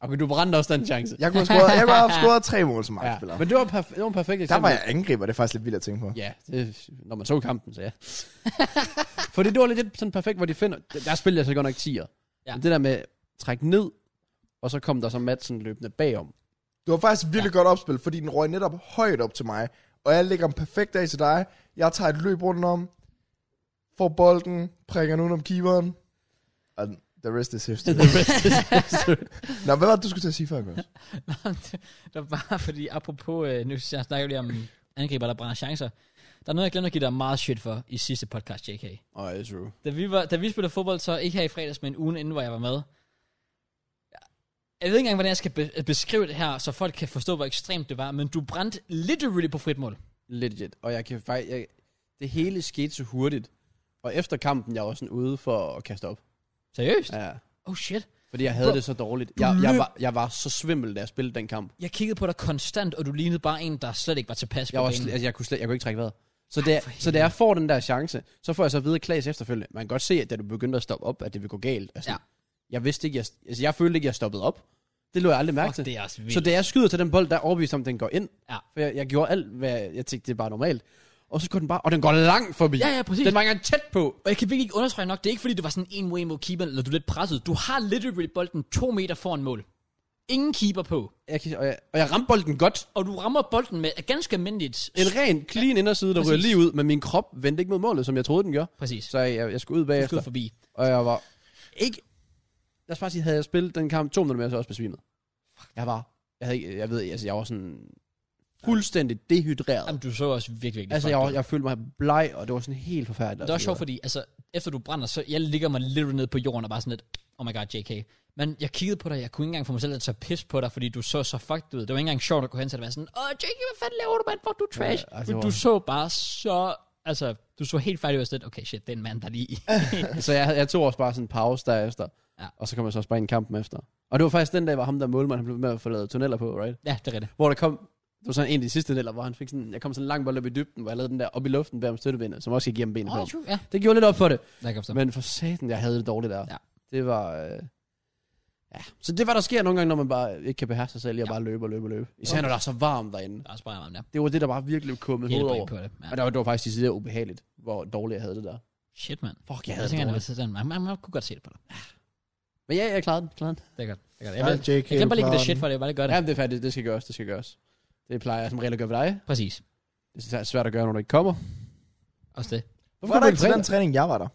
B: Okay, du brændte også den chance.
C: Jeg kunne have scoret, jeg kunne have scoret tre mål som markspiller. Ja,
B: Men det var, perf- det var en perfekt
C: der
B: eksempel.
C: var jeg angriber, det er faktisk lidt vildt at tænke på.
B: Ja, det, når man så kampen, så ja. Fordi det var lidt sådan perfekt, hvor de finder... Der, der spillede jeg så godt nok 10'er.
A: Ja.
B: Ja. Men det der med at trække ned, og så kom der så Madsen løbende bagom.
C: Det var faktisk et virkelig ja. godt opspil, fordi den røg netop højt op til mig. Og jeg lægger en perfekt af til dig. Jeg tager et løb rundt om. Får bolden. Prikker den udenom keeperen. Og den- the rest is history. Nå, hvad var det, du skulle til at sige før, Gørs?
A: det var bare fordi, apropos, øh, nu jeg snakker lige om angriber, der brænder chancer. Der er noget, jeg glemte at give dig meget shit for i sidste podcast, JK.
B: Åh, oh, it's true.
A: Da vi, var, da vi spillede fodbold, så ikke her i fredags, men ugen inden, hvor jeg var med. Jeg ved ikke engang, hvordan jeg skal be- beskrive det her, så folk kan forstå, hvor ekstremt det var, men du brændte literally på frit mål.
B: Legit. Og jeg kan faktisk... Jeg, det hele skete så hurtigt. Og efter kampen, jeg var sådan ude for at kaste op.
A: Seriøst? Ja.
B: Ja.
A: Oh shit.
B: Fordi jeg havde
A: Bro,
B: det så dårligt. Jeg, jeg, var, jeg var så svimmel, da jeg spillede den kamp.
A: Jeg kiggede på dig konstant, og du lignede bare en, der slet ikke var tilpas
B: Jeg,
A: på
B: var
A: banen.
B: slet, altså, jeg, kunne slet, jeg kunne ikke trække vejret. Så
A: Ej,
B: da,
A: for
B: så da jeg får den der chance, så får jeg så at vide at Klaas efterfølgende. Man kan godt se, at da du begyndte at stoppe op, at det ville gå galt. Altså,
A: Ja.
B: ja. Jeg vidste ikke, jeg, altså, jeg følte ikke, jeg stoppede op. Det lå jeg aldrig mærke
A: Fuck,
B: til.
A: det er også vildt.
B: Så da jeg skyder til den bold, der er overbevist om, at den går ind.
A: Ja.
B: For jeg, jeg gjorde alt, hvad jeg tænkte, det er bare normalt. og så går den bare, og den går langt forbi.
A: Ja, ja, præcis.
B: Den var ikke engang tæt på.
A: Og jeg kan virkelig ikke understrege nok, det er ikke fordi, det var sådan en way mod keeperen, eller du er lidt presset. Du har literally bolden to meter foran mål. Ingen keeper på.
B: Jeg kan, og, jeg, og jeg ramte bolden godt.
A: Og du rammer bolden med ganske almindeligt.
B: En ren, clean ja, inderside, der
A: præcis.
B: ryger lige ud, men min krop vendte ikke mod målet, som jeg troede, den gjorde.
A: Præcis.
B: Så jeg, jeg skulle ud
A: Du
B: bagefter,
A: skød forbi.
B: og jeg var...
A: Ikke,
B: Lad os bare sige, havde jeg spillet den kamp to minutter mere, så var jeg også besvimet. Jeg var... Jeg, havde ikke, jeg ved ikke, altså jeg var sådan fuldstændig dehydreret.
A: jamen, du så også virkelig, virkelig
B: altså
A: fucked
B: jeg, var,
A: ud.
B: jeg følte mig bleg, og det var sådan helt forfærdeligt.
A: Det er også sjovt, fordi altså, efter du brænder, så jeg ligger mig lidt ned på jorden og bare sådan lidt, oh my god, JK. Men jeg kiggede på dig, jeg kunne ikke engang få mig selv til at tage pis på dig, fordi du så så fucked ud. Det var ikke engang sjovt at gå hen til dig og være sådan, åh, JK, hvad fanden laver du, mand? Fuck, du er trash.
B: Ja, altså,
A: Men
B: det
A: du
B: var-
A: så bare så, altså, du så helt færdig ud af stedet. Okay, shit, det er en mand, der lige...
B: Så jeg, jeg tog også bare sådan en pause derefter.
A: Ja.
B: Ja. Og så kom jeg så også bare ind i kampen efter. Og det var faktisk den dag, hvor ham der målmand, han blev ved med at få lavet tunneller på, right?
A: ja, det er rigtigt.
B: Hvor der kom, det var sådan en af de sidste tunneller, hvor han fik sådan, jeg kom sådan en lang bold op i dybden, hvor jeg lavede den der op i luften bag om støttebenet, som også gik igennem benet på
A: Åh,
B: ham.
A: true, ja.
B: Det gjorde lidt op for det.
A: Jeg kan forstå.
B: Men for satan, jeg havde det dårligt der.
A: Ja.
B: Ja. Det var... Øh, ja. Så det var der sker nogle gange, når man bare ikke kan beherske sig selv, jeg
A: Ja.
B: bare løbe og løbe og løbe. Især når der er så varmt derinde.
A: Der er også bare om det.
B: Det var det, der bare virkelig kom med
A: Helt
B: hovedet over.
A: på det.
B: Og
A: Ja.
B: det var, det var faktisk det der ubehageligt, hvor dårligt jeg havde det der.
A: Shit, mand.
B: Fuck, jeg
A: Jeg
B: havde det
A: tænker,
B: dårligt.
A: at man, man, man, man kunne godt se det på dig.
B: Men ja, jeg klarede den. Klarede den.
A: Det er godt. Det er godt. Jeg,
C: Ja,
A: jeg,
C: JK,
A: jeg glemmer bare lige
C: klarede
A: det shit
C: den.
A: for det, jeg bare lige gør det.
B: Jamen, det er færdigt. Det skal gøres. Det skal gøres. Det plejer jeg som regel at gøre ved dig.
A: Præcis.
B: Det er svært at gøre, når du ikke kommer.
A: Også det.
C: Hvorfor var der
B: kommer
C: ikke til
B: du
C: den træning, jeg var der?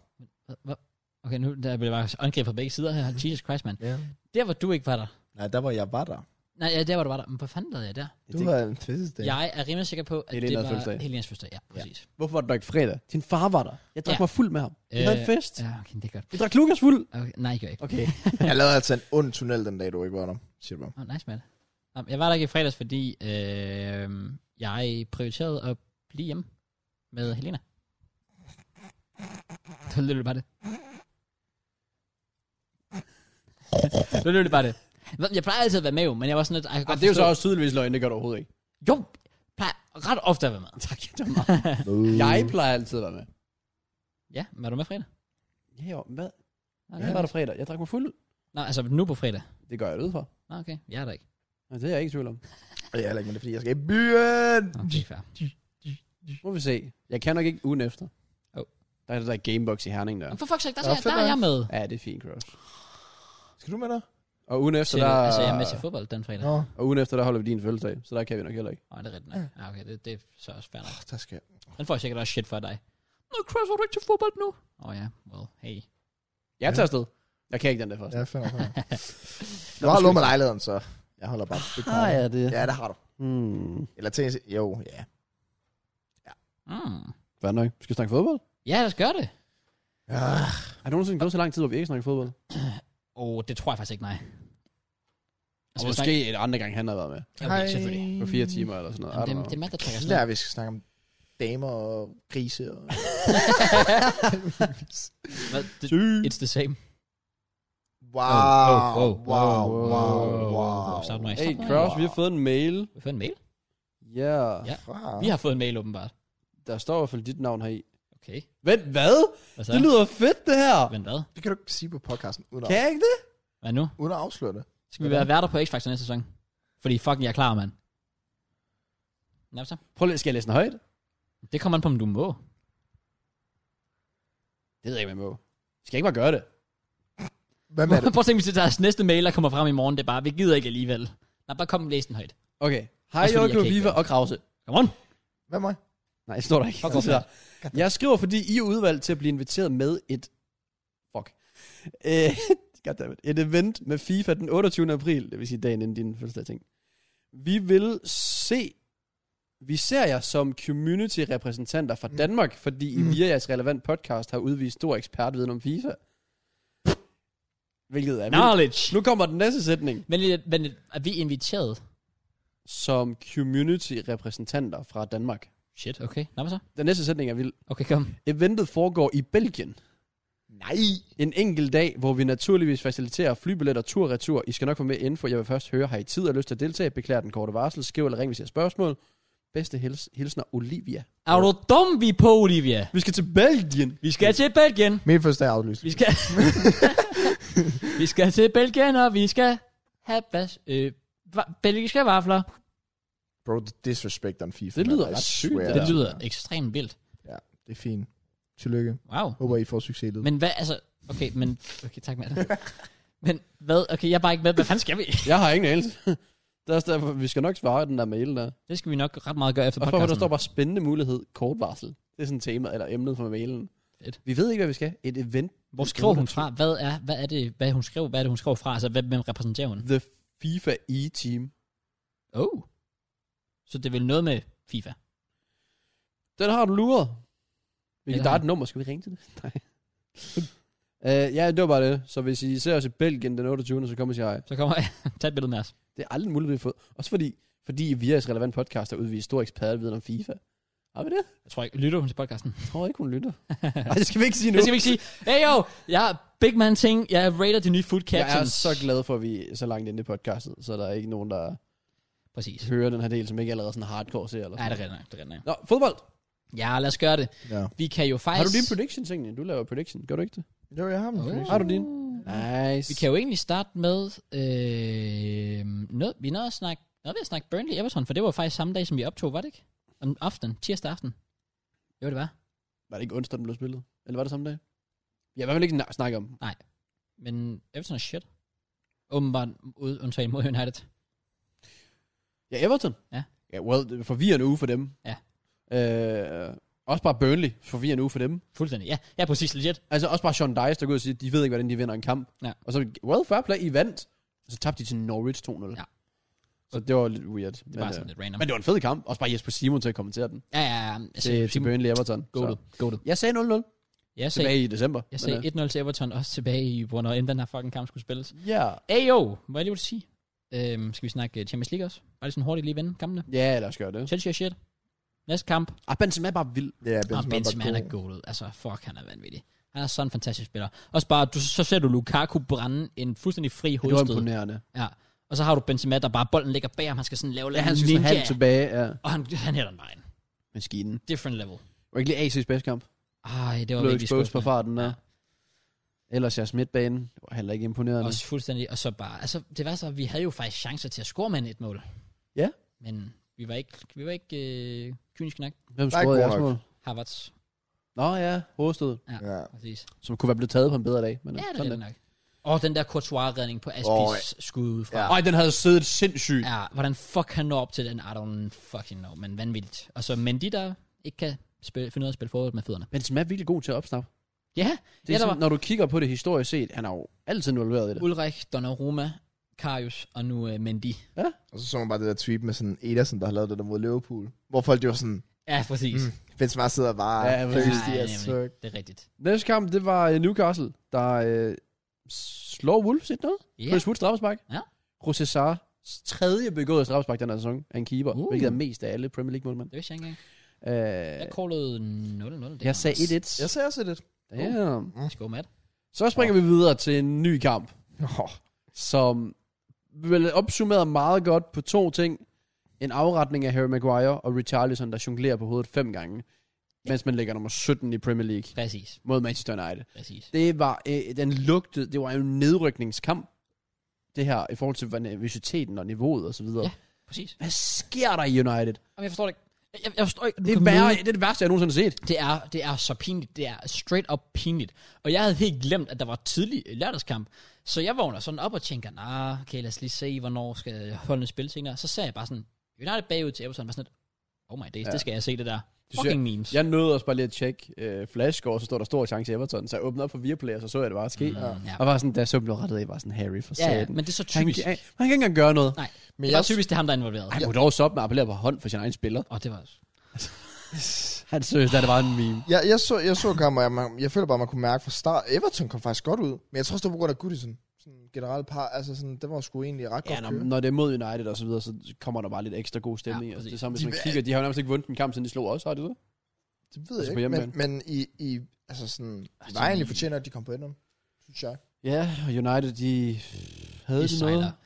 A: Hva- hva- Okay, nu der bliver bare angrebet fra begge sider her. Jesus Christ, mand.
C: Ja.
A: Der, hvor du ikke var der.
C: Nej, der var jeg var der.
A: Nej, ja, der, hvor du var der. Men hvad fanden lavede jeg der?
C: Du var en fødselsdag.
A: Jeg er rimelig sikker på, at det,
B: Helenas
A: det var
B: fødselsdag.
A: Helenas fødselsdag. Ja, præcis. Ja.
B: Hvorfor var du der ikke fredag? Din far var der. Jeg
A: Ja.
B: drak
A: Øh,
B: ja. mig fuld med ham. Vi havde en fest.
A: Ja, okay, det er godt.
B: Vi drak Lukas fuld.
A: Okay, nej, jeg gør ikke.
B: Okay.
C: jeg lavede altså en ond tunnel den dag, du ikke var der, siger du.
A: Oh, nice, mand. Nå, Jeg var der ikke i fredags, fordi øh, jeg prioriterede at blive hjemme med Helena. Det var lidt bare det. det var lidt bare det. Jeg plejer altid at være med, jo, men jeg var sådan lidt... Jeg kan
B: Ej,
A: godt
B: det er jo så
A: forstå-
B: også tydeligvis løgn. Det gør du overhovedet ikke.
A: Jo, plejer ret ofte at være med.
B: Tak, det var meget. Jeg plejer altid at være med.
A: Ja, men er du med fredag?
B: Ja, jo, hvad?
A: Nå,
B: Jeg var der fredag. Jeg drak mig fuld.
A: Nå, altså nu på fredag.
B: Det gør jeg det for.
A: Nå, okay. Jeg er der ikke.
B: Men Altså, det er jeg ikke i tvivl om.
C: Jeg er heller ikke med det, fordi jeg skal i byen.
A: Nå, det er fair.
B: Må vi se. Jeg kan nok ikke ugen efter.
A: Jo.
B: Der er det der Gamebox i Herning der.
A: Men for fuck's sake, der,
C: Nå,
A: skal,
C: fedt
A: der er
C: nok.
A: jeg med.
B: Ja, det er fint, Cross.
C: Skal du med der?
B: Og ugen efter,
A: Til,
B: der,
A: altså, jeg er med til fodbold den fredag. Nå,
C: Nå,
B: og ugen efter, der holder vi din fødselsdag. Så der kan vi nok heller ikke.
A: det er rigtigt nok. Ja, okay, det, det er så også fair nok.
C: Åh, der skal jeg.
A: Den får jeg sikkert også shit for af dig. Nå, Cross, var du ikke til fodbold nu? Åh oh, ja, well, hey.
B: Jeg tager afsted. Jeg kan ikke den der først.
C: Ja, fair nok. Du har lånt mig lejligheden, så jeg holder bare. Det
B: Har jeg det?
C: Ja, det har du.
B: Hmm.
C: Eller til Jo, ja.
A: Mm.
B: Hvad nok? Skal vi snakke fodbold?
A: Ja, lad os gøre det.
C: Ja.
B: Har du nogensinde gået så lang tid, hvor vi ikke snakker fodbold?
A: Åh, oh, det tror jeg faktisk ikke, nej.
B: Altså,
A: vi
B: måske
A: snakker-
B: et andre gang, han har været med.
A: Ja, okay, selvfølgelig.
B: På fire timer eller sådan noget.
A: Jamen,
B: Jamen,
A: det,
B: dem,
A: det er mand, der trækker sådan
C: Der,
A: noget.
C: vi skal snakke om damer og grise. Og...
A: Hvad? Det, it's the same.
C: Wow,
A: Oh, oh,
C: wow,
A: oh,
C: wow, wow, wow.
A: Stop mig.
B: Hey, Cross, vi har fået en mail.
A: Vi har fået en mail.
B: Ja.
A: Ja.
B: ja.
C: Fra-
A: Vi har fået en mail, åbenbart.
B: Der står i hvert fald dit navn heri.
A: Okay.
B: Vent, hvad?
A: Hvad så?
B: Det lyder fedt, det her.
A: Vent, hvad?
C: Det kan du ikke sige på podcasten, uden at,
B: Kan jeg ikke det?
A: Hvad nu?
C: uden at afsløre det.
A: Skal vi være værter på X-Factor næste sæson? Fordi fucking jeg er klar, mand. Nå, så.
B: Prøv lige, skal jeg læse den højt?
A: Det kommer an på, om du må.
B: Det ved jeg ikke, man må. Skal jeg ikke bare gøre det?
C: Hvad med det?
A: Prøv at tænke, hvis det er deres næste mail, der kommer frem i morgen, det er bare, vi gider ikke alligevel. Nej, bare kom og læs den højt.
B: Okay. Hej,
A: Også fordi jeg
B: Jokke,
A: kan ikke
B: Viva
A: gøre
B: og Krause.
A: Come on.
C: Hvad med mig?
B: Nej, det står der ikke.
A: Fuck,
B: Fuck,
A: hvor
B: der. Jeg skriver, fordi I er udvalgt til at blive inviteret med et... Fuck. Øh, goddammit. Et event med FIFA den 28. april, det vil sige dagen inden din fødselsdag, ting. Vi vil se... Vi ser jer som community-repræsentanter fra Danmark, fordi I via jeres relevant podcast har udvist stor ekspertviden om FIFA. Hvilket er vildt.
A: Knowledge.
B: Nu kommer den næste sætning.
A: Men, lidt- men lidt, er vi inviteret?
B: Som community-repræsentanter fra Danmark.
A: Shit, okay. Nå, hvad så?
B: Den næste sætning er vild.
A: Okay, kom.
B: Eventet foregår i Belgien.
C: Nej.
B: En enkelt dag, hvor vi naturligvis faciliterer flybilletter tur og retur. I skal nok få mere info. Jeg vil først høre, har I tid og lyst til at deltage? Beklager den korte varsel. Skriv eller ring, hvis I har spørgsmål. Bedste hils hilsner, Olivia.
A: Er du dum, vi er på, Olivia?
B: Vi skal til Belgien.
A: Vi skal til Belgien.
C: Min første er aflyst.
A: Vi skal... vi skal til Belgien, og vi skal have bas... Øh, va- belgiske vafler.
C: Bro, the disrespect on FIFA.
B: Det lyder
C: man. I
B: ret sygt,
C: swear.
B: Ja.
A: Det lyder ekstremt vildt.
C: Det er fint. Tillykke.
A: Wow.
C: Håber, I får succes lidt.
A: Men hvad, altså... Okay, men... Okay, tak, Malte. men hvad... Okay, jeg er bare ikke med. Hvad fanden skal vi?
B: Jeg har ingen anelse. det er også derfor, vi skal nok svare i den der mail der.
A: Det skal vi nok ret meget gøre efter
B: Og for, der
A: podcasten.
B: står bare spændende mulighed, kort varsel. Det er sådan tema, eller emnet for mailen.
A: Fedt.
B: Vi ved ikke, hvad vi skal. Et event.
A: Hvor skriver hun fra? Hvad er, hvad er det, hvad hun skrev? Hvad er det, hun skrev fra? Altså, hvem, hvem repræsenterer hun?
B: The FIFA E-team.
A: Oh. Så det er vel noget med FIFA.
B: Den har du luret.
A: Ja, det
B: Hvilket, der er
A: har
B: et nummer. Skal vi ringe til det? Nej. uh, ja, det var bare det. Så hvis I ser os i Belgien den 28. så kommer I sige hej.
A: Så kommer jeg. Tag et billede med os.
B: Det er aldrig muligt, vi har fået. Også fordi, fordi vi er et relevant podcast, der udviser stor ekspertviden om FIFA. Har vi det?
A: Jeg tror ikke, lytter hun til podcasten.
B: Jeg tror ikke, hun lytter. Nej, det skal vi ikke sige nu.
A: Det skal vi ikke sige. Hey yo, jeg er big man ting. Jeg rater de nye food
B: Jeg er
A: captions.
B: så glad for, at vi er så langt inde i podcastet, så der er ikke nogen, der
A: Præcis.
B: hører den her del, som ikke allerede sådan hardcore ser. Eller
A: Nej,
B: sådan.
A: det er rigtigt nok, det er rigtigt nok.
B: Nå, fodbold.
A: Ja, lad os gøre det.
C: Ja.
A: Vi kan jo faktisk...
B: Har du din prediction, tingene? Du laver prediction, gør du ikke det?
C: Jo, jeg har dem.
A: Oh.
B: Har du din? Nice.
A: Vi kan jo egentlig starte med... Øh, noget, vi nåede at snakke... Nåede vi at snakke Burnley Everton, for det var faktisk samme dag, som vi optog, var det ikke? Om aftenen, tirsdag aften. Jo, det var.
B: Var det ikke onsdag, den blev spillet? Eller var det samme dag? Ja, hvad vil ikke na- snakke om?
A: Men Everton er shit. Åbenbart ud, undtagen mod United.
B: Ja, Everton.
A: Ja.
B: Ja, well, det er forvirrende uge for dem.
A: Ja.
B: Øh, også bare Burnley, forvirrende uge for dem.
A: Fuldstændig. Ja, ja præcis legit.
B: Altså også bare Sean Dice, der går ud og siger, at de ved ikke, hvordan de vinder en kamp.
A: Ja.
B: Og så, well, fair play, I vandt. Og så tabte de til Norwich 2-0.
A: Ja.
B: Så det var lidt weird.
A: Det var sådan lidt random.
B: men det var en fed kamp. Også bare Jesper Simon til at kommentere den.
A: ja, ja, ja. Altså,
B: Til, til Burnley Everton.
A: Go to,
B: Så.
A: go to.
B: Jeg sagde 0-0
A: Jeg sagde,
B: tilbage i december.
A: jeg sagde 1-0 til Everton også tilbage i, hvornår end den her fucking kamp skulle spilles.
B: øh, Ja.
A: Ayo, hvad er det, du vil sige? Øhm, skal vi snakke øh, Champions League også? Bare lige sådan hurtigt lige vende kampene.
B: Ja, lad os gøre det.
A: Chelsea er shit. Næste kamp.
B: Ah, Benzema er bare vild.
C: Ja,
A: Benzema, og Benzema han Ah, er god ud. Altså, fuck, han er vanvittig. Han er sådan en fantastisk spiller. Også bare, du, så ser du Lukaku brænde en fuldstændig fri
B: Det var
A: hovedstød.
B: imponerende.
A: Ja. Og så har du Benzema, der bare bolden ligger bag ham. Han skal sådan lave
B: Ja,
A: lidt
B: han synes,
A: ninja.
B: han tilbage af
A: Og han, han hætter den bare ind.
B: maskinen.
A: Different level.
B: Var ikke lige AC's bedste kamp?
A: Ej, det var
B: Blev
A: virkelig
B: exposed på
A: skuffende.
B: farten der.
A: Ja.
B: Ellers jeres midtbane var heller ikke imponerende.
A: Også fuldstændig, og så bare, altså det var så, vi havde jo faktisk chancer til at score med en et mål.
B: Ja.
A: Men vi var ikke, vi var ikke øh, kyniske nok.
B: Hvem
C: Der er
B: scorede
C: ikke
B: jeres
C: god nok.
B: mål?
A: Harvards,
B: Nå ja, hovedstød.
C: Ja.
A: præcis.
B: Som kunne være blevet taget på en bedre dag. Men
A: Ja, det er
B: sådan
A: det nok. Og den der Courtois-redning på Aspis
C: Åh,
A: oh, skud ud fra.
C: ja.
A: Ja.
B: Øj, den havde siddet sindssygt. Ja.
A: ja. hvordan fuck han når op til den, I don't fucking know, men vanvittigt. Og så Mendy, der ikke kan spille, finde ud af at spille fodbold med fødderne.
B: Benzema er virkelig god til at opsnappe.
A: Ja,
B: Det er
A: Ja, der
B: sådan,
A: var-
B: når du kigger på det historisk set, han har jo altid involveret i det.
A: Ulrik, Donnarumma, Karius og nu uh, Mendy.
C: Og så så man bare det der tweet med sådan Ederson, der har lavet det der mod Liverpool. Hvor folk det var sådan,
A: Ja, præcis.
C: Mm. Benzema sidder bare
B: Ja,
C: ja,
B: men-
C: thirsty
A: Ja,
C: as
A: nemlig.
C: fuck.
A: Det er rigtigt.
B: Næste kamp, det var øh, Newcastle, der øh, slår Wolves 1-0.
A: Ja,
B: Yeah. Chris Wood straffespark.
A: Ja.
B: José Sarrs tredje begåede straffespark den her sæson af en keeper,
A: Uh.
B: uh. hvilket er mest af alle Premier League målmænd.
A: det vidste jeg ikke engang.
B: Øh,
A: Jeg callede 0-0.
B: jeg sagde 1-1.
C: Jeg ser også lidt.
B: Damn.
A: Skål, Matt.
B: Så springer vi videre til en ny kamp,
C: Oh,
B: som vel opsummeret meget godt på to ting. En afretning af Harry Maguire og Richarlison, der jonglerer på hovedet fem gange, ja. mens man ligger nummer 17 i Premier League
A: Præcis,
B: mod Manchester United.
A: præcis.
B: Det var, øh, den lugtede, det var jo en nedrykningskamp, det her, i forhold til nervøsiteten og niveauet osv.
A: Ja.
B: Ja.
A: Præcis.
B: Hvad sker der i United?
A: Jamen, jeg forstår det ikke. Jeg, jeg forstår ikke. at du
B: Det er,
A: kan
B: værre,
A: møde-
B: det er det værste, jeg nogensinde har set.
A: Det er, det er så pinligt. Det er straight up pinligt. Og jeg havde helt glemt, at der var tidlig øh, lørdagskamp. Så jeg vågner sådan op og tænker, nah, okay, lad os lige se, hvornår skal holdene spille ting der. Så ser jeg bare sådan, United bagud til Everton, var sådan lidt, oh my days, ja.
B: Ja.
A: det skal jeg se det der.
B: synes
A: Fucking memes.
B: Jeg nåede også bare lige at tjekke øh, flashscore, så står der stor chance i Everton. Så jeg åbnede op for Viaplay, og så så jeg det bare ske.
A: Mm, ja.
B: Og var sådan, da jeg så blev rettet af, var sådan, Harry for
A: ja, ja,
B: satan.
A: men det er så
B: Han,
A: typisk.
B: kan- han, han kan ikke engang gøre noget.
A: Nej,
C: Men
A: det er
C: jeg,
A: bare typisk, det er ham, der er involveret.
B: Han kunne dog stoppe med at appellere på hånd for sin egen spiller.
A: Og det var
B: Han synes, at det var en meme.
C: jeg, jeg, så, jeg så kampen, og jeg, man, jeg føler bare, man kunne mærke fra start. Everton kom faktisk godt ud, men jeg tror også, det var på grund af Goodison. Sådan generelt par, altså sådan, det var sgu egentlig ret
B: Ja,
C: godt
B: når,
C: køre.
B: når det er mod United og så videre, så kommer der bare lidt ekstra god stemning.
A: Ja,
B: Ja, altså,
A: præcis.
B: det er samme, hvis
C: De
B: man
C: vil-
B: kigger, de har jo nærmest ikke vundet en kamp, siden de slog os, har de det?
C: Det ved
B: Altså
C: jeg
B: på
C: ikke, men,
B: hjemmebane.
C: men i, i, altså sådan, altså,
A: de-
C: nej, egentlig fortjener, at de kom på endnu. Synes jeg.
B: Ja, og United, de havde
A: det
B: det
A: sejler.
B: noget.
A: Det,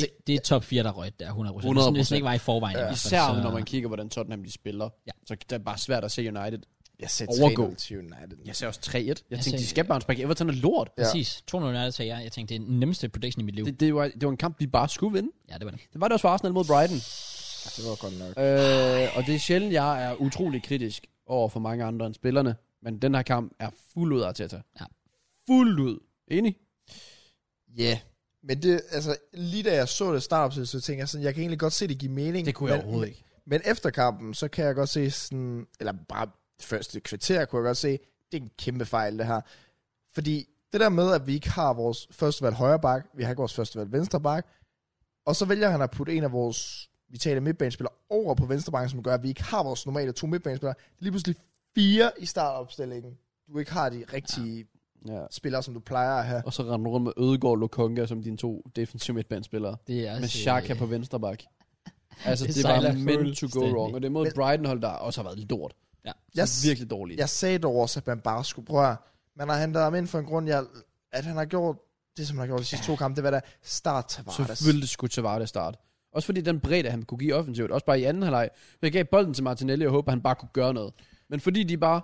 C: Altså,
A: det er top 4, der røg der, 100%. 100%. Hvis
B: 100%.
A: det næsten ikke var i forvejen. i hvert fald,
B: Især
A: altså, så-
B: når man kigger, hvordan Tottenham de spiller.
A: Ja.
B: Så det er bare svært at se United.
C: Jeg ser
B: Overgå.
C: 3-0 til United.
B: Jeg ser også 3-1. Jeg, jeg tænkte,
A: ser-
B: de skal bare sparke Everton er lort.
C: Ja.
A: Præcis. 200 United sagde jeg. Jeg tænkte, det er den nemmeste prediction i mit liv. Det,
B: Det, det, var, det var en kamp, de bare skulle vinde.
A: ja, det var det.
B: Det var det også for Arsenal mod Brighton.
C: Altså, Det var godt nok.
B: Øh, og det er sjældent, jeg er utrolig kritisk over for mange andre end spillerne. Men den her kamp er fuld ud af Arteta.
A: Ja.
B: Fuld ud. Enig?
C: Ja. Yeah. Men det, altså, lige da jeg så det startopsæt, så tænkte jeg sådan, jeg kan egentlig godt se, det giver mening. men,
B: ikke.
C: Men efter kampen, så kan jeg godt se sådan, eller bare første kvarter kunne jeg godt se, det er en kæmpe fejl det her. Fordi det der med, at vi ikke har vores førstevalg højre bak, vi har ikke vores førstevalg venstre bak, og så vælger han at putte en af vores vitale midtbanespillere over på venstre bak, som gør, at vi ikke har vores normale to midtbanespillere. Det er lige pludselig fire i startopstillingen. Du ikke har de rigtige ja.
B: Ja.
C: spillere, som du plejer at have.
B: Og så render du rundt med Ødegaard og Lokonga som dine to defensive midtbandspillere.
A: Det er
B: Med
A: altså,
B: Xhaka på venstre bak. Altså,
A: Det
B: det, det var
A: sejler
B: meant to go
A: fuldstændig.
B: wrong. Og det er mod
C: Men-
B: Brighton hold, der også har været lidt lort.
A: Ja.
B: Jeg
C: Jeg
B: er
C: s-
B: virkelig dårligt.
C: Jeg sagde dog også, at man bare skulle prøve. Man har hentet ham ind for en grund, jeg, at han har gjort det, som han har gjort de sidste to kampe. Det var da start Tavares.
B: Selvfølgelig skulle Tavares starte. Også fordi den bredde, han kunne give offensivt, også bare i anden halvleg. Jeg gav bolden til Martinelli og håber, han bare kunne gøre noget. Men fordi de bare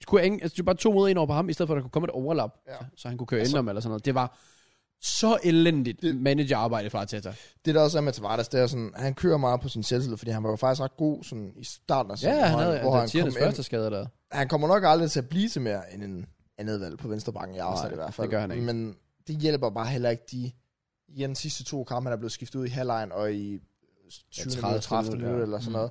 B: de kunne ingen, altså de bare to mod en over på ham, i stedet for at der kunne komme et overlap, ja.
C: Ja.
B: så han kunne køre altså, indenom eller sådan noget. Det var så elendigt det, managerarbejde fra Arteta.
C: Det der også er med Tavares, det er sådan, han kører meget på sin selvtillid, fordi han var jo faktisk ret god sådan, i starten af
B: Ja,
C: sæsonen,
B: han havde
C: hvor
B: altså,
C: han, kom
B: Tiernes
C: ind.
B: første skade der.
C: han kommer nok aldrig til at blive til mere end en andet valg på venstre bakken, jeg har
B: Nej,
C: det i hvert
B: det
C: fald.
B: gør han ikke.
C: Men det hjælper bare heller ikke de igen de sidste to kampe, han er blevet skiftet ud i halvlejen og i 20
B: Ja, 30
C: minutter, 30
B: minutter,
C: minutter
B: ja.
C: eller sådan
A: Mm.
C: noget.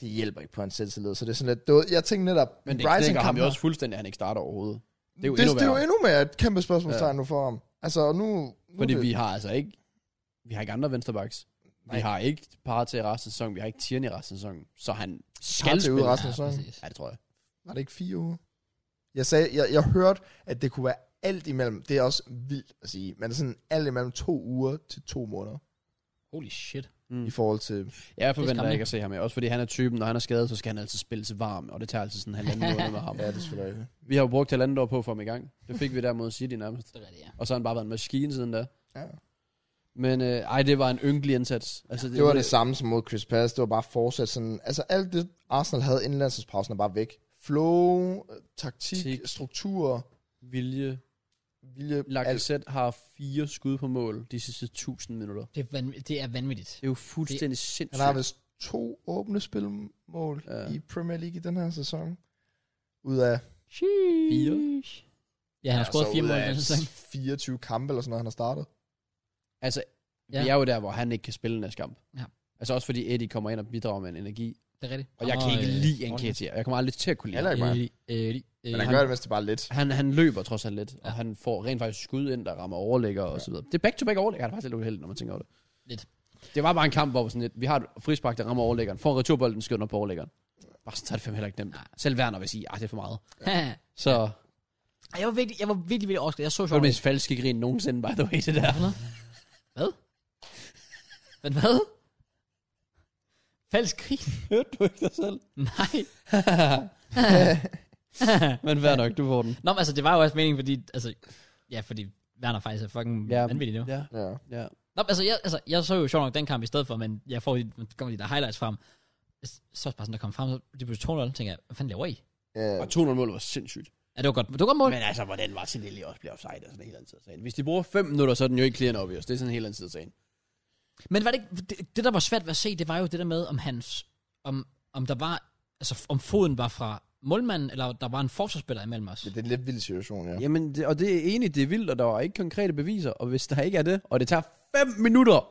C: Det hjælper ikke på hans selvtillid, så det er sådan lidt, det var, jeg tænkte netop,
B: Men det
C: Brighton
B: knækker ham
C: kampen-
B: jo også fuldstændig, at han ikke starter overhodet.
C: Det er jo, det, endnu, det er jo
B: værre.
C: endnu mere et kæmpe spørgsmålstegn
B: Ja.
C: ja. nu for ham. Altså, og nu... nu
B: Fordi
C: er det,
B: vi har altså ikke, vi har ikke andre vensterbacks. Vi
C: Nej.
B: har ikke par til resten af sæsonen. Vi har ikke Tierney i resten af sæsonen. Så han skal
C: Partey er ude
B: spille.
C: resten af sæsonen.
A: præcis.
B: Ja, det tror jeg.
C: Var det ikke fire uger? Jeg, sagde, jeg, jeg hørte, at det kunne være alt imellem. Det er også vildt at sige. Men sådan alt imellem to uger til to måneder.
A: Holy shit.
B: Mm.
C: Mm. I forhold til...
B: Jeg forventer
A: skræmmende.
B: ikke at se ham her. Også fordi han er typen, når han er skadet, så skal han altid spille sig varm. Og det tager altid sådan en halvanden måned med ham.
C: Ja, det er selvfølgelig rigtigt.
B: Vi har jo brugt halvandet år på at få ham i gang. Det fik vi der mod City nærmest.
A: Det er rigtigt, ja.
B: Og så har han bare været en maskine siden da.
C: Ja.
B: Men øh, ej, det var en ynkelig indsats. Altså,
C: Det var det samme som mod Chris Pass. Det var bare fortsat sådan... Altså alt det, Arsenal havde inden landsholdspausen er bare væk. Flow, øh, taktik,
B: Tik.
C: Tik. struktur,
B: Vilje.
C: vilje... alt.
B: Lacazette har fire skud på mål de sidste 1000 minutter.
A: Det er, vanv- det er vanvittigt.
B: Det er jo fuldstændig sindssygt.
C: Han har vist to åbne spilmål
B: Ja.
C: ja. i Premier League i den her sæson. Ud af
B: fire.
A: Ja, han har
C: Ja,
A: scoret
C: så
A: fire
C: ud
A: mål i
C: af
A: den sæson.
C: 24 kampe eller sådan noget, han har startet.
B: Altså, ja.
A: Ja.
B: vi er jo der, hvor han ikke kan spille næste kamp.
A: Ja.
B: Altså også fordi Eddie kommer ind og bidrager med en energi.
A: Det er rigtigt.
B: Og jeg kan ikke lide Enketia. Jeg kommer aldrig til at kunne lide
C: Heller
B: ham.
C: ikke mig.
A: Øh, øh, øh,
C: Men han
A: han-
C: gør det, mens det bare er lidt.
B: Han, han løber trods alt lidt, ja.
A: Ja.
B: og han får rent faktisk skud ind, der rammer overlægger og så videre. Det er back-to-back overlægger, han er faktisk lidt uheldig, når man tænker over det.
A: Lidt.
B: Det var bare en kamp, hvor sådan lidt, vi har et frispark, der rammer overlæggeren, får returbolden, skyder den op på overlæggeren. Bare sådan, så er det fandme heller ikke nemt.
A: Nej.
B: Selv Werner vil sige, at det er for meget.
A: Haha.
B: Så ja.
A: Ej, jeg var virkelig, jeg var virkelig, virkelig overrasket. Jeg så
B: det var
A: sjovt.
B: det mest falske grin nogensinde, by the way, det der.
A: Men hvad? Falsk krig?
B: Hørte du ikke dig selv?
A: Nej.
B: Men vær nok, du får den.
A: Nå, men altså, det var jo også meningen, fordi... Altså, ja, fordi Werner faktisk er fucking
B: Ja.
A: ja. vanvittig nu.
B: Ja.
C: Ja.
B: ja.
A: Nå, men altså, jeg, altså, jeg så jo sjovt nok den kamp i stedet for, men jeg får de, der kommer de der highlights frem. Så er det bare sådan, der kom frem, så de pludselig 2-0, tænker jeg, hvad fanden laver I?
C: Ja.
B: Og 200-målet var sindssygt.
A: Ja, det var godt, det var godt mål.
B: Men altså, hvordan Martinelli også bliver offside, er sådan en helt anden side af sagen. Hvis de bruger 5 minutter, så er den jo ikke clear and obvious. Det er sådan en helt anden side af sagen.
A: Men var det, ikke- det, det, der var svært ved at se, det var jo det der med, om hans, om, om der var, altså om foden var fra målmanden, eller der var en forsvarsspiller imellem os.
C: Det er en lidt vild situation, ja.
B: Jamen, det, og det er egentlig, det er vildt, og der er ikke konkrete beviser. Og hvis der ikke er det, og det tager 5 minutter,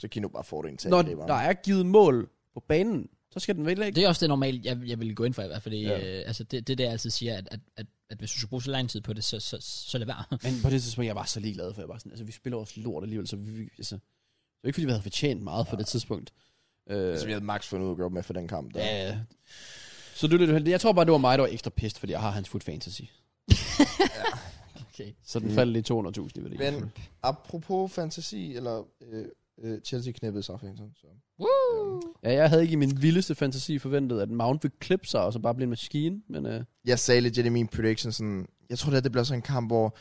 C: Så Kino bare får det en tag.
B: når
C: det er bare-
B: der er givet mål på banen, så skal den vel ikke.
A: Det er også det normale, jeg, jeg ville gå ind for i hvert fald.
B: Ja.
A: Ja. Øh, altså det, det er det, jeg altid siger, at, at, at, at hvis du skal bruge så lang tid på det, så, så, så lad være.
B: Men på det tidspunkt, jeg var så ligeglad for, jeg var sådan, altså vi spiller vores lort alligevel, så vi, altså, det er ikke fordi, vi havde fortjent meget på det tidspunkt. Øh,
C: Altså, vi havde max fundet ud at gøre med for den kamp. Der.
B: ja, ja. Så det er lidt uheldigt. Jeg tror bare, det var mig, der var ekstra pissed, fordi jeg har hans foot fantasy.
A: Okay.
B: Så den
C: Mm.
B: faldt lidt 200.000 i værdi.
C: Men apropos fantasi, eller øh, øh, Chelsea knæppede Southampton. Så.
A: Woo!
B: Ja, jeg havde ikke i min vildeste fantasi forventet, at Mount ville klippe sig, og så bare blive en maskine, men øh,
C: Jeg sagde lidt i min prediction, sådan, jeg tror, det, her, det bliver sådan en kamp, hvor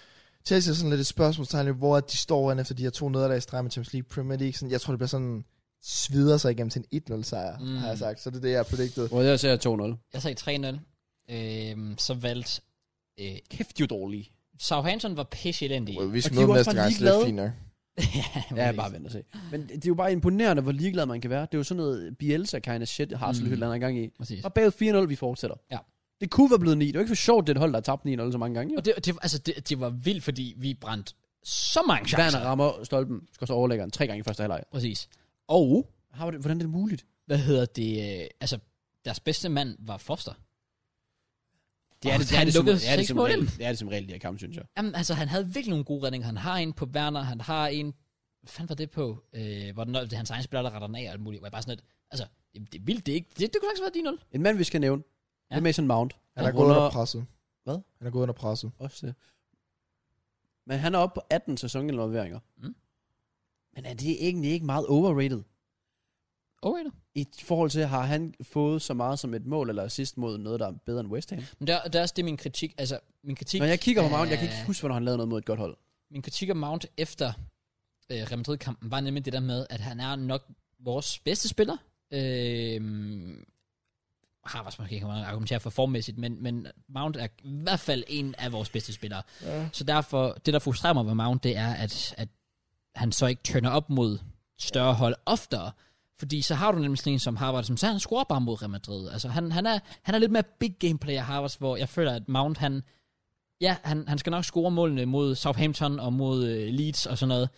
C: Chelsea er sådan lidt et spørgsmålstegn, hvor at de står an efter de her to nederlag i streg med Champions League, Premier League. Sådan, jeg tror, det bliver sådan svider sig igennem til en 1-0 sejr,
A: Mm.
C: mm. har jeg sagt. Så det er det, jeg har predicted.
B: hvor jeg ser
A: Jeg sagde 3-0. Øh, så valgte... Øh,
B: 2-0. Kæft, de er dårlige.
A: Southampton var pisse elendig.
C: Well, vi
B: de
C: skal møde
B: var
C: dem næste
B: også
C: gang,
B: bare
C: så det er
B: ligeglade.
C: fint nok.
B: Ja, bare vent og se. Men det det er jo bare imponerende, hvor ligeglad man kan være. Det er jo sådan noget Bielsa kind of shit, har mm.
A: Mm.
B: han er i gang i.
A: Præcis.
B: Og bagud 4-0, vi fortsætter.
A: Ja.
B: Det kunne være blevet 9. Det er jo ikke for sjovt, det er et hold, der har tabt 9-0 så mange gange. Jo.
A: Og det, det, altså, det, det var vildt, fordi vi brændte så mange chancer.
B: Werner rammer stolpen, skal så overlæggeren tre gange i første halvleg.
A: Præcis. Og,
B: Har det- Hvordan er det muligt?
A: hvad hedder det, øh, altså, deres bedste mand var Foster.
B: Det er
A: Og
B: det, det,
A: han
B: er det, som, det,
A: lukkede
B: er det,
A: seks
B: som
A: mål
B: regel,
A: ind.
B: det er det som regel, de her kampe, synes jeg.
A: Jamen, altså, han havde virkelig nogle gode redninger. Han har en på Werner, han har en... Hvad fanden var det på? Øh, hvor den, det er hans egen spiller, der retter den af og alt muligt. Hvor jeg bare sådan lidt... Altså, det, det er vildt, det er ikke... Det, det kunne nok være 10-0.
B: En mand, vi skal nævne, ja. det
A: Ja.
B: er Mason Mount.
C: Han er gået under presset.
B: Hvad?
C: Han er gået under presset.
B: Også det. Men han er oppe på 18 sæsoninvolveringer. Mm.
A: Mm.
B: Men er det egentlig ikke meget overrated?
A: Okay, da.
B: I forhold til, har han fået så meget som et mål eller assist mod noget, der er bedre end West Ham?
A: Men der, der er også det, min kritik... Altså, min kritik...
B: Når jeg kigger på
A: af-
B: Mount, jeg kan ikke huske, hvornår han lavede noget mod et godt hold.
A: Min kritik af Mount efter øh, Real Madrid-kampen var nemlig det der med, at han er nok vores bedste spiller. Øh, Harvards måske kan man argumentere for formmæssigt, men, men Mount er i hvert fald en af vores bedste spillere.
C: Ja.
A: Så derfor, det der frustrerer mig ved Mount, det er, at, at han så ikke tørner op mod større hold oftere. Fordi så har du nemlig sådan en som Harvard, som så han scorer bare mod Real Madrid. Altså han, han, er, han er lidt mere big game player Harvard, hvor jeg føler, at Mount han, ja, han, han skal nok score målene mod Southampton og mod øh, Leeds og sådan noget.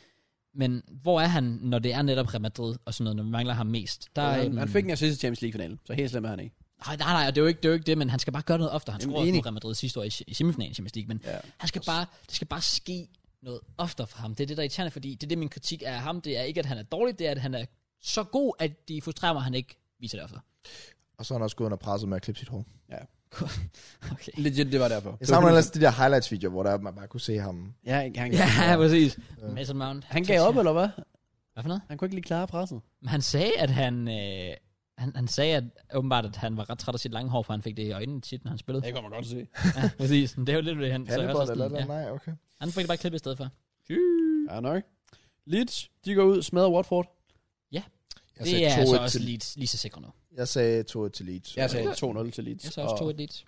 A: Men hvor er han, når det er netop Real Madrid og sådan noget, når man mangler ham mest? Der, er,
B: Han, han fik en assist i Champions League-finalen, så helt slem er han ikke.
A: Nej, nej, nej, og det er, jo ikke, det er jo ikke det, men han skal bare gøre noget oftere. Han
B: Jamen,
A: scorede
B: enig.
A: mod Real Madrid sidste år i, i semifinalen i Champions League, men
B: Ja.
A: han skal bare, det skal bare ske noget oftere for ham. Det er det, der er irriterende, fordi det er det, min kritik er af ham. Det er ikke, at han er dårlig, det er, at han er så god, at de frustrerer mig, at han ikke viser det oftere.
C: Og så er han også gået under presset med at klippe sit hår.
A: Okay.
B: Legit, det var derfor.
C: Jeg savner ellers de der highlights-videoer, hvor der, man bare kunne se ham.
B: Ja, han,
A: Ja, præcis. Mason Mount.
B: han gav op, eller hvad?
A: Hvad for noget?
B: Han kunne ikke lige klare presset.
A: Men han sagde, at han... Øh, han, han sagde at, åbenbart, at han var ret træt af sit lange hår, for han fik det i øjnene tit, når han spillede.
B: kan man godt se.
A: Ja, præcis. Men Det er jo lidt det, han... jeg er
C: Pandebånd
A: også
C: eller
A: sådan,
C: noget?
A: ja.
C: Nej, okay.
A: Han fik det bare klippet i stedet for.
B: Ja, nok. Leeds, de går ud, smadrer Watford.
C: Jeg
A: det
C: sagde
A: er
C: 2-1
A: altså
C: til-
A: også lige, lige så sikkert nu.
C: Jeg sagde 2-1 til Leeds.
B: Jeg
A: sagde
B: sagde 2-0 til Leeds.
A: Jeg så også 2-1 lidt.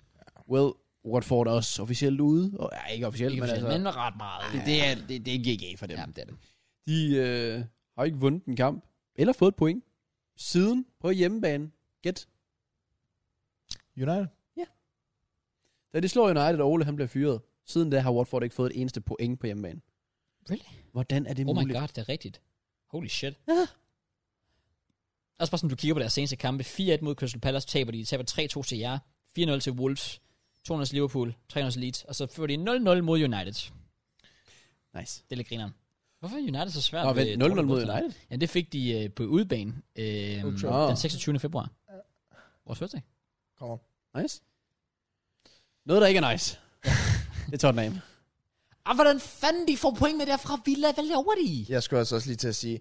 B: Well, Watford er også officielt ude. Og, ja, ikke officielt,
A: Ikke
B: men
A: officielt,
B: altså...
A: Men ret meget.
B: Det, det, er, det, det er GG for dem.
A: Ja, det er det.
B: De øh, har ikke vundet en kamp, eller fået et point, siden på hjemmebane. Gæt.
C: United?
B: Da de slår United, og Ole han bliver fyret, siden da har Watford ikke fået et eneste point på hjemmebane.
A: Really?
B: Hvordan er det
A: Oh my
B: muligt?
A: god, det er rigtigt. Holy shit.
B: Ja.
A: Også bare sådan, du kigger på deres seneste kampe. 4-1 mod Crystal Palace taber de. De taber 3-2 til jer. 4-0 til Wolves. 2-0 til Liverpool. 3-0 til Leeds. Og så fører de 0-0 mod United.
B: Nice.
A: Det er lidt grineren. Hvorfor er United så svært?
B: Nå,
A: ved
B: vent, 0-0 mod
A: dårlige modstandere?
B: United?
A: Ja, det fik de øh, på udebane øh,
C: Old
B: Trafford.
A: den 26. februar. Vores fødselsdag.
C: Kom on.
B: Nice. Noget, der ikke er nice. det er Tottenham.
A: Ah, hvordan fanden de får point med det her fra Villa? Hvad laver de?
C: Jeg skulle altså også lige til at sige,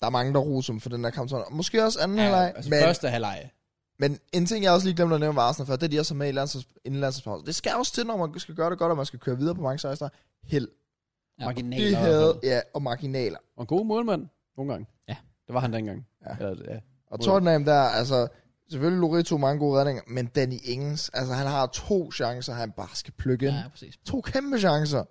C: der er mange, der roser dem for den der kamp. sådan, og Måske også anden halvleg.
B: altså
C: men,
B: første halvleg.
C: men en ting, jeg også lige glemte at nævne med Arsenal før, det er, de også har med i landsholds- inden landsholdspause. Det skal også til, når man skal gøre det godt, og man skal køre videre på mange sejre. Held.
A: Ja.
B: Marginaler.
C: De
B: i hvert
C: havde,
B: fald.
C: ja, og marginaler.
B: Og en god målmand. Nogle gange.
A: Ja.
B: Det var han dengang.
C: Ja.
B: Eller, ja.
C: Og
B: Mod-
C: Tottenham der, altså, selvfølgelig Lorito mange gode redninger, men Danny Ings, altså han har to chancer, han bare skal plukke ind.
A: Ja,
C: Ja.
A: præcis.
C: To kæmpe chancer.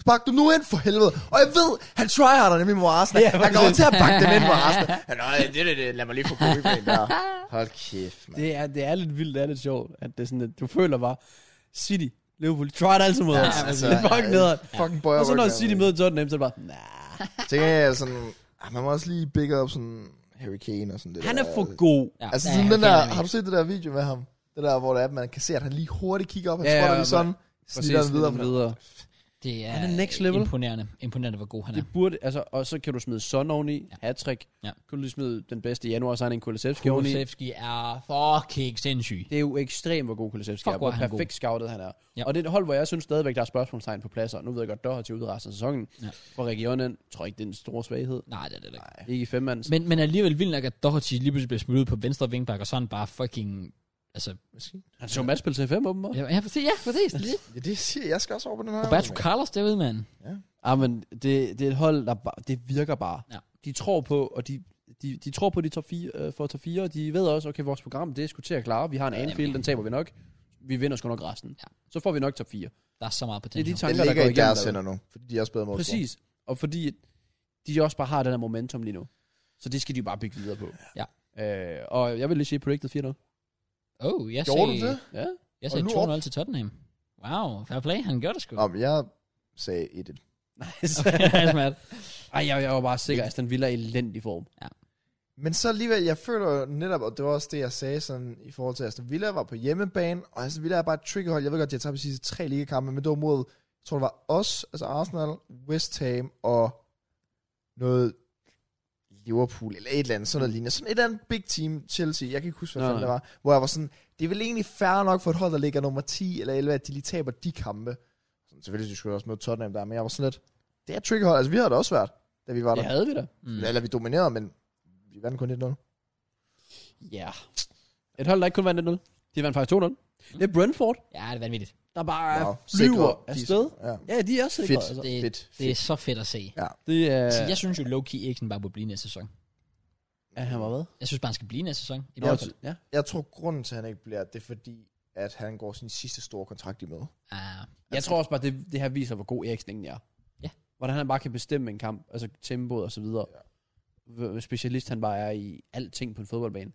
C: Spark dem nu ind for helvede. Og jeg ved, han tryharder nemlig mod Arsenal.
B: Ja,
C: Ja, han kommer til at bakke dem ind mod Arsenal. Han, "Nå, det er det, det, lad mig lige få kuglepen der. Hold kæft, mand.
B: Det er, det er lidt vildt, det er lidt sjovt, at det er sådan, at du føler bare, City, Liverpool, try det altid mod
A: Ja,
B: os.
A: altså,
B: det er fucking nederen.
C: Fucking bøjer
B: Og så når
C: ryggen,
B: City
C: mand.
B: møder Tottenham, så er det bare, nah,
C: Tænker jeg sådan, ah, man må også lige big up sådan Harry Kane og sådan det
B: han
C: der.
B: er for god.
A: Ja.
C: Altså
A: Ja,
C: sådan
A: ja,
C: den
A: okay,
C: der,
A: jeg er
C: har du set det der video med ham? Det der, hvor det er, at man kan se, at han lige hurtigt kigger op, han
B: Ja,
C: ja, spotter
B: ja,
C: lige sådan, snitter den videre. på den.
B: videre.
A: Det er,
B: Han er next level.
A: imponerende. Imponerende, hvor god han er.
B: Det burde, altså, og så kan du smide Son oveni, ja. hat-trick.
A: Ja.
B: Kunne du lige smide den bedste i januar, så er E- han en Kulisevski oveni.
A: Kulusevski er fucking sindssyg.
B: Det er jo ekstremt, hvor god Kulisevski
A: Fuck,
B: er.
A: hvor
B: Hvor
A: er han
B: perfekt scoutet han er.
A: Ja.
B: Og det er et hold, hvor jeg synes stadigvæk, der er spørgsmålstegn på pladser. Nu ved jeg godt, der har til ud resten af sæsonen.
A: Ja.
B: For regionen tror jeg ikke, det er en stor svaghed.
A: Nej, det er det da ikke.
B: Ikke i femmands.
A: Men, men alligevel vildt nok, at Doherty lige pludselig bliver smidt ud på venstre vingbak, og sådan bare fucking... Altså,
B: Han så matchspil til fem, åbenbart.
A: ja, ja, præcis, ja, præcis. lige.
C: Ja, det siger jeg. jeg. skal også over på den her.
A: Roberto Carlos derude, mand.
B: Ja, Ah, men det, det er et hold, der bare, det virker bare.
A: Ja.
B: De tror på, og de, de, de tror på, de top 4, øh, får top 4, og de ved også, okay, vores program, det er sgu til at klare. Vi har en
A: Ja,
B: Anfield,
A: jamen.
B: den taber vi nok. Vi vinder sgu nok resten.
A: Ja.
B: Så får vi nok top 4.
A: Der er så meget på
B: Det er de
A: den.
C: Den
B: tanker, der
C: ligger
B: går
C: i
B: igennem.
C: deres
B: derude.
C: hænder nu, fordi de er også bedre mål.
B: Præcis. Og fordi de også bare har den her momentum lige nu. Så det skal de jo bare bygge videre på.
A: Ja.
B: Øh, og jeg vil lige sige, predicted 4
A: Oh, jeg
C: Gjorde
A: sagde,
C: du det?
B: Ja.
A: Jeg
C: Og
A: sagde
C: nu
A: 2-0 til Tottenham. Wow, fair play. Han gjorde det sgu.
C: Nå, men jeg sagde 1-1.
B: Nice.
A: Okay, smart.
B: Ej, jeg, jeg var bare sikker, at Aston Villa er i elendig form.
C: Men så alligevel, jeg føler jo netop, og det var også det, jeg sagde sådan, i forhold til, at Aston Villa var på hjemmebane, og Aston Villa er bare et triggerhold. Jeg ved godt, de har tabt de sidste tre ligekampe, men det var mod, jeg tror det var os, altså Arsenal, West Ham og noget Liverpool, eller et eller andet, sådan noget lignende. Sådan et eller andet big team, Chelsea, jeg kan ikke huske, hvad
B: Mm. Nå,
C: fanden det
B: nej.
C: var, hvor jeg var sådan, det er vel egentlig færre nok for et hold, der ligger nummer 10 eller 11, at de lige taber de kampe. Sådan, selvfølgelig, de skulle også møde Tottenham der, men jeg var sådan lidt, det er et triggerhold, altså vi har det også været, da vi var
B: Det
C: der.
B: havde vi da.
A: Mm.
C: Eller vi dominerede, men vi vandt kun 1-0.
B: Ja. Yeah. Et hold, der ikke kun vandt 1-0. De vandt faktisk 2-0.
A: Mm.
B: Det er Brentford,
A: Ja, det er vanvittigt.
B: der bare wow.
C: Wow. Sikre.
B: flyver
C: De er
B: afsted.
C: sikre, ja.
B: Ja, de er også sikre.
C: Fedt.
B: Altså.
A: Det,
C: Fedt,
A: det er så fedt at se.
B: Det er...
A: Så jeg synes jo, low-key Eriksen bare burde blive næste sæson.
B: Ja, han var hvad?
A: Jeg synes bare, han skal blive næste sæson. I
C: Nå,
A: hvert fald.
B: Ja.
C: Jeg tror, grunden til, at han ikke bliver, det er fordi, at han går sin sidste store kontrakt i møde.
A: Ah,
B: Jeg tror også bare, det, det her viser, hvor god Eriksen egentlig er.
A: Ja.
B: Hvordan han bare kan bestemme en kamp, altså tempoet og så videre.
C: Ja.
B: Ja. Hvor specialist han bare er i alting på en fodboldbane.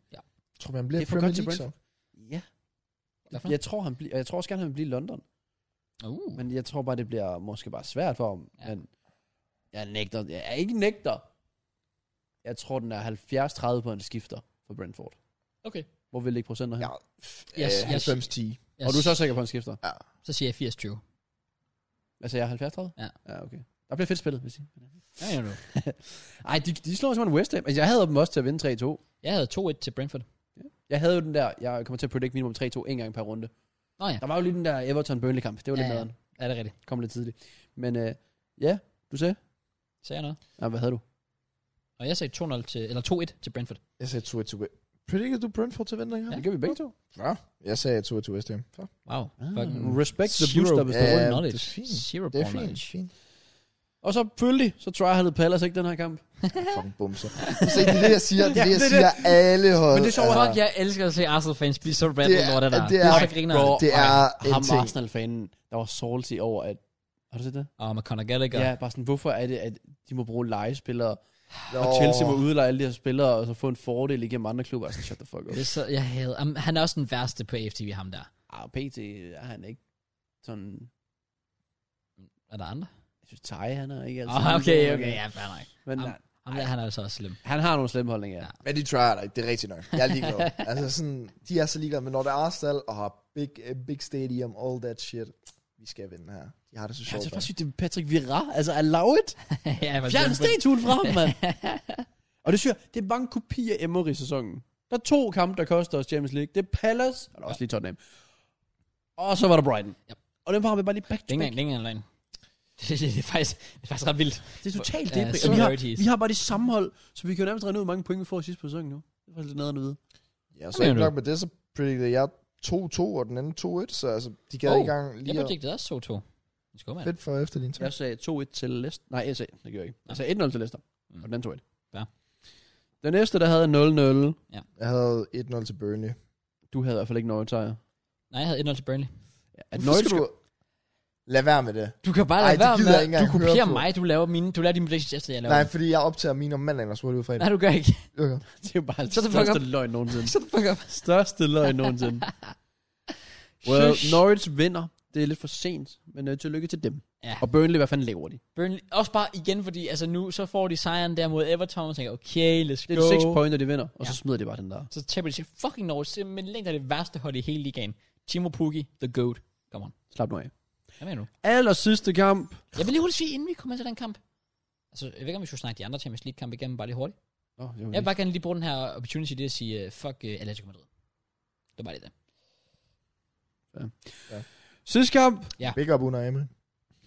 C: Tror man, han bliver
B: Det
C: i
B: er for
C: Premier
B: godt til
C: League så?
B: Ja.
A: Hvorfor?
B: Jeg tror, han bliver, jeg tror også gerne, han vil blive i London.
A: uh,
B: Men jeg tror bare, det bliver måske bare svært for ham.
A: Ja.
B: Ja. Men jeg nægter. Jeg er ikke nægter. Jeg tror, den er 70-30 på en skifter for Brentford.
A: okay.
B: Hvor vil det ligge procenter hen?
C: Ja, øh,
B: Ja.
A: Jeg-
C: yes,
A: jeg-
C: 90 10.
A: Jeg
B: Og du er så
A: s-
B: sikker på en skifter?
A: Så siger jeg 80-20.
B: Altså, jeg er 70-30?
A: Ja.
B: Ja, okay. Der bliver fedt spillet, hvis I.
A: Ja, ja, du.
B: Ej, de, de slår simpelthen West Ham. Altså, jeg havde dem også til at vinde 3-2.
A: Jeg havde 2-1 til Brentford.
B: Jeg havde jo den der, jeg kommer til at predict minimum 3-2 en gang per runde.
A: Nå ja,
B: Der var jo lige den der Everton-Burnley-kamp. Det var lidt
A: Ja, ja.
B: nederen.
A: er det rigtigt?
B: Kom lidt tidligt. Men øh, ja, du sagde?
A: Sagde jeg noget?
B: Nej, hvad havde du?
A: Og jeg sagde 2-0 til, eller 2-1 til Brentford.
C: Jeg sagde 2-1 til West. Predicted du Brentford til vindring her?
B: Det gør vi begge to.
C: Ja. Jeg sagde 2-1 til West Ham. Ja,
A: Wow. Fucking
B: Mm. Respect the
A: Zero.
B: boost, der består.
A: Zero
C: det er
A: knowledge.
C: fint.
A: Zero
C: det er
A: ball
C: fint.
A: knowledge.
C: fint.
B: Og så følgelig, så tryhardede Palace ikke den her kamp.
C: Fucking bumser. Se, det er det, jeg siger. Det er det,
B: Ja,
C: jeg
B: det er
C: siger. Alle hold.
B: Men det er sjovt,
A: Fuck, jeg elsker at se Arsenal-fans blive så brat
C: Det er-
A: over det der.
C: det
A: Det er
C: er-
A: så griner.
C: det er
B: ej,
C: en
B: ham
C: ting.
B: Arsenal-fanen, der var salty over, at... Har du set det?
A: Og med Conor Gallagher.
B: Ja, bare sådan, hvorfor er det, at de må bruge legespillere,
C: Nå.
B: og Chelsea må udleje alle de her spillere, og så få en fordel igennem andre klubber? Altså, shut the fuck up.
A: Det er så, jeg havde, um, han er også den værste på AFTV, ham der.
B: Ah, PT er han ikke sådan...
A: Er der andre?
B: Jeg synes, Thaj, Altså, han er ikke
A: Åh, oh, okay, okay, ja, fair nok.
B: Men
A: Am-
B: han,
A: Ham der, han er altså også slem.
B: han har nogle slemme holdninger.
A: Ja.
B: Ja.
C: Men de tryer dig ikke, det er rigtigt nok. Jeg er ligeglad. altså sådan, de er så ligeglade, men når det er Arsenal og har big, eh, big stadium, all that shit, vi skal vinde her. De har det så
B: Jeg
C: sjovt.
B: synes
C: mand.
B: faktisk, det er Patrick Vieira. Altså, allow it.
A: ja, men-
B: Fjern statuen fra ham, mand. og det synes jeg, det er mange kopier af Emery-sæsonen. Der er to kampe, der koster os Champions League. Det er Palace, og der er også lige Tottenham. Og så var der Brighton.
A: Yep.
B: Og den var vi bare lige back to
A: Længere,
B: back.
A: længere, længere. Det, det, det, er faktisk, det er faktisk ret vildt.
B: Det er totalt
A: Ja,
B: det.
A: så
B: vi, har,
A: rarities.
B: vi har bare det samme hold, så vi kan jo nærmest regne ud, hvor mange point vi får sidst på sæsonen nu. Det er faktisk lidt nederen at vide.
C: Ja, så
A: Hvad mener
C: ikke
A: du?
C: nok med det, så predicted jeg 2-2, og den anden 2-1, så altså, de gad
A: Oh,
C: ikke engang
A: Jeg
C: lige at
A: projektede også 2-2. Skål, mand.
C: fedt for efter din
B: Jeg
C: tag.
B: sagde 2-1 til Leicester. Nej, jeg sagde, det gjorde jeg ikke. Jeg sagde 1-0 til Leicester,
A: Mm.
B: og den anden 2-1.
A: Ja.
B: Den næste, der havde 0-0.
C: Jeg havde 1-0 til Burnley.
B: Du havde i hvert fald ikke Norwich sejr.
A: Nej, jeg havde 1-0 til Burnley.
B: Ja, at
C: Hvorfor
B: Norwich
C: skal du... Lad være med det.
A: Du kan bare
C: Ej,
A: lade
C: det
A: være
C: gider
A: med,
C: jeg ikke
A: du
C: engang
A: kopierer
C: høre på.
A: mig, du laver mine, du laver dine predictions efter, jeg laver
C: Nej,
A: dem.
C: fordi jeg optager mine om mandagen, og så var det ud fredag.
A: Nej, du gør ikke.
C: Okay.
B: det er jo bare
A: Så er
B: den
A: det fuck
B: største løgn nogensinde.
A: Shut the fuck up.
B: Største løgn nogensinde. well, Norwich vinder. Det er lidt for sent, men uh, tillykke til dem.
A: Ja.
B: Og Burnley, hvad fanden laver de?
A: Burnley, også bare igen, fordi altså nu, så får de sejren der mod Everton, og tænker, okay, let's
B: Det
A: go.
B: er 6 pointer, de vinder, og ja. så
A: Ja.
B: smider de bare den der.
A: Så tæpper de til fucking Norwich, det er med længder det værste hold i hele ligaen. Timo Pukki, the goat. Come on.
B: Slap nu af.
A: Hvad mener du?
B: Aller sidste kamp.
A: Jeg vil lige hurtigt sige, inden vi kommer til den kamp. Altså, jeg ved ikke, om vi skulle snakke de andre Champions League-kampe igennem, bare lige hurtigt.
B: Oh, det var
A: Jeg vil bare gerne lige bruge den her opportunity til at sige, uh, fuck uh, Atletico Madrid. Det var bare lige det.
B: Sidste kamp.
C: Big up under Emil.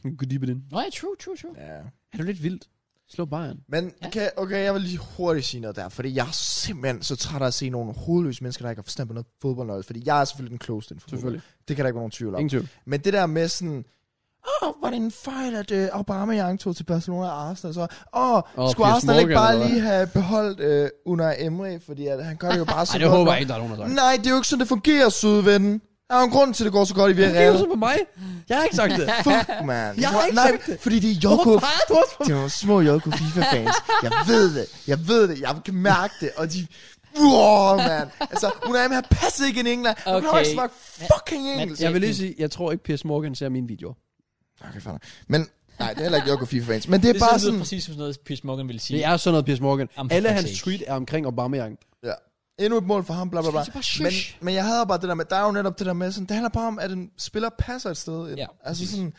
B: Good evening.
A: Nå ja, true, true, true.
C: Ja.
B: Er du lidt vildt? Slå Bayern.
C: Men
A: Ja.
C: kan, okay, jeg vil lige hurtigt sige noget der, fordi jeg er simpelthen så træt af at se nogle hovedløse mennesker, der ikke har forstand på noget fodbold, noget, fordi jeg er selvfølgelig den klogeste inden for fodbold.
B: Selvfølgelig.
C: Det kan der ikke være nogen tvivl om.
B: Ingen tvivl.
C: Men det der med sådan, åh, oh, var det en fejl, at uh, Aubameyang tog til Barcelona og Arsenal, så, åh, oh,
B: Åh,
C: oh, skulle
B: Piers
C: Arsenal ikke
B: Morgan,
C: bare
B: eller hvad?
C: lige have beholdt uh, under Emery, fordi at han gør det jo bare så
B: Ej, det håber
C: nok.
B: jeg ikke, der er nogen, der har sagt.
C: Nej, det er jo ikke sådan, det fungerer, søde ven. Der er jo en grund til, at det går så godt i
B: Det er jo
C: Villarreal.
B: så på mig. Jeg har ikke sagt det.
C: Fuck, man.
B: Jeg har ikke
C: Nej,
B: sagt det.
C: fordi det er
B: Hvorfor
C: Joko.
B: har du også på
C: Det er nogle små Joko FIFA-fans. Jeg ved det. Jeg ved det. Jeg kan mærke det. Og de... Wow, man. Altså, Unai har passet ikke en england. Okay. Hun har
A: Okay.
C: ikke smagt fucking engelsk.
A: men-
B: Jeg vil lige sige, jeg tror ikke, Piers Morgan ser mine videoer.
C: Okay, fair nok. Men nej, det er heller ikke Joko FIFA-fans. Men det er
A: Det
C: bare
A: synes sådan...
C: sådan...
A: præcis som sådan noget, Piers Morgan ville sige.
B: Det er sådan noget, Piers Morgan.
A: Jamen, for
B: Alle
A: fuck's
B: hans
A: sake.
B: tweet er omkring Aubameyang.
C: Ja. Endnu et mål for ham, bla bla bla.
A: Det er bare
C: Men,
A: shush.
C: men jeg havde bare det der med, der er jo netop det der med, sådan, det handler bare om, at en spiller passer et sted.
A: Ja,
C: altså
A: præcis.
C: sådan,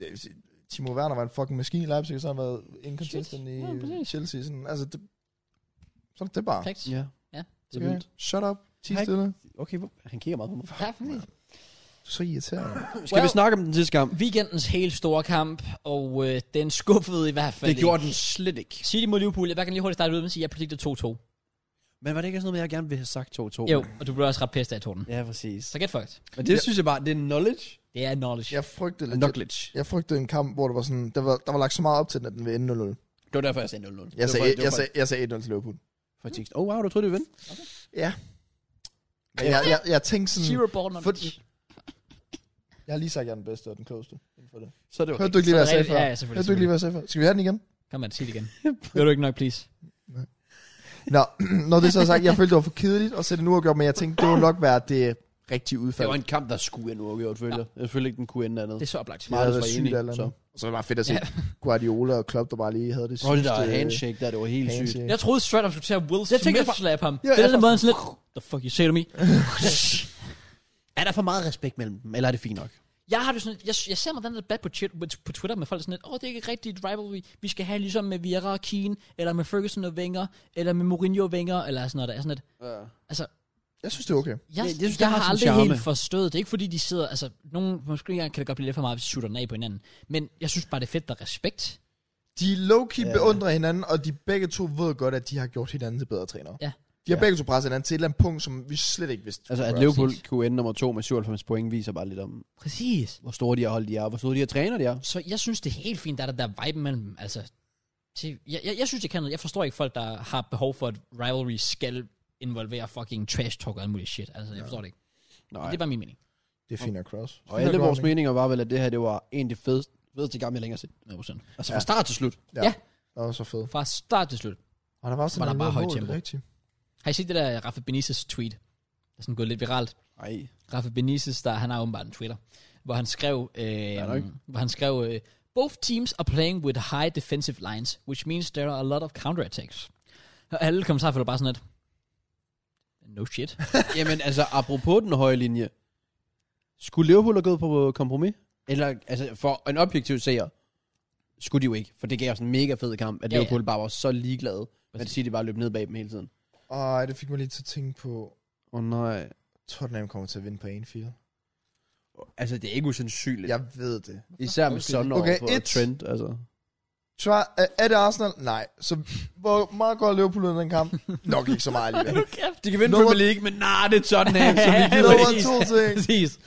C: jeg vil sige, Timo Werner var en fucking maskine i Leipzig, og så har han været inconsistent i
A: Ja, præcis.
C: Chelsea. Sådan, altså, det, sådan er det bare.
A: Perfekt.
B: Ja.
A: Ja.
B: Det er vildt.
C: Shut up, ti
B: Tak.
C: stille.
B: Okay, hvor- han kigger meget på mig.
A: Ja, for mig.
C: Du er så irriterende.
B: Skal vi snakke om den sidste kamp?
A: Weekendens helt store kamp, og øh, den skuffede i hvert fald
B: Det gjorde
A: ikke.
B: den slet ikke.
A: City mod Liverpool, jeg kan lige hurtigt starte ud med at sige, at jeg predicted 2-2.
B: Men var det ikke sådan noget, med, jeg gerne ville have sagt 2-2?
A: Jo, og du blev også ret pæst af Torben.
B: Ja, præcis.
A: Så get fucked.
B: Men det synes jeg bare, det er knowledge.
A: Det er knowledge.
C: Jeg frygtede, lidt,
B: Knowledge.
C: jeg frygtede en kamp, hvor det var sådan, der var, der var lagt så meget op til den, at den ville ende 0-0. Jeg,
B: Det var derfor, jeg sagde 0-0.
C: jeg, sagde, jeg, sagde, jeg sagde 1-0 til Liverpool.
B: For tekst. Oh, wow, du troede, det ville vinde.
C: Ja. Men jeg, jeg, jeg tænkte sådan,
A: Zero ball knowledge.
C: fordi- jeg har lige sagt, at jeg er den bedste og den klogeste inden for det.
B: Så er det var
C: Hørte du ikke lige, hvad jeg sagde
A: Rigtigt.
C: før?
A: Ja, ja, selvfølgelig.
C: Hørte du ikke lige, hvad jeg sagde før? Skal vi have den igen?
A: Kom man, sig det igen. Gør du ikke nok, please?
C: Nå, når det så er sagt, jeg følte, det var for kedeligt at sætte en uafgjort, men jeg tænkte, det ville nok være det rigtige udfald.
B: Det var en kamp, der skulle ende uafgjort, følger. jeg. Jeg følte ikke, den kunne ende andet.
A: Det er så oplagt.
C: meget
B: jeg var
C: sygt
B: enig,
C: eller andet.
B: så.
C: Og så var det bare fedt at se Guardiola og Klopp, der bare lige havde det
B: Og det der handshake der, det var helt sygt.
C: handshake.
A: Jeg troede straight up, skulle tage Will
B: Jeg
A: Smith
B: tænker
A: jeg
B: bare-
A: slap ham.
B: Ja,
A: det
B: jeg
A: er den måde, sådan lidt, the fuck you say to me?
B: Er der for meget respekt mellem dem, eller er det fint nok?
A: Jeg har det sådan, jeg, jeg ser mig den der debat på, chit, på Twitter med folk, der sådan lidt, åh, oh, det er ikke rigtigt rivalry, vi skal have ligesom med Vieira og Keane, eller med Ferguson og Wenger, eller med Mourinho og Wenger, eller sådan noget der. er Sådan lidt. Altså,
C: Jeg synes, det er okay.
A: jeg,
B: Det-
A: jeg,
B: det synes
A: jeg
B: jeg har
A: har
B: sin
A: aldrig
B: charme.
A: helt forstået, det er ikke fordi, de sidder, altså, nogen, måske ikke engang kan det godt blive lidt for meget, hvis de shooter den af på hinanden, men jeg synes bare, det er fedt, der er respekt.
C: De low-key
B: Ja.
C: beundrer hinanden, og de begge to ved godt, at de har gjort hinanden til bedre trænere.
A: Ja.
C: De har
B: Ja.
C: begge to presset hinanden til et eller andet punkt, som vi slet ikke vidste.
B: Altså,
C: kunne
B: at
C: gøre.
B: Liverpool
A: præcis.
B: kunne ende nummer to med 97 point, viser bare lidt om,
A: Præcis.
B: hvor store de her hold de er, og hvor store de her træner de er.
A: Så jeg synes, det er helt fint, der er der, der vibe mellem, altså, til, jeg, jeg, jeg synes, jeg kan noget. Jeg forstår ikke folk, der har behov for, at rivalry skal involvere fucking trash talk og alt muligt shit. Altså, jeg forstår det ikke.
B: Nej.
A: Men Det er bare min mening.
C: Det er fint at cross.
B: Og alle vores meninger var vel, at det her, det var en af de fedeste, fedeste kampe, jeg længere set.
A: 100%.
B: Altså fra start til slut.
C: Ja.
A: Ja.
C: Det var så fedt.
A: Fra start til slut.
C: Og der var sådan
A: Var der
C: en
A: bare
C: lille
A: højt
C: mål,
A: tempo.
C: det er rigtigt.
A: Har I set det der Rafa Benitez tweet? Der er sådan gået lidt viralt.
B: Nej.
A: Rafa Benitez, der, han har åbenbart en Twitter, hvor han skrev,
B: nok
A: øh,
B: ikke.
A: hvor han skrev øh, Both teams are playing with high defensive lines, which means there are a lot of counterattacks. Og alle kommentarer følger bare sådan et, no shit.
B: Jamen altså, apropos den høje linje. Skulle Liverpool have gået på kompromis? Eller, altså for en objektiv seer, skulle de jo ikke. For det gav os en mega fed kamp, at
A: Ja, ja.
B: Liverpool bare var så ligeglade. Men
A: Præcis.
B: City bare løb ned bag dem hele tiden.
C: Ej, det fik mig lige til at tænke på,
B: Åh oh, nej.
C: Tottenham kommer til at vinde på 1-4.
B: Altså, det er ikke usandsynligt. Ja.
C: Jeg ved det.
B: Især med Son over
C: Okay,
B: på
C: et.
B: Trent, altså.
C: Try, er, er det Arsenal? Nej. Så hvor meget går Liverpool ud af den kamp? Nok ikke så meget alligevel.
B: De kan vinde
C: Nummer-
B: Premier League, men nej, det er Tottenham, så vi gider
C: Nummer
B: ikke.
C: to ting.
A: Præcis.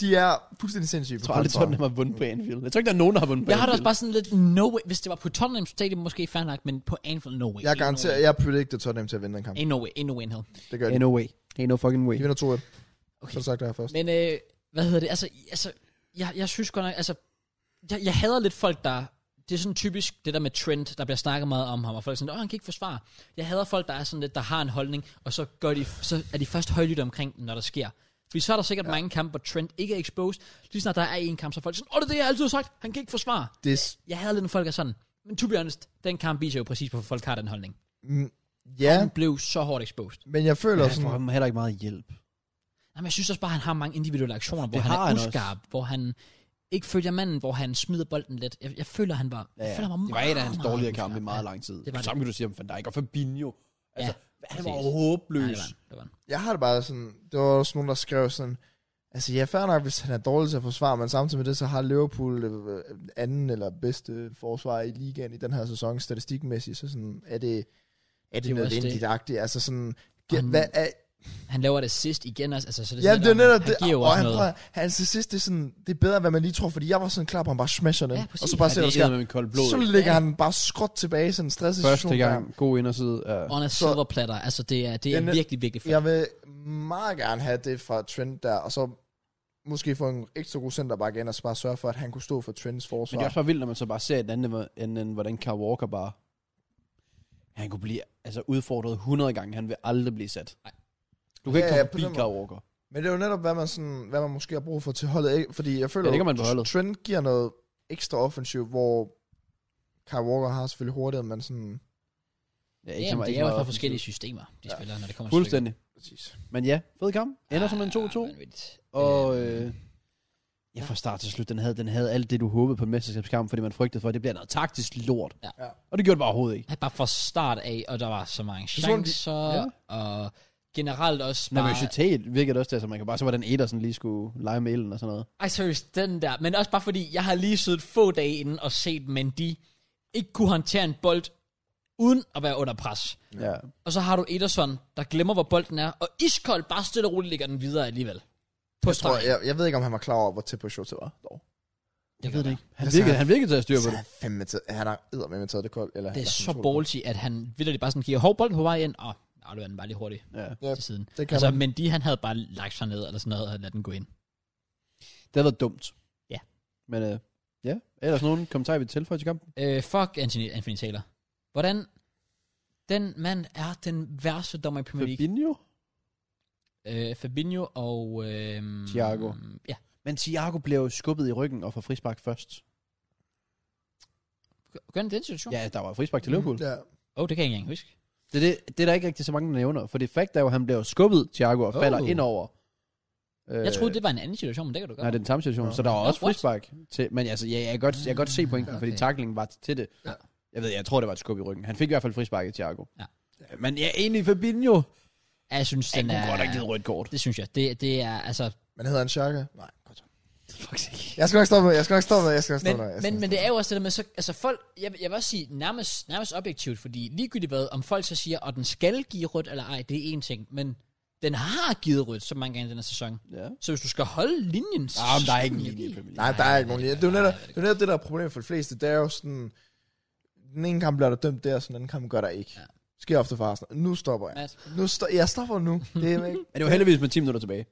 C: De er fuldstændig sindssyge.
B: Jeg tror aldrig, Tottenham har vundet på Anfield. Jeg tror ikke, der er nogen, der har vundet på
A: Jeg har da
B: Anfield.
A: også bare sådan lidt no way. Hvis det var på Tottenham Stadium, måske fair nok, men på Anfield, no way.
C: Jeg
A: Ain't
C: garanterer,
A: no way.
C: jeg predicted Tottenham til at vinde den kamp.
A: Ain't no way, ain't no way in hell.
C: Det gør de.
B: Ain't no way. Ain't no fucking way.
C: De vinder 2-1.
A: Okay.
C: Så er det sagt det her først.
A: Men øh, hvad hedder det? Altså, altså jeg, jeg synes godt nok, altså, jeg, jeg hader lidt folk, der... Det er sådan typisk det der med trend, der bliver snakket meget om ham, og folk er sådan, åh, han kan ikke forsvare. Jeg hader folk, der er sådan lidt, der har en holdning, og så, gør de, så er de først højlytte omkring, den, når der sker. Fordi så er der sikkert ja. mange kampe, hvor trend ikke er exposed. Lige snart der er en kamp, så er folk sådan, åh, det er det, jeg altid har sagt, han kan ikke forsvare.
C: Det er, s-
A: Jeg hader lidt, når folk er sådan. Men to be honest, den kamp viser jo præcis, hvorfor folk har den holdning.
C: mm,
A: Han
C: ja,
A: blev så hårdt exposed.
C: men jeg føler
B: Jeg får
C: sådan...
B: ham heller ikke meget hjælp.
A: Jamen, jeg synes også bare, at han har mange individuelle aktioner, hvor
B: Det
A: han er
B: har han også.
A: uskarp, hvor han ikke følger manden, hvor han smider bolden lidt. Jeg, jeg føler, han var, jeg føler, han var
B: Det var
A: meget,
B: et af hans
A: meget
B: dårligere
A: uskarp.
B: kampe i meget lang tid.
A: det var det.
B: Samme kan du sige om Van Dijk og Fabinho. Altså, ja, han var
A: præcis. Ja, det
B: håbløs.
A: var han, det var han.
C: Jeg har det bare sådan... Det var også nogen, der skrev sådan... Altså, ja, fair nok, hvis han er dårlig til at forsvare, men samtidig med det, så har Liverpool øh, anden eller bedste forsvar i ligaen i den her sæson, statistikmæssigt, så sådan, er det, er det,
A: Det er jo også
C: nødvendigt-agtigt? Altså sådan,
A: Og
C: ge-
A: han-
C: hvad er,
A: Han laver det sidst igen også. Altså, så det
C: Ja,
A: sådan
C: det er
A: lidt om,
C: netop det.
A: Han giver jo
C: og
A: også
C: han,
A: noget.
C: prøver, han til sidst, det er, sådan, det er bedre, hvad man lige tror, fordi jeg var sådan klar på, at han bare smasher den.
A: Ja,
C: og
A: præcis.
C: så bare
A: Ja,
B: Ja,
C: ser, hvad der
B: det er
C: sker.
B: med koldt blod.
C: Så ligger han bare skråt tilbage i sådan en stresssituation.
B: Første gang, god inderside. Uh,
A: On a
C: Så-
A: silver platter. Altså, det er, det er
C: Den er-
A: virkelig, virkelig fedt.
C: Jeg vil meget gerne have det fra Trent der, og så måske få en ekstra god centerback ind, og så bare sørge for, at han kunne stå for Trents
B: men det er
C: forsvar.
B: også bare vildt, når man så bare ser et andet, end, end hvordan Kyle Walker bare... Han kunne blive altså, udfordret 100 gange. Han vil aldrig blive sat.
A: Nej.
B: Du kan ikke
C: Ja,
B: komme
C: ja, på
B: forbi
C: den måde.
B: Kyle Walker.
C: Men det er jo netop, hvad man, sådan, hvad man måske har brug for til holdet. ikke? Fordi jeg føler,
B: Ja, det kan man
C: jo,
B: på holdet.
C: Trent giver noget ekstra offensiv, hvor Kyle Walker har selvfølgelig hurtighed, men sådan...
B: Ja,
A: Jamen,
B: så meget-
A: det er
B: så
A: jo fra
B: meget offensivt.
A: forskellige systemer, de ja. spiller, når det kommer til
B: Fuldstændig.
C: Præcis.
B: Men ja, fed kamp.
A: stykket.
B: Ender som en
A: Ah,
B: 2-2.
A: vanvittigt.
B: Og
A: Øhm,
B: øh, ja, fra start til slut, den havde, den havde alt det, du håbede på en mesterskabskamp, fordi man frygtede for, at det bliver noget taktisk lort.
A: Ja.
C: Ja.
B: Og det gjorde det bare overhovedet ikke.
A: Ja, bare fra start af, og der var så mange
C: er som om de-
A: chancer, ja. og generelt også bare...
B: Nervøsitet virkede også til, altså man kan bare se, hvordan Ederson lige skulle lege med elen og sådan noget.
A: Ej, seriøst, den der. Men også bare fordi, jeg har lige siddet få dage inden og set Mendy ikke kunne håndtere en bold, uden at være under pres.
B: Ja.
A: Og så har du Ederson, der glemmer, hvor bolden er, og iskold bare stille og roligt ligger den videre alligevel. På
C: Jeg, tror,
A: stregen.
C: jeg, jeg ved ikke, om han var klar over, hvor tæt på Shota var. Dog.
A: Jeg ved det ikke.
B: Han
C: Altså,
B: virkede,
C: han-
B: han virkede til at styre på
C: Så
B: det.
C: han fandme taget, han har eddermame taget det koldt. Eller
A: Det er
C: eller
A: så
C: sådan,
A: ballsy, at han vildt bare sådan kigger, hov, bolden på vej ind, og nej, det var den bare lige hurtigt
B: Ja.
C: Ja,
A: til siden.
C: Det kan
A: Altså,
C: altså, man.
A: men de, han havde bare lagt sig ned, eller sådan noget, og ladet den gå ind.
B: Det havde været dumt.
A: Ja.
B: Men øh, ja, ellers nogen kommentarer, vi tilføjer til kampen?
A: Øh, fuck Anthony, Anthony Taylor. Hvordan, den mand er den værste dommer i Premier League.
B: Fabinho?
A: Øh, Fabinho og... Øh,
B: Thiago.
A: Ja,
B: Men Thiago blev jo skubbet i ryggen og får frispark først.
A: gør den den situation?
B: Ja, der var frispark til Liverpool.
C: Ja.
A: Åh, oh, det kan jeg ikke engang huske.
B: Det, er det, det er der ikke rigtig så mange, der nævner. For det fakt er jo, at han bliver jo skubbet, Thiago, og falder
A: Oh.
B: ind over.
A: Jeg troede, det var en anden situation, men det kan du gøre.
B: Øh. Nej, det er den samme situation.
C: Nå.
B: Så der var
A: Nå,
B: også
A: what?
B: frispark til... Men altså, ja, jeg, kan godt, jeg kan godt se pointen, okay. fordi
A: Okay.
B: taklingen var til det.
A: Ja.
B: Jeg ved, jeg tror, det var et skub i ryggen. Han fik i hvert fald frisparket, Thiago.
A: Ja.
B: Men ja, egentlig Fabinho.
A: Ja, jeg synes,
B: Han
A: den
B: kunne
A: er...
B: godt have givet rødt kort.
A: Det synes jeg. Det, det er, altså...
C: Men hedder han Shaka? Nej, godt.
B: Faktisk ikke.
C: Jeg skal nok stoppe med, jeg skal nok stoppe med, jeg skal nok
A: Men,
C: stoppe med. jeg skal
A: men,
C: nok
A: men det er jo også det der med, så, altså folk, jeg, vil- jeg vil også sige nærmest, nærmest objektivt, fordi ligegyldigt hvad, om folk så siger, at den skal give rødt eller ej, det er én ting, men den har givet rødt så mange gange i den her sæson.
B: Ja.
A: Så hvis du skal holde linjen, så
B: Ah, men der er
A: skal
B: ikke
A: den
B: en
A: jo
B: linje i
A: give.
B: Premier League.
C: Nej, der er
A: Nej,
C: ikke nogen
A: det er
C: linje. Det er jo
A: der.
C: netop
A: Nej, det er
C: det, er netop det, der er problemet for de fleste. Det er jo sådan, den ene kamp bliver der dømt der, så den anden kamp gør der ikke.
A: Ja.
C: Ja. Sker ofte for Arsenal. Nu stopper jeg.
A: Mads,
C: Nu sto- jeg stopper nu. Det er ikke.
B: Men det var heldigvis med 10 minutter tilbage.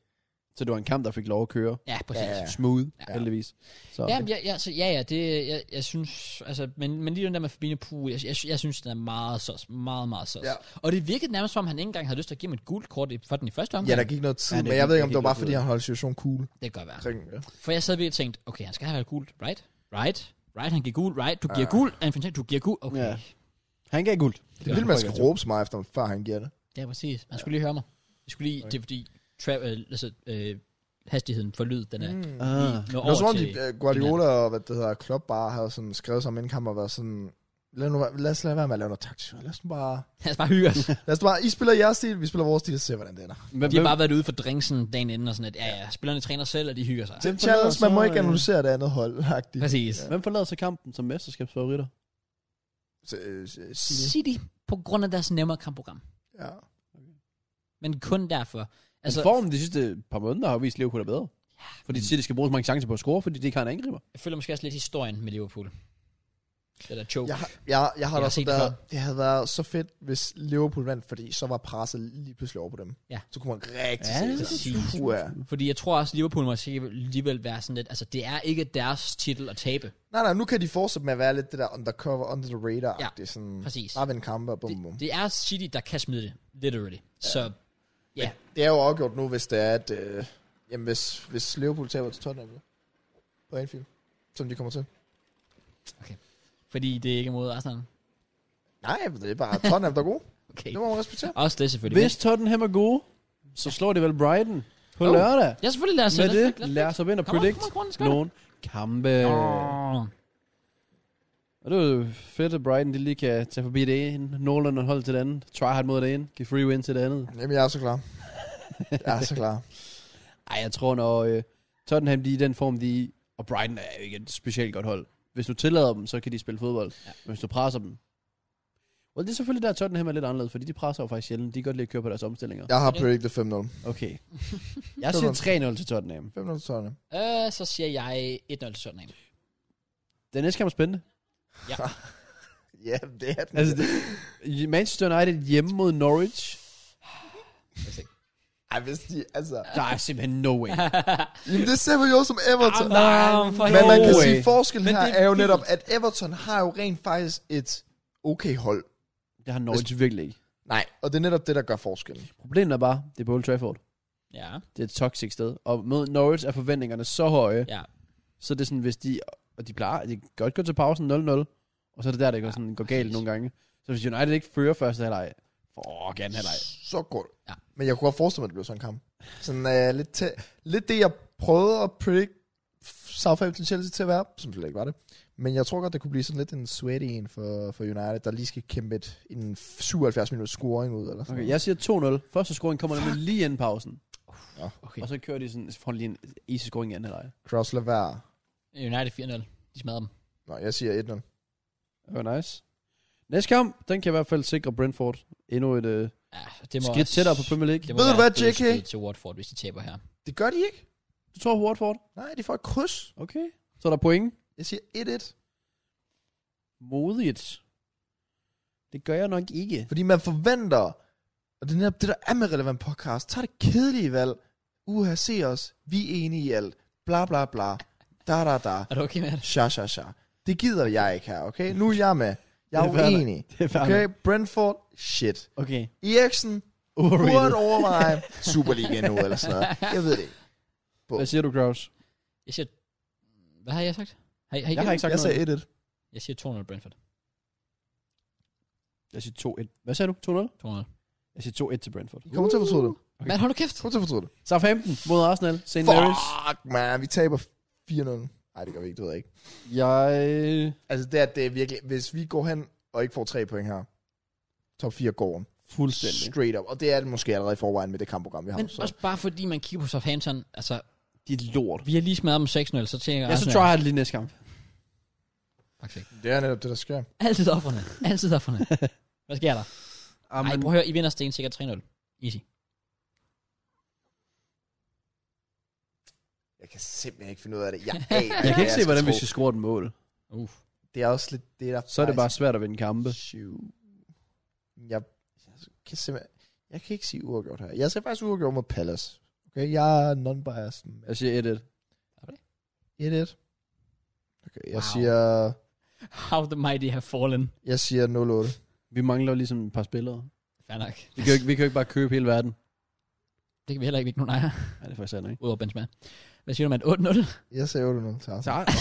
B: Så det var en kamp, der fik lov at køre.
A: Ja, præcis.
C: Ja,
A: Ja,
C: ja.
B: Smooth,
A: Ja.
B: ja. heldigvis. Så.
A: ja, ja, ja, så, ja, ja det, jeg, jeg synes, altså, men, men lige den der med Fabinho Puh, jeg, jeg, jeg synes, den er meget sås, meget, meget sås. Ja.
C: Ja.
A: Og det virkede nærmest, som om han ikke engang havde lyst til at give mig et gult kort i- for den i første omgang.
C: Ja, der gik noget tid,
B: Ja,
C: ja,
B: det
C: men jeg
B: gik-
C: ved ikke,
B: det
C: om det var
B: gik
C: bare,
B: lidt
C: fordi han holdt situationen cool.
A: Det kan godt være.
C: Omkring, ja.
A: For jeg sad virkelig og tænkte, okay, han skal have været gult, right? Right? Right, han giver gul, right? Du giver gul, Anthony, du giver gul, okay. Ja,
B: Ja. Han gav guld.
A: Mm.
C: Det er vildt, man skal råbe så meget efter ham, før han giver det.
A: ja præcis. Man skulle lige høre mig. Jeg skulle lige, det er fordi, tra- øh, altså, øh, hastigheden for lyd, den er... Mm.
B: Ah.
A: Nå,
C: Det var som
A: over
C: om, de,
A: til,
C: øh, Guardiola og hvad det hedder, Klopp bare havde sådan skrevet sig om inden kamp og været sådan, lad, nu, være- lad os lade være med at lave noget taktisk. Lad os nu bare,
A: lad os bare hygge os.
C: lad os bare, I spiller jeres stil, vi spiller vores stil, og se hvordan det ender.
B: Hvem,
A: De har bare været ude for drinksen dagen inden og sådan, at ja, ja, spillerne træner selv, og de hygger sig.
C: Det er
B: forlader
C: challenge, man må
B: så,
C: ikke
B: øh,
C: analysere det andet hold. agtigt.
A: Præcis.
B: hvem forlader så kampen som mesterskabsfavoritter?
C: Så, øh, øh, City.
A: City, på grund af deres nemmere kampprogram.
C: Ja.
A: Men kun derfor.
B: Altså,
A: Altså,
B: formen de sidste par måneder har jo vist, at Liverpool er bedre. Fordi de siger, de skal bruge så mange chancer på at score, fordi de ikke har en angriber.
A: jeg føler måske også lidt historien med Liverpool. Det der choke.
C: Jeg, har- jeg, jeg har
A: Jeg
C: da
A: har
C: også
A: set det
C: været, det havde været så fedt, hvis Liverpool vandt, fordi så var presset lige pludselig over på dem.
A: Ja.
C: Så kunne man rigtig
B: Ja,
C: se
A: præcis.
C: det. Uha.
A: Fordi jeg tror også, Liverpool må sikkert alligevel være sådan lidt, altså det er ikke deres titel at tabe.
C: Nej, nej, nu kan de fortsætte med at være lidt det der undercover, under the radar.
A: Ja,
C: Det er sådan,
A: præcis.
C: Bare vinde kampe og bum, bum.
A: Det, det er City, der kan smide det, literally. Ja. Så ja,
C: Det er jo afgjort nu, hvis det er, at... Øh, jamen, hvis, hvis Liverpool taber til Tottenham, ja. På Anfield. Som de kommer til.
A: fordi det er ikke mod Arsenal.
C: Nej, det er bare Tottenham, der er gode.
A: Okay.
C: Det må man respektere.
A: Også det selvfølgelig.
B: Hvis Tottenham er gode, så slår de vel Brighton på
A: Oh.
B: oh. lørdag.
A: Ja, selvfølgelig lad os
B: Med
A: lad os-
B: det,
A: lad os-
B: lad os op ind og
A: Kom on,
B: predict
A: kom on, kom on, skal vi?
B: nogle kampe.
A: Åh.
B: Og det er jo fedt, at Brighton de lige kan tage forbi det ene, Nolan og hold til det andet, try hard mod det ene, give free win til det andet.
C: Jamen, jeg er så klar. Jeg er så klar.
B: Ej, jeg tror, når øh, Tottenham de er i den form, de er i, og Brighton er jo ikke et specielt godt hold. Hvis du tillader dem, så kan de spille fodbold. Ja. Men hvis du presser dem... Well, det er selvfølgelig der, Tottenham er lidt anderledes, fordi de presser jo faktisk sjældent. De kan godt lide at køre på deres omstillinger.
C: Jeg har
A: Er det-
C: predicted 5-0.
B: Okay. Jeg siger 3-0 til Tottenham.
C: 5-0 til Tottenham.
A: Øh, så siger jeg 1-0 til Tottenham.
B: Den næste kamp er spændende.
C: Ja, det er den.
B: Altså, det, Manchester United hjemme mod Norwich.
C: Ej, hvis de, altså...
B: Der er simpelthen no way.
C: Jamen, det ser vi jo som Everton.
A: Jamen, Ah, nej, for
C: Men man kan
B: helvede.
C: sige, forskellen
A: Men
C: her
A: det er
C: er jo
A: vildt.
C: netop, at Everton har jo rent faktisk et okay hold.
B: Det har Norwich virkelig ikke.
C: Nej, og det er netop det, der gør forskellen.
B: Problemet er bare, det er på Old Trafford.
A: Ja,
B: Det er et toxic sted. Og mod Norwich er forventningerne så høje,
A: ja.
B: så det er sådan, hvis de... Og de plejer, de kan godt gå til pausen 0-0, og så er det der, det går, sådan, går galt nogle gange. Så hvis United ikke fører første halvleg, fuck anden halvleg.
C: Så godt.
A: Ja.
C: Men jeg kunne godt forestille mig, at det blev sådan en kamp. Sådan uh, lidt, tæ- lidt det, jeg prøvede at predict Southampton Chelsea til at være, som slet ikke var det. Men jeg tror godt, det kunne blive sådan lidt en sweaty en for, for United, der lige skal kæmpe et, en 77 minutters scoring ud. Eller sådan
B: Okay,
C: noget.
B: jeg siger 2-0. Første scoring kommer nemlig lige inden pausen.
C: Nå,
A: okay.
B: Og så kører de sådan, så får de lige en easy scoring i anden halvleg.
C: Cross lad være.
A: United 4-0. De smadrer dem.
C: Nå, jeg siger 1-0.
B: Det var nice. Næste kamp, den kan i hvert fald sikre Brentford endnu et øh,
A: Ja, det må
B: skridt tættere på Premier League.
A: det må
C: Ved
A: være
C: du hvad,
A: et dødsstød
C: JK?
A: til Watford, hvis de taber her.
C: Det gør de ikke.
B: Du tror på Watford?
C: Nej, de får et kryds.
B: Okay. Så er der point.
C: Jeg siger 1-1.
B: Modigt. Det gør jeg nok ikke.
C: Fordi man forventer, og det er netop det, der er med relevant podcast, tag det kedelige valg, uha, se os, vi er enige i alt, bla bla bla, da da da,
A: Er du okay med det?
C: sha sha sha. Det gider jeg ikke her, okay? Nu er jeg med. Jeg er
B: Det er fair
C: uenig.
B: Det er fair
C: Okay, Brentford, shit.
B: Okay.
C: Eriksen, burde
B: Overrated.
C: overveje Superliga nu, eller sådan noget. Jeg ved det ikke.
B: Hvad siger du, Kraus?
A: Jeg siger... Hvad har jeg sagt? Har, I- har I
B: Jeg har
A: gættet?
B: ikke sagt
C: Jeg
B: noget.
C: sagde 1-1.
A: jeg siger 200 Brentford.
B: Jeg siger 2-1. Hvad sagde du? 2-0?
A: 200.
B: Jeg siger 2-1 til Brentford.
C: I kommer til at fortryde det.
A: Okay. Men hold nu kæft.
C: I kommer til at fortryde det.
B: Southampton mod Arsenal. St. Mary's.
C: Fuck, man. Vi taber 4-0. Nej, det gør vi ikke. Det ved jeg ikke.
B: Jeg...
C: Altså, det er, det er virkelig... Hvis vi går hen og ikke får tre point her, top 4 går om.
B: Fuldstændig.
C: Straight up. Og det er det måske allerede i forvejen med det kampprogram, vi har.
A: Men
C: så.
A: også bare fordi man kigger på Southampton, altså,
B: De er lort.
A: vi har lige smadret dem 6-0, så tænker jeg...
B: Jeg så
A: Arsenal-
B: tror jeg lige næste kamp.
A: Faktisk ikke.
C: det er netop det, der sker.
A: Altid offerne. Altid offerne. Hvad sker der? Ej, prøv at høre, I vinder sten sikkert 3-0. Easy.
C: Jeg kan simpelthen ikke finde ud af det. Jeg, aner,
B: jeg
C: hvad
B: kan ikke se, hvordan
C: skal
B: vi
C: tro.
B: skal score et mål.
A: Uh.
C: Det er også lidt det, der...
B: Så er det bare svært at vinde kampe.
C: Jeg, jeg kan simpelthen... Jeg kan ikke sige uafgjort her. Jeg ser faktisk uafgjort mod Palace. Okay, jeg er non-biased.
B: Jeg siger 1-1.
C: 1-1. Okay,
A: Wow.
C: jeg siger...
A: How the mighty have fallen.
C: Jeg siger 0-8.
B: Vi mangler jo ligesom et par spillere.
A: Fair nok.
B: Vi kan jo ikke, vi kan jo ikke bare købe hele verden.
A: Det kan vi heller ikke, vi ikke nogen ejer.
B: Nej, det er faktisk sandt, ikke?
A: Udover Benzema. Hvad siger du, mand? 8-0?
C: Jeg siger 8-0 til Arsenal.
B: Så hold da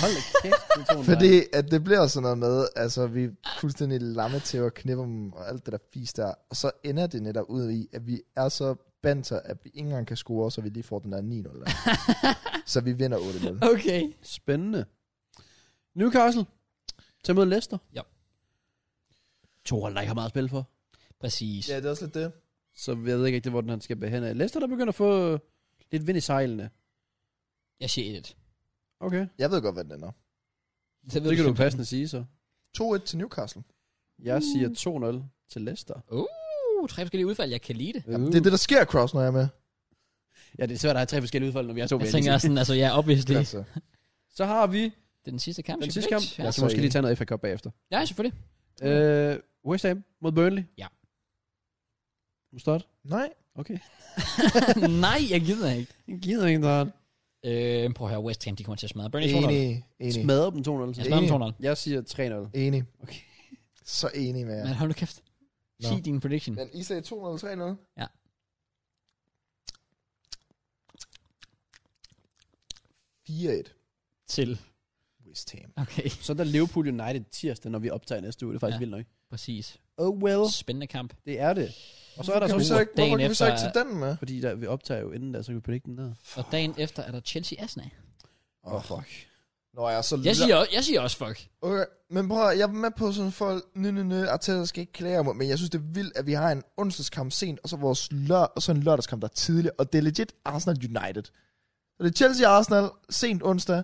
B: kæft, du tog en
C: Fordi at det bliver sådan noget med, altså vi er fuldstændig lamme til at knippe dem og alt det der fis der, og så ender det netop ud i, at vi er så banter, at vi ikke engang kan score, så vi lige får den der 9-0. Der. så vi vinder 8-0.
A: Okay.
B: dejlig. Spændende. Newcastle. Tag mod Leicester.
A: Ja.
B: To hold, der ikke har meget at spille for.
A: Præcis.
C: det er også lidt det.
B: Så jeg ved ikke rigtig, hvor den han skal behænde. Leicester, der begynder at få lidt vind i sejlene.
A: Jeg siger 1-1.
B: Okay.
C: Jeg ved godt, hvad den ender.
A: Så ved
B: Det kan du
A: simpelthen.
B: passende sige, så.
C: 2-1 til Newcastle.
B: Jeg siger 2-0 til Leicester.
A: Uh, tre forskellige udfald. Jeg kan lide det.
C: Jamen, det er det, der sker, Cross, når jeg er med.
B: Ja, det er svært at have tre forskellige udfald, når vi har to
A: Jeg
B: venner.
A: tænker også sådan, altså, ja, obviously.
C: Altså,
B: Så har vi
A: Det er den sidste kamp.
B: den
A: Super
B: sidste
A: League.
B: kamp.
A: Ja,
B: Jeg
C: så
B: skal måske
C: enig.
B: lige tage noget FA Cup bagefter.
A: ja selvfølgelig.
B: Øh, West Ham mod Burnley.
A: Ja.
B: Du start?
C: nej,
B: Okay.
A: Nej, jeg gider ikke.
B: Jeg gider ikke, der
A: Øh, prøv at høre, West Ham, de kommer til at smadre. Burnley 2-0.
C: enig, enig,
B: smadrer dem
A: Jeg
B: 2-0.
A: smadrer
C: Enig.
A: dem 2-0.
B: Jeg siger 3-0.
C: enig.
B: Okay.
C: Så enig med
A: Men
C: jer.
A: hold nu kæft.
C: Nå.
A: Sig din prediction.
C: Men I sagde 2-0-3-0?
A: Ja.
C: 4-1.
A: Til.
C: West Ham.
A: Okay.
B: Så er der Liverpool United tirsdag, når vi optager næste uge. Det er faktisk
A: Ja.
B: ja. vildt nok.
A: Præcis.
B: Oh well.
A: Spændende kamp.
B: Det er det. Og så er der
C: kan
B: så
C: vi så
B: uger.
C: ikke, hvorfor
A: dagen
C: kan vi så
A: efter
C: ikke tage den med?
B: Fordi der, vi optager jo inden der, så kan vi predict den der.
A: Og dagen efter er der Chelsea Arsenal.
C: Åh, oh, fuck. Nå, jeg er så
A: Jeg siger, jeg siger også fuck.
C: Okay, men prøv at, jeg er med på sådan folk, nø, nø, nø, Arteta skal ikke klage om, men jeg synes, det er vildt, at vi har en onsdagskamp sent, og så, vores lør, og så en lørdagskamp, der er tidlig, og det er legit Arsenal United. Så det er Chelsea Arsenal, sent onsdag,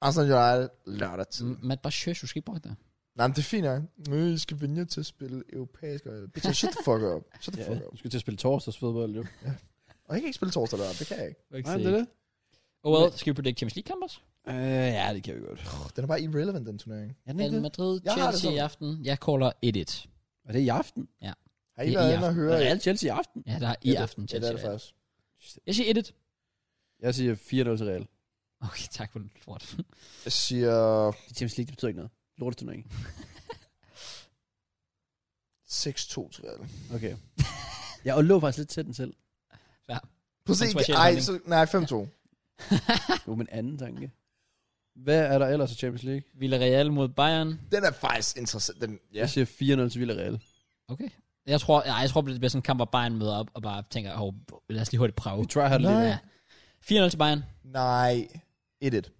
C: Arsenal United, lørdag tidlig.
A: Mm. Matt Barchers, du skal ikke bruge det.
C: Nej, men det er fint nok. Nu I skal vinde jer til at spille europæisk. og- Bitch, shut the fuck up. Shut the
B: Ja,
C: fuck up.
B: du skal til at spille torsdagsfodbold, jo.
C: Og jeg kan ikke spille torsdag der, det kan jeg ikke.
B: Nej, det er det.
A: Oh well, skal vi predict Champions League kamp også?
B: Øh, ja, det kan vi godt.
C: Pff, Den er bare irrelevant, den turnering.
B: Er den ikke
A: Real
B: det?
A: Madrid,
C: Jeg har det
A: Chelsea i
C: sådan.
A: aften. Jeg caller 1-1.
B: Er det i aften?
C: Har
A: Det
C: I
A: er i
C: været inde og
A: aften.
C: høre?
B: Er Real Chelsea i aften?
A: Ja, der er i
C: Ja, det-
A: aften
C: Ja, det
A: Chelsea.
C: er det faktisk.
A: Jeg siger 1-1.
B: Jeg siger 4-0 til Real.
A: Okay, tak for lort.
C: Jeg siger
B: Det Champions League, det betyder ikke noget. Lorteturnering.
C: 6-2 til Real.
B: Okay. ja, og lå faktisk lidt til den selv.
C: Præcis.
A: Hans
C: ikke-
A: specielle
C: Ej,
A: holdning.
C: så, nej, 5-2.
B: Jo, men anden tanke. Hvad er der ellers i Champions League?
A: Villarreal mod Bayern.
C: Den er faktisk interessant. Den,
B: Ja.
C: ja.
B: Jeg siger 4-0 til Villarreal.
A: Okay. Jeg tror, nej, jeg tror, det bliver sådan en kamp, hvor Bayern møder op og bare tænker, oh, lad os lige hurtigt prøve.
B: Vi try hard lidt.
C: Nej.
A: Ja. 4-0 til Bayern.
C: Nej. 1-1.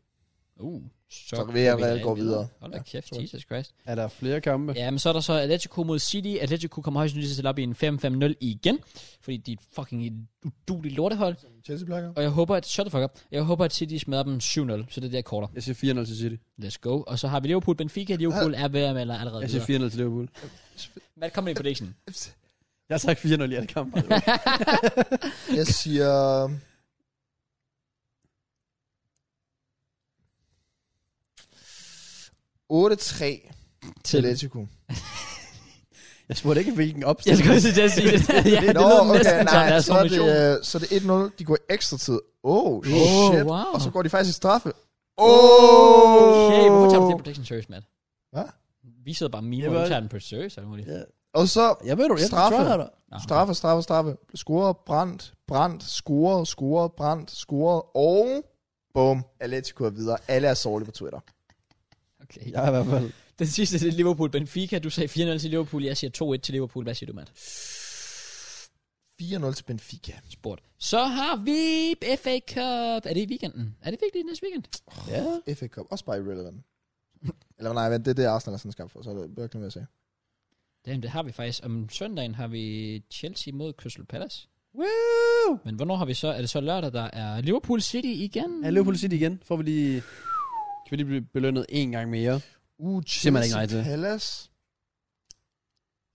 A: Uh,
C: Så Villarreal går videre.
A: Hold da
C: Ja,
A: kæft,
C: tror jeg.
A: Jesus Christ.
B: Er der flere kampe?
A: Ja, men så er der så Atletico mod City. Atletico kommer højst sandsynligt til at stille op i en 5-5-0 igen, fordi de er fucking et uduligt lortehold.
C: Chelsea plejer.
A: Og jeg håber, at, shut the fuck up, jeg håber, at City smadrer dem 7-0, så det er der korter.
B: Jeg siger 4-0 til City.
A: Let's go. Og så har vi Liverpool, Benfica. Liverpool er ved at melde allerede
B: Jeg siger
A: videre.
B: 4-0 til Liverpool.
A: Hvad kommer det i prediction?
B: Jeg har sagt 4-0 i alle kampe. by the way.
C: Jeg siger... Otte 3 til øh, Atletico.
B: jeg spurgte ikke, hvilken
A: Jeg
B: opstilling.
A: skulle også til at sige det. ja, det
C: Nå,
A: lyder
C: okay,
A: næsten sådan,
C: nej,
A: deres
C: så er, det,
A: formation.
C: øh, så er det 1-0. De går i ekstra tid. Oh, shit.
A: Oh, wow.
C: Og så går de faktisk i straffe. Oh!
A: Okay, hvorfor tager du det prediction seriøst, Matt?
C: Hvad?
A: Vi sidder bare mime,
B: Jeg
A: og
B: ved
A: du tager den på seriøst, eller muligt.
B: Ja.
C: Og så
B: Jeg ved du, jeg
C: Straffe.
B: tror, jeg der.
A: Nå, okay.
C: straffe, straffe, straffe. Score, brændt, brændt, score, score, brændt, score. Og bum, Atletico er videre. Alle er sårlige på Twitter.
A: okay.
B: Jeg er i hvert fald.
A: Den sidste det er Liverpool. Benfica, du sagde 4-0 til Liverpool. Jeg siger 2-1 til Liverpool. Hvad siger du, Matt?
C: 4-0 til Benfica.
A: Sport. Så har vi FA Cup. Er det i weekenden? Er det virkelig næste weekend?
B: Ja.
C: FA Cup, også bare irrelevant. Eller nej, vent, det er det, Arsenal er sådan skabt for, så er det virkelig med at sige.
A: Damn, det har vi faktisk. Om søndagen har vi Chelsea mod Crystal Palace.
B: Woo!
A: Men hvornår har vi så? Er det så lørdag, der er Liverpool City igen?
B: Er Liverpool City igen? Får vi lige... Kan vi lige blive belønnet en gang mere?
C: Uh,
B: Siger man ikke nej
C: Chelsea
B: til.
C: Palace.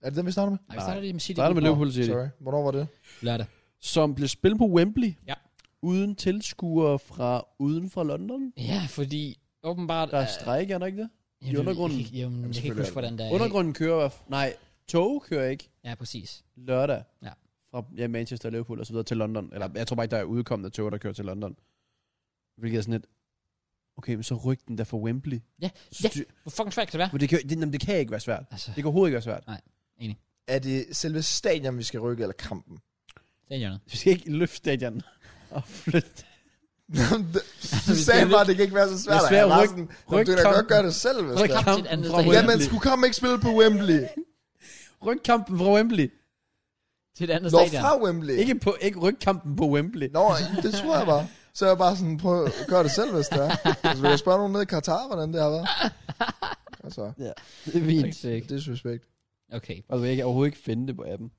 C: Er det den, vi starter med?
A: Nej, vi starter lige med City.
B: Der er det med
A: Nå,
B: Liverpool City.
C: Sorry, hvornår var det?
A: Lørdag.
B: som blev spillet på Wembley.
A: Ja.
B: Uden tilskuere fra uden for London.
A: Ja, fordi åbenbart...
B: Der er
A: øh,
B: strejke, er der ikke det?
A: jamen,
B: i undergrunden.
A: Jeg, kan ikke- jamen, jeg kan ikke
C: selvfølgelig
A: huske, hvordan der er.
B: Undergrunden kører, i hvert fald- nej, tog kører ikke
A: Ja, præcis.
B: lørdag.
A: Ja.
B: Fra ja, Manchester, Liverpool og så videre til London. Eller jeg tror bare ikke, der er udkommende tog, der kører til London. Hvilket er sådan lidt, okay, men så ryk den der for Wembley.
A: Ja,
B: Så styr-
A: Hvor fucking svært kan det være?
B: For det, kan, det, jamen, det kan ikke være svært.
A: Altså,
B: Det kan overhovedet ikke være svært.
C: Er det selve stadion, vi skal rykke, eller kampen?
A: det er jo noget.
B: Vi skal ikke løfte stadion og flytte.
C: du
A: vi
C: sagde
A: skal
C: bare, det kan ikke være så svært.
B: Det er svært
C: Jeg var
B: ryg-
C: sådan, "Nå,
B: ryg
C: Du kan da godt
B: kampen.
C: gøre det selv, hvis
B: Ryk
C: det er.
A: kampen til et andet
B: kampen fra
A: stadion.
C: Jamen,
B: Wembley.
C: skulle kampen ikke spille på Wembley?
B: Ryk kampen fra Wembley.
A: Til et andet
C: Nå,
A: stadion.
C: fra Wembley.
B: Ikke, på, ikke ryk kampen på Wembley.
C: Nå, det tror jeg bare. Så er jeg bare sådan, prøv at gøre det selv, hvis det er. Så vil jeg spørge nogen nede i Katar, hvordan det har været. Altså,
B: Det er fint.
C: disrespect.
A: Okay.
B: Altså, jeg kan overhovedet ikke finde det på appen.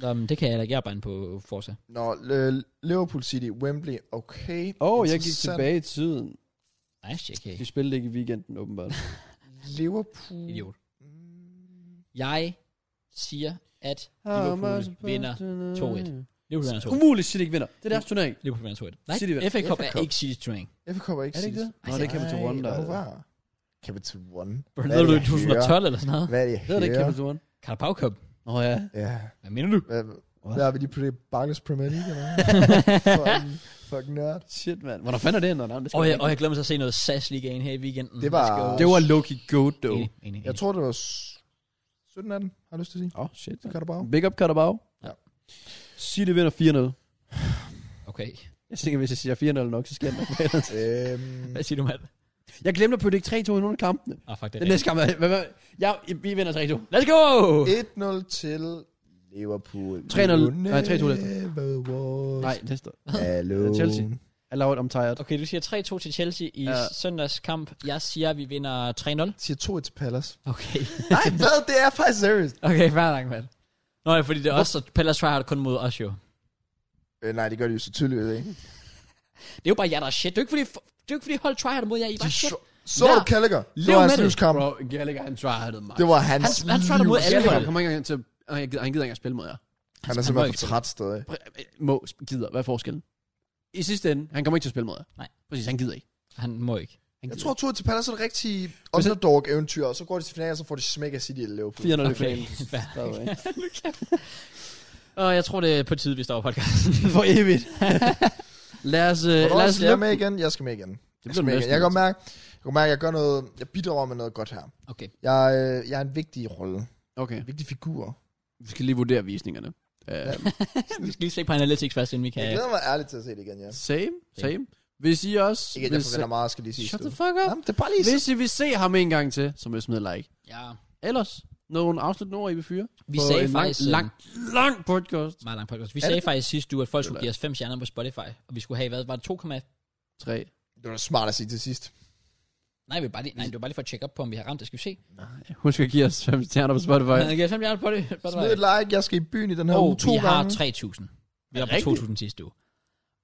A: Nå, men det kan jeg heller ikke. Jeg er bare inde på Forza.
C: Nå, L- Liverpool City, Wembley, okay.
B: Åh, oh, jeg gik
C: Interessant.
B: tilbage i tiden.
A: Nice, JK.
B: De spillede ikke i weekenden, åbenbart.
C: Liverpool.
A: Idiot.
C: Mm,
A: Jeg siger, at Liverpool vinder. Liverpool vinder 2-1.
B: Umuligt, City ikke vinder. Det er deres turnering.
A: Liverpool vinder 2-1. Nej,
B: City vinder.
A: FA Cup
C: FA
A: er
C: Cup.
A: ikke City's turnering.
C: FA Cup er ikke
B: Er det ikke det?
C: sidst.
B: Nå, det er Capital One, der
C: der
B: er det.
C: er Capital One.
A: Hvad er det,
C: jeg hører?
A: 2012 eller sådan noget?
C: Hvad er det,
B: Det er det ikke
C: jeg
B: Capital One.
A: Carabao Cup.
B: Åh oh, ja.
C: hører? Ja.
A: Hvad mener du?
C: Hvad,
B: What?
C: hvad har vi lige på det? Barclays Premier League, eller hvad? fucking, fucking nerd.
B: Shit, mand. Hvornår fanden er det, når det skal
A: Og jeg,
B: være?
A: og jeg glemmer så at se noget SAS Ligaen her i weekenden.
C: Det var-
A: Let's go.
B: Det var Loki Goat, dog.
A: Enig, enig,
C: Jeg
A: enig.
C: tror, det var 17-18, har jeg lyst til at sige.
B: Åh, oh, shit.
C: Det kan du bare.
B: Big up, Carabao.
A: Ja.
B: City vinder 4-0.
A: Okay.
B: Jeg tænker, hvis jeg siger 4-0 nok, så sker det nok. noget andet.
C: Øhm,
A: Hvad siger du, Matt?
B: Jeg glemte at putte 3-2 i nogle af kampene.
A: Ah, fuck det.
B: Den næste kamp er... Hvad, hvad, jeg, vi vinder 3-2.
A: Let's go!
C: 1-0 til Liverpool.
B: 3-0. Nej, 3-2 Leicester. Nej,
C: Nej.
B: det står.
C: Hallo.
B: Chelsea. Jeg laver et om tired.
A: Okay, du siger 3-2 til Chelsea i
B: Ja.
A: søndagskamp. Jeg siger, at vi vinder 3-0.
C: Siger 2 til Palace.
A: Okay.
C: Nej, hvad? Det er faktisk seriøst.
A: okay, fair nok, Matt. Nå ja, fordi det er også, at Palace tryhard kun mod os jo.
C: Øh, nej, det gør de jo så tydeligt, ikke?
A: Det er jo bare jer, der er shit. Det er jo ikke fordi, det er jo ikke fordi hold tryhard mod jer, I er bare shit.
C: tr- Så
A: Lær-
C: Gallagher. Det
A: Lev
C: var
A: med
C: hans
A: det.
C: livskamp.
B: Bro, Gallagher, han tryhardet mig.
C: Det var hans,
A: Han, han trykker mod alle.
B: Gallagher
A: hold.
B: kommer ikke engang til... Han gider, han gider ikke engang spille mod jer.
C: Han er
A: han må
C: simpelthen
A: ikke
C: for træt stadig.
B: Pr- Må sp- gider. Hvad er forskellen? I sidste ende, han kommer ikke til at spille mod jer.
A: Nej.
B: Præcis, han gider ikke.
A: Han må ikke.
B: Han
C: Jeg
B: gider
C: tror, at Tour til Palace er et rigtigt underdog-eventyr, og så går de til finalen, og så får de smæk af City eller Liverpool.
B: ikke. 4-0 i
A: Okay.
B: finalen.
A: Fair.
B: Stadigvæk.
A: Og jeg tror, det er på tide, vi står på podcast.
B: For evigt. lad os, øh,
C: Hvornår
B: lad os
C: skal jeg
B: lukke.
C: med igen? Jeg skal med igen. Jeg
B: Det bliver
C: skal med
B: næsten.
C: igen. Jeg kan godt mærke, jeg kan mærke, at jeg gør noget, jeg bidrager med noget godt her.
A: Okay.
C: Jeg, øh, jeg er en vigtig rolle.
B: Okay,
C: En vigtig figur.
B: vi skal lige vurdere visningerne. Uh,
A: vi skal lige se på Analytics først, inden vi kan...
C: Jeg glæder mig ærligt til at se det igen, ja.
B: same, same. Hvis I også...
C: Ikke, at jeg
B: hvis,
C: forventer meget, skal lige sige.
B: shut the fuck up.
C: Jamen, det er bare lige så.
B: Hvis I vil se ham en gang til, så må I smide like.
A: Ja,
B: Ellers, nogle afsluttende ord, I vil fyre?
A: vi
B: På
A: sagde
B: en
A: faktisk... øhm,
B: Lang, lang, lang podcast.
A: Meget lang podcast. Vi
B: Er det
A: sagde
B: det?
A: faktisk sidste uge, at folk skulle
B: Det er
A: give os fem stjerner på Spotify, og vi skulle have, hvad var det, 2,5?
B: 3.
C: Det var smart at sige til sidst.
A: Nej, vi bare lige, nej, det var bare lige for at tjekke op på, om vi har ramt det. Skal vi se?
B: Husk at give os 5 stjerner på Spotify.
A: Han giver fem stjerner på det.
C: Smid et like, jeg skal i byen i den her
A: Og
C: uge to
A: vi har
C: gange.
A: 3.000. Vi
B: Er
A: var
B: det
A: på
B: rigtigt?
A: 2.000 sidste uge.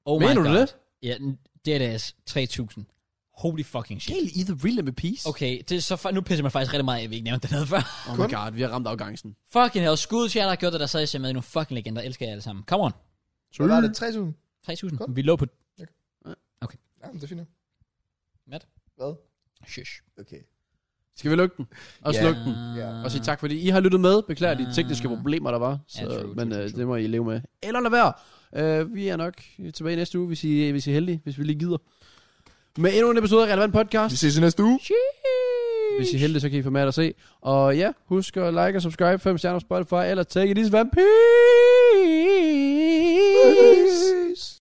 A: Oh
B: Mener
A: my
B: du
A: God.
B: det?
A: Ja, n- det er deres 3.000. Holy fucking shit.
B: Gail i The Real MVP's.
A: Okay, det er så fa- nu pisser man faktisk rigtig meget af, at vi ikke nævnte det noget før.
B: Oh
C: Kun.
B: my god, vi har ramt afgangsen.
A: fucking hell, skud til jer, der har gjort det, der sad i med i nogle fucking legender. Elsker jer alle sammen. Come on.
C: Hvad var det? 3.000?
A: 3.000.
C: Godt.
A: Vi lå på...
C: Jamen, det er fint. nok.
A: Matt?
C: Hvad?
A: Shush.
C: Okay.
B: Skal vi lukke den? Og
C: Ja.
B: slukke den.
C: Ja.
B: Og sige tak, fordi I har lyttet med. Beklager de
A: Ah.
B: tekniske problemer, der var. Så,
A: Ja, true, true,
B: men øh,
A: true, true.
B: det må I leve med. Eller lad være. Øh, vi er nok tilbage næste uge, hvis I, hvis I er heldige. Hvis vi lige gider. Med endnu en episode af Relevant Podcast.
C: Vi ses i næste uge.
B: Hvis I er heldige, så kan I få med at se. Og ja, husk at like og subscribe. 5 stjerner på Spotify. Eller take it easy, vampire.